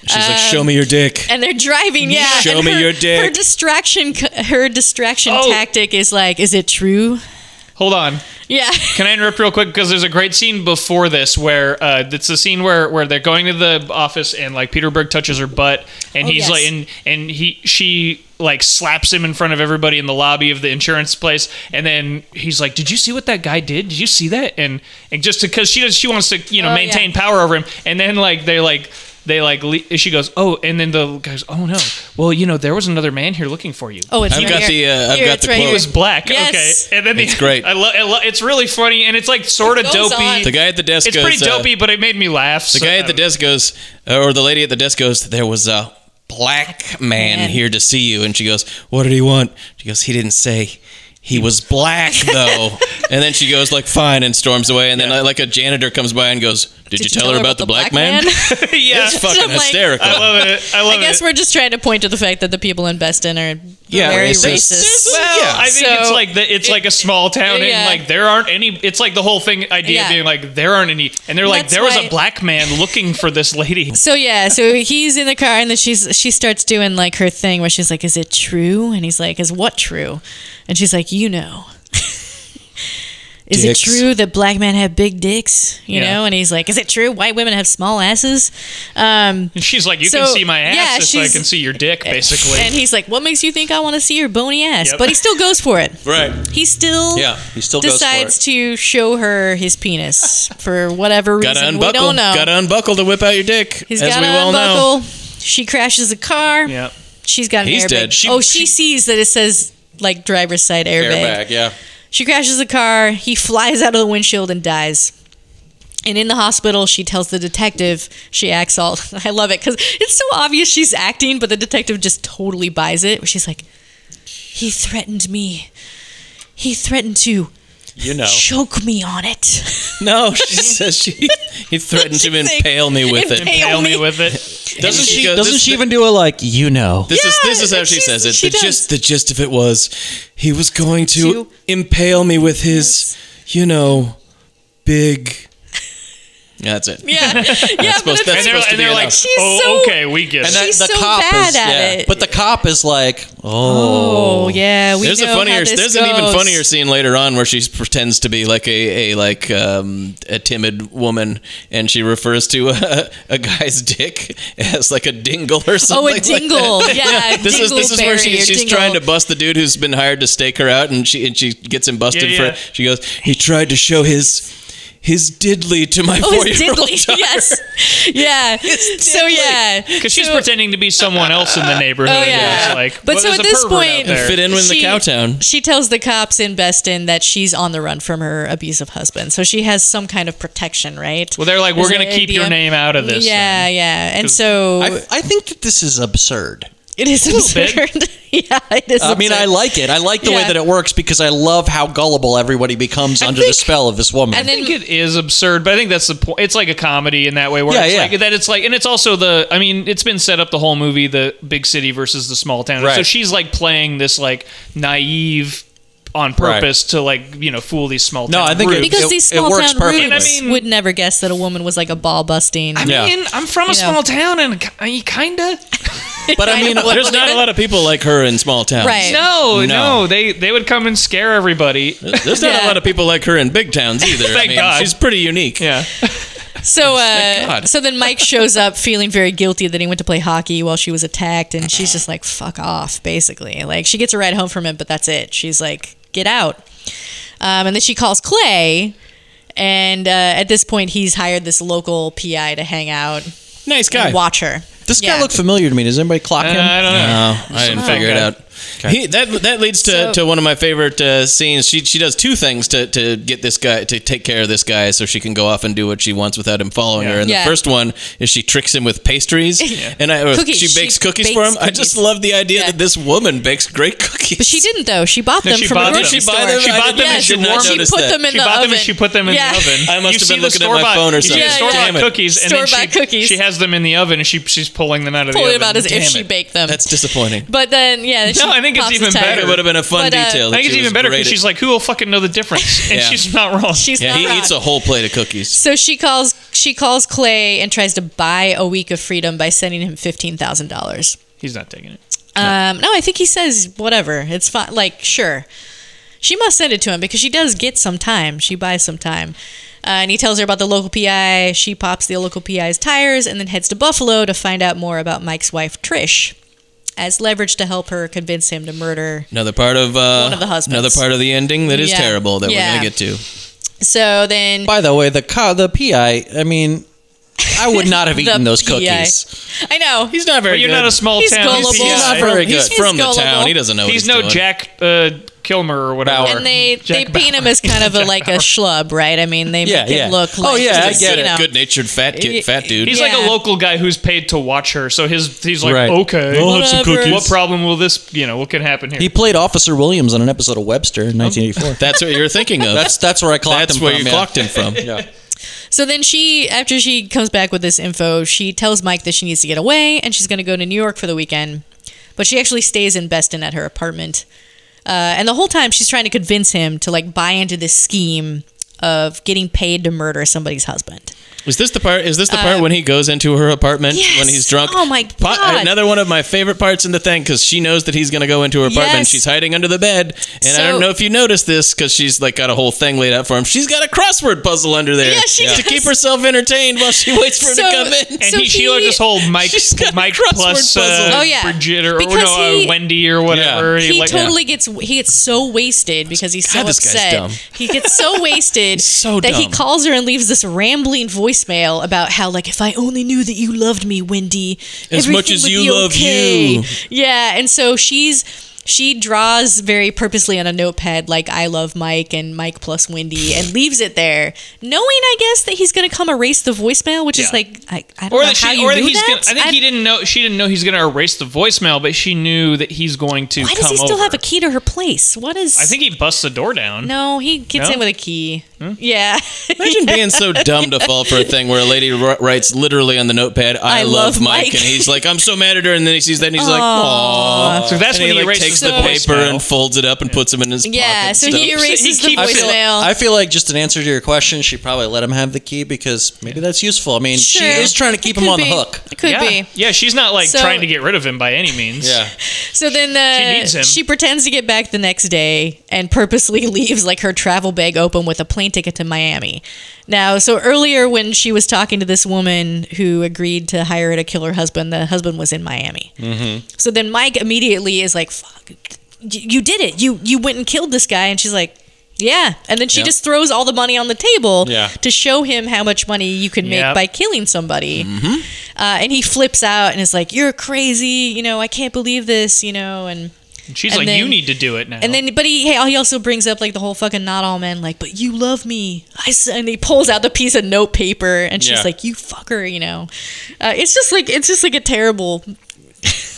[SPEAKER 4] She's like, "Show me your dick."
[SPEAKER 3] and they're driving. Yeah,
[SPEAKER 4] Show
[SPEAKER 3] and
[SPEAKER 4] me
[SPEAKER 3] her-
[SPEAKER 4] your dick.
[SPEAKER 3] Her distraction, c- her distraction
[SPEAKER 1] Oh.
[SPEAKER 3] tactic is like, is it true?
[SPEAKER 1] hold on.
[SPEAKER 3] Yeah,
[SPEAKER 1] Can I interrupt real quick because there's a great scene before this where uh, it's the scene where, where they're going to the office and like Peter Berg touches her butt and
[SPEAKER 3] Oh,
[SPEAKER 1] he's
[SPEAKER 3] yes.
[SPEAKER 1] like and and he she like slaps him in front of everybody in the lobby of the insurance place and then he's like did you see what that guy did did you see that and and just because she does she wants to you know
[SPEAKER 3] Oh,
[SPEAKER 1] maintain
[SPEAKER 3] yeah.
[SPEAKER 1] power over him and then like they like they like le- she goes oh and then the guy's oh no well you know there was another man here looking for you
[SPEAKER 3] Oh, it's
[SPEAKER 4] I've
[SPEAKER 3] right
[SPEAKER 4] got
[SPEAKER 3] here.
[SPEAKER 4] the, uh, I've
[SPEAKER 3] Here,
[SPEAKER 4] got
[SPEAKER 3] it's
[SPEAKER 4] the
[SPEAKER 3] right
[SPEAKER 4] quote.
[SPEAKER 1] he was black
[SPEAKER 3] Yes.
[SPEAKER 1] okay and then the-
[SPEAKER 4] It's great.
[SPEAKER 1] I, lo- I lo- it's really funny and it's like sort of
[SPEAKER 3] goes
[SPEAKER 1] dopey
[SPEAKER 3] on.
[SPEAKER 4] The guy at the desk
[SPEAKER 1] it's
[SPEAKER 4] goes,
[SPEAKER 1] pretty
[SPEAKER 4] uh,
[SPEAKER 1] dopey, but it made me laugh.
[SPEAKER 4] The guy at the desk goes, uh, or the lady at the desk goes, there was a black man,
[SPEAKER 3] Man.
[SPEAKER 4] here to see you. And she goes, what did he want? She goes, he didn't say. He was black though. and then she goes, like, fine, and storms away. And then, like, a janitor comes by and goes, did, you tell her about the black, man? uh,
[SPEAKER 1] yeah,
[SPEAKER 4] It's fucking
[SPEAKER 3] I'm like-
[SPEAKER 4] hysterical.
[SPEAKER 1] I love it. I love
[SPEAKER 3] I guess
[SPEAKER 1] it.
[SPEAKER 3] we're just trying to point to the fact that the people in Beston are
[SPEAKER 4] Yeah,
[SPEAKER 3] very
[SPEAKER 4] racist.
[SPEAKER 3] racist.
[SPEAKER 1] well,
[SPEAKER 4] yeah.
[SPEAKER 1] I think
[SPEAKER 3] So-
[SPEAKER 1] it's like the, it's like a small town,
[SPEAKER 3] Yeah.
[SPEAKER 1] and like there aren't any. It's like the whole thing idea
[SPEAKER 3] Yeah.
[SPEAKER 1] being like there aren't any, and they're like
[SPEAKER 3] That's
[SPEAKER 1] there was
[SPEAKER 3] why-
[SPEAKER 1] a black man looking for this lady.
[SPEAKER 3] So yeah, so he's in the car and then she's she starts doing like her thing where she's like, "Is it true?" And he's like, "Is what true?" And she's like, "You know." Is
[SPEAKER 4] Dicks.
[SPEAKER 3] it true that black men have big dicks? You
[SPEAKER 1] Yeah.
[SPEAKER 3] know, and he's like, "Is it true white women have small asses?" Um,
[SPEAKER 1] And she's like, you can
[SPEAKER 3] So,
[SPEAKER 1] see my ass
[SPEAKER 3] yeah,
[SPEAKER 1] if I
[SPEAKER 3] she's-
[SPEAKER 1] can see your dick, basically.
[SPEAKER 3] and he's like, "What makes you think I want to see your bony ass?"
[SPEAKER 1] Yep.
[SPEAKER 3] But he still goes for it.
[SPEAKER 4] Right.
[SPEAKER 3] He still
[SPEAKER 4] Yeah.
[SPEAKER 2] He still
[SPEAKER 3] decides
[SPEAKER 2] goes
[SPEAKER 3] to show her his penis for whatever reason.
[SPEAKER 4] Gotta
[SPEAKER 3] we
[SPEAKER 4] unbuckle.
[SPEAKER 3] don't know.
[SPEAKER 4] Gotta unbuckle to whip out your dick.
[SPEAKER 3] He's
[SPEAKER 4] as
[SPEAKER 3] gotta
[SPEAKER 4] we well know.
[SPEAKER 3] unbuckle. She crashes a car.
[SPEAKER 1] yeah,
[SPEAKER 3] She's got an
[SPEAKER 4] He's
[SPEAKER 3] airbag.
[SPEAKER 4] dead. She-
[SPEAKER 3] oh, she, sees that it says like driver's side
[SPEAKER 2] for it.
[SPEAKER 3] airbag.
[SPEAKER 2] Airbag, yeah.
[SPEAKER 3] She crashes the car. He flies out of the windshield and dies. And in the hospital, she tells the detective she acts all. I love it because it's so obvious she's acting, but the detective just totally buys it. She's like, "He threatened me. He threatened to
[SPEAKER 2] You know.
[SPEAKER 3] choke me on it."
[SPEAKER 4] No, she says she he threatened to
[SPEAKER 3] She thinks-
[SPEAKER 4] impale me with it.
[SPEAKER 3] Impale
[SPEAKER 1] Nail me
[SPEAKER 3] me.
[SPEAKER 1] with it.
[SPEAKER 4] Doesn't she? goes-
[SPEAKER 2] Doesn't
[SPEAKER 4] this-
[SPEAKER 2] she even do a like, you know?
[SPEAKER 4] This is this is
[SPEAKER 3] Yeah,
[SPEAKER 4] how she
[SPEAKER 3] she's-
[SPEAKER 4] says it.
[SPEAKER 3] she
[SPEAKER 4] the
[SPEAKER 3] does.
[SPEAKER 4] gist the gist of it was he was going to
[SPEAKER 3] To-
[SPEAKER 4] impale me with his, you know, big. Yeah, that's it.
[SPEAKER 3] Yeah, yeah, but
[SPEAKER 4] supposed-
[SPEAKER 3] it's
[SPEAKER 4] that's
[SPEAKER 1] And they're,
[SPEAKER 4] supposed to
[SPEAKER 1] and
[SPEAKER 4] be
[SPEAKER 1] they're like,
[SPEAKER 4] enough.
[SPEAKER 3] She's
[SPEAKER 1] oh,
[SPEAKER 3] so-
[SPEAKER 1] okay, we get it.
[SPEAKER 3] that- She's so bad at it.
[SPEAKER 2] But the cop is like, oh,
[SPEAKER 3] oh yeah, we
[SPEAKER 4] there's
[SPEAKER 3] know
[SPEAKER 4] a funnier.
[SPEAKER 3] How this
[SPEAKER 4] there's
[SPEAKER 3] goes.
[SPEAKER 4] an even funnier scene later on where she pretends to be like a, a like um, a timid woman, and she refers to a, a guy's dick as like a dingle or
[SPEAKER 3] Oh,
[SPEAKER 4] something.
[SPEAKER 3] a
[SPEAKER 4] like
[SPEAKER 3] dingle.
[SPEAKER 4] that.
[SPEAKER 3] yeah,
[SPEAKER 4] this is this is where she,
[SPEAKER 3] dingleberry or
[SPEAKER 4] she's
[SPEAKER 3] dingle.
[SPEAKER 4] trying to bust the dude who's been hired to stake her out, and she and she gets him busted
[SPEAKER 1] Yeah, yeah.
[SPEAKER 4] for. She goes, he tried to show his his diddly to my
[SPEAKER 3] Oh, his
[SPEAKER 4] four-year-old
[SPEAKER 3] diddly.
[SPEAKER 4] daughter.
[SPEAKER 3] Yes. Yeah. So yeah.
[SPEAKER 1] Because she's
[SPEAKER 3] So-
[SPEAKER 1] pretending to be someone else in the neighborhood.
[SPEAKER 3] Oh, yeah.
[SPEAKER 1] It's like,
[SPEAKER 3] But
[SPEAKER 1] well,
[SPEAKER 3] so
[SPEAKER 1] there's
[SPEAKER 3] at
[SPEAKER 1] a
[SPEAKER 3] this
[SPEAKER 1] pervert out
[SPEAKER 3] point-
[SPEAKER 1] there.
[SPEAKER 4] Fit in with the
[SPEAKER 3] She-
[SPEAKER 4] cowtown.
[SPEAKER 3] She tells the cops in Beston that she's on the run from her abusive husband, so she has some kind of protection, right?
[SPEAKER 1] Well, they're like, we're
[SPEAKER 3] Is
[SPEAKER 1] going to
[SPEAKER 3] it
[SPEAKER 1] keep your
[SPEAKER 3] IBM?
[SPEAKER 1] name out of this.
[SPEAKER 3] Yeah, yeah, and so
[SPEAKER 2] I, I think that this is absurd.
[SPEAKER 3] it is
[SPEAKER 1] bit.
[SPEAKER 3] absurd. yeah, it is.
[SPEAKER 2] I mean,
[SPEAKER 3] absurd.
[SPEAKER 2] I like it. I like the way
[SPEAKER 3] Yeah.
[SPEAKER 2] that it works because I love how gullible everybody becomes under the
[SPEAKER 1] think-
[SPEAKER 2] spell of this woman.
[SPEAKER 3] And
[SPEAKER 1] I
[SPEAKER 3] then
[SPEAKER 1] think it is absurd, but I think that's the point. It's like a comedy in that way, where
[SPEAKER 2] Yeah,
[SPEAKER 1] it's
[SPEAKER 2] yeah.
[SPEAKER 1] like that. It's like, and it's also the. I mean, it's been set up the whole movie, the big city versus the small town.
[SPEAKER 2] Right.
[SPEAKER 1] So she's like playing this like naive on
[SPEAKER 2] Right.
[SPEAKER 1] purpose to like you know fool these small.
[SPEAKER 2] No,
[SPEAKER 1] town
[SPEAKER 2] I think
[SPEAKER 1] rubes.
[SPEAKER 2] it-
[SPEAKER 3] because these
[SPEAKER 2] it
[SPEAKER 3] small
[SPEAKER 2] works
[SPEAKER 3] town
[SPEAKER 2] perfectly.
[SPEAKER 1] And I
[SPEAKER 3] rubes
[SPEAKER 1] mean-
[SPEAKER 3] would never guess that a woman was like a ball busting.
[SPEAKER 1] I
[SPEAKER 2] Yeah.
[SPEAKER 1] mean, I'm from a
[SPEAKER 3] You know.
[SPEAKER 1] small town, and I kind of.
[SPEAKER 4] But I mean,
[SPEAKER 3] don't
[SPEAKER 4] there's not a lot of people like her in small towns.
[SPEAKER 3] Right.
[SPEAKER 1] No, no,
[SPEAKER 2] No.
[SPEAKER 1] they they would come and scare everybody.
[SPEAKER 4] There's not
[SPEAKER 3] Yeah.
[SPEAKER 4] a lot of people like her in big towns either. I
[SPEAKER 1] Thank
[SPEAKER 4] mean,
[SPEAKER 1] God.
[SPEAKER 4] she's pretty unique.
[SPEAKER 1] Yeah,
[SPEAKER 3] So,
[SPEAKER 4] Thank
[SPEAKER 3] uh,
[SPEAKER 4] God.
[SPEAKER 3] so then Mike shows up feeling very guilty that he went to play hockey while she was attacked, and she's just like, "Fuck off," basically. Like she gets a ride home from him, but that's it. She's like, "Get out," um, and then she calls Clay, and uh, at this point, he's hired this local PI to hang out
[SPEAKER 4] Nice guy.
[SPEAKER 3] and watch her.
[SPEAKER 2] this
[SPEAKER 3] yeah.
[SPEAKER 2] guy looked familiar to me. Does anybody clock him? Oh,
[SPEAKER 1] Uh, I don't know.
[SPEAKER 4] No, I didn't figure it
[SPEAKER 1] Okay.
[SPEAKER 4] out. He, that that leads to,
[SPEAKER 3] So-
[SPEAKER 4] to one of my favorite uh, scenes. She she does two things to, to get this guy to take care of this guy so she can go off and do what she wants without him following her. And
[SPEAKER 3] Yeah.
[SPEAKER 4] the first one is she tricks him with pastries, and I, or
[SPEAKER 3] Cookies.
[SPEAKER 4] she bakes
[SPEAKER 3] She
[SPEAKER 4] cookies
[SPEAKER 3] bakes
[SPEAKER 4] for him. I just
[SPEAKER 3] cookies.
[SPEAKER 4] love the idea
[SPEAKER 3] Yeah.
[SPEAKER 4] that this woman bakes great cookies.
[SPEAKER 3] But she didn't though. She bought them
[SPEAKER 1] she
[SPEAKER 3] from a
[SPEAKER 1] bought them.
[SPEAKER 3] grocery
[SPEAKER 1] She
[SPEAKER 3] store.
[SPEAKER 1] bought them. She bought them
[SPEAKER 3] Yeah,
[SPEAKER 1] and she
[SPEAKER 3] she,
[SPEAKER 1] warmed them.
[SPEAKER 3] put them in
[SPEAKER 1] she
[SPEAKER 3] the
[SPEAKER 1] bought
[SPEAKER 3] oven.
[SPEAKER 1] them and she put them in
[SPEAKER 3] Yeah.
[SPEAKER 1] the oven.
[SPEAKER 4] I must
[SPEAKER 1] you
[SPEAKER 4] have
[SPEAKER 1] see
[SPEAKER 4] been
[SPEAKER 1] the
[SPEAKER 4] looking at
[SPEAKER 1] store
[SPEAKER 4] my
[SPEAKER 1] bought-
[SPEAKER 4] phone or
[SPEAKER 1] you see
[SPEAKER 4] something.
[SPEAKER 1] the
[SPEAKER 3] Yeah,
[SPEAKER 1] store
[SPEAKER 3] yeah.
[SPEAKER 1] bought cookies, and then
[SPEAKER 3] Store-bought
[SPEAKER 1] she,
[SPEAKER 3] cookies.
[SPEAKER 1] she has them in the oven, and she she's pulling them out of the
[SPEAKER 3] Pulling
[SPEAKER 1] oven.
[SPEAKER 3] them out as if she baked them.
[SPEAKER 4] That's disappointing.
[SPEAKER 3] But then, yeah. then
[SPEAKER 1] No,
[SPEAKER 3] she
[SPEAKER 1] I think it's
[SPEAKER 3] pops the
[SPEAKER 1] even
[SPEAKER 3] tire.
[SPEAKER 1] better.
[SPEAKER 4] It would have been a fun
[SPEAKER 3] But, uh,
[SPEAKER 4] detail.
[SPEAKER 1] I think it's even better because she's like, who will fucking know the difference? And
[SPEAKER 4] Yeah.
[SPEAKER 1] she's not wrong.
[SPEAKER 3] She's
[SPEAKER 4] yeah,
[SPEAKER 3] not
[SPEAKER 4] he
[SPEAKER 3] wrong.
[SPEAKER 4] eats a whole plate of cookies.
[SPEAKER 3] So she calls she calls Clay and tries to buy a week of freedom by sending him fifteen thousand dollars.
[SPEAKER 1] He's not taking it.
[SPEAKER 3] Um, no, I think he says whatever. It's fine. Like sure, she must send it to him because she does get some time. She buys some time, uh, and he tells her about the local PI. She pops the local PI's tires and then heads to Buffalo to find out more about Mike's wife Trish, as leverage to help her convince him to murder
[SPEAKER 4] Another part of uh,
[SPEAKER 3] One of the husbands.
[SPEAKER 4] another part of the ending that is
[SPEAKER 3] Yeah.
[SPEAKER 4] terrible that
[SPEAKER 3] Yeah.
[SPEAKER 4] we're gonna get to.
[SPEAKER 3] So then,
[SPEAKER 2] By the way, the co- the PI. I mean, I would not have eaten those
[SPEAKER 3] PI.
[SPEAKER 2] cookies.
[SPEAKER 3] I know
[SPEAKER 4] He's not very.
[SPEAKER 1] But you're
[SPEAKER 4] good.
[SPEAKER 1] not a small
[SPEAKER 3] He's
[SPEAKER 1] town.
[SPEAKER 3] gullible.
[SPEAKER 1] He's,
[SPEAKER 4] He's
[SPEAKER 3] Yeah,
[SPEAKER 4] not
[SPEAKER 3] I don't-
[SPEAKER 4] very good.
[SPEAKER 3] Oh, he's
[SPEAKER 4] He's from
[SPEAKER 3] gullible.
[SPEAKER 4] the town. He doesn't know. what
[SPEAKER 1] he's
[SPEAKER 4] he's
[SPEAKER 1] no
[SPEAKER 4] doing.
[SPEAKER 1] Jack uh, Kilmer or whatever.
[SPEAKER 2] Bauer.
[SPEAKER 3] and they they
[SPEAKER 1] Jack
[SPEAKER 3] paint him as kind of a, like a schlub, right? I mean, they
[SPEAKER 2] Yeah,
[SPEAKER 3] make
[SPEAKER 2] yeah.
[SPEAKER 3] him look
[SPEAKER 2] Oh,
[SPEAKER 3] like
[SPEAKER 2] yeah, I
[SPEAKER 3] just,
[SPEAKER 2] get
[SPEAKER 3] you
[SPEAKER 2] it.
[SPEAKER 3] know,
[SPEAKER 4] Good natured fat kid, fat dude.
[SPEAKER 1] He's like a
[SPEAKER 3] Yeah.
[SPEAKER 1] local guy who's paid to watch her, so his he's like,
[SPEAKER 2] Right.
[SPEAKER 1] okay,
[SPEAKER 4] I'll have some
[SPEAKER 3] Whatever.
[SPEAKER 4] cookies.
[SPEAKER 1] what problem will this, you know, what can happen here?
[SPEAKER 2] He played Officer Williams on an episode of Webster in 1984.
[SPEAKER 4] That's what you're thinking of.
[SPEAKER 2] that's that's where I clocked
[SPEAKER 4] That's
[SPEAKER 2] him.
[SPEAKER 4] where
[SPEAKER 2] from, yeah.
[SPEAKER 4] you clocked him from.
[SPEAKER 2] Yeah.
[SPEAKER 3] So then she, after she comes back with this info, she tells Mike that she needs to get away and she's going to go to New York for the weekend. But she actually stays in Beston at her apartment. Uh, and the whole time she's trying to convince him to like buy into this scheme of getting paid to murder somebody's husband.
[SPEAKER 4] Is this the part? Is this the part when he goes into her apartment
[SPEAKER 3] Uh, yes.
[SPEAKER 4] when he's drunk?
[SPEAKER 3] Oh, my
[SPEAKER 4] Po-
[SPEAKER 3] God.
[SPEAKER 4] Another one of my favorite parts in the thing because she knows that he's going to go into her apartment.
[SPEAKER 3] Yes.
[SPEAKER 4] She's hiding under the bed, and I
[SPEAKER 3] So-
[SPEAKER 4] don't know if you noticed this because she's like got a whole thing laid out for him. She's got a crossword puzzle under there
[SPEAKER 3] Yeah, she
[SPEAKER 4] to
[SPEAKER 3] does.
[SPEAKER 4] keep herself entertained while she waits for him
[SPEAKER 3] So-
[SPEAKER 4] to come in.
[SPEAKER 1] and
[SPEAKER 3] so
[SPEAKER 1] he, she learned
[SPEAKER 3] he-
[SPEAKER 1] this whole Mike,
[SPEAKER 4] She's got a
[SPEAKER 1] Mike
[SPEAKER 4] crossword
[SPEAKER 1] plus uh,
[SPEAKER 4] puzzle.
[SPEAKER 3] Oh, yeah.
[SPEAKER 1] Bridget or, or
[SPEAKER 3] Because
[SPEAKER 1] no,
[SPEAKER 3] he-
[SPEAKER 1] uh, Wendy or whatever.
[SPEAKER 3] He
[SPEAKER 1] like-
[SPEAKER 3] totally gets he gets so wasted because he's so
[SPEAKER 4] God, this guy's
[SPEAKER 3] upset.
[SPEAKER 4] dumb.
[SPEAKER 3] He gets so wasted
[SPEAKER 4] so
[SPEAKER 3] that he
[SPEAKER 4] dumb.
[SPEAKER 3] calls her and leaves this rambling voicemail about how like if I only knew that you loved me, Wendy,
[SPEAKER 4] As
[SPEAKER 3] everything
[SPEAKER 4] much as
[SPEAKER 3] would
[SPEAKER 4] you
[SPEAKER 3] be
[SPEAKER 4] love
[SPEAKER 3] okay."
[SPEAKER 4] you.
[SPEAKER 3] Yeah, and so she's she draws very purposely on a notepad like I love Mike and Mike plus Wendy and leaves it there, knowing I guess that he's gonna come erase the voicemail, which
[SPEAKER 1] Yeah.
[SPEAKER 3] is like I, I don't
[SPEAKER 1] or
[SPEAKER 3] know
[SPEAKER 1] that
[SPEAKER 3] how
[SPEAKER 1] she,
[SPEAKER 3] you
[SPEAKER 1] or that
[SPEAKER 3] knew
[SPEAKER 1] he's
[SPEAKER 3] that.
[SPEAKER 1] gonna. I think he didn't know. She didn't know he's gonna erase the voicemail, but she knew that he's going to.
[SPEAKER 3] Why
[SPEAKER 1] come
[SPEAKER 3] does he still
[SPEAKER 1] over.
[SPEAKER 3] have a key to her place? What is?
[SPEAKER 1] I think he busts the door down.
[SPEAKER 3] No, he gets
[SPEAKER 1] No? Hmm?
[SPEAKER 3] in with a key. Yeah.
[SPEAKER 4] Imagine being so dumb to fall for a thing where a lady wr- writes literally on the notepad, "I,
[SPEAKER 3] I
[SPEAKER 4] love,
[SPEAKER 3] love
[SPEAKER 4] Mike,"
[SPEAKER 3] Mike.
[SPEAKER 4] and he's like, "I'm so mad at her,wn then he sees that, and he's like, "Aww."
[SPEAKER 1] So that's
[SPEAKER 4] And
[SPEAKER 1] when
[SPEAKER 4] he
[SPEAKER 1] he,
[SPEAKER 4] like
[SPEAKER 1] erases
[SPEAKER 4] takes
[SPEAKER 1] the,
[SPEAKER 4] the paper
[SPEAKER 1] voicemail.
[SPEAKER 4] and folds it up and puts them in his
[SPEAKER 3] yeah,
[SPEAKER 4] pocket.
[SPEAKER 3] so he erases
[SPEAKER 1] He
[SPEAKER 3] the
[SPEAKER 1] keeps it.
[SPEAKER 3] voicemail.
[SPEAKER 2] I feel like just an answer to your question, she probably let him have the key because maybe that's useful. I mean,
[SPEAKER 3] Sure.
[SPEAKER 2] she is trying to
[SPEAKER 3] It
[SPEAKER 2] keep him
[SPEAKER 3] could
[SPEAKER 2] on
[SPEAKER 3] be.
[SPEAKER 2] the hook.
[SPEAKER 3] It could
[SPEAKER 1] yeah.
[SPEAKER 3] be.
[SPEAKER 1] Yeah, she's not like
[SPEAKER 3] So-
[SPEAKER 1] trying to get rid of him by any means.
[SPEAKER 2] Yeah.
[SPEAKER 3] So then uh,
[SPEAKER 1] She needs him.
[SPEAKER 3] she pretends to get back the next day and purposely leaves like her travel bag open with a plane ticket to Miami. Now, so earlier when she was talking to this woman who agreed to hire her to kill her husband, the husband was in Miami. Mm-hmm. So then Mike immediately is like, "Fuck, y- you did it! You you went and killed this guy," and she's like. Yeah, and then she
[SPEAKER 4] Yeah.
[SPEAKER 3] just throws all the money on the table
[SPEAKER 2] Yeah.
[SPEAKER 3] to show him how much money you can make
[SPEAKER 1] Yep.
[SPEAKER 3] by killing somebody.
[SPEAKER 2] Mm-hmm.
[SPEAKER 3] Uh, and he flips out and is like, "You're crazy! You know, I can't believe this! You know." And
[SPEAKER 1] And she's
[SPEAKER 3] And
[SPEAKER 1] like,
[SPEAKER 3] then-
[SPEAKER 1] you need to do it now.
[SPEAKER 3] and then, but he he also brings up like the whole fucking not all men like, "But you love me." I s-" and he pulls out the piece of notepaper and she's
[SPEAKER 2] Yeah.
[SPEAKER 3] like, "You fucker!" You know, uh, it's just like it's just like a terrible.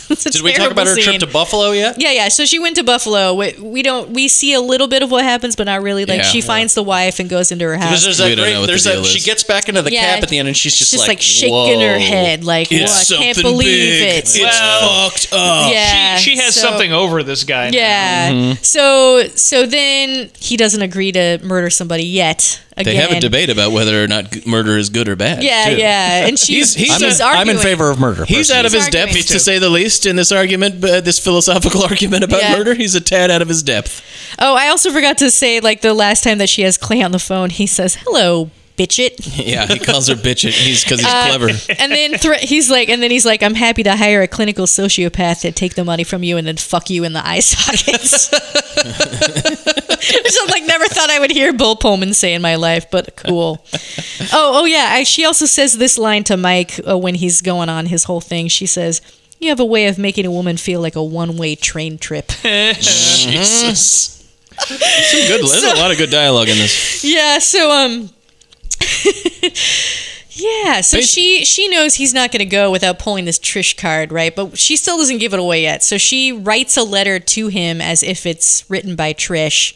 [SPEAKER 2] Did we talk about her trip to Buffalo yet?
[SPEAKER 3] Yeah, yeah. So she went to Buffalo. We, we don't. We see a little bit of what happens, but not really. Like
[SPEAKER 4] Yeah.
[SPEAKER 3] she finds the wife and goes into her house.
[SPEAKER 2] Because there's that
[SPEAKER 4] We don't know
[SPEAKER 2] great,
[SPEAKER 4] what the
[SPEAKER 2] there's that,
[SPEAKER 4] deal
[SPEAKER 2] she
[SPEAKER 4] is.
[SPEAKER 2] gets back into the
[SPEAKER 3] Yeah.
[SPEAKER 2] cab at the end and she's just,
[SPEAKER 3] She's just like,
[SPEAKER 2] like,
[SPEAKER 3] shaking her
[SPEAKER 2] "Whoa."
[SPEAKER 3] head, like,
[SPEAKER 4] It's
[SPEAKER 3] "Whoa, I
[SPEAKER 4] something
[SPEAKER 3] can't believe
[SPEAKER 4] big.
[SPEAKER 3] it.
[SPEAKER 4] It's fucked up.
[SPEAKER 3] yeah,
[SPEAKER 1] she, she has
[SPEAKER 3] so-
[SPEAKER 1] something over this guy. now.
[SPEAKER 3] Yeah.
[SPEAKER 4] Mm-hmm.
[SPEAKER 3] So so then he doesn't agree to murder somebody yet. Again.
[SPEAKER 4] They have a debate about whether or not g- murder is good or bad.
[SPEAKER 3] Yeah,
[SPEAKER 4] too.
[SPEAKER 3] yeah. And she's
[SPEAKER 4] He's- he's-
[SPEAKER 3] she's
[SPEAKER 4] I'm in-
[SPEAKER 2] I'm in
[SPEAKER 3] arguing.
[SPEAKER 2] favor of murder.
[SPEAKER 4] He's out of
[SPEAKER 3] He's
[SPEAKER 4] his
[SPEAKER 3] arguing.
[SPEAKER 4] depth,
[SPEAKER 3] Me too.
[SPEAKER 4] to say the least, in this argument, uh, this philosophical argument about
[SPEAKER 3] Yeah.
[SPEAKER 4] murder. He's a tad out of his depth.
[SPEAKER 3] Oh, I also forgot to say like the last time that she has Clay on the phone, he says, "Hello, bitch it."
[SPEAKER 4] Yeah, he calls her bitch. It. He's because he's
[SPEAKER 3] Uh,
[SPEAKER 4] clever.
[SPEAKER 3] and then thr he's like, and then he's like, I'm happy to hire a clinical sociopath to take the money from you and then fuck you in the eye sockets. Which I like never thought I would hear Bill Pullman say in my life, but cool. Oh, oh yeah. I, she also says this line to Mike uh, when he's going on his whole thing. She says. You have a way of making a woman feel like a one-way train trip.
[SPEAKER 2] Jesus.
[SPEAKER 4] Some good. There's a lot of good dialogue in this.
[SPEAKER 3] yeah, so um Yeah, so
[SPEAKER 4] Basi-
[SPEAKER 3] she she knows he's not going to go without pulling this Trish card, right? But she still doesn't give it away yet. So she writes a letter to him as if it's written by Trish,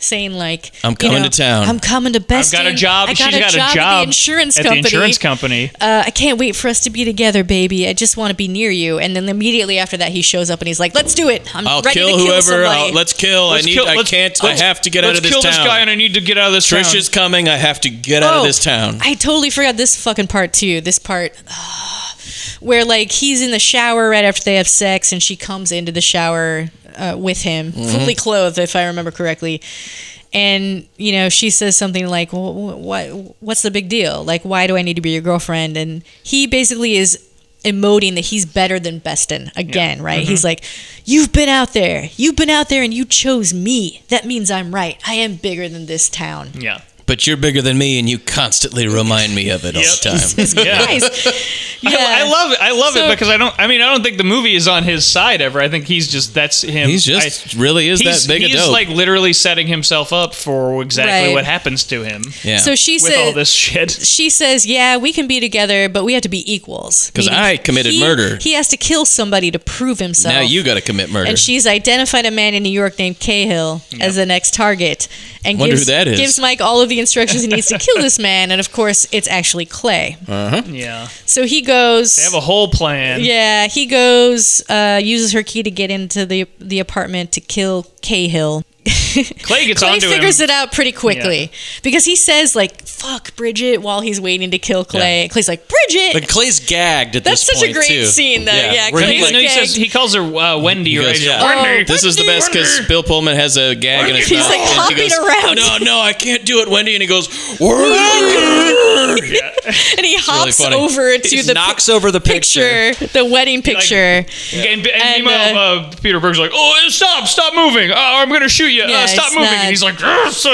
[SPEAKER 3] saying like,
[SPEAKER 4] I'm
[SPEAKER 3] you
[SPEAKER 4] coming to town.
[SPEAKER 3] I'm coming to
[SPEAKER 1] I've
[SPEAKER 3] Best.
[SPEAKER 1] got a job.
[SPEAKER 3] I got,
[SPEAKER 1] She's
[SPEAKER 3] a, job at the insurance
[SPEAKER 1] at
[SPEAKER 3] company.
[SPEAKER 1] the insurance company.
[SPEAKER 3] Uh, I can't wait for us to be together, baby. I just want to be near you. And then immediately after that, he shows up and he's like, "Let's do it. I'm
[SPEAKER 4] I'll
[SPEAKER 3] ready
[SPEAKER 4] kill
[SPEAKER 3] to kill
[SPEAKER 4] whoever.
[SPEAKER 3] somebody."
[SPEAKER 4] I'll, let's kill.
[SPEAKER 1] Let's
[SPEAKER 4] I need.
[SPEAKER 1] kill-
[SPEAKER 4] I
[SPEAKER 1] let's-
[SPEAKER 4] can't. I
[SPEAKER 1] let's-
[SPEAKER 4] have to get out
[SPEAKER 1] let's
[SPEAKER 4] of this
[SPEAKER 1] kill
[SPEAKER 4] town.
[SPEAKER 1] this guy, and I need to get out of this
[SPEAKER 4] Trish
[SPEAKER 1] town.
[SPEAKER 4] is coming. I have to get out of
[SPEAKER 3] Oh,
[SPEAKER 4] this town.
[SPEAKER 3] I totally forgot this fucking part too. This part uh, where like he's in the shower right after they have sex, and she comes into the shower uh, with him,
[SPEAKER 4] Mm-hmm.
[SPEAKER 3] fully clothed, if I remember correctly. And you know, she says something like, well, wh- "What? What's the big deal? Like, why do I need to be your girlfriend?" And he basically is emoting that he's better than Beston again, right? He's
[SPEAKER 4] Mm-hmm.
[SPEAKER 3] like, "You've been out there. You've been out there, and you chose me. That means I'm right. I am bigger than this town."
[SPEAKER 1] yeah.
[SPEAKER 4] But you're bigger than me, and you constantly remind me of it all the time.
[SPEAKER 1] Yeah.
[SPEAKER 3] Nice. Yeah.
[SPEAKER 1] I love it. I love
[SPEAKER 3] So-
[SPEAKER 1] it because I don't. I mean, I don't think the movie is on his side ever. I think he's just that's him.
[SPEAKER 4] He's just
[SPEAKER 1] I,
[SPEAKER 4] really is
[SPEAKER 1] he's,
[SPEAKER 4] that big a
[SPEAKER 1] he's
[SPEAKER 4] dope.
[SPEAKER 1] like literally setting himself up for exactly
[SPEAKER 3] Right.
[SPEAKER 1] what happens to him
[SPEAKER 4] yeah.
[SPEAKER 3] So she
[SPEAKER 1] with all
[SPEAKER 3] says
[SPEAKER 1] this shit.
[SPEAKER 3] she says, "Yeah, we can be together, but we have to be equals."
[SPEAKER 4] 'Cause
[SPEAKER 3] Meaning
[SPEAKER 4] I committed
[SPEAKER 3] he-
[SPEAKER 4] murder.
[SPEAKER 3] He has to kill somebody to prove himself.
[SPEAKER 4] now you got to commit murder.
[SPEAKER 3] And she's identified a man in New York named Cahill as the next target, and
[SPEAKER 4] Wonder
[SPEAKER 3] gives,
[SPEAKER 4] who that is.
[SPEAKER 3] gives Mike all of the instructions he needs to kill this man. And of course, it's actually Clay.
[SPEAKER 1] Yeah,
[SPEAKER 3] So he goes.
[SPEAKER 1] they have a whole plan.
[SPEAKER 3] Yeah, he goes, uh, uses her key to get into the the apartment to kill Cahill.
[SPEAKER 1] Clay gets
[SPEAKER 3] Clay
[SPEAKER 1] onto him.
[SPEAKER 3] figures it out pretty quickly because he says like "fuck Bridget" while he's waiting to kill Clay. Clay's like Bridget.
[SPEAKER 2] But Clay's gagged at
[SPEAKER 3] That's
[SPEAKER 2] this
[SPEAKER 3] such a
[SPEAKER 2] point,
[SPEAKER 3] great
[SPEAKER 2] too.
[SPEAKER 3] scene, though. Yeah,
[SPEAKER 2] where
[SPEAKER 1] He,
[SPEAKER 2] he,
[SPEAKER 3] Clay's
[SPEAKER 1] no,
[SPEAKER 2] like,
[SPEAKER 1] he
[SPEAKER 3] gagged.
[SPEAKER 1] says he calls her uh, Wendy.
[SPEAKER 4] He
[SPEAKER 1] or
[SPEAKER 4] goes,
[SPEAKER 1] Rachel.
[SPEAKER 4] yeah.
[SPEAKER 3] Oh,
[SPEAKER 1] Wendy.
[SPEAKER 4] this is the best because Bill Pullman has a gag in his
[SPEAKER 3] He's,
[SPEAKER 4] mouth.
[SPEAKER 3] like,
[SPEAKER 4] and
[SPEAKER 3] hopping
[SPEAKER 4] he goes,
[SPEAKER 3] around.
[SPEAKER 4] No, no, I can't do it, Wendy. And he goes, "Word."
[SPEAKER 3] and he hops
[SPEAKER 4] funny.
[SPEAKER 3] over to
[SPEAKER 2] he
[SPEAKER 3] the
[SPEAKER 2] knocks over the picture.
[SPEAKER 3] picture, the wedding picture.
[SPEAKER 1] And, and,
[SPEAKER 3] And,
[SPEAKER 1] meanwhile,
[SPEAKER 3] uh,
[SPEAKER 1] uh, Peter Berg's like, "Oh, stop! Stop moving! Uh, I'm gonna shoot you!
[SPEAKER 3] Yeah,
[SPEAKER 1] uh, stop
[SPEAKER 3] it's
[SPEAKER 1] moving!"
[SPEAKER 3] not-
[SPEAKER 1] And he's like,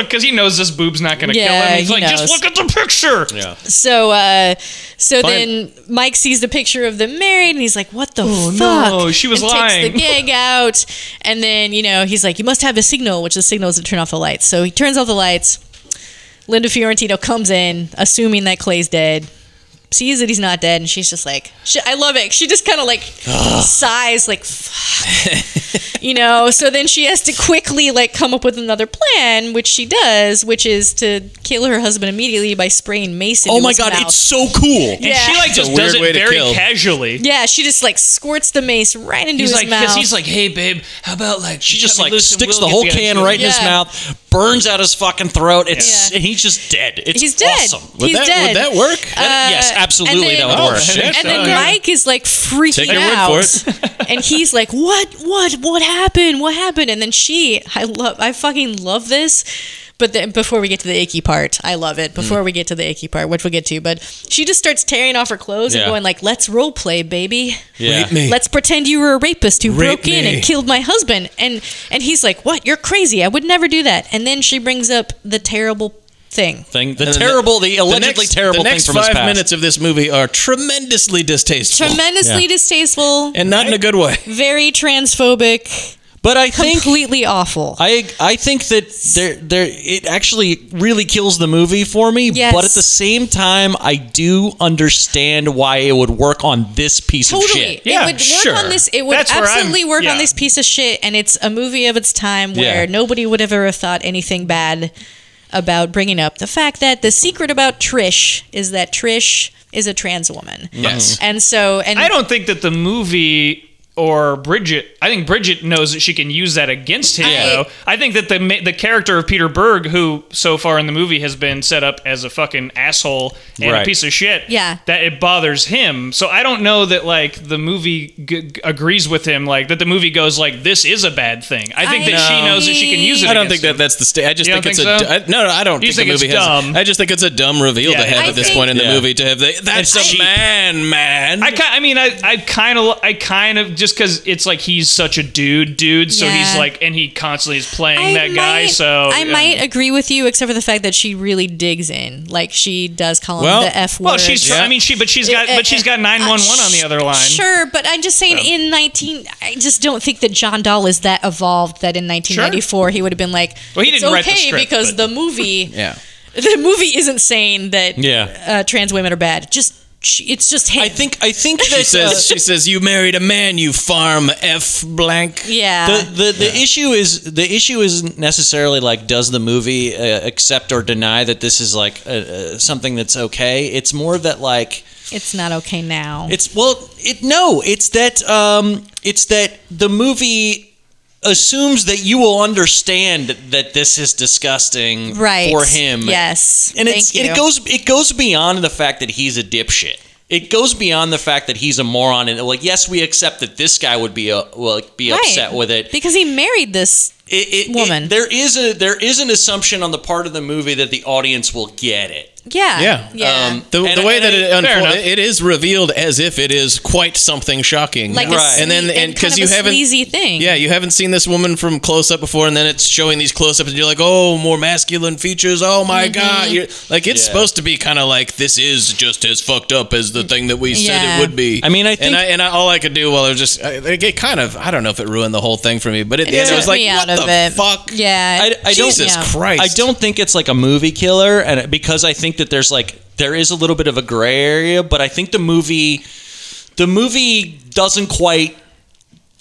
[SPEAKER 1] "Because he knows this boob's not gonna
[SPEAKER 3] Yeah,
[SPEAKER 1] kill him." He's
[SPEAKER 3] he
[SPEAKER 1] like,
[SPEAKER 3] knows.
[SPEAKER 1] "Just look at the picture."
[SPEAKER 3] so, uh, so
[SPEAKER 4] Fine.
[SPEAKER 3] then Mike sees the picture of them married, and he's like, "What the fuck?"
[SPEAKER 1] no, she was
[SPEAKER 3] and Takes
[SPEAKER 1] lying.
[SPEAKER 3] the gag out, and then you know he's like, "You must have a signal," which the signal is to turn off the lights. So he turns off the lights. Linda Fiorentino comes in, assuming that Clay's dead. Sees that he's not dead, and she's just like, she, "I love it." She just kind of like sighs, like, you know so then she has to quickly like come up with another plan which she does which is to kill her husband immediately by spraying mason
[SPEAKER 2] Oh my god, it's so cool.
[SPEAKER 1] And she like just does
[SPEAKER 4] weird way
[SPEAKER 1] it
[SPEAKER 4] to
[SPEAKER 1] very
[SPEAKER 4] kill.
[SPEAKER 1] casually.
[SPEAKER 3] yeah she just like squirts the mace right into
[SPEAKER 1] He's
[SPEAKER 3] his
[SPEAKER 1] like,
[SPEAKER 3] mouth
[SPEAKER 1] because he's like, hey babe, how about like
[SPEAKER 2] She just like sticks the
[SPEAKER 1] we'll
[SPEAKER 2] whole
[SPEAKER 1] get
[SPEAKER 2] can
[SPEAKER 1] idea."
[SPEAKER 2] right in his
[SPEAKER 3] Yeah.
[SPEAKER 2] mouth, burns out his fucking throat. It's
[SPEAKER 3] Yeah.
[SPEAKER 2] and he's just dead. It's
[SPEAKER 3] He's dead.
[SPEAKER 2] awesome.
[SPEAKER 4] Would
[SPEAKER 3] He's
[SPEAKER 4] that,
[SPEAKER 3] dead.
[SPEAKER 4] Would that work?
[SPEAKER 3] Uh,
[SPEAKER 2] yes, absolutely.
[SPEAKER 3] and
[SPEAKER 2] that
[SPEAKER 3] then-
[SPEAKER 2] would
[SPEAKER 4] Oh,
[SPEAKER 2] work.
[SPEAKER 4] shit.
[SPEAKER 3] and then
[SPEAKER 1] Okay.
[SPEAKER 3] Mike is like freaking
[SPEAKER 4] Take your word
[SPEAKER 3] out,
[SPEAKER 4] for it.
[SPEAKER 3] and he's like, "What? What? What happened? What happened?" And then she, I love, I fucking love this. But then before we get to the icky part, I love it. Before we get to the icky part, which we'll get to, but she just starts tearing off her clothes
[SPEAKER 2] Yeah.
[SPEAKER 3] and going like, "Let's role play, baby.
[SPEAKER 2] Yeah. Rape
[SPEAKER 4] me.
[SPEAKER 3] Let's pretend you were a rapist who
[SPEAKER 4] Rape
[SPEAKER 3] broke in
[SPEAKER 4] me."
[SPEAKER 3] and killed my husband." And and he's like, "What? You're crazy. I would never do that." And then she brings up the terrible thing.
[SPEAKER 2] thing. The
[SPEAKER 4] And then
[SPEAKER 2] terrible, the, allegedly
[SPEAKER 4] next-
[SPEAKER 2] terrible
[SPEAKER 4] the next
[SPEAKER 2] thing from
[SPEAKER 4] five
[SPEAKER 2] his past.
[SPEAKER 4] minutes of this movie are tremendously distasteful,
[SPEAKER 3] Tremendously
[SPEAKER 2] Yeah.
[SPEAKER 3] distasteful,
[SPEAKER 4] and not in a good way.
[SPEAKER 3] very transphobic,
[SPEAKER 2] But I think
[SPEAKER 3] completely awful.
[SPEAKER 2] I I think that there there it actually really kills the movie for me.
[SPEAKER 3] Yes.
[SPEAKER 2] But at the same time, I do understand why it would work on this piece
[SPEAKER 3] totally.
[SPEAKER 2] of shit.
[SPEAKER 1] Yeah,
[SPEAKER 3] it would work
[SPEAKER 1] sure.
[SPEAKER 3] on this. It would
[SPEAKER 1] That's where I'm-
[SPEAKER 3] absolutely work
[SPEAKER 1] yeah.
[SPEAKER 3] on this piece of shit, and it's a movie of its time where
[SPEAKER 2] Yeah.
[SPEAKER 3] nobody would have ever thought anything bad about bringing up the fact that the secret about Trish is that Trish is a trans woman.
[SPEAKER 4] Yes.
[SPEAKER 3] And so, and
[SPEAKER 1] I don't think that the movie or Bridget. I think Bridget knows that she can use that against him.
[SPEAKER 3] Yeah.
[SPEAKER 1] Though I think that the ma- the character of Peter Berg, who so far in the movie has been set up as a fucking asshole and a
[SPEAKER 2] Right.
[SPEAKER 1] piece of shit.
[SPEAKER 3] Yeah.
[SPEAKER 1] that it bothers him. So I don't know that like the movie g- g- agrees with him. Like that the movie goes like this is a bad thing. I think that she
[SPEAKER 3] I-
[SPEAKER 1] knows that she can use it.
[SPEAKER 4] I don't
[SPEAKER 1] against
[SPEAKER 4] think
[SPEAKER 1] him.
[SPEAKER 4] that that's the state. I just
[SPEAKER 1] You
[SPEAKER 4] think
[SPEAKER 1] don't
[SPEAKER 4] it's
[SPEAKER 1] think
[SPEAKER 4] a.
[SPEAKER 1] so?
[SPEAKER 4] I- no, no, I don't
[SPEAKER 1] You
[SPEAKER 4] think, the
[SPEAKER 1] think it's
[SPEAKER 4] movie has.
[SPEAKER 1] dumb.
[SPEAKER 4] I just think it's a dumb reveal
[SPEAKER 1] Yeah,
[SPEAKER 4] to have
[SPEAKER 1] I
[SPEAKER 4] at this
[SPEAKER 3] think-
[SPEAKER 4] point in the
[SPEAKER 2] Yeah.
[SPEAKER 4] movie to have the
[SPEAKER 2] It's
[SPEAKER 4] that's a
[SPEAKER 2] cheap.
[SPEAKER 4] man, man.
[SPEAKER 1] I, ki- I mean, I, I kind of, I kind of, just because it's like he's such a dude, dude. So he's
[SPEAKER 3] Yeah.
[SPEAKER 1] like, and he constantly is playing that
[SPEAKER 3] might,
[SPEAKER 1] guy. So
[SPEAKER 3] I
[SPEAKER 1] yeah.
[SPEAKER 3] might agree with you, except for the fact that she really digs in. Like she does call
[SPEAKER 4] Well-
[SPEAKER 3] him the f word.
[SPEAKER 1] Well, she's. try- I mean, she, but she's got,
[SPEAKER 3] Uh,
[SPEAKER 1] but she's got
[SPEAKER 3] uh,
[SPEAKER 1] nine one one on the other line.
[SPEAKER 3] Sure, but I'm just saying in 19 I just don't think that John Dahl is that evolved that in 1994 he would have been like
[SPEAKER 1] Well, he
[SPEAKER 3] it's
[SPEAKER 1] didn't write
[SPEAKER 3] okay
[SPEAKER 1] the script,
[SPEAKER 3] because
[SPEAKER 1] but-
[SPEAKER 3] the movie
[SPEAKER 4] yeah.
[SPEAKER 3] the movie isn't saying that
[SPEAKER 2] Yeah.
[SPEAKER 3] uh, trans women are bad. Just she- it's just him.
[SPEAKER 2] I think I think that
[SPEAKER 4] She
[SPEAKER 2] uh,
[SPEAKER 4] says, she says, you married a man, you farm F blank.
[SPEAKER 3] yeah.
[SPEAKER 2] the the, the issue is the issue isn't necessarily like does the movie uh, accept or deny that this is like uh, uh, something that's okay. It's more that like
[SPEAKER 3] it's not okay now.
[SPEAKER 2] It's well, it no, it's that um, it's that the movie assumes that you will understand that this is disgusting
[SPEAKER 3] right.
[SPEAKER 2] for him.
[SPEAKER 3] Yes.
[SPEAKER 2] and
[SPEAKER 3] Thank
[SPEAKER 2] it's
[SPEAKER 3] you.
[SPEAKER 2] it goes it goes beyond the fact that he's a dipshit. It goes beyond the fact that he's a moron, and like yes, we accept that this guy would be uh, well, be
[SPEAKER 3] Right.
[SPEAKER 2] upset with it.
[SPEAKER 3] because he married this
[SPEAKER 2] It- it- it-
[SPEAKER 3] Woman.
[SPEAKER 2] there is a there is an assumption on the part of the movie that the audience will get it.
[SPEAKER 3] yeah.
[SPEAKER 4] Yeah.
[SPEAKER 3] Yeah.
[SPEAKER 2] Um,
[SPEAKER 4] The,
[SPEAKER 2] And-
[SPEAKER 4] the way
[SPEAKER 2] and-
[SPEAKER 4] that it
[SPEAKER 2] fair
[SPEAKER 4] unfolds,
[SPEAKER 2] enough.
[SPEAKER 4] it is revealed as if it is quite something shocking.
[SPEAKER 3] like a
[SPEAKER 2] Right.
[SPEAKER 3] sle-
[SPEAKER 4] and then and
[SPEAKER 3] kind
[SPEAKER 4] because
[SPEAKER 3] of
[SPEAKER 4] you
[SPEAKER 3] a
[SPEAKER 4] haven't
[SPEAKER 3] sleazy thing.
[SPEAKER 4] Yeah, you haven't seen this woman from close up before, and then it's showing these close ups, and you're like, oh, more masculine features. Oh
[SPEAKER 3] Mm-hmm.
[SPEAKER 4] my god! You're, like it's
[SPEAKER 2] Yeah.
[SPEAKER 4] supposed to be kind of like this is just as fucked up as the thing that we said
[SPEAKER 3] Yeah.
[SPEAKER 4] it would be.
[SPEAKER 2] I mean, I
[SPEAKER 4] and
[SPEAKER 2] think-
[SPEAKER 4] I, and I, all I could do well, it was just I, it it kind of I don't know if it ruined the whole thing for me, but at the end it
[SPEAKER 3] took
[SPEAKER 4] was like
[SPEAKER 3] me out
[SPEAKER 4] what
[SPEAKER 3] of
[SPEAKER 4] the
[SPEAKER 3] it.
[SPEAKER 4] fuck?
[SPEAKER 3] Yeah.
[SPEAKER 2] I, I don't,
[SPEAKER 4] Jesus
[SPEAKER 3] Yeah.
[SPEAKER 4] Christ!
[SPEAKER 2] I don't think it's like a movie killer, and it- because I think that there's like there is a little bit of a gray area, but I think the movie, the movie doesn't quite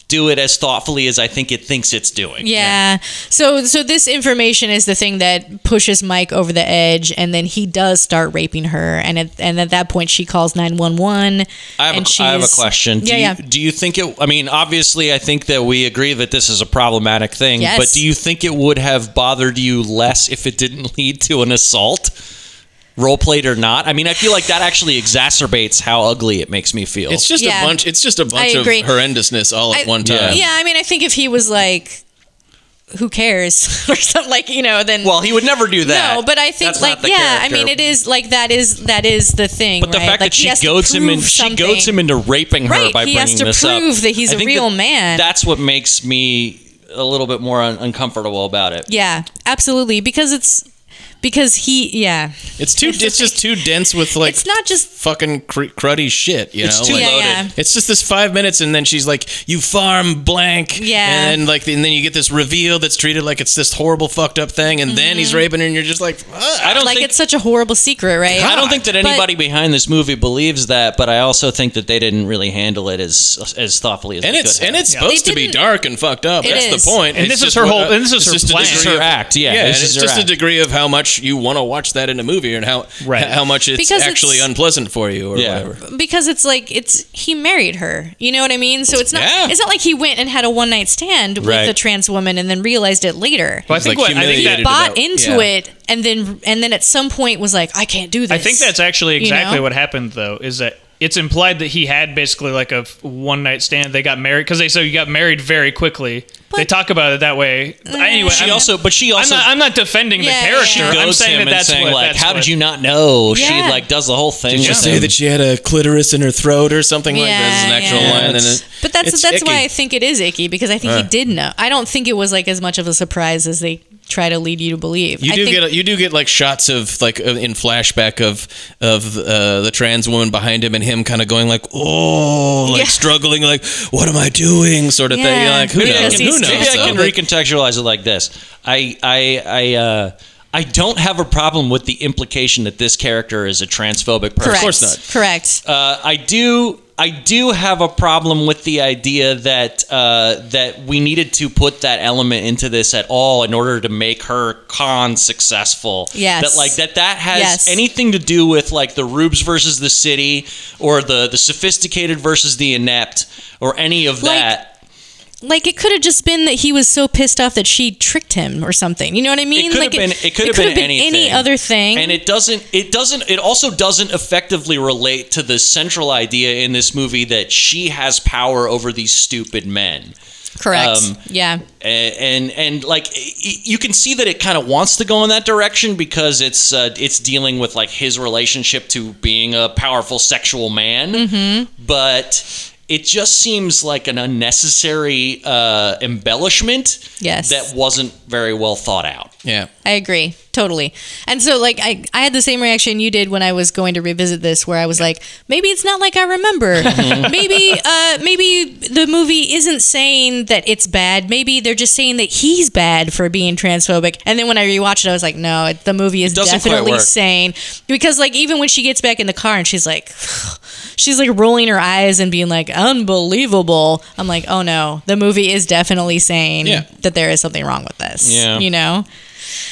[SPEAKER 2] do it as thoughtfully as I think it thinks it's doing.
[SPEAKER 3] Yeah. So so this information is the thing that pushes Mike over the edge and then he does start raping her and at, and at that point she calls 911
[SPEAKER 2] I have,
[SPEAKER 3] and
[SPEAKER 2] a, I have a
[SPEAKER 3] she's-
[SPEAKER 2] question. Do
[SPEAKER 3] Yeah,
[SPEAKER 2] you,
[SPEAKER 3] yeah.
[SPEAKER 2] Do you think it? I mean, obviously, I think that we agree that this is a problematic thing.
[SPEAKER 3] Yes.
[SPEAKER 2] But do you think it would have bothered you less if it didn't lead to an assault, role played or not? I mean, I feel like that actually exacerbates how ugly it makes me feel.
[SPEAKER 4] It's just
[SPEAKER 3] Yeah.
[SPEAKER 4] a bunch. It's just a bunch
[SPEAKER 3] I
[SPEAKER 4] of
[SPEAKER 3] agree.
[SPEAKER 4] horrendousness all at
[SPEAKER 3] I-
[SPEAKER 4] one time.
[SPEAKER 2] Yeah.
[SPEAKER 3] Yeah, I mean I think if he was like who cares or something like, you know, then
[SPEAKER 2] Well, he would never do that.
[SPEAKER 3] No, but I think
[SPEAKER 2] That's
[SPEAKER 3] like
[SPEAKER 2] not the
[SPEAKER 3] yeah,
[SPEAKER 2] character.
[SPEAKER 3] I mean it is like that is that is the thing,
[SPEAKER 2] But the
[SPEAKER 3] right?
[SPEAKER 2] fact
[SPEAKER 3] Like,
[SPEAKER 2] that
[SPEAKER 3] he
[SPEAKER 2] she
[SPEAKER 3] has to
[SPEAKER 2] goats him and
[SPEAKER 3] prove
[SPEAKER 2] she
[SPEAKER 3] something.
[SPEAKER 2] goats him into raping her
[SPEAKER 3] Right,
[SPEAKER 2] by
[SPEAKER 3] he
[SPEAKER 2] bringing
[SPEAKER 3] has to
[SPEAKER 2] this
[SPEAKER 3] prove
[SPEAKER 2] up.
[SPEAKER 3] that he's
[SPEAKER 2] a
[SPEAKER 3] a real man.
[SPEAKER 2] That's what makes me a little bit more un- uncomfortable about it.
[SPEAKER 3] Yeah, absolutely because it's because he yeah.
[SPEAKER 4] It's too. It's just too dense with like
[SPEAKER 3] it's not just
[SPEAKER 4] fucking cr- cruddy shit. You
[SPEAKER 2] It's
[SPEAKER 4] know,
[SPEAKER 2] too
[SPEAKER 4] like,
[SPEAKER 3] yeah,
[SPEAKER 2] loaded.
[SPEAKER 3] yeah.
[SPEAKER 4] It's just this five minutes, and then she's like, "You farm blank,"
[SPEAKER 3] Yeah.
[SPEAKER 4] and then like, and then you get this reveal that's treated like it's this horrible, fucked up thing, and then he's raping her, and you're just like, "Ugh."
[SPEAKER 2] I don't
[SPEAKER 3] Mm-hmm. Like
[SPEAKER 2] think
[SPEAKER 3] it's such a horrible secret, right?
[SPEAKER 2] I don't think that
[SPEAKER 3] But-
[SPEAKER 2] anybody behind this movie believes that, but I also think that they didn't really handle it as as thoughtfully as
[SPEAKER 4] And
[SPEAKER 2] they
[SPEAKER 4] it's
[SPEAKER 2] could
[SPEAKER 4] and
[SPEAKER 2] have.
[SPEAKER 4] it's
[SPEAKER 1] Yeah.
[SPEAKER 4] supposed
[SPEAKER 3] They
[SPEAKER 4] to be
[SPEAKER 3] didn't-
[SPEAKER 4] dark and fucked up.
[SPEAKER 3] It
[SPEAKER 4] That's
[SPEAKER 3] is.
[SPEAKER 4] the point.
[SPEAKER 1] And
[SPEAKER 4] It's
[SPEAKER 1] this is
[SPEAKER 4] just
[SPEAKER 1] her
[SPEAKER 4] what-
[SPEAKER 1] whole- and this is
[SPEAKER 4] it's
[SPEAKER 1] her
[SPEAKER 4] just a
[SPEAKER 1] plan. This is
[SPEAKER 2] her
[SPEAKER 4] degree of-
[SPEAKER 2] act, yeah,
[SPEAKER 4] yeah.
[SPEAKER 2] this is
[SPEAKER 4] and it's
[SPEAKER 2] her
[SPEAKER 4] just a
[SPEAKER 2] act.
[SPEAKER 4] degree of how much you want to watch that in a movie, and how
[SPEAKER 1] Right.
[SPEAKER 4] how much it's
[SPEAKER 3] Because it's-
[SPEAKER 4] actually unpleasant for you, or
[SPEAKER 2] Yeah.
[SPEAKER 4] whatever.
[SPEAKER 3] because it's like it's he married her. You know what I mean? So it's not
[SPEAKER 4] Yeah.
[SPEAKER 3] it's not like he went and had a one night stand with
[SPEAKER 2] Right.
[SPEAKER 3] a trans woman and then realized it later.
[SPEAKER 1] Well, I think
[SPEAKER 4] like
[SPEAKER 1] what I think
[SPEAKER 4] humiliated
[SPEAKER 1] that,
[SPEAKER 3] Bought
[SPEAKER 4] about-
[SPEAKER 3] into
[SPEAKER 4] yeah.
[SPEAKER 3] it and then and then at some point was like, I can't do this.
[SPEAKER 1] I think that's actually
[SPEAKER 3] you
[SPEAKER 1] exactly
[SPEAKER 3] know?
[SPEAKER 1] what happened though. Is that it's implied that he had basically like a one night stand. They got married because they say you got married very quickly. they talk about it that way. anyway,
[SPEAKER 2] She
[SPEAKER 1] I'm-
[SPEAKER 2] also, but she
[SPEAKER 1] I'm
[SPEAKER 2] also
[SPEAKER 1] not, I'm not defending
[SPEAKER 3] Yeah,
[SPEAKER 1] the
[SPEAKER 3] yeah,
[SPEAKER 1] character.
[SPEAKER 3] yeah.
[SPEAKER 1] I'm
[SPEAKER 2] goes
[SPEAKER 1] saying
[SPEAKER 2] him
[SPEAKER 1] that
[SPEAKER 2] and
[SPEAKER 1] that's
[SPEAKER 2] saying
[SPEAKER 1] what,
[SPEAKER 2] like,
[SPEAKER 1] that's
[SPEAKER 2] how
[SPEAKER 1] what-
[SPEAKER 2] did you not know? She
[SPEAKER 3] Yeah.
[SPEAKER 2] like does the whole thing.
[SPEAKER 4] Did you
[SPEAKER 2] with
[SPEAKER 4] say
[SPEAKER 2] him.
[SPEAKER 4] that she had a clitoris in her throat or something like that? This is an
[SPEAKER 3] Yeah,
[SPEAKER 4] actual
[SPEAKER 3] yeah.
[SPEAKER 4] line. And
[SPEAKER 2] That's-
[SPEAKER 4] it-
[SPEAKER 3] But that's
[SPEAKER 4] it's
[SPEAKER 3] that's
[SPEAKER 4] icky.
[SPEAKER 3] why I think it is icky because I think
[SPEAKER 4] Uh.
[SPEAKER 3] he did know. I don't think it was like as much of a surprise as they try to lead you to believe.
[SPEAKER 4] You
[SPEAKER 3] I
[SPEAKER 4] do
[SPEAKER 3] think,
[SPEAKER 4] get you do get like shots of like uh, in flashback of of uh, the trans woman behind him and him kind of going like oh like
[SPEAKER 3] Yeah.
[SPEAKER 4] struggling like what am I doing sort of thing. You're
[SPEAKER 3] Yeah.
[SPEAKER 4] like who
[SPEAKER 3] Maybe I
[SPEAKER 4] knows
[SPEAKER 3] can-
[SPEAKER 4] who knows.
[SPEAKER 2] Maybe I can
[SPEAKER 4] though?
[SPEAKER 2] recontextualize it like this. I I I uh, I don't have a problem with the implication that this character is a transphobic person.
[SPEAKER 3] correct. Correct.
[SPEAKER 2] Uh, I do. I do have a problem with the idea that uh, that we needed to put that element into this at all in order to make her con successful.
[SPEAKER 3] Yes.
[SPEAKER 2] That like that that has
[SPEAKER 3] Yes.
[SPEAKER 2] anything to do with like the rubes versus the city or the the sophisticated versus the inept or any of
[SPEAKER 3] Like,
[SPEAKER 2] that.
[SPEAKER 3] like it could have just been that he was so pissed off that she tricked him or something. You know what I mean?
[SPEAKER 2] It could
[SPEAKER 3] like
[SPEAKER 2] have been. It, could have been, anything.
[SPEAKER 3] any other thing.
[SPEAKER 2] And it doesn't. It doesn't. It also doesn't effectively relate to the central idea in this movie that she has power over these stupid men.
[SPEAKER 3] correct.
[SPEAKER 2] um,
[SPEAKER 3] yeah.
[SPEAKER 2] A- And and, like y- you can see that it kind of wants to go in that direction because it's uh, it's dealing with like his relationship to being a powerful sexual man, but it just seems like an unnecessary uh, embellishment
[SPEAKER 3] Yes.
[SPEAKER 2] that wasn't very well thought out.
[SPEAKER 4] yeah.
[SPEAKER 3] I agree totally. And so like I I had the same reaction you did when I was going to revisit this where I was like maybe it's not like I remember. maybe uh maybe the movie isn't saying that it's bad. Maybe they're just saying that he's bad for being transphobic. And then when I rewatched it I was like no, it, the movie is
[SPEAKER 2] doesn't quite
[SPEAKER 3] definitely
[SPEAKER 2] work.
[SPEAKER 3] saying because like even when she gets back in the car and she's like she's like rolling her eyes and being like unbelievable. I'm like oh no, the movie is definitely saying
[SPEAKER 4] Yeah.
[SPEAKER 3] that there is something wrong with this.
[SPEAKER 2] Yeah.
[SPEAKER 3] You know.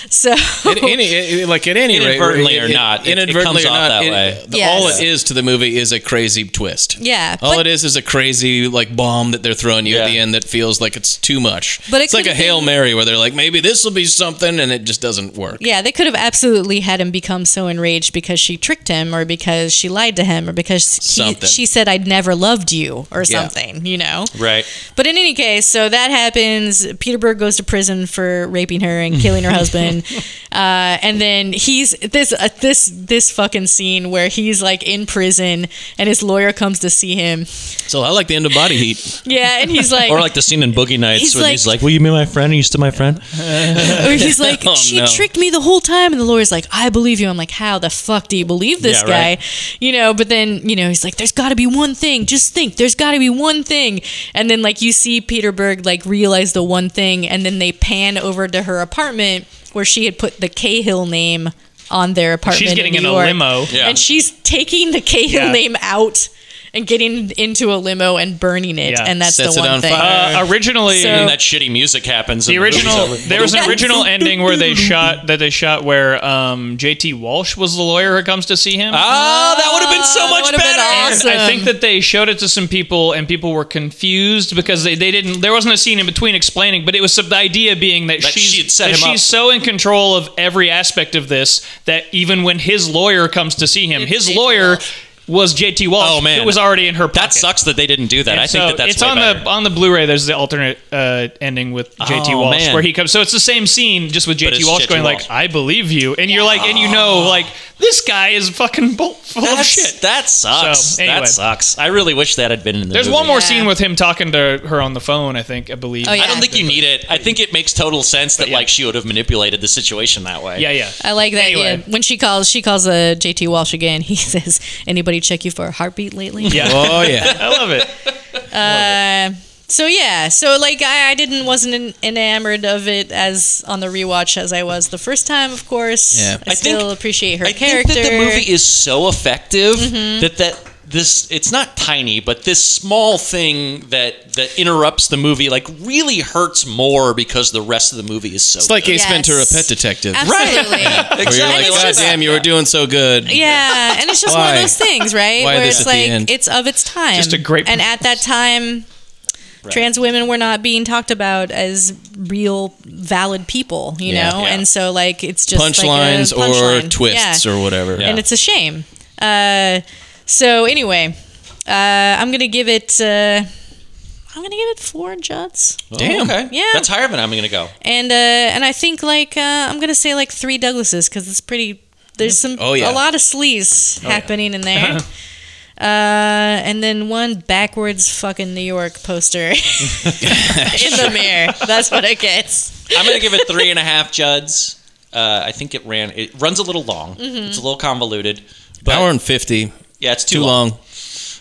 [SPEAKER 3] So
[SPEAKER 4] At any, it- it- like at any rate,
[SPEAKER 2] Inadvertently
[SPEAKER 4] it-
[SPEAKER 2] or
[SPEAKER 4] it-
[SPEAKER 2] not, it- it
[SPEAKER 4] inadvertently
[SPEAKER 2] comes
[SPEAKER 4] or
[SPEAKER 2] off
[SPEAKER 4] not,
[SPEAKER 2] that
[SPEAKER 4] it-
[SPEAKER 2] way.
[SPEAKER 4] the- all
[SPEAKER 3] Yes.
[SPEAKER 4] it is to the movie is a crazy twist.
[SPEAKER 3] Yeah,
[SPEAKER 4] all
[SPEAKER 3] but-
[SPEAKER 4] it is is a crazy like bomb that they're throwing you at
[SPEAKER 2] Yeah.
[SPEAKER 4] the end that feels like it's too much.
[SPEAKER 3] But it
[SPEAKER 4] it's like a
[SPEAKER 3] could've been-
[SPEAKER 4] hail mary where they're like, maybe this will be something, and it just doesn't work.
[SPEAKER 3] yeah, they could have absolutely had him become so enraged because she tricked him or because she lied to him or because he,
[SPEAKER 4] Something.
[SPEAKER 3] she said I'd never loved you or
[SPEAKER 4] Yeah.
[SPEAKER 3] something, you know.
[SPEAKER 2] Right.
[SPEAKER 3] But in any case, so that happens. Peter Berg goes to prison for raping her and killing her husband, uh, and then he's this uh, this this fucking scene where he's like in prison and his lawyer comes to see him.
[SPEAKER 4] So I like the end of Body Heat.
[SPEAKER 3] Yeah, and he's like,
[SPEAKER 2] Or like the scene in Boogie Nights
[SPEAKER 3] He's
[SPEAKER 2] where
[SPEAKER 3] like-
[SPEAKER 2] he's like, "Will you be my friend? Are you still my friend?"
[SPEAKER 1] Oh.
[SPEAKER 3] Or he's like, she
[SPEAKER 4] no.
[SPEAKER 3] tricked me the whole time. And the lawyer's like, I believe you. I'm like, how the fuck do you believe this
[SPEAKER 2] Yeah,
[SPEAKER 3] guy?
[SPEAKER 2] right.
[SPEAKER 3] You know, but then, you know, he's like, there's got to be one thing. Just think, there's got to be one thing. And then, like, you see Peter Berg, like, realize the one thing. And then they pan over to her apartment where she had put the Cahill name on their apartment.
[SPEAKER 1] She's getting in
[SPEAKER 3] New
[SPEAKER 1] a
[SPEAKER 3] York.
[SPEAKER 1] limo. Yeah.
[SPEAKER 3] And she's taking the Cahill
[SPEAKER 1] Yeah.
[SPEAKER 3] name out and getting into a limo and burning it.
[SPEAKER 1] Yeah.
[SPEAKER 3] And that's
[SPEAKER 4] Sets
[SPEAKER 3] the
[SPEAKER 4] it
[SPEAKER 3] one
[SPEAKER 4] on
[SPEAKER 3] thing.
[SPEAKER 4] fire.
[SPEAKER 1] Uh, originally,
[SPEAKER 3] So-
[SPEAKER 2] And that shitty music happens.
[SPEAKER 1] The
[SPEAKER 2] and movie's
[SPEAKER 1] original
[SPEAKER 2] over.
[SPEAKER 1] there was an
[SPEAKER 3] Yeah.
[SPEAKER 1] original ending where they shot that they shot where um, JT Walsh was the lawyer who comes to see him.
[SPEAKER 2] Ah, that would have been so
[SPEAKER 3] Oh, that
[SPEAKER 2] much
[SPEAKER 3] would've been
[SPEAKER 2] better.
[SPEAKER 1] And
[SPEAKER 3] awesome.
[SPEAKER 1] I think that they showed it to some people and people were confused because they, they didn't there wasn't a scene in between explaining, but it was some, the idea being that,
[SPEAKER 2] That
[SPEAKER 1] she's
[SPEAKER 2] she had set
[SPEAKER 1] that
[SPEAKER 2] him up.
[SPEAKER 1] she's so in control of every aspect of this that even when his lawyer comes to see him, his
[SPEAKER 3] JT
[SPEAKER 1] lawyer
[SPEAKER 3] Walsh.
[SPEAKER 1] was JT Walsh
[SPEAKER 2] Oh, man.
[SPEAKER 1] who was already in her pocket.
[SPEAKER 2] That sucks that they didn't do that.
[SPEAKER 1] And
[SPEAKER 2] I think that that's
[SPEAKER 1] it's
[SPEAKER 2] way
[SPEAKER 1] on
[SPEAKER 2] better.
[SPEAKER 1] the on the Blu-ray. There's the alternate uh, ending with JT
[SPEAKER 2] Oh,
[SPEAKER 1] Walsh
[SPEAKER 2] man.
[SPEAKER 1] where he comes. So it's the same scene, just with JT
[SPEAKER 2] it's
[SPEAKER 1] Walsh
[SPEAKER 2] JT
[SPEAKER 1] going
[SPEAKER 2] Walsh.
[SPEAKER 1] like, "I believe you," and you're like, and you know, like this guy is fucking bull- full of
[SPEAKER 2] That's-
[SPEAKER 1] shit.
[SPEAKER 2] That sucks.
[SPEAKER 1] So, anyway.
[SPEAKER 2] That sucks. I really wish that had been in the
[SPEAKER 1] There's
[SPEAKER 2] movie.
[SPEAKER 1] one more
[SPEAKER 3] Yeah.
[SPEAKER 1] scene with him talking to her on the phone. I think I believe.
[SPEAKER 3] Oh, yeah.
[SPEAKER 2] I don't think you need it. I think it makes total sense that
[SPEAKER 1] yeah.
[SPEAKER 2] like she would have manipulated the situation that way.
[SPEAKER 1] Yeah, yeah.
[SPEAKER 3] I like that.
[SPEAKER 1] Anyway.
[SPEAKER 3] Yeah. When she calls, she calls uh, JT Walsh again. He says, "Anybody check you for a heartbeat lately?"
[SPEAKER 1] Yeah.
[SPEAKER 4] Oh yeah.
[SPEAKER 1] I love it.
[SPEAKER 3] Uh, so yeah. So like, I, I didn't wasn't en- enamored of it as on the rewatch as I was the first time. Of course, I,
[SPEAKER 4] Yeah.
[SPEAKER 2] I think-
[SPEAKER 3] still appreciate her
[SPEAKER 2] I
[SPEAKER 3] character. Mm-hmm.
[SPEAKER 2] think that the movie is so effective that that this it's not tiny, but this small thing that that interrupts the movie like really hurts more because the rest of the movie is so.
[SPEAKER 4] It's like
[SPEAKER 2] good.
[SPEAKER 4] Ace
[SPEAKER 3] Yes.
[SPEAKER 4] Ventura, Pet Detective.
[SPEAKER 3] Absolutely.
[SPEAKER 4] Where
[SPEAKER 2] Exactly.
[SPEAKER 4] you're like,
[SPEAKER 3] And it's
[SPEAKER 4] God
[SPEAKER 3] just-
[SPEAKER 4] damn, you were doing so good.
[SPEAKER 3] Yeah, and it's just one
[SPEAKER 4] Why?
[SPEAKER 3] of those things, right?
[SPEAKER 4] Why
[SPEAKER 3] Where
[SPEAKER 4] this
[SPEAKER 3] it's
[SPEAKER 4] at the
[SPEAKER 3] like
[SPEAKER 4] end?
[SPEAKER 3] it's of its time.
[SPEAKER 1] Just a great
[SPEAKER 3] And at that time, trans women were not being talked about as real, valid people, you
[SPEAKER 4] Yeah.
[SPEAKER 3] know.
[SPEAKER 2] Yeah.
[SPEAKER 3] And so, like, it's just like a
[SPEAKER 4] Punchlines or
[SPEAKER 3] punchline.
[SPEAKER 4] twists
[SPEAKER 3] Yeah.
[SPEAKER 4] or whatever.
[SPEAKER 3] and it's a shame. Uh, So anyway, uh, I'm gonna give it. Uh, I'm gonna give it four Judds,
[SPEAKER 2] Damn. Okay.
[SPEAKER 3] Yeah.
[SPEAKER 2] That's higher than I'm going to go.
[SPEAKER 3] and uh, and I think like uh, I'm gonna say like three Douglases because it's pretty. There's some
[SPEAKER 4] Oh, yeah.
[SPEAKER 3] a lot of sleaze happening in there. Uh, and then one backwards fucking New York poster in the mirror. That's what it gets.
[SPEAKER 2] I'm going to give it three and a half Juds. Uh, I think it ran. It runs a little long.
[SPEAKER 3] Mm-hmm.
[SPEAKER 2] It's a little convoluted. But
[SPEAKER 4] Hour and 50.
[SPEAKER 2] yeah, it's too,
[SPEAKER 4] Too
[SPEAKER 2] long.
[SPEAKER 4] long.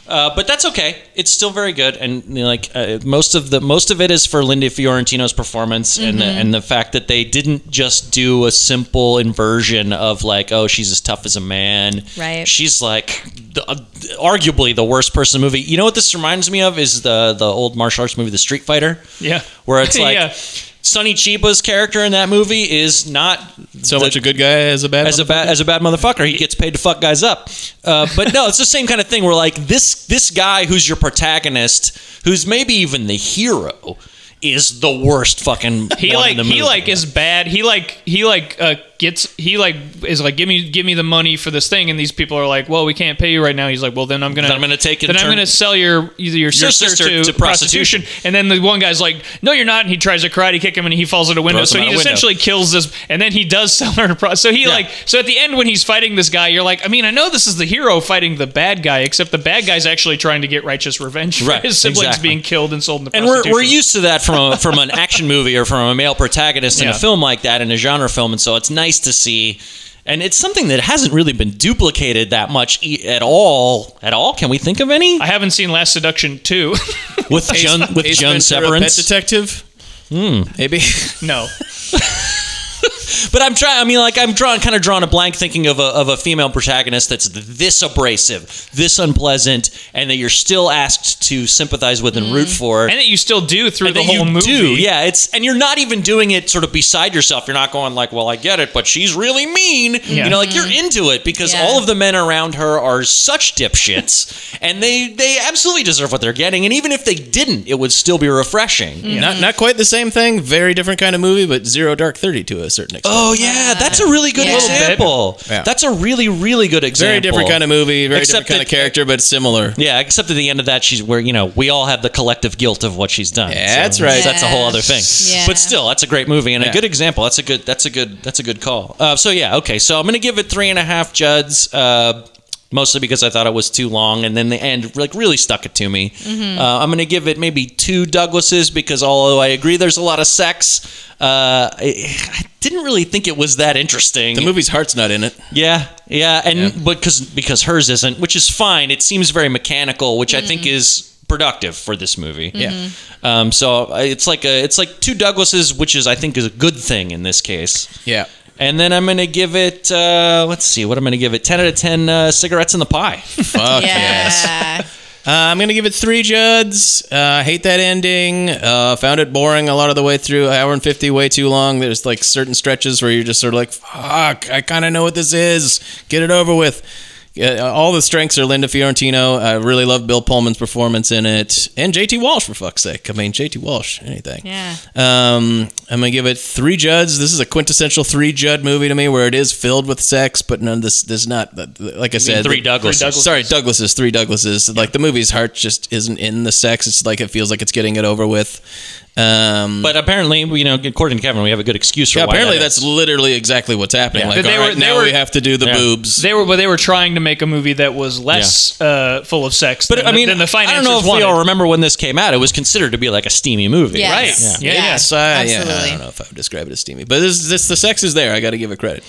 [SPEAKER 2] Uh, but that's okay. It's still very good, and you know, like uh, most of the most of it is for Linda Fiorentino's performance, and the, and the fact that they didn't just do a simple inversion of like, oh, she's as tough as a man.
[SPEAKER 3] Right.
[SPEAKER 2] She's like the, uh, arguably the worst person in the movie. You know what this reminds me of is the the old martial arts movie, The Street Fighter.
[SPEAKER 1] Yeah.
[SPEAKER 2] Where it's like.
[SPEAKER 1] Yeah.
[SPEAKER 2] Sonny Chiba's character in that movie is not
[SPEAKER 4] So
[SPEAKER 2] the-
[SPEAKER 4] much a good guy as a bad
[SPEAKER 2] as a bad as a bad motherfucker. He gets paid to fuck guys up. Uh, but no, it's the same kind of thing. Where like this this guy who's your protagonist, who's maybe even the hero, is the worst fucking.
[SPEAKER 1] He
[SPEAKER 2] one
[SPEAKER 1] like
[SPEAKER 2] in the movie.
[SPEAKER 1] he like is bad. He like he like uh, gets he like is like give me give me the money for this thing, and these people are like, well, we can't pay you right now. He's like, well, then I'm gonna
[SPEAKER 2] Then I'm gonna take it
[SPEAKER 1] then
[SPEAKER 2] and
[SPEAKER 1] I'm
[SPEAKER 2] turn-
[SPEAKER 1] gonna sell your either your, sister,
[SPEAKER 2] sister
[SPEAKER 1] to,
[SPEAKER 2] to
[SPEAKER 1] prostitution.
[SPEAKER 2] prostitution.
[SPEAKER 1] And then the one guy's like, no, you're not. And he tries to karate kick him, and he falls out a window.
[SPEAKER 2] Throws
[SPEAKER 1] So
[SPEAKER 2] him
[SPEAKER 1] he
[SPEAKER 2] out a window.
[SPEAKER 1] essentially kills this, and then he does sell her. To pro- so he like so at the end when he's fighting this guy, you're like, I mean, I know this is the hero fighting the bad guy, except the bad guy's actually trying to get righteous revenge for
[SPEAKER 2] Right,
[SPEAKER 1] his siblings
[SPEAKER 2] exactly.
[SPEAKER 1] being killed and sold into
[SPEAKER 2] and we're, we're
[SPEAKER 1] prostitution.
[SPEAKER 2] used to that from a, from an action movie or from a male protagonist in
[SPEAKER 1] Yeah.
[SPEAKER 2] a film like that in a genre film, and so it's nice to see. And it's something that hasn't really been duplicated that much e- at all. At all, can we think of any
[SPEAKER 1] I haven't seen Last Seduction two.
[SPEAKER 2] with Jun, with
[SPEAKER 4] Ace
[SPEAKER 2] Jun
[SPEAKER 4] Ventura, Pet
[SPEAKER 2] Severance?
[SPEAKER 4] detective? Hmm. Maybe.
[SPEAKER 1] no.
[SPEAKER 2] But I'm trying. I mean, like I'm drawn, kind of drawn a blank, thinking of a of a female protagonist that's this abrasive, this unpleasant, and that you're still asked to sympathize with and root for.
[SPEAKER 1] Mm-hmm. and that you still do through
[SPEAKER 2] And
[SPEAKER 1] the
[SPEAKER 2] that you
[SPEAKER 1] whole movie.
[SPEAKER 2] do, yeah. It's and you're not even doing it sort of beside yourself. You're not going like, "Well, I get it, but she's really mean."
[SPEAKER 1] Yeah.
[SPEAKER 2] You know, like you're into it because
[SPEAKER 3] Yeah.
[SPEAKER 2] all of the men around her are such dipshits, and they they absolutely deserve what they're getting. And even if they didn't, it would still be refreshing.
[SPEAKER 4] Not not quite the same thing. Very different kind of movie, but Zero Dark Thirty to a certain extent.
[SPEAKER 2] Oh yeah, that's a really good
[SPEAKER 3] Yeah. Little bit.
[SPEAKER 2] example.
[SPEAKER 4] Yeah.
[SPEAKER 2] That's a really really good example.
[SPEAKER 4] very different kind of movie. Very
[SPEAKER 2] Except
[SPEAKER 4] different kind of
[SPEAKER 2] that-
[SPEAKER 4] character, but similar.
[SPEAKER 2] Yeah, except at the end of that, she's where you know we all have the collective guilt of what she's done.
[SPEAKER 4] Yeah, that's right.
[SPEAKER 2] That's a whole other thing.
[SPEAKER 3] Yeah.
[SPEAKER 2] But still, that's a great movie and a
[SPEAKER 4] Yeah.
[SPEAKER 2] good example. That's a good. That's a good. That's a good call. Uh, so yeah, okay. So I'm gonna give it three and a half Juds. Uh, Mostly because I thought it was too long, and then the end like really stuck it to me. Uh, I'm gonna give it maybe two Douglases because although I agree there's a lot of sex, uh, I, I didn't really think it was that interesting.
[SPEAKER 4] The movie's heart's not in it.
[SPEAKER 2] Yeah, yeah, and but because because hers isn't, which is fine. It seems very mechanical, which I think is productive for this movie.
[SPEAKER 4] Yeah.
[SPEAKER 2] Um, so I- it's like a it's like two Douglases, which is I think is a good thing in this case.
[SPEAKER 4] Yeah.
[SPEAKER 2] And then I'm gonna give it. Uh, let's see, what I'm gonna give it? Ten out of ten uh, cigarettes in the pie.
[SPEAKER 4] Fuck
[SPEAKER 3] yeah.
[SPEAKER 4] yes. Uh, I'm gonna give it three Juds. Uh, hate that ending. Uh, found it boring a lot of the way through. Hour and fifty, way too long. There's like certain stretches where you're just sort of like, "Fuck, I kind of know what this is. Get it over with." Uh, all the strengths are Linda Fiorentino. I really love Bill Pullman's performance in it, and J.T. Walsh for fuck's sake. I mean, J.T. Walsh, anything.
[SPEAKER 3] Yeah.
[SPEAKER 4] Um, I'm gonna give it three Juds. This is a quintessential three Judd movie to me, where it is filled with sex, but none. This there's not. Like I said,
[SPEAKER 2] three Douglases.
[SPEAKER 4] Sorry, Douglases. Three Douglases. Like the movie's heart just isn't in the sex. It's like it feels like it's getting it over with. Um,
[SPEAKER 2] But apparently, you know, according to Kevin, we have a good excuse for
[SPEAKER 4] yeah,
[SPEAKER 2] why
[SPEAKER 4] apparently
[SPEAKER 2] that
[SPEAKER 4] that's
[SPEAKER 2] is.
[SPEAKER 4] literally exactly what's happening. Like
[SPEAKER 1] But they
[SPEAKER 4] all right,
[SPEAKER 1] were- they
[SPEAKER 4] now
[SPEAKER 1] were-
[SPEAKER 4] we have to do the
[SPEAKER 2] Yeah.
[SPEAKER 4] boobs.
[SPEAKER 1] They were, but they were trying to make a movie that was less uh, full of sex.
[SPEAKER 2] But
[SPEAKER 1] than,
[SPEAKER 2] I mean,
[SPEAKER 1] than the
[SPEAKER 2] I
[SPEAKER 1] financiers
[SPEAKER 2] don't know if we
[SPEAKER 1] wanted.
[SPEAKER 2] all remember when this came out. It was considered to be like a steamy movie,
[SPEAKER 3] Yes.
[SPEAKER 2] right?
[SPEAKER 1] Right. Yeah,
[SPEAKER 4] yes, I, yeah,
[SPEAKER 3] absolutely.
[SPEAKER 4] I don't know if I would describe it as steamy, but this, this the sex is there. I got to give it credit.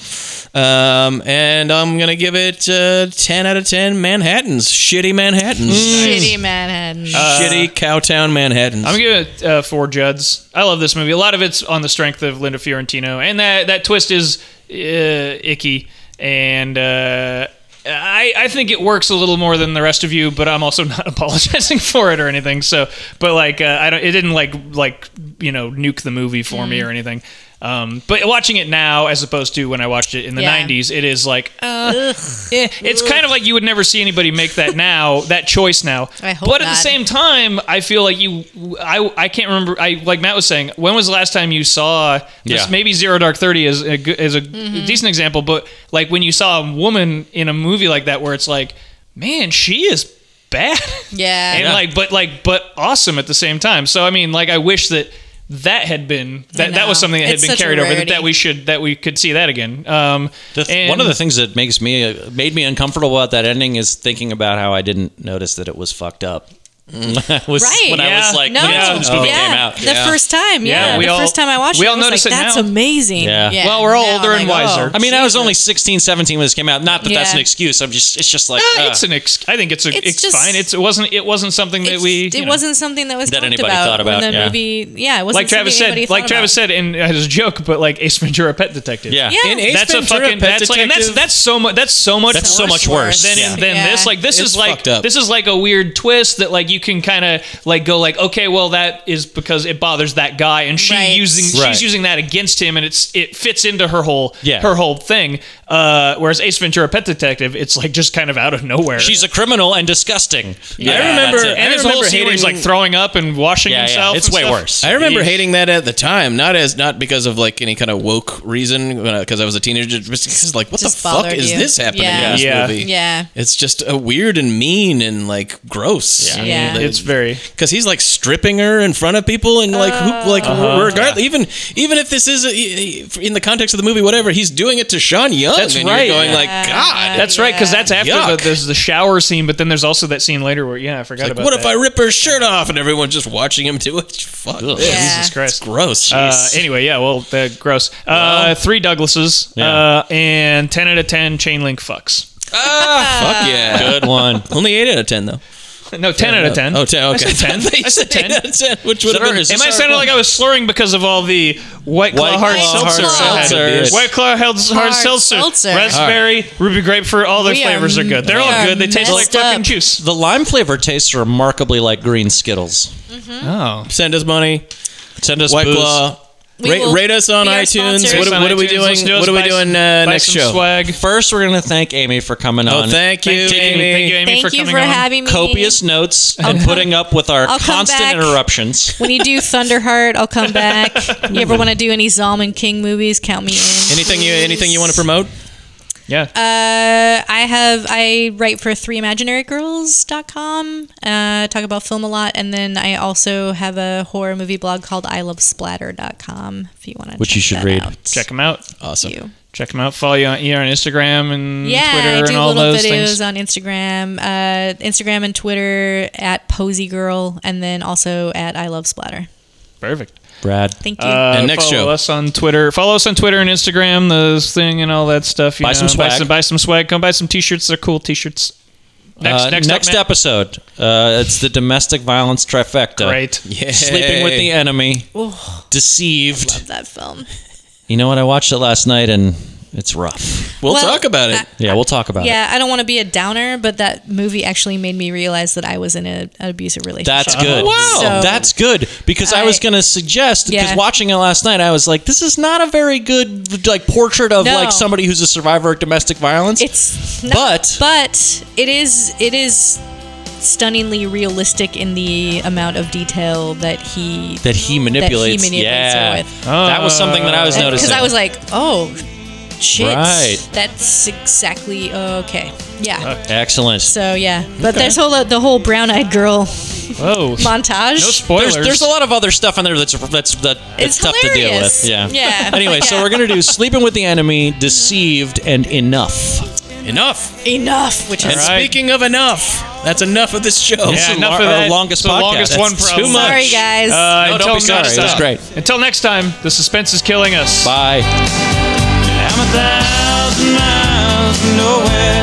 [SPEAKER 4] Um, and I'm gonna give it uh, ten out of ten Manhattan's shitty Manhattan's
[SPEAKER 3] Shitty Manhattan.
[SPEAKER 4] shitty Cowtown Manhattan's.
[SPEAKER 1] Uh, I'm giving it uh, four Judds. I love this movie. A lot of it's on the strength of Linda Fiorentino, and that that twist is uh, icky. And uh, I I think it works a little more than the rest of you, but I'm also not apologizing for it or anything. So, but like uh, I don't, it didn't like like you know nuke the movie for
[SPEAKER 3] Mm-hmm.
[SPEAKER 1] me or anything. Um, but watching it now, as opposed to when I watched it in the
[SPEAKER 3] Yeah.
[SPEAKER 1] '90s, it is like uh, eh. it's kind of like you would never see anybody make that now, that choice now.
[SPEAKER 3] I hope
[SPEAKER 1] but at the
[SPEAKER 3] not.
[SPEAKER 1] same same time, I feel like you. I, I can't remember. I like Matt was saying. When was the last time you saw? This,
[SPEAKER 2] Yeah.
[SPEAKER 1] Maybe Zero Dark Thirty is
[SPEAKER 3] Mm-hmm.
[SPEAKER 1] a, good- is a decent example, but like when you saw a woman in a movie like that, where it's like man, she is bad.
[SPEAKER 3] Yeah.
[SPEAKER 1] and
[SPEAKER 3] Yeah.
[SPEAKER 1] like, but like, but awesome at the same time. So I mean, like, I wish that that had been that that was
[SPEAKER 3] know.
[SPEAKER 1] something that had
[SPEAKER 3] It's
[SPEAKER 1] been
[SPEAKER 3] such a
[SPEAKER 1] carried over that,
[SPEAKER 3] rarity.
[SPEAKER 1] that we should that we could see that again. Um,
[SPEAKER 2] The th- one of the things that makes me uh, made me uncomfortable about that ending is thinking about how I didn't notice that it was fucked up. I was,
[SPEAKER 3] Right.
[SPEAKER 2] When I
[SPEAKER 1] Yeah.
[SPEAKER 2] was like,
[SPEAKER 3] No.
[SPEAKER 2] when this movie
[SPEAKER 3] Yeah.
[SPEAKER 2] came out.
[SPEAKER 3] The first time, yeah.
[SPEAKER 1] Yeah, we
[SPEAKER 3] the
[SPEAKER 1] all-
[SPEAKER 3] first time I watched
[SPEAKER 1] we
[SPEAKER 3] it,
[SPEAKER 1] all
[SPEAKER 3] I was
[SPEAKER 1] notice
[SPEAKER 3] like,
[SPEAKER 1] it
[SPEAKER 3] That's
[SPEAKER 1] now.
[SPEAKER 3] amazing.
[SPEAKER 2] Yeah.
[SPEAKER 1] Well, we're all older and
[SPEAKER 3] "Oh,
[SPEAKER 1] wiser.
[SPEAKER 2] I mean, I was only 16, 17 when this came out. Not that that's
[SPEAKER 3] Yeah.
[SPEAKER 2] an excuse. I'm just, it's just like,
[SPEAKER 1] Uh,
[SPEAKER 2] uh,
[SPEAKER 1] it's an ex- I think it's a, it's,
[SPEAKER 3] It's just-
[SPEAKER 1] fine. It's it wasn't it wasn't something that we
[SPEAKER 3] it
[SPEAKER 1] you know.
[SPEAKER 3] wasn't something that was
[SPEAKER 2] That
[SPEAKER 3] talked
[SPEAKER 2] anybody
[SPEAKER 3] about,
[SPEAKER 2] thought about,
[SPEAKER 3] when the
[SPEAKER 2] yeah.
[SPEAKER 3] movie. Yeah, it wasn't
[SPEAKER 1] like Travis
[SPEAKER 3] something
[SPEAKER 1] said
[SPEAKER 3] anybody
[SPEAKER 1] like
[SPEAKER 3] thought
[SPEAKER 1] Travis
[SPEAKER 3] about.
[SPEAKER 1] said and as a joke but like Ace Ventura Pet Detective.
[SPEAKER 2] yeah.
[SPEAKER 3] Yeah.
[SPEAKER 4] In Ace
[SPEAKER 1] That's a
[SPEAKER 4] Ventura,
[SPEAKER 1] fucking
[SPEAKER 4] Pet
[SPEAKER 1] that's like and that's
[SPEAKER 4] Detective-
[SPEAKER 1] that's so much that's so much
[SPEAKER 2] That's so much worse.
[SPEAKER 1] than
[SPEAKER 2] Yeah.
[SPEAKER 1] than
[SPEAKER 3] Yeah.
[SPEAKER 1] this like this
[SPEAKER 4] It's
[SPEAKER 1] is like
[SPEAKER 4] fucked up.
[SPEAKER 1] this is like a weird twist that like you can kind of like go like okay well that is because it bothers that guy and she
[SPEAKER 3] Right.
[SPEAKER 1] using
[SPEAKER 2] Right.
[SPEAKER 1] she's using that against him and it's it fits into her whole
[SPEAKER 2] Yeah.
[SPEAKER 1] her whole thing uh whereas Ace Ventura Pet Detective it's like just kind of out of nowhere
[SPEAKER 2] She's a criminal and disgusting. Yeah,
[SPEAKER 4] I remember-
[SPEAKER 2] that's it.
[SPEAKER 1] and there's a whole
[SPEAKER 4] remember
[SPEAKER 1] scene where he's like
[SPEAKER 4] hating-
[SPEAKER 1] throwing up and washing
[SPEAKER 2] yeah,
[SPEAKER 1] himself.
[SPEAKER 2] yeah. It's
[SPEAKER 1] and
[SPEAKER 2] way
[SPEAKER 1] stuff.
[SPEAKER 2] worse.
[SPEAKER 4] I remember hating that at the time, not as not because of like any kind of woke reason, because I was a teenager. Just because like, what
[SPEAKER 3] Just
[SPEAKER 4] the fuck
[SPEAKER 3] bothered
[SPEAKER 4] is
[SPEAKER 3] you.
[SPEAKER 4] this happening
[SPEAKER 3] Yeah.
[SPEAKER 4] in this
[SPEAKER 1] Yeah.
[SPEAKER 4] movie?
[SPEAKER 3] Yeah.
[SPEAKER 4] It's just a weird and mean and like gross.
[SPEAKER 2] Yeah.
[SPEAKER 3] Yeah.
[SPEAKER 1] It's very.
[SPEAKER 4] because he's like stripping her in front of people and like
[SPEAKER 3] Oh.
[SPEAKER 4] who, like
[SPEAKER 1] Uh-huh.
[SPEAKER 4] regardless even even if this is a, e, in the context of the movie whatever he's doing it to Sean Young
[SPEAKER 1] That's
[SPEAKER 4] and
[SPEAKER 1] right.
[SPEAKER 4] you're going
[SPEAKER 1] Yeah.
[SPEAKER 4] like God
[SPEAKER 1] That's right, because that's after the,
[SPEAKER 4] Yuck.
[SPEAKER 1] there's the shower scene, but then there's also that scene later where yeah, I forgot
[SPEAKER 4] like
[SPEAKER 1] about
[SPEAKER 4] what
[SPEAKER 1] that.
[SPEAKER 4] if I rip her shirt off and everyone's just watching him do it fuck this.
[SPEAKER 3] Yeah.
[SPEAKER 1] Jesus
[SPEAKER 4] it's
[SPEAKER 1] Christ.
[SPEAKER 4] gross
[SPEAKER 1] Uh, anyway, yeah, well, uh, gross. Uh, three Douglases uh, and ten out of ten chain link fucks.
[SPEAKER 4] Ah, fuck yeah
[SPEAKER 2] Good one.
[SPEAKER 4] only eight out of ten though
[SPEAKER 1] No, ten out of ten.
[SPEAKER 4] oh ten okay
[SPEAKER 1] I said ten. I said ten.
[SPEAKER 4] Eight out of ten which would have been
[SPEAKER 1] Am I sounding like I was slurring because of all the White Claw
[SPEAKER 2] White
[SPEAKER 1] hard
[SPEAKER 2] Claw
[SPEAKER 1] seltzer?
[SPEAKER 3] hard
[SPEAKER 1] I had?
[SPEAKER 2] seltzers.
[SPEAKER 1] White Claw hard, hard
[SPEAKER 3] Hard
[SPEAKER 1] seltzer.
[SPEAKER 3] seltzer.
[SPEAKER 1] Raspberry, ruby grape fruit, all their
[SPEAKER 3] We are
[SPEAKER 1] flavors are, good. They're
[SPEAKER 3] we
[SPEAKER 1] all
[SPEAKER 3] are
[SPEAKER 1] good. They taste like
[SPEAKER 3] messed
[SPEAKER 1] fucking
[SPEAKER 3] up.
[SPEAKER 1] juice.
[SPEAKER 2] The lime flavor tastes remarkably like green Skittles.
[SPEAKER 1] Oh.
[SPEAKER 4] send us money
[SPEAKER 2] Send us
[SPEAKER 4] White
[SPEAKER 2] booze.
[SPEAKER 4] Claw
[SPEAKER 3] We
[SPEAKER 4] rate,
[SPEAKER 3] will
[SPEAKER 4] rate us on
[SPEAKER 3] be our
[SPEAKER 4] iTunes
[SPEAKER 3] sponsors.
[SPEAKER 4] what, what are we
[SPEAKER 1] iTunes.
[SPEAKER 4] doing
[SPEAKER 1] Listen to us,
[SPEAKER 4] what are we
[SPEAKER 1] buy
[SPEAKER 4] doing
[SPEAKER 1] some-
[SPEAKER 4] uh,
[SPEAKER 1] buy
[SPEAKER 4] next
[SPEAKER 1] some
[SPEAKER 4] show
[SPEAKER 1] Swag.
[SPEAKER 2] First, we're going to thank Amy for coming
[SPEAKER 4] oh
[SPEAKER 2] on.
[SPEAKER 4] thank you
[SPEAKER 1] Thank you, Amy. Thank you, Amy,
[SPEAKER 3] Thank
[SPEAKER 1] for
[SPEAKER 3] you
[SPEAKER 1] coming
[SPEAKER 3] for
[SPEAKER 1] on.
[SPEAKER 3] having me.
[SPEAKER 2] Copious notes and putting up with our
[SPEAKER 3] I'll come
[SPEAKER 2] constant
[SPEAKER 3] back.
[SPEAKER 2] interruptions.
[SPEAKER 3] When you do Thunderheart, I'll come back. you ever want to do any Zalman King movies? Count me in.
[SPEAKER 4] Anything you anything you want to promote?
[SPEAKER 1] Yeah.
[SPEAKER 3] Uh, I have I write for threeimaginaryGirls.com. Uh, talk about film a lot, and then I also have a horror movie blog called I Love Splatter.com. If you want to,
[SPEAKER 2] Which
[SPEAKER 3] check
[SPEAKER 2] you should
[SPEAKER 3] that
[SPEAKER 2] read.
[SPEAKER 3] Out.
[SPEAKER 1] Check them out.
[SPEAKER 4] Awesome.
[SPEAKER 3] You.
[SPEAKER 1] Check them out. Follow you on, you on Instagram and
[SPEAKER 3] Yeah,
[SPEAKER 1] Mm, Twitter
[SPEAKER 3] I do
[SPEAKER 1] and all
[SPEAKER 3] little
[SPEAKER 1] those
[SPEAKER 3] videos
[SPEAKER 1] things.
[SPEAKER 3] on Instagram, uh, Instagram and Twitter at Posy Girl, and then also at I Love Splatter.
[SPEAKER 1] Perfect.
[SPEAKER 2] Brad.
[SPEAKER 3] Thank you.
[SPEAKER 1] Uh,
[SPEAKER 4] And next
[SPEAKER 1] follow
[SPEAKER 4] show.
[SPEAKER 1] us on Twitter. Follow us on Twitter and Instagram. Those thing and all that stuff. You
[SPEAKER 2] Buy
[SPEAKER 1] know,
[SPEAKER 2] some
[SPEAKER 1] Buy
[SPEAKER 2] swag.
[SPEAKER 1] some, buy some swag. Come buy some t-shirts. They're cool t-shirts. Next,
[SPEAKER 2] Uh,
[SPEAKER 1] next, up, Matt.
[SPEAKER 2] episode, uh, it's the domestic violence trifecta.
[SPEAKER 1] Great.
[SPEAKER 4] Yeah.
[SPEAKER 2] Sleeping with the enemy. Deceived.
[SPEAKER 3] Love that film.
[SPEAKER 2] You know what? I watched it last night and it's rough.
[SPEAKER 4] We'll,
[SPEAKER 3] Well,
[SPEAKER 4] talk about it.
[SPEAKER 2] Yeah, we'll talk about it.
[SPEAKER 3] Yeah, I don't want to be a downer, but that movie actually made me realize that I was in a, an abusive relationship.
[SPEAKER 2] That's good.
[SPEAKER 3] wow. So-
[SPEAKER 2] That's good because I, was
[SPEAKER 3] I-
[SPEAKER 2] going to suggest because
[SPEAKER 3] Yeah.
[SPEAKER 2] watching it last night, I was like, this is not a very good like portrait of
[SPEAKER 3] No.
[SPEAKER 2] like somebody who's a survivor of domestic violence.
[SPEAKER 3] It's not,
[SPEAKER 2] But-
[SPEAKER 3] but it is it is stunningly realistic in the amount of detail that he
[SPEAKER 2] that he manipulates.
[SPEAKER 3] manipulates
[SPEAKER 2] yeah,
[SPEAKER 3] her with.
[SPEAKER 2] that was something that I was noticing.
[SPEAKER 3] because I was like, oh shit,
[SPEAKER 2] Right.
[SPEAKER 3] that's exactly okay. Yeah.
[SPEAKER 2] excellent.
[SPEAKER 3] So yeah, but there's whole the whole brown-eyed girl
[SPEAKER 1] Whoa.
[SPEAKER 3] montage.
[SPEAKER 1] No spoilers.
[SPEAKER 2] there's, there's a lot of other stuff on there that's that's that, that's
[SPEAKER 3] It's
[SPEAKER 2] tough to deal
[SPEAKER 3] hilarious.
[SPEAKER 2] with. Yeah.
[SPEAKER 3] Yeah.
[SPEAKER 2] Anyway, so
[SPEAKER 3] Yeah.
[SPEAKER 2] we're gonna do sleeping with the enemy, deceived, and enough.
[SPEAKER 4] Enough.
[SPEAKER 3] enough, which is
[SPEAKER 4] And
[SPEAKER 1] right.
[SPEAKER 4] speaking of enough, that's enough of this show.
[SPEAKER 1] Yeah,
[SPEAKER 2] is
[SPEAKER 1] enough
[SPEAKER 2] our-
[SPEAKER 1] of
[SPEAKER 2] our
[SPEAKER 1] that.
[SPEAKER 2] longest
[SPEAKER 1] It's the
[SPEAKER 2] podcast.
[SPEAKER 1] longest
[SPEAKER 2] That's
[SPEAKER 1] one
[SPEAKER 2] too
[SPEAKER 1] probably.
[SPEAKER 2] much.
[SPEAKER 3] sorry, guys.
[SPEAKER 1] Uh,
[SPEAKER 2] No, don't
[SPEAKER 1] until
[SPEAKER 2] be sorry.
[SPEAKER 1] next
[SPEAKER 2] That was
[SPEAKER 1] time.
[SPEAKER 2] great.
[SPEAKER 1] Until next time, the suspense is killing us.
[SPEAKER 2] Bye.
[SPEAKER 1] I'm a thousand miles from nowhere.